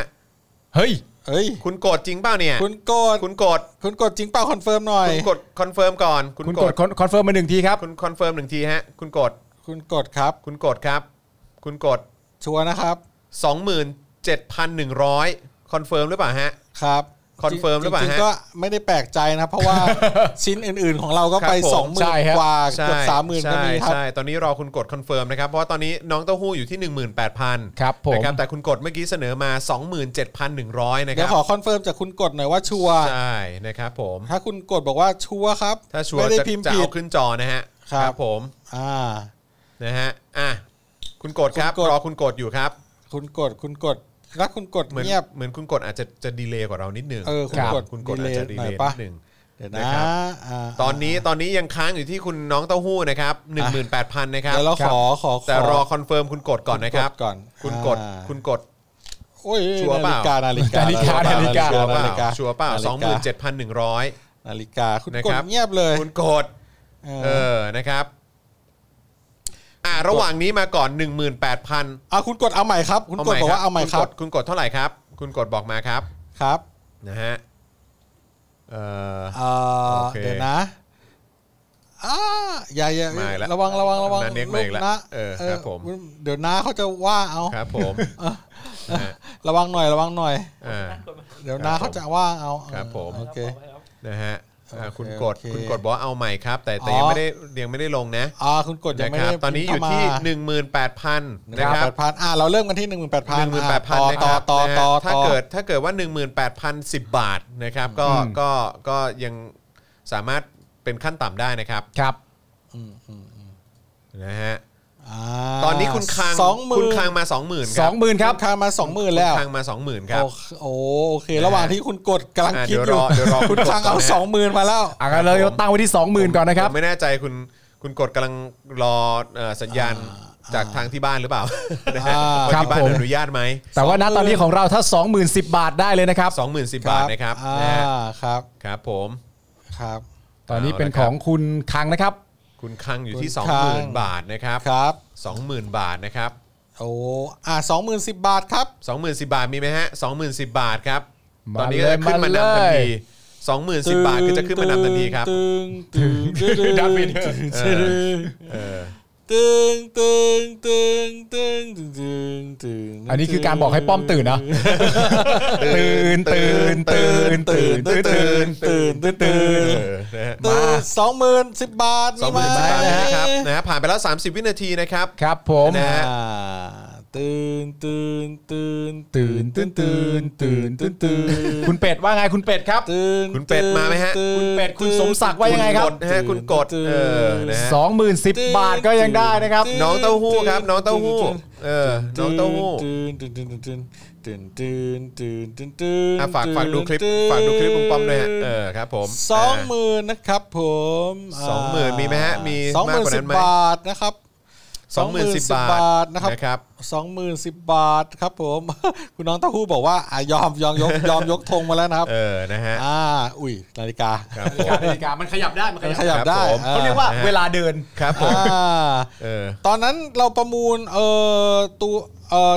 C: เฮ้ย
H: เฮ้ย
B: คุณโกรธจริงเปล่าเนี่ย
H: คุณโกด
B: คุณโกรธ
H: คุณโกดจริงเปล่าคอนเฟิร์มหน่อย
B: คุณกดคอนเฟิร์มก่อน คุณ
C: คุณ
B: ก
C: ก
B: ด
C: ดคอนเฟิร์มมาหนึ่งทีครับ
B: คุณคอนเฟิร์มหนึ่งทีฮะ คุณกด
H: คุณกดครับ
B: คุณกดครับ คุณกด
H: ชัวร์นะครับ
B: 27,100 คอนเฟิร์มหรือเปล่าฮะ
H: ครับ
B: คอนเฟิร์มหรือเปล่า
H: จง
B: ฮะ
H: ๆก็ไม่ได้แปลกใจนะ เพราะว่า ชิ้นอื่นๆของเราก็ไป
B: ครับผม
H: สองหมื่
C: ใช่
H: น
C: ครับ
H: กว่าเกือบ
B: ใช่
H: สามหมื่นก็มีครับ
B: ใช่ใช่ตอนนี้รอคุณกดคอนเฟิร์มนะครับ เพราะว่าตอนนี้น้องเต้าหู้อยู่ที่ 18,000
C: ครับผม
B: นะครับแต่คุณกดเมื่อกี้เสนอมา 27,100 นะครั
H: เดี๋ยว
B: บ
H: ขอคอนเฟิร์มจากคุณกดหน่อยว่าชัวร์
B: ใช่นะครับผม
H: ถ้าคุณกดบอกว่าชัวร์ครับ
B: ถ้าชัวร์
H: ไม่ได้
B: จะ
H: พิมพ์
B: จะ
H: ผิด
B: เอาขึ้นจอนะฮะ
H: ครับ
B: ผม
H: อ่า
B: นะฮะอ่ะคุณกดครับ
H: คุณกด
B: รอคุณกดอยู่ครับ
H: คุณกดคุณกดถ้าคุณกด
B: เหมือน
H: เงียบ
B: เหมือนคุณกดอาจจะจะดีเลย์กว่าเรานิดหนึง
H: เออคุณ
B: รับ
H: กด
B: คุณกดอาจ
H: delay
B: จะดี
H: หน่
B: เล
H: อย
B: ย์
H: ปะ
B: นิดหนึง
H: เดี๋ยว
B: นะ
H: นะครับ อ่า
B: ตอนนี้ตอนนี้ยังค้างอยู่ที่คุณน้องเต้าหู้นะครับ18,000นะครับ
H: เดี๋ยวเราขอขอ
B: แต่
H: ข
B: รอคอนเฟิร์มคุณกดก่อนนะครับ
H: ณกดก่อน
B: คุณกด
H: อ่า
B: คุณกด
H: โอ้ย
B: ชัวร์เปล่า
H: นาฬิกานาฬิกา
C: นาฬิกา
H: นาฬิกา
B: ชัวร์เป
H: นา
B: ล่า
H: ฬิกา
B: ชัวร์เปล่า
H: ฬิก
B: สองหมื่นเจ็ดพันหนึ่งร้อย
H: นาฬิกาคุณ
B: นะ
H: ก
B: ค
H: ด
B: รับ
H: เงียบเลย
B: คุณกด
H: เอ
B: เอ
H: อ
B: อนะครับ อ่าระหว่างนี้มาก่อน 18,000
H: อ่ะคุณกดเอาใหม่ครับ คุณกดบอกว่าเอาใหม่ครั
B: ณ
H: บ
B: กดคุณกดเท่าไหร่ครับ คุณกดบอกมาครับ
H: ครับ
B: นะฮะเออ
H: เอ่อ
B: โอเค
H: เดี๋ยวนะอ่าอย่าอย่า
B: มาอีกแล้ว
H: ระวังระวังระวัง
B: นัดเน็กมาอีกแล้ว
H: นะ
B: เออครับผม
H: เดี๋ยวน้าเขาจะว่าเอา
B: ครับผมนะฮะ
H: ระวังหน่อยระวังหน่อย
B: อ่า
H: เดี๋ยว
B: ครับ
H: น้าเขาจะว่าเอา
B: ครับผม
H: โอเค
B: นะฮะอ่า
H: โอเค
B: คุณกด
H: โอเค
B: คุณกดบอกว่าเอาใหม่ครับ แต่แต่
H: อ๋อ
B: ยังไม่ได้ยังไม่ได้ลงนะ
H: อ่าคุณกดยั
B: นะ
H: งไม่
B: ค
H: ได้
B: รับ ตอนนี้อยู่ที่ 18,000
H: นะ
B: นะ
H: ค
B: ค
H: รั
B: รั
H: บบ พันอ่าเราเริ่มกันที่หนึ่งหมื่นแปดพัน
B: 18,000นะค
H: ต่อ
B: รับ
H: ต่อ
B: นะ
H: ต่อ
B: ฮะถ้า
H: ต่อ
B: เกิดถ้าเกิดว่า 18,010 บาทนะครับ ก็
C: อืม
B: ก็ก็ยังสามารถเป็นขั้นต่ำได้นะครับ
C: ครับ
B: นะฮะ
H: า
B: ตอนนี้คุณคาง
H: สองหมื่น
B: คุณคางมา 20,000ค
C: สอ
B: รับ
C: งหมื่นครับ
H: คางมาสองหมื่นแล้ว
B: คางมา20,000ครับ
H: โอเคโอ้โอเค ระหว่างที่คุณกดกำลัง
B: อ่ะ
H: คิด
B: เดี๋ยว
H: อยู่
B: รอเดี๋ยวรอ
H: คุณ
B: คุณกด
H: คางเอา
B: ก่อนนะ
H: สองหมื่นมาแล้ว
C: อ่ะงั้นเราจะตั้งไว้ที่สองหมื่นก่อนนะครับ
B: ผมไม่แน่ใจคุณคุณกดกำลังรอเอ่อสัญญาณจากทางที่บ้านหรือเปล่า นะฮะ
H: อ่า
B: ว่า
C: ครับ
B: ที่บ้าน
C: ผม
B: อนุญาตไหม
C: แต่ว่าณตอนนี้ของเราถ้า 20,010 บาทได้เลยนะครับ
B: สองหมื่นสิบบาทนะครับ
H: อ่า
B: นะฮะ
H: ครับ
B: ครับผม
H: ครับ
C: ตอนนี้เป็น
B: เอาละค
C: ข
B: รับ
C: องคุณคังนะครับ
B: คุณคังอยู่ที่
H: คุณ
B: 2
H: คั
B: 0 0 0
H: ง
B: 0 บาทนะครับ
H: ครับ
B: 2 0,000 บาทนะครับ
H: โอ้อ่าสองหมื่นสิบบาทครับ
B: 20,010บาทมีไหมฮะ20,010บาทครับ
C: มา
B: ตอนนี้ก็จะขึ้นมา
C: เลย
B: นำทัน
C: มาเล
B: ที
C: ย
B: 20,010บาทก็จะขึ้นมานำทันทีครับ
H: ตึงตึงตึง
C: ดันไปเถอะ
H: ตึง
B: เออ
H: ตึงตึงตึงตึงตึงตึงตึง
C: อันนี้คือการบอกให้ป้อมตื่นนะ ตื่นตื่นตื่นตื่นตื่นตื่น
H: ตื่นตื่นตื่
B: เอน อนะฮะ
H: ตื่นสองหมื่นสิบบาท
B: สองหมื่นสิบ
H: ไห
B: บาทนะครับนะฮะผ่านไปแล้ว 30 วินาทีนะครับ
C: ครับผม
B: นะ
H: อ่าตื่นตื่นตื่น
C: ตื่นตื่นตื่นตื่นตื่นตื่นคุณเป็ดว่าไงคุณเป็ดครับ
H: ตื่น
B: คุณเป็ดมาไหมฮะ
H: ตื่น
C: คุณเป็ดคุณสมศักดิ์ว่ายังไงครับ
B: ณกดนะฮะคุณกดเออนะฮะ
C: 20,010 บาทก็ยังได้นะครับ
B: น้องเต้าหู้ครับ น้องเต้าหู้เออน้องเต้าหู้
H: ตื่นตื่นตื่นตื่นตื่นตื่นตื่นตื่นตื่น
B: อ่ะฝากฝากดูคลิปฝากดูคลิปลุงป้อมด้วยฮะเออครับผม
H: สองห
B: า
H: มื่นนะครับผม
B: สองหมื่นมีไหมฮะมี
H: สองห
B: มาก
H: มื่
B: กว่า
H: น
B: นั้
H: สิบ
B: นไหม
H: บาทนะครับ
B: สองหมื่นสิบ
H: 20,010
B: บาท
H: นะครับ
B: นะครับ
H: สองหมื่นสิบบาทครับผม คุณน้องเต้าหู้บอกว่าอ่ะยอมยอมยกยอมยกธงมาแล้วนะครับ
B: เออ นะฮะ
H: อ่าอุ้ยนาฬิกา
B: ครับผม
C: นาฬิกามันขยับได้ มันข
H: มัน
C: ยับ
H: ขยับได้
B: ครับผม
H: อ่
C: เขาเรียกว่าเวลาเดิน
B: ครับผม
H: อ่า
B: เออ
H: ตอนนั้นเราประมูลเอ่อตัวเอ่อ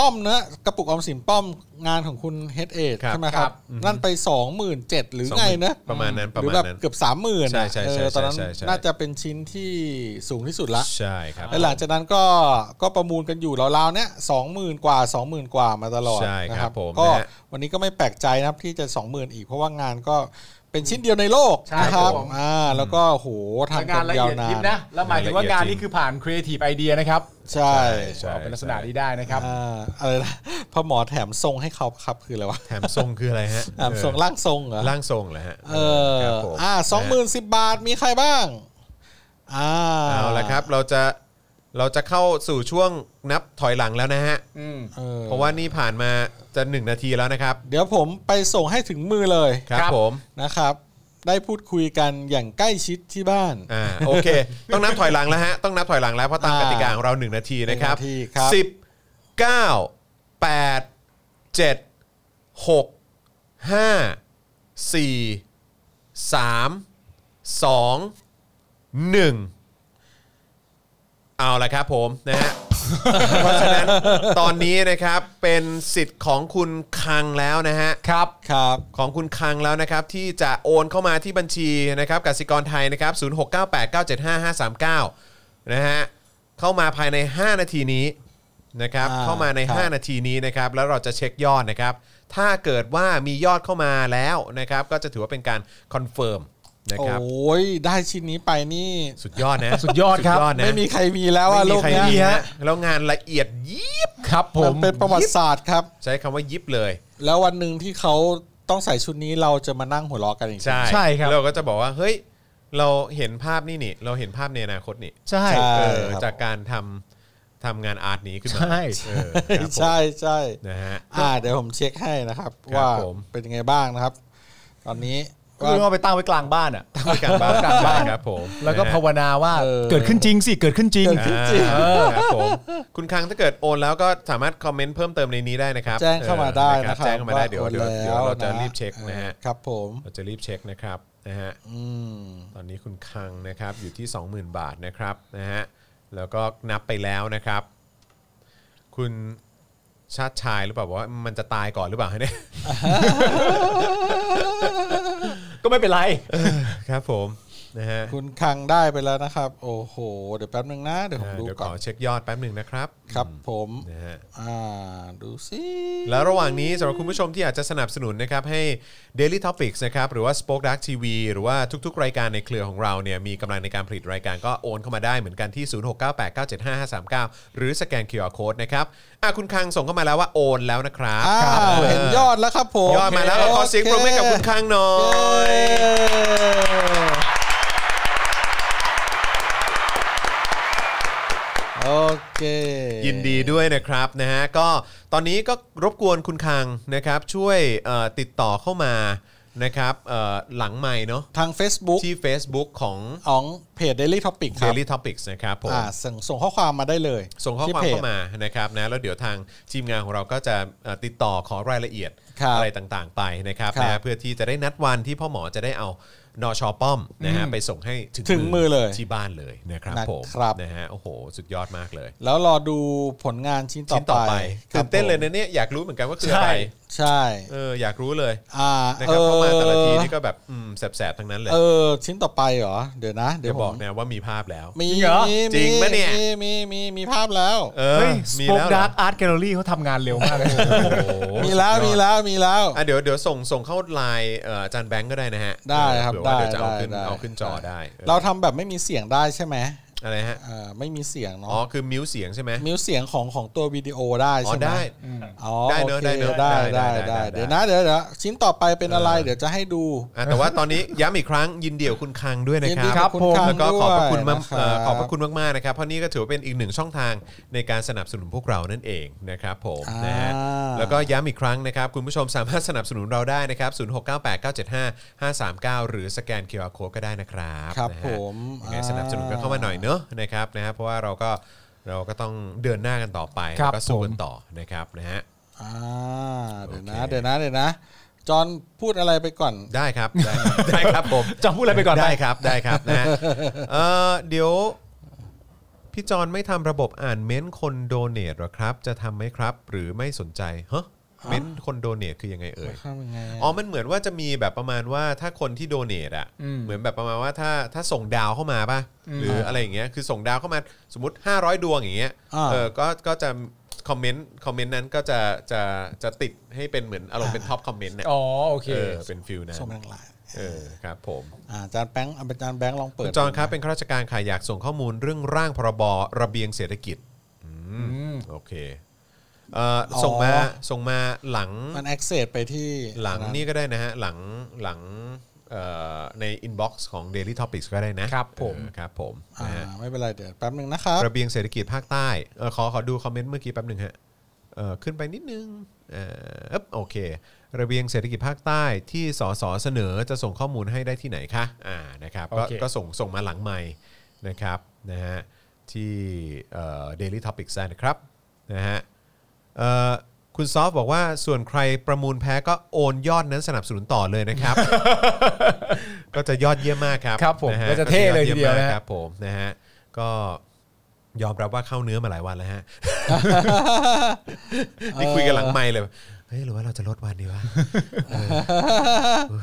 H: ป้อมเนอะกระปุกออมสินป้อมงานของคุณเฮดเอท
B: ครับ
H: ใช่ไหม
B: ค
H: ค
B: รั
H: รั
B: บบ อืม
H: นั่นไปสองหมื่นเจ็ดหรือไงนะ
B: ประมาณนั้นประ
H: หรือ
B: มาณ
H: แบบ
B: นั้น
H: เกือบสามหมื่น
B: ใช่ใช่ใช่
H: ตอนนั้น
B: ใช่ใช่
H: น่าจะเป็นชิ้นที่สูงที่สุดละ
B: ใช่ครับ
H: และหลังจากนั้นก็ก็ประมูลกันอยู่ราวๆเนี้ยสองหมื่นกว่าสองหมื่นกว่ามาตลอด
B: ใช่ครับ
H: นะ
B: ผม
H: ก็
B: นะฮะ
H: วันนี้ก็ไม่แปลกใจนะครับที่จะสองหมื่นอีกเพราะว่างานก็เป็นชิ้นเดียวในโลก
C: ใช่
H: นะค
C: ครั
H: รั
C: บบ ผม
H: อ่าแล้วก็โหทำ
C: งา
H: กัน น
C: ละเอี
H: ยาวย
C: ด
H: นา
C: ยิบ
H: น
C: นะ แล้วหมายถึงว่างานนี้คือผ่านครีเอทีฟไอเดียนะครับ
H: ใช่
B: ใช่
C: เป็นลักษณะนี้ได้นะครับ
H: อ่าอะไรนะพอหมอแถมทรงให้เขาครับคืออะไรวะ
B: แถมทรงคืออะไรฮะ
H: แถมทรงร่างทรงเหรอ
B: ร่างทรงเหรอฮะ
H: เออ
B: ครับผม
H: อ่าสองหมื่นสิบบาทมีใครบ้างอ่า
B: เอาละครับ เราจะเราจะเข้าสู่ช่วงนับถอยหลังแล้วนะฮะ
C: อืม
H: ออ
B: เพราะว่านี่ผ่านมาจะ 1 นาทีแล้วนะครับ
H: เดี๋ยวผมไปส่งให้ถึงมือเลย
B: ครับ
C: ครับ
B: ผม
H: นะครับ ได้พูดคุยกันอย่างใกล้ชิดที่บ้าน
B: อ่า โอเค ต้องนับถอยหลังแล้วฮะ ต้องนับถอยหลังแล้วเพราะตามก
H: อ่าก
B: ติกาของเรา 1 นาทีนะครับ
H: หนึ่งนาทีครับ
B: สิบเก้าแปดเจ็ดหกห้าสี่สามสองหนึ่งเอาละครับผมนะฮะ เพราะฉะนั้นตอนนี้นะครับเป็นสิทธิ์ของคุณคังแล้วนะฮะ
C: ครับ
H: ครับ
B: ของคุณคังแล้วนะครับ ที่จะโอนเข้ามาที่บัญชีนะครับกสิกรไทยนะครับ 0698975539 นะฮะ เข้ามาภายใน 5 นาทีนี้นะครับ
H: อ่า
B: เข้ามาใน
H: ครับ
B: 5 นาทีนี้นะครับแล้วเราจะเช็คยอดนะครับ ถ้าเกิดว่ามียอดเข้ามาแล้วนะครับก็จะถือว่าเป็นการคอนเฟิร์มนะครับ
H: โอ้ยได้ชิ้นนี้ไปนี่
B: สุดยอดนะ
C: สุดยอดครับ
B: นะ
H: ไม่มีใครมีแล้วอะ
B: ไม่
H: โล
B: มี
H: ก
B: ใครมี
H: เนี้ย
B: ฮะแล้วงานละเอียดยิบ
C: ครับผ
H: มัน
C: ม
H: เป็นประวัติศาสตร์ครับ
B: ใช้คำว่ายิบเลย
H: แล้ววันหนึ่งที่เขาต้องใส่ชุดนี้เราจะมานั่งหัวเราะกันอีก
B: ใช่
C: ใช่ครับ
B: เราก็จะบอกว่าเฮ้ยเราเห็นภาพนี่นี่ เราเห็นภาพในอนาคตนี่
C: ใช่
H: ใช่
B: เออ
H: ครับ
B: จากการทำทำงานอาร์ตนี้ขึ้นมา
C: ใช่
B: เออครับผม
H: ใช่ใช่
B: นะฮะ
H: อ่าเดี๋ยวผมเช็คให้นะครับ
B: ครับ
H: ว่า
B: ผม
H: เป็นยังไงบ้างนะครับ ตอนนี้
C: ก็
H: ว่า
C: คือเอาไปตั้งไว้กลางบ้านอ่ะ
B: กลางบ้าน
C: กลางบ้าน
B: ครับผม
C: แล้วก็
B: นะฮะ
C: ภาวนาว่า
H: เออ
C: เกิดขึ้นจริงสิเกิดขึ้นจริง
B: อ่าครับผมคุณคังถ้าเกิดโอนแล้วก็สามารถคอมเมนต์เพิ่มเติมในนี้ได้นะครับ
H: แจ้งเข้ามาได้
B: เออ
H: นะครับ
B: แจ้งเข้ามาได้เดี๋ยว
H: โอน
B: เดี๋ยว
H: แล้
B: เดี๋ยวเราจะ
H: น
B: รีบเช็คนะฮะ
H: ครับผม
B: เราจะรีบเช็คนะครับนะฮะ
H: อืม
B: ตอนนี้คุณคังนะครับอยู่ที่ 20,000 บาทนะครับนะฮะแล้วก็นับไปแล้วนะครับ คุณชาติชายหรือเปล่าว่ามันจะตายก่อนหรือเปล่าเนี่ย
C: ก็ไม่เป็นไร
B: ครับผมนะฮะ
H: คุณคังได้ไปแล้วนะครับ โอ้โห เดี๋ยวแป๊บนึงนะ เดี๋ยวผม
B: อ่า
H: ดู
B: เดี๋ยว
H: ก่
B: ข
H: อ
B: อน เช็คยอดแป๊บหนึ่งนะครับ
H: ครับผม
B: นะฮะ
H: อ่าดูสิ
B: แล้วระหว่างนี้สำหรับคุณผู้ชมที่อยากจะสนับสนุนนะครับให้ Daily Topics นะครับหรือว่า Spoke Dark TV หรือว่าทุกๆ รายการในเครือของเราเนี่ยมีกำลังในการผลิตรายการก็โอนเข้ามาได้เหมือนกันที่ 0698975539 หรือสแกน QR Code นะครับอ่ะคุณคังส่งเข้ามาแล้วว่าโอนแล้วนะครับ
H: อ้า
B: ครับ
H: วเห็นยอดแล้วครับผม
B: ยอดมาแล้วเราขอเสียงปรบมือให้กับคุณคังหน่อ
H: โอย เคโอเค
B: ยินดีด้วยนะครับนะฮะก็ตอนนี้ก็รบกวนคุณคังนะครับช่วยเอ่อติดต่อเข้ามานะครับเอ่อหลังไมค์เนาะ
H: ทาง Facebook
B: ที่ Facebook ของ
H: ของเพจ Daily Topic ครับ
B: Daily Topics นะครับผม
H: อ่าส่งส่งข้อความมาได้เลย
B: ส่งข้อความ
H: ที่พจ
B: เข้ามานะครับนะแล้วเดี๋ยวทางทีมงานของเราก็จะเอ่อติดต่อขอรายละเอียด
H: ครับ
B: อะไรต่างๆไปนะครับ
H: ครับ
B: นะเพื่อที่จะได้นัดวันที่พ่อหมอจะได้เอานอชอป้อมนะฮะไปส่งให้
H: ถึงมือเลย
B: ที่บ้านเลยนะครับ
H: นะ
B: ผม
H: ครับ
B: นะฮะโอ้โห สุดยอดมากเลย
H: แล้วรอดูผลงานชิ้นต่
B: ชิ้นต่อไป
H: ครั
B: ตื่
H: บ
B: นเต้นเลย
H: ผม
B: นะเนี่ยอยากรู้เหมือนกันว่าคืออะไร
H: ใช่
B: เอออยากรู้เลย
H: อ่า
B: นะครับเข้ามาแต่ละที
H: เออ
B: นี่ก็แบบอืมแสบๆทั้งนั้นเลย
H: เออ ชิ้นต่อไปเหรอ เดี๋ยวนะ เดี๋
B: เดี๋
H: ย
B: ยว ว
H: ผ
B: บอก
H: ม
B: นะว่ามีภาพแล้ว
H: มี
C: จริงเหรอ
H: มี
B: จริงปะเนี่ย
H: มีมีมีมีภาพแล้ว
B: เออ
C: เฮ้ยส
B: มี
C: ปอค
B: แล้วเหรอ
C: ดาร์กอาร์ตแกลเลอรี่เขาทำงานเร็วมากเลย
B: โอ้โห
H: มีแล้ว
B: สุดยอด
H: มีแล้วมีแล้ว
B: อ่ะเดี๋ยวเดี๋ยวส่งส่งเข้าไลน์เอ่ออาจารย์แบงก์ก็ได้นะฮะ
H: ได้ครับ
B: เผื่อว่า
H: ได้
B: เดี๋ยวจะเอาขึ้น
H: ได้ได้
B: เอาขึ้นจอได้ออ
H: เราทำแบบไม่มีเสียงได้ใช่ไหม
B: อะไรฮะ
H: อ่าไม่มีเสียง
B: อ๋อ
H: เนาะ
B: คือมิวเสียงใช่ไหม
H: มิวเสียงของของตัววิดีโอได้
B: อ๋อ
H: ใช่ไหม
B: ได้
H: อ๋อ
B: ได้เนอะ
H: โอค
B: ได้เนอะ
H: ได้
B: ได้
H: ได้
B: ได้
H: ได้
B: ได้
H: เดี๋ยวนะเดี๋ยวเดี๋ยวชิ้นต่อไปเป็นอะไร เดี๋ยวจะให้ดู
B: อ่ะแต่ว่าตอนนี้ย้ำอีกครั้งยินเดี่ยวคุณคังด้วยนะค
H: ยินดี
B: รับ
H: ครับผม
B: แล้วก็ขอบพระคุณมาก
H: ด้วยนะครับ
B: เอ่อขอบพระคุณมากๆนะครับเพราะนี่ก็ถือว่าเป็นอีกหนึ่งช่องทางในการสนับสนุนพวกเรานั่นเองนะครับผมนะฮะ
H: อ่า
B: แล้วก็ย้ำอีกครั้งนะครับ คุณผู้ชมสามารถสนับสนุนเราได้นะครับ 0698975539 หรือสแกน QR Code ก็ได้นะครับ
H: ครับ
B: นะฮะ
H: ผม
B: ยังไง
H: อ่า
B: สนับสนุนกันเข้ามาหน่อยเนอะนะครับนะฮะเพราะว่าเราก็เราก็ต้องเดินหน้ากันต่อไป
C: ครับ
B: แล้วก็สู้กันต่อนะครับนะฮะ
H: อ่าเดี๋ยวนะ
B: โอเค
H: เดี๋ยวนะเดี๋ยวนะ จอห์นพูดอะไรไปก่อน
B: ได้ ครับ ได้ครับได้ครับผม
C: จอมพูดอะไรไปก่อน
B: ได้
C: ไป
B: ครับได้ครับนะ ฮะเอ่อเดี๋ยวพี่จอนไม่ทำระบบอ่านเม้นต์คนโดเนทหรอครับ จะทำไหมครับ หรือไม่สนใจฮะเม้นต์คนโดเนทคือยังไงเอ่ย
H: ทำยังไง
B: อ๋อ มันเหมือนว่าจะมีแบบประมาณว่าถ้าคนที่โดเนทอ่ะ
C: อืม
B: เหมือนแบบประมาณว่าถ้าถ้าส่งดาวเข้ามาป่ะ
C: อืม
B: หรืออะไรอย่างเงี้ย คือส่งดาวเข้ามาสมมติ 500 ดวงอย่างเงี้ย
H: า
B: เออ ก็ ก็จะคอมเมนต์ คอมเมนต์นั้นก็จะ จะ จะติดให้เป็นเหมือนอารมณ์เป็นท็อปคอมเมนต์เนี่ย
C: อ๋อโอเค
B: เออ เป็นฟิลนะ
H: ชมแรงหลาย
B: เออ ครับผม
H: อ่าอาจารย์แบงค์อาจารย์แบงค์ลองเปิ
B: คุ
H: ด
B: ณจอนครับ เป็นข้าราชการค่ะอยากส่งข้อมูลเรื่องร่างพรบระเบียงเศรษฐกิจ อืม
C: อืม
B: โอเค เอ่อ ส่งมา ส่งมาหลัง
H: มันแอคเซสไปที่
B: หลังนี่ก็ได้นะฮะ หลังหลังเอ่อในอินบ็อกซ์ของ Daily Topics ก็ได้นะครับ
C: ผม
B: เออครับผม
H: อ่า
B: นะฮะ
H: ไม่เป็นไรเดี๋ยวแป๊บหนึ่งนะครับ
B: ระเบียงเศรษฐกิจภาคใต้เออขอขอดูคอมเมนต์เมื่อกี้แป๊บหนึ่งฮะเออขึ้นไปนิดนึงเอออึ๊บโอเค ระเบียงเศรษฐกิจภาคใต้ที่สสเสนอจะส่งข้อมูลให้ได้ที่ไหนคะอ่านะครับก็
C: โอเค
B: ก็ส่งส่งมาหลังใหม่นะครับนะฮะที่เอ่อ Daily Topics ได้นะครับนะฮะ เอ่อคุณซอฟบอกว่าส่วนใครประมูลแพ้ก็โอนยอดนั้นสนับสนุนต่อเลย นะครับ ก็จะยอดเยี่ยมมากครับ
C: ครับผม
B: นฮ
C: ก็จะเท่เลยทีเดียวนะ
B: ก็จอมมากครับผมนะฮะก็ยอมรับว่าเข้าเนื้อมาหลายวันแล้วฮะ นี่คุยกันหลังไม่เลยเฮ้ยหรือว่าเราจะลดวันดีวะเออ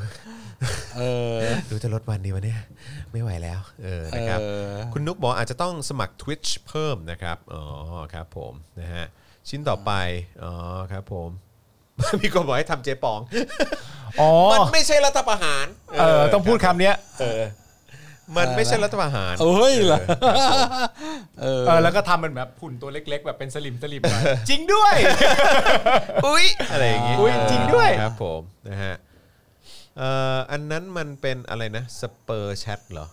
H: เออ
B: รู้จะลดวันดีวะเนี่ย ไม่ไหวแล้ว เออนะครับ
H: เออ
B: คุณนุกบอกอาจจะต้องสมัคร Twitch เพิ่มนะครับ อ๋อครับผมนะฮะชิ้นต่อไป อ๋อครับผม มีคนบอกให้ทำเจ๊ปอง
C: อ๋อ
B: มันไม่ใช่รัฐประหาร
C: เออต้องพูดคำเนี้ย
B: เออ มันไม่ใช่รัฐประหาร
H: เอ้ยเหรอเออ
C: เออแล้วก็ทำมันแบบผุ่นตัวเล็ก ๆ แบบเป็นสลิมสลิมหน่อยจริงด้วย
B: อุ้ยอะไรอย่างงี้
C: อุ๊ยจริงด้วย
B: ครับผมนะฮะเอ่ออันนั้นมันเป็นอะไรนะสเปอร์แชทเหรอ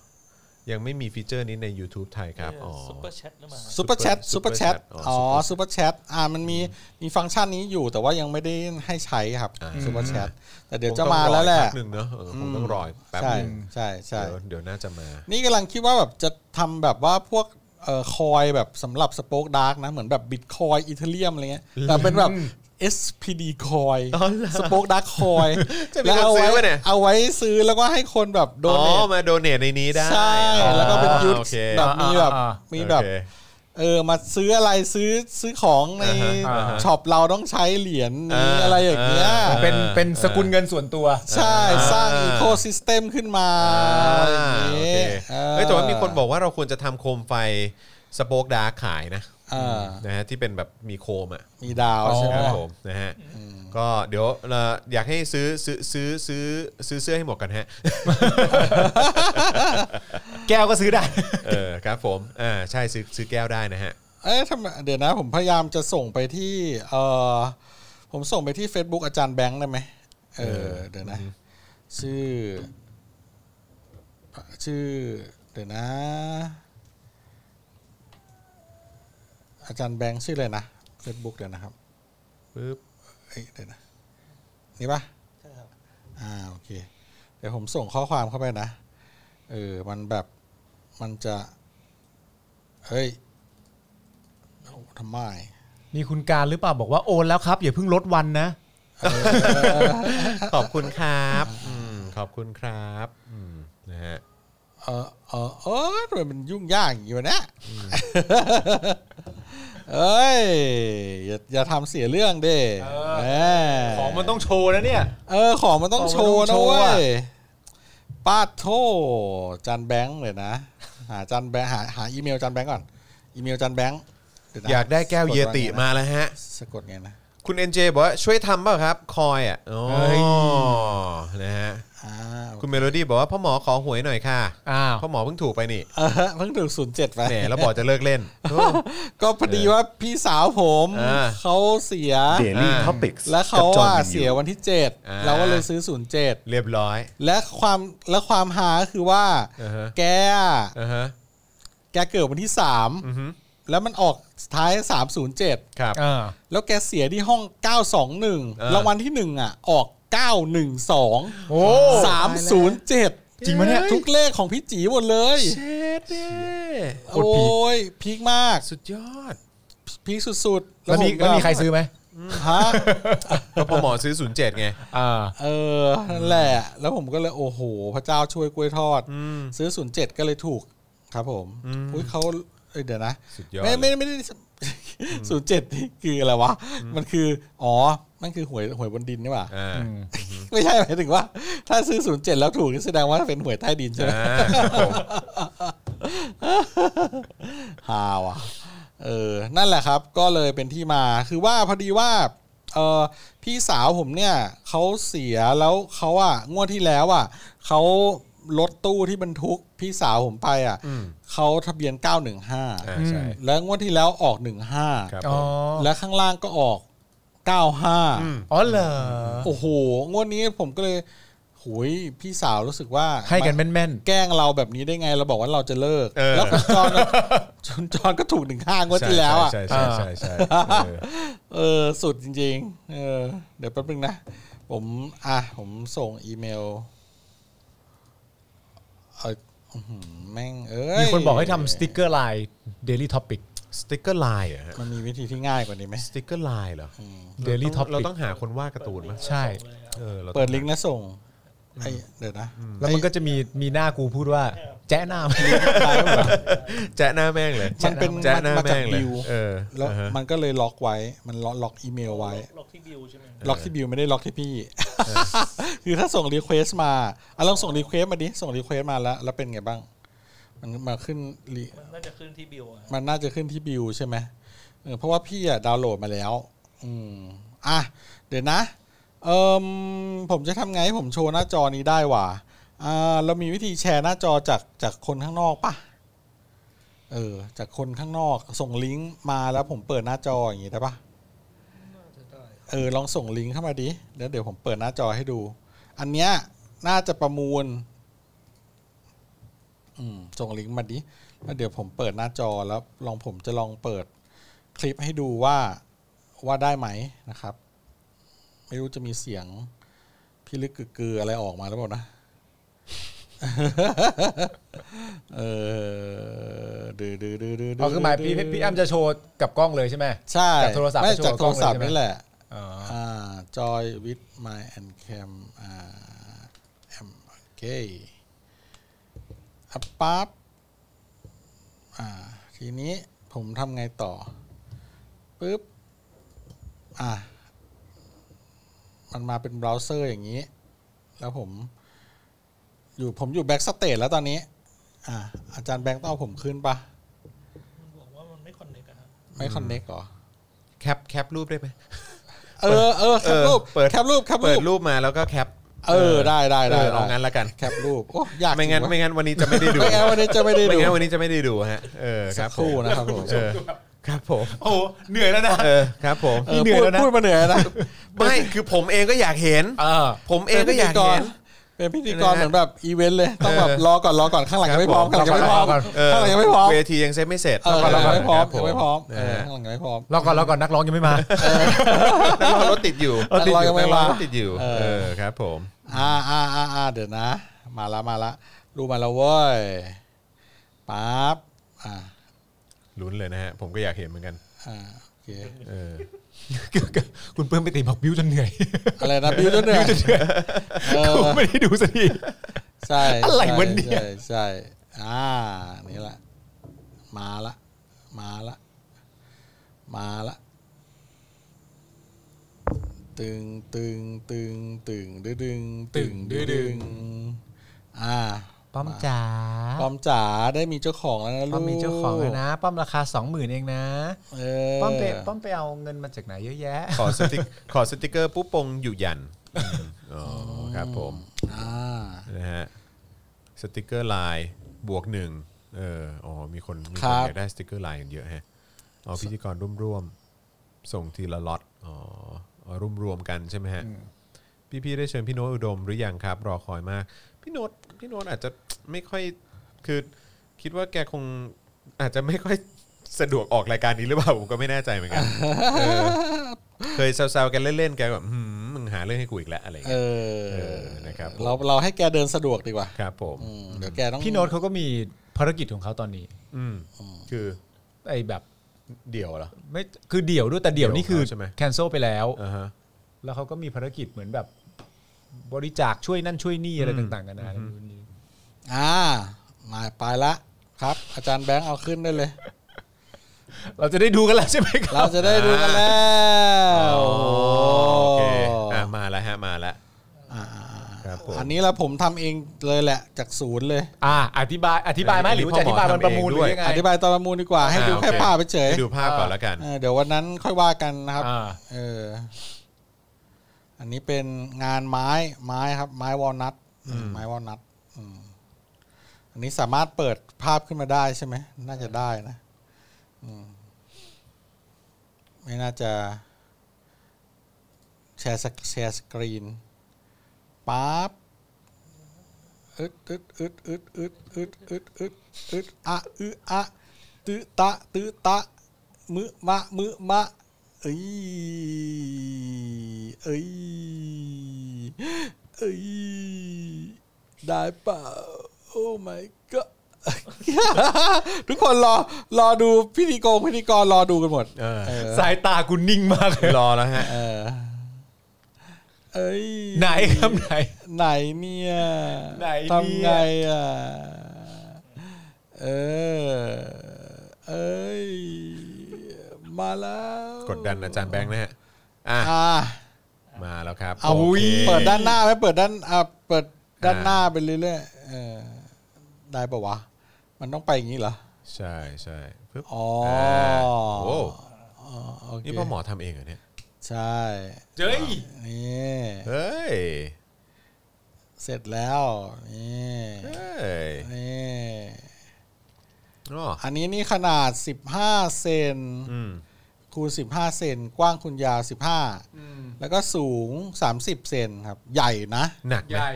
B: ยังไม่มีฟีเจอร์นี้ใน YouTube ไทยครับอ๋อ
D: ซุปเปอร์แชทหรือเปล่า
H: ซูเปอร์แชทซูเปอร์แชท
B: Super Chat อ๋
H: อ๋
B: อ
H: อ
B: Super
H: ซูเปอร์แชท อ่า มันมี มีฟังก์ชันนี้อยู่ แต่ว่ายังไม่ได้ให้ใช้ครับซูเปอร์แชท แต่เดี๋ยวจะมาแล้วแหละ
B: คงต้องรออีกพักหนึ่งเนาะเออคงต้องรออีกแป๊บ
H: ใช่
B: หนึง
H: ใช่ใช่
B: เดี๋ยวเดี๋ยวน่าจะมา
H: นี่กำลังคิดว่าแบบจะทำแบบว่าพวกเอ่อคอยแบบสำหรับสป o อ e ดาร์กนะ เหมือนแบบบิตคอยอีเทเรียมอะไรเงี้ยแต่เป็นแบบ SPD คอย
B: อ๋อเหรอ
H: สป o อ e ดาร์กคอย
B: จะมี
H: แล้
B: คน
H: วเอา
B: ซื้อ
H: ไว้
B: ปะเนี่ย
H: เอาไว้ซื้อแล้วก็ให้คนแบบโด
B: อ๋
H: น
B: อมาโดเนทในนี้ได้
H: ใช่ แล้วก็เป็น
B: อ๋อ
H: ยุทธ
B: โอเค
H: แบบมีแบบ
C: อ่า
H: มีแบบ
B: โอเค
H: เออมาซื้ออะไรซื้อซื้อของใน
B: อ่าฮะอ่าฮะ
H: ช็อปเราต้องใช้เหรียญนี้
B: อ่า
H: อะไรอย่างเงี้ย
B: อ่า
C: เป็นเป็นสกุลเงินส่วนตัว
H: ใช่สร้าง
B: อ่า
H: อีโคซิสเต็มขึ้นมา
B: อ่า
H: อะไรอย่าง
B: โอเค
H: เงี้ย
B: เฮ้ยแต่ว่ามีคนบอกว่าเราควรจะทำโคมไฟสโป๊กดาร์กขายนะ
H: อ่า
B: นะฮะที่เป็นแบบมีโคมอ่ะ
H: มีดาวใช่ไหม
B: ครับผมนะฮะก็เดี๋ยวเอ่ออยากให้ซื้อซื้อซื้อซื้อซื้อเสื้อให้หมดกันฮะ
C: แก้วก็ซื้อได้
B: เออครับผมอ่าใช่ซื้อซื้อแก้วได้นะฮะ
H: เอ๊ะทำไมเดี๋ยวนะ ผมพยายามจะส่งไปที่เออผมส่งไปที่ Facebook อาจารย์แบงค์ได้ไหมเออ เดี๋ยวนะ ชื่อ ชื่อ เดี๋ยวนะ อาจารย์แบงค์ชื่ออะไรนะ Facebook เดี๋ยวนะครับปึ๊บเอ้ยเดี๋ยวนะ นี่ปะใช่ครับ อ่า โอเค เดี๋ยวผมส่งข้อความเข้าไปนะ เออ มันแบบ มันจะ เฮ้ย โอ้ทำไม
C: มีคุณการหรือเปล่าบอกว่าโอนแล้วครับ อย่าเพิ่งลดวันนะ
B: ขอบคุณครับอืมขอบคุณครับอืมนะฮะ
H: เออเออเออทำไมมันยุ่งยากอย่างนี้วะเนี่ยเอ้ย อย่าอย่าทำเสียเรื่องเด้แหม
C: ของมันต้องโชว์นะเนี่ย
H: เออ ของมันต้องโช
C: ข
H: ว์
C: องมันต้อง
H: นะ
C: โชว์
H: เว้
C: อะ
H: ยป้าโทจันแบงค์เลยนะ หาจันแบงค์หาหาอีเมลจันแบงค์ก่อน อีเมลจันแบงค์เวนะ
B: อยากได้แก้ว
H: สะ
B: เย
H: ไงนะ
B: ติมาแล้วฮะ
H: สะกดไงนะ
B: คุณ NJ บอกว่าช่วยทำเปล่าครับ คอยอ่ะอ๋อนะฮะ
H: อ่า
B: คุณเมโลดี้บอกว่าพ่อหมอขอหวยหน่อยค่ะ
C: อ้าว
B: พ่อหมอเพิ่งถูกไปนี่
H: เออเพิ่งถูกศูนย์เจ็ดไป
B: แหมแล้วบอกจะเลิกเล่น
H: ก็พอดีว่าพี่สาวผม
B: อ่า
H: เขาเสีย
A: Daily
B: อ่า
A: Topics
H: และเขา
A: กับจอ
H: อ่ะ
A: ห์นวิน
H: เสี
A: ยู
H: ยวันที่
B: อ่า
H: 7 เราก็เลยซื้อ
B: เรียบร้อย
H: 07 และความและความหาคือว่า
B: อ่าฮะ
H: แกอ่ะ
B: อ่าฮะ
H: แกเกิดวันที่
B: อือฮึ
H: 3 แล้วมันออกท้าย 307
B: ครับ
C: อ่า
H: แล้วแกเสียที่ห้อง
B: อ่า
H: 921รางวัลที่ 1 อ่ะ ออก 912
C: โอ้
H: 307
C: จริงปะเนี่ย
H: ทุกเลขของพี่จีหมดเลย
B: เช็ดเด้
H: โอ้ยพีคมาก
B: สุดยอด
H: พีคสุดๆ
C: แล้วมี
H: ผ
C: แล้วมีใครซื้อไหม
H: ฮะ
B: ก็พอหมอซื้อ 07 ไง
C: อ่า
H: เออ นั่นแหละ แล้วผมก็เลย โอ้โห พระเจ้าช่วยกล้วยทอด ซื้อศูนย์เจ็ดก็เลยถูกครับผม อุ้ยเขาเอ้ยเดี๋ยวนะ
B: สุดยอด
H: ไม่ไม่ไม่ได้ศูนย์เจ็ดนี่คืออะไรวะ มันคือ อ๋อ มันคือหวยหวยบนดินนี่หว่า
B: อ่า
H: ไม่ใช่หมายถึงว่า ถ้าซื้อศูนย์เจ็ดแล้วถูกนี่แสดงว่าเป็นหวยใต้ดินใช่ไหม
B: อ่าครับผม
H: ฮาว่ะ เออ นั่นแหละครับ ก็เลยเป็นที่มา คือว่าพอดีว่า เออพี่สาวผมเนี่ยเขาเสียแล้วเขาอะงวดที่แล้วอะเขารถตู้ที่บรรทุกพี่สาวผมไปอะเขาทะเบียน
B: อ่า
H: 915
B: ใช่
H: แล้วงวดที่แล้วออก
B: ครับ
H: 15
B: ผ
C: อ๋อ
B: ม
H: และข้างล่างก็ออก 95
C: อ๋อเหรอ
H: โอ้โห งวดนี้ผมก็เลยหุยพี่สาวรู้สึกว่า
C: ให้กันแม่น
H: แกล้งเราแบบนี้ได้ไงเราบอกว่าเราจะเลิก
B: เออ
H: แล้วคุณจอนคุณจอนก็ถูกหนึ่งห้างวดที่แล้วอะ
B: ใช่ใช่ใช่ใช่ใช่เออ
H: เออ สุดจริงๆ เออ เดี๋ยวแป๊บนึงนะ ผมอ่ะผมส่งอีเมลเอออื้อหือแม่งเอ้
C: ๆ
H: ย
C: มีคนบอกให้ทำสติกเกอร์ไลน์ Daily Topic
B: สติ๊กเกอร์ลายเหรอฮะ
H: มันมีวิธีที่ง่ายกว่านี้ไหม
B: สติ๊กเกอร์ลายเหรอ
C: Daily
B: เราต้อง
C: Topic
B: เราต้องหาคนวาดการ์ตูนมั้ย
C: ใช่
B: เออเราต้อง
H: เปิดลิงก์แล้วส่ง ไอ้เดี๋ยวนะ
C: แล้วมันก็จะมีมีหน้ากูพูดว่า แจ้หน้า
B: แจ๊ะหน้าแม่งเลย
H: มันเป็น
B: แจ๊ะห
H: มั
B: น้าน
H: มาจา
B: แม่
H: ก
B: งเลย
H: บิว
B: เออ
H: แล้ว
B: อ่าฮะ
H: มันก็เลยล็อกไว้ มันล็อกล็อกอีเมลไว้
D: ล็อกที่บิวใช่ไหม
H: ล็อกที่บิวไม่ได้ล็อกที่พี่ คือถ้าส่งรีเควสมาอ่ะลองส่งรีเควสมาดิ ส่งรีเควสมาแล้ว แล้วเป็นไงบ้าง มันมาขึ้น re-
D: มันน่าจะขึ้นที่บิวอะ
H: มันน่าจะขึ้นที่บิวใช่ไหมเออเพราะว่าพี่อะดาวน์โหลดมาแล้ว อืมอ่ะ เดี๋ยวนะ เอ่มผมจะทำไงให้ผมโชว์หน้าจอนี้ได้วะอ่า เรามีวิธีแชร์หน้าจอจากจากคนข้างนอกปะเออ จากคนข้างนอก ส่งลิงก์มาแล้วผมเปิดหน้าจออย่างงี้ได้ปะเออ ลองส่งลิงก์เข้ามาดิแล้วเดี๋ยวผมเปิดหน้าจอให้ดู อันเนี้ยน่าจะประมูล อืมส่งลิงก์มาดิแล้วเดี๋ยวผมเปิดหน้าจอแล้วลองผมจะลองเปิดคลิปให้ดูว่าว่าได้ไหมนะครับ ไม่รู้จะมีเสียงพี่ลึกกึกกืออะไรออกมาหรือเปล่านะ เออดือดือดือดือดื
C: เอาคือหมายพี่พี่แอมจะโชว์กับกล้องเลยใช่ไหม
H: ใช่
C: จากโทรศัพท์
H: ไม่
C: จะโชว์
H: จากโทรศัพท์
C: กล้องเลยใช่ไหม
H: นี่แหละ
C: อ๋อ
H: อ่า Joy with my and cam อ่า am โอเคอัปปั๊บอ่า ทีนี้ผมทำไงต่อปึ๊บ อ่ะ มันมาเป็นเบราว์เซอร์อย่างนี้ แล้วผม อยู่ผมอยู่แบ็กสเตจแล้วตอนนี้ อ่า อาจารย์แบงค์ต้องเอาผมขึ้นปะ
D: มันบอกว่ามันไม่คอนเนคอะฮะ
H: ไม่คอนเน็กเหรอ
B: แคปแคปรูปได้ไหม
H: เออเออแคปรูป
B: เปิด
H: แคปรูปแคป
B: เปิ
H: รู
B: ด
H: ป
B: รูปมาแล้วก็แคป
H: เออได้ได้ได้
B: เออ
H: ได้
B: เอางั้นละกัน
H: แคปรูป โอ้ยาก
B: ไม่งั้น
H: จ
B: ไม่
H: ริวะ
B: งั้นวันนี้จะไม่ได้ดู
H: ไม่งั้นวันนี้จะไม่ได้
B: ไม่
H: ดู
B: งั้นวันนี้จะไม่ได้ดูฮะ เออค
H: สั
B: รั
H: ก
B: บ
H: ครู่นะครับผม
B: เออครับผม
C: โอ้เหนื่อยแล้วนะ
B: เออครับผม
H: เออ
C: เหนื่อ
H: พู
C: ย
H: ด
C: แล้วนะ
H: พูดมาเหนื่อยนะ
B: ไม่คือผมเองก็อยากเห็น
C: เออ
B: ผมเองก็อยากเห็น
H: เป็นพิธีกร
B: นะฮะ
H: เหมือนแบบอีเวนต์เลย ต้องแบบ
B: เออ
H: รอก่อนรอก่อนข้างหลังยังไม่พร้อมข้างหลังยังไม่พร้อม
C: รอก่อน
B: เออ
H: ข้างหลังยังไม่พร้อม
B: เวทียังเซตไม่เสร็จ
H: เออข้างหลังยังไม่พร้อ
B: ค
H: ม
B: บผ
H: ยังไม่พร้อมเอ
B: นะ
H: อ
B: ฮะ
H: ข้างหลังยังไม่พร้อม
C: รอก่อนรอก่อนนักร้องยัง ไม่มา
B: นักร้องรถติดอยู่
H: ข้างหลังยังไม่
B: นักร้
H: มา
B: องรถติดอยู่
H: เออ
B: เออครับผม
H: อ่าอ่าอ่าอ่าเดี๋ยวนะ มาละมาละรูปมาแล้วเว้ยปั๊บอ่า
B: ลุ้นเลยนะฮะ ผมก็อยากเห็นเหมือนกัน
H: อ่าโอเค
B: เออ
C: คุณเพิ่มไปตีบอกบิ้วจนเหนื่อย
H: อะไรนะบิวจนเหนื่อย เอ
C: กู
H: อ
C: ไม่ได้ดูสักที
H: ใช่
C: อะไรวะเนี่ย
H: ใช่ใช่ อ่า นี่แหละ มาละ มาละ มาละ ตึงตึงตึงตึงดึงดึงตึงดึงดึงอ่า
C: ป้อมจ๋า
H: ป้อมจ๋าได้มีเจ้าของแล้วนะลูก
C: แล้วนะ ป้อมราคาสองหมื่นเองนะ
H: เออ
C: ป้อมไปป้อมไปเอาเงินมาจากไหนเยอะแยะ
B: ขอสติกขอสติกเกอร์ปุ๊บปงอยู่ยันอ๋อครับผม
H: อ่า
B: นะฮะสติกเกอร์ลายบวกหนึ่งเอออ๋อมีคนมี
H: ค
B: ค
H: รั
B: น
H: บ
B: อยากได้สติกเกอร์ลายกันเยอะแฮะเอาพิธีกรร่วมๆ ส่งทีละล็อตอ๋อเอารวมๆกันใช่ไหมฮะ พี่ๆได้เชิญพี่โน้ตอุดมหรือยังครับ รอคอยมาก พี่โน้ตพี่โน้ตอาจจะไม่ค่อยคือคิดว่าแกคงอาจจะไม่ค่อยสะดวกออกรายการนี้หรือเปล่าผมก็ไม่แน่ใจเหมือนกันเออเคยแซวๆกันเล่นๆแกแบบหืมมึงหาเรื่องให้กูอีกแล้วอะไรอย่าง
H: เอ
B: เงี้ยเอ
H: อ
B: อนะครับผม
H: เราเราให้แกเดินสะดวกดีกว่า
B: ครับผม
H: อืมเดี๋ยวแกต้อง
C: พี่โน้ตเขาก็มีภารกิจของเขาตอนนี้
B: อืมคือ
C: ไอ้แบบ
B: เดี่ยวเหรอ
C: ไม่คือเดี่ยวด้วยแต่เดี่ยวนี่คือ
B: เดี่ยวเขาใช่ไหม
C: แคนเซิลไปแล้ว
B: อ่าฮะ
C: แล้วเขาก็มีภารกิจเหมือนแบบ บริจาคช่วยนั่นช่วยนี่อะไรต่างๆกันานะ
H: อ่า มาไปละ ครับ อาจารย์แบงค์เอาขึ้นได้เลย
C: เราจะได้ดูกันแล้วใช่ไหมค
H: เรา
C: รับ
H: จะได้ดูกันแล้ว
B: โอเคอ่ะมาแล้วฮะมาแล้วครับผม
H: อันนี้เราผมทำเองเลยแหละ จากศูนย์เลย
C: อ่า อธิบาย อธิบายไหม
B: อัน
C: ห
B: นี้
C: รือว่าจะอธิบายวันประมูลห
B: พ่อหมอทำเอง
C: รือยังไง
H: อธิบายตอนประมูลดีกว่า ให้ดู
B: อ่าโอเค
H: แค่ภาพไปเฉย
B: ให้ดูภาพก่อนละกัน
H: เออเดี๋ยววันนั้นค่อยว่ากันนะครับ
C: อ่า
H: เออ อันนี้เป็นงานไม้ไม้ครับ ไม้วอลนัทไม้วอลนัทอืมอันนี้สามารถเปิดภาพขึ้นมาได้ใช่ไหมน่าจะได้นะอืมไม่น่าจะ แชร์สกแชร์สกรีนปั๊บอึดอึดอึดอึดอึดอึดอึดอึดอึดอะอึอะตึตะตึตะมึมะมึมะเอ้ยเอ้ยเอ้ยได้เปล่าโอ้ my god ทุกคนรอรอดูพิธีกรพิธีกรรอดูกันหมด
B: เออ
H: เออ
C: สายตากูนิ่งมากเลย
B: รอแล้วฮะ
H: เออ เอ้ย
C: ไหนครับไหน
H: ไหนเนี่ย
C: ไหนเนี่ย
H: ทำไงอ่ะเออเอ้ยมาแล้ว
B: กดดันอาจารย์แบงค์นะฮะอ่ะ
H: อ่ะ
B: มาแล้วครับ
H: เอา
B: โค
H: เปิดด้านหน้าไหมเปิดด้านอ่ะเปิดด้านหน้าไปเรื่อยๆเออได้ปะวะ มันต้องไปอย่างนี้เหรอ
B: ใช่ใช่ปึ๊บ
H: อ๋อ
B: โอ้
H: อ๋อโอเค
B: นี่พ่อหมอทำเองเหรอเนี่ย
H: ใช่
C: เจ้ย
H: นี่
B: เฮ้ย
H: เสร็จแล้วนี่
B: เฮ้ย
H: นี่
B: อ๋อ
H: อันนี้นี่ขนาด 15 เซน
B: อืม
H: คูณ15 เซนกว้างคูณยาว 15 แล้วก็สูง 30 เซนครับ ใหญ่นะ
B: หนักไหม
C: ใหญ่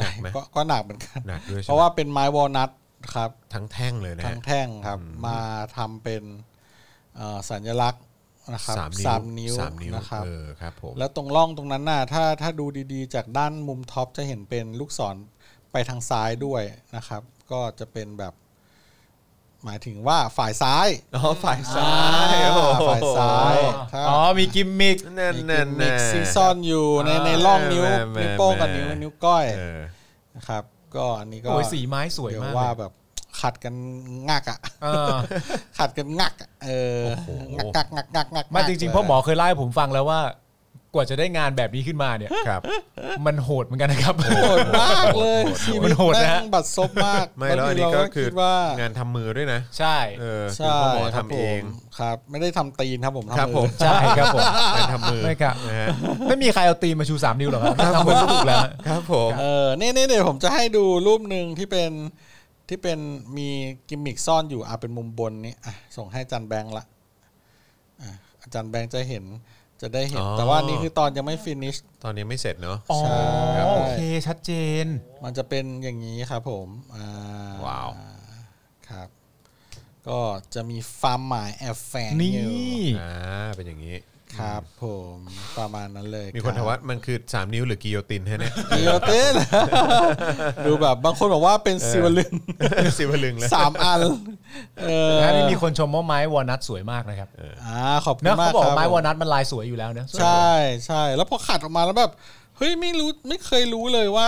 B: หนักไหม
H: ก็ก็หนักเหมือนกัน
B: หนักด้วยใช่ไหม
H: เพราะว่าเป็นไม้วอลนัทครับ
B: ทั้งแท่งเลยนะ
H: ทั้
B: ฮะ
H: งแท่งครับ มาทำเป็นเอ่อสัญลักษณ์นะครับ
B: สามนิ้วสามนิ้ว
H: นะครับ
B: เออครับผม
H: แล้วตรงร่องตรงนั้นน่ะถ้าถ้าดูดีๆ จากด้านมุมท็อปจะเห็นเป็นลูกศรไปทางซ้ายด้วยนะครับ ก็จะเป็นแบบ หมายถึงว่าฝ่ายซ้าย
B: อ๋อฝ่ายซ้า
H: อ่าฝ่ายซ้ายถ้า
C: อ๋อมีกิมมิก
B: นั่น
H: มี
B: นั่น
H: มี
B: นั่น
H: ซีซ่อนอยู่ในในร่องนิ้ว
B: แม่แม่
H: นิ้วโป้งกับ
B: แม่
H: นิ้วนิ้วก้อย
B: เออ
H: นะครับ ก็อันนี้ก็
C: โอ้ยสีไม้สวย
H: เดี๋ย
C: มาก
H: ว
C: เลย
H: ว่าแบบขัดกันงักอ่ะ
C: เออ
H: ขัดกันงักอะเออ
B: โอ้โห
H: งักงักงักงัก
C: ไม่จริงๆพ่อหมอเคยเล่าให้ผมฟังแล้วว่า กว่าจะได้งานแบบนี้ขึ้นมาเนี่ย
B: ครับ
C: มันโหดเหมือนกันนะครับ
H: โหดมากเลยชีวิ
C: มั
H: ต
C: นโหดนะฮะ
H: แม่งบัดซบมาก
B: ไม่แล้วอันนี้
H: บางที
B: ก็
H: เรา
B: คือ
H: ดว่า
B: งานทำมือด้วยนะ
C: ใช่
B: เออ
H: ใช่
B: คือพ่อหมอ
H: ครับ
B: ทำเอง
H: ผมครับ ไม่ได้ทำตีนครับผมทำ
B: ครับ
H: เอง
B: ผม
C: ใช่ครับผม
B: งานทำมือ
C: ไม่ครับ
B: นะฮะ
C: ไม่มีใครเอาตีนมาชูสามนิ้วหรอกครับทำมือก็ถูกแล้วฮะ
B: ครับผม
H: เออนี่นี่เดี๋ยวผมจะให้ดูรูปหนึ่งที่เป็นที่เป็นมีกิมมิคซ่อนอยู่อ่ะเป็นมุมบนนี้อ่ะส่งให้อาจารย์แบงค์ละอ่ะอาจารย์แบงค์จะเห็นจะได้เห็น แต่ว่านี่คือตอนยังไม่ฟินิช
B: ตอนนี้ไม่เสร็จเนาะ
C: อ๋อ
H: ใช่
C: โอเคชัดเจน
H: มันจะเป็นอย่างนี้ครับผมอ่า
B: ว้าว
H: ครับ ก็จะมีฟาร์มหมายแอบแฝง
C: นี่
H: อยู่
B: อ่าเป็นอย่างนี้
H: ครับผมประมาณนั้นเลย
B: มีคน
H: รั
B: ถาม
H: บ
B: ว่ามันคือ 3 นิ้วหรือกิโยตินฮะเนี่ย
H: กิโยติ น ดูแบบบางคนบอกว่าเป็นซิวลึง
B: สิบลึงแล้ว
H: สามอัน เออ
C: นะนี่มีคนชมว่าไม้วอลนัทสวยมากนะครับ
H: อ่าขอบคุณ
C: เนอะ
H: มา
C: เขา
H: ก
C: บอก
H: ครั
C: ว่า
H: บ
C: ไม้วอลนัทมันลายสวยอยู่แล้วเนอะ
H: ใช่ใช่แล้วพอขัดออกมาแล้วแบบเฮ้ยไม่รู้ไม่เคยรู้เลยว่า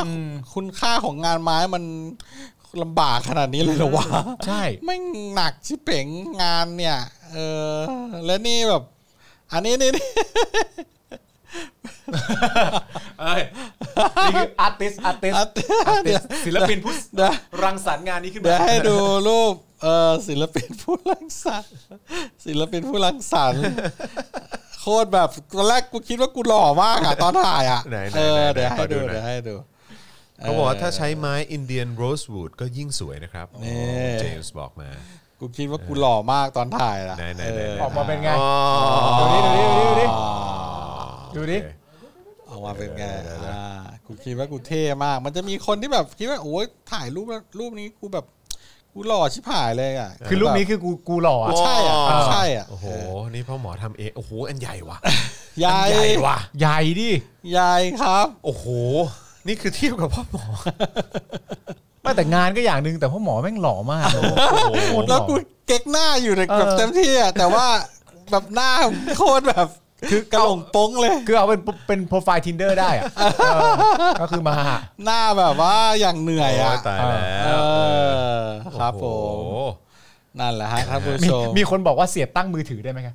H: คุณค่าของงานไม้มันลำบากขนาดนี้เลยเหรอวะ
C: ใช่
H: ไม่งหนักชิบเป๋งงานเนี่ย เออ และนี่แบบ อันนี้นี่ นี่
C: นี่คืออาร์ติสอาร์ติส
H: artist
C: ศิลปินผู้
H: เดี๋ยว
C: รังสรรค์งานนี้ขึ้น
H: เดี๋
C: มา
H: ยวให้ดูรูปเอ่อศิลปินผู้รังสรรค์ศิลปินผู้รังสรรค์โคตรแบบตอนแรกกูคิดว่ากูหล่อมากอะตอนถ่ายอะ
B: ไหนไหน
H: เอ
B: ไหนไน
H: อเดี๋ยว
B: ข
H: ให้
B: อ
H: ดู
B: หน่อย
H: เดี๋ยวให้ดู
B: เขาบอกว่าถ้าใช้ไม้อินเดียนโรสวูดก็ยิ่งสวยนะครับโอ้เจมส์บอกมา
H: กูคิดว่ากูหล่อมากตอนถ่ายละ
B: ไหนไหน
H: เอ
B: ไหน
H: อ
B: ไหน
C: ออกมาเป็นไง
B: อ๋อ
C: ดูดิดูดิดูดิดูดิ
B: โอเค
H: ออกมาเป็นไงอ่ากูคิดว่ากูเท่มาก มันจะมีคนที่แบบคิดว่าโอ้ยถ่ายรูปแล้วรูปนี้กูแบบกูหล่อชิบหายเลยอะ
C: คือรูปนี้คือกูกูหล่ออะ
H: ใช่อะ
B: ว้าว
H: ใช่อะ
B: โอ้โห นี่พ่อหมอทำเอง โอ้โห อันใหญ่ว่ะ
H: ยาย
B: ใหญ่ว่ะ
C: ใหญ่ดิ
H: ยายครับ
B: โอ้โห นี่คือเทียบกับพ่อหมอ
C: ไม่แต่งานก็อย่างหนึ่งแต่พ่อหมอแม่งหล่อมากโอ้โห
H: แล้วกูเก๊กหน้าอยู่เนี่ยแบบเต็มที่อะแต่ว่าแบบหน้าโคตรแบบคือกระหลงโป้งเลย
C: คือเอาเป็นเป็นโปรไฟล์ tinder ได้อะเออก็คือมา
H: หน้าแบบว่าอย่างเหนื่อยอะ
B: โยตายแล้ว
H: เออครับผ
B: โอ้โห
H: มนั่นแหละฮะท่านผู้
C: มี
H: ชม
C: มีคนบอกว่าเสียบตั้งมือถือได้ไหมครับ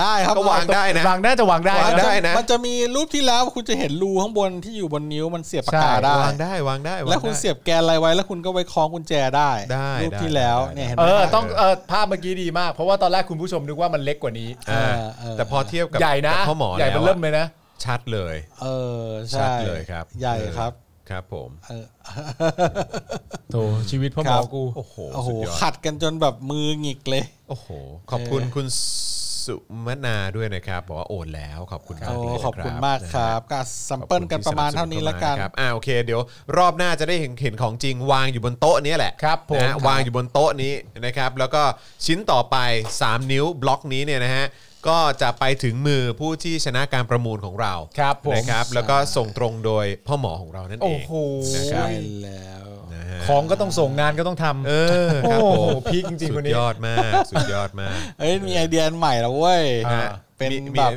H: ได้ครับ
B: ก็วางได้นะ
C: วางน่าจะวางได้
H: วาง
C: นะ
H: ได้
B: ได้
H: นะ
B: นะ
H: มันจะมีรูปที่แล้วคุณจะเห็นรูข้างบนที่อยู่บนนิ้วมันเสียบปาก
C: ใช่
H: กาได้
B: วางได้วางได้างได้
H: แล้วคุณเสียบแกนอะไรไว้ แล้วคุณก็ไว้คล้องกุญแจได้
B: ได้
H: รูป
B: ได้
H: ที่แล้ว
B: ได้
H: เนี่ยเห็นไห
C: เอ
H: ม
C: อต้องเออภาพเมื่อกี้ดีมาก เพราะว่าตอนแรกคุณผู้ชมนึกว่ามันเล็กกว่านี้
B: อ่า
H: เออเออ
B: แต่พอเทียบกับ
C: ใหญ่นะ
B: กับพ่อหมอ
C: ใหญ่มัน
B: แล้วอะ
C: เริ่มเลยนะ
B: ชัดเลย
H: เออ
B: ชั
H: ใช่
B: ดเลยครับ
H: ใหญ่ครับ
B: เออครับผม
H: เออ
C: โถชีวิตพ่อหม
H: ครั
C: อบ กู
B: โอ้โห
H: โอ้โห
B: สุดยอด
H: ขัดกันจนแบบมือหงิกเลย
B: โอ้โห ขอบคุณคุณสุมนาด้วยนะครับ บอกว่าโอนแล้วขอบคุณมาก
H: โอ้
B: เลยนะ
H: ขอบคุณมากครับก็สัมเปิลกันประมาณเท่านี้ละกัน
B: ขอบคุณที่สบสครับอ่าโอเค เดี๋ยวรอบหน้าจะได้เห็นเห็นของจริงวางอยู่บนโต๊ะนี้แหละ
C: ครับผม
B: นะฮะวางอยู่บนโต๊ะนี้นะครับ แล้วก็ชิ้นต่อไป 3 นิ้วบล็อกนี้เนี่ยนะฮะก็จะไปถึงมือผู้ที่ชนะการประมูลของเรา
C: ครับผม
B: นะครับแล้วก็ส่งตรงโดยพ่อหมอของเรานั่นเอ
C: โอ้
B: ง
C: โห
B: นะครับ
H: ใช่แล้ว
B: นะฮะ
C: ของก็ต้องส่งงานก็ต้องทำ
B: เออครับผม
C: โอ้โหพีคจริงๆ
B: สุ
C: คน
B: ด
C: นี้
B: ยอดมาก สุดยอดมาก
H: เอ้ยมีไอเดียอันใหม่แล้วเว้ย
B: นะฮะ
H: เป็น
B: มีมี
H: แบบ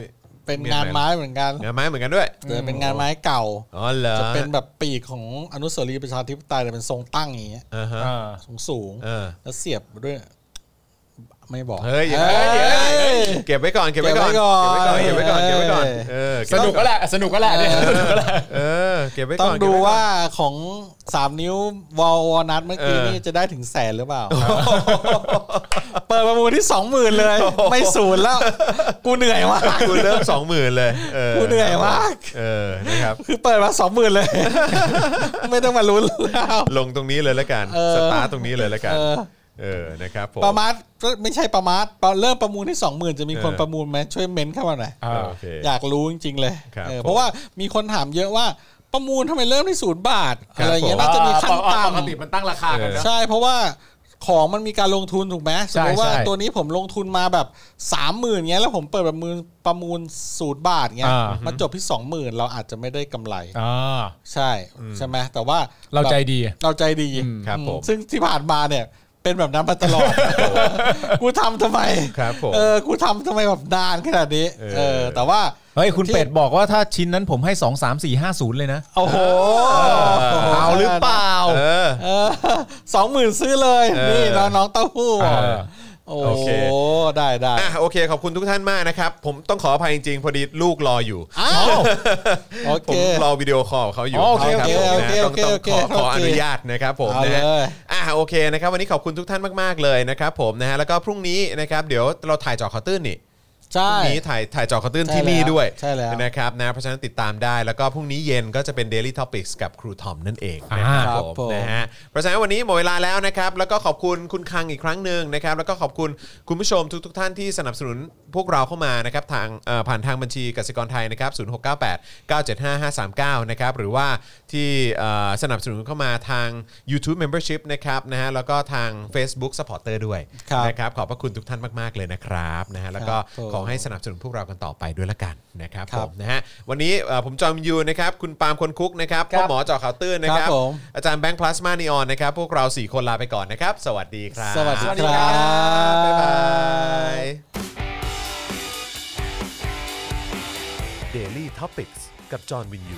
H: เป็นงานไม้เหมือนกัน
B: งานไม้เหมือนกันด้วย
H: แต่เป็นงานไม้เก่า
B: อ๋อเหรอ
H: จะเป็นแบบปีกของอนุสาวรีย์ประชาธิปไตยแต่เป็นทรงตั้งอย่างเงี้ย
B: อ่าฮะ
D: อ่า
H: สูงสูงๆ
B: เออ
H: แล้วเสียบด้วย ไม่บอก
B: เฮ้ยอย่า
H: อ้
B: เดี๋ยวนะเก็บไว้ก่อนเก็บไว้ก่อนเก็บไว้ก่อนเก็บไว้ก่อนเออเก็
C: ส
B: บไว้
C: นุก
B: ก่
C: ก็
B: อน
C: แหละสนุกก็แหละเนี่ยสนุกก็แหละ
B: เออเก็บไว้ก่อน
H: ต้องดู
B: เก็บไก่น
H: ว่าของสามนิ้ววอลวอลนัทเมื่อกี้
B: เออ
H: นี่จะได้ถึงแสนหรือเปล่า เปิดประมูลที่สองหมื่นเลย ไม่ศูนย์แล้ว กูเหนื่อยมาก
B: กูเริ่มสองหมื่นเลย
H: กูเหนื่อยมาก
B: เออนะครับ
H: คือเปิดมาสองหมื่นเลย ไม่ต้องมาลุ้นแล้ว
B: ลงตรงนี้เลยละกัน
H: เออ
B: สตาร์ทตรงนี้เลยละกัน
H: เออ
B: เออนะครับผม
H: ประมาทไม่ใช่ประมาทเริ่มประมูลที่สองหมื่นจะมีคน
B: เออ
H: ประมูลไหมช่วยเม้นเข้ามาหน่อย
B: เออโอเค
H: อยากรู้จริงๆเลย
B: ครับ
H: เออ
B: ผม
H: เพราะว่ามีคนถามเยอะว่าประมูลทำไมเริ่มที่ศูนย์บาท
B: ครับ
H: อะไรอย่างเงี้ย
B: ผม
H: น่าจะมีขั้น
C: อ่า
H: ต่ำ
C: ปกติมันตั้งราคากันนะ
H: ใช่เพราะว่าของมันมีการลงทุนถูกไหมส
C: ใช่
H: มมติว่า
C: ใช่
H: ตัวนี้ผมลงทุนมาแบบสามหมื่นเงี้ยแล้วผมเปิดประมูลประมูลศูนย์บาทเงี้ย
C: อ่า
H: มันจบที่สองหมื่นเราอาจจะไม่ได้กำไร
C: อ่า
H: ใช่ใช่ไหมแต่ว่า
C: เราใจดี
H: เราใจดี
B: ครับ
H: อื
B: ผม
H: ซึ่งที่ผ่านมาเนี่ย เป็นแบบนั้นมาตลอด กูทำทำไม
B: ครับผม
H: เออกูทำทำไมแบบนานขนาดนี้
B: เออ
H: เออ แต่ว่า
C: เฮ้ย คุณเป็ดบอกว่าถ้าชิ้นนั้นผมให้ 2 3 4 5 0 เลยนะ
H: โอ้โห
C: เอาหรือเปล่า
B: เออ
H: สองหมื่นซื้อเลย
B: เออ
H: นี่น้องน้องเต้าหู้
C: เออ
H: โอ้
B: โอ
H: โห
B: เค
H: ได้ได้
B: อ่ะโอเคขอบคุณทุกท่านมากนะครับ ผมต้องขออภัยจริงๆ พอดีลูกรออยู่
H: อ้าวโอ
B: ผ
H: เค
B: มรอวิดีโอคอลเขาอยู่
C: อ๋อโอเค
B: นะรับ
H: โอเค
B: ผมนะต้อ
H: โอเค
B: ง
H: โอ
B: ต้
H: เค
B: องขอขอ
H: โอเค
B: อนุญาตนะครับผม
H: เอา
B: นะฮะ
H: เลย
B: อ่ะโอเคนะครับวันนี้ขอบคุณทุกท่านมากๆเลยนะครับผมนะฮะแล้วก็พรุ่งนี้นะครับเดี๋ยวเราถ่ายเจอข่าวตื้นนี่
H: ใช่
B: พรุ่งนี้ถ่ายถ่ายเจอข่าวตื้น
H: ใช่
B: ที่นี่
H: แล้ว
B: ด้วย
H: ใช่แล้ว
B: นะครับนะเพราะฉะนั้นติดตามได้แล้วก็พรุ่งนี้เย็นก็จะเป็น Daily Topics กับครูทอมนั่นเองนะค
H: ครั
B: รับบ ผ
H: ผม ม
B: นะฮะเพราะฉะนั้นวันนี้หมดเวลาแล้วนะครับแล้วก็ขอบคุณคุณคังอีกครั้งหนึ่งนะครับแล้วก็ขอบคุณคุณผู้ชมทุก ๆ ท่านที่สนับสนุนพวกเราเข้ามานะครับทางเอ่อผ่านทางบัญชีกสิกรไทยนะครับ0698 975539 นะครับ หรือว่าที่เอ่อสนับสนุนเข้ามาทาง YouTube Membership นะครับนะฮะแล้วก็ทาง Facebook Supporter ด้วย
H: ครับ
B: นะครับขอบพระคุณทุกท่านมาก ๆ เลยนะครับนะฮะแล้วก็
H: ครับผม
B: ขอให้สนับสนุนพวกเรากันต่อไปด้วยละกันนะครับ
H: ค
B: ผ
H: รับ
B: มนะฮะวันนี้เอ่อผมจอมยูนะครับคุณปาล์มคนคุกนะครับพ่อหมอเจอข่าวตื้นนะครับ
H: ครับผม
B: อาจารย์แบงค์พลาสมานีออนนะครับ พวกเรา 4 คนลาไปก่อนนะครับ สวัสดีครับ
H: สวัสดีครับ
B: บ๊ายบาย
A: Daily t o p i c กกับจอห์นวินยู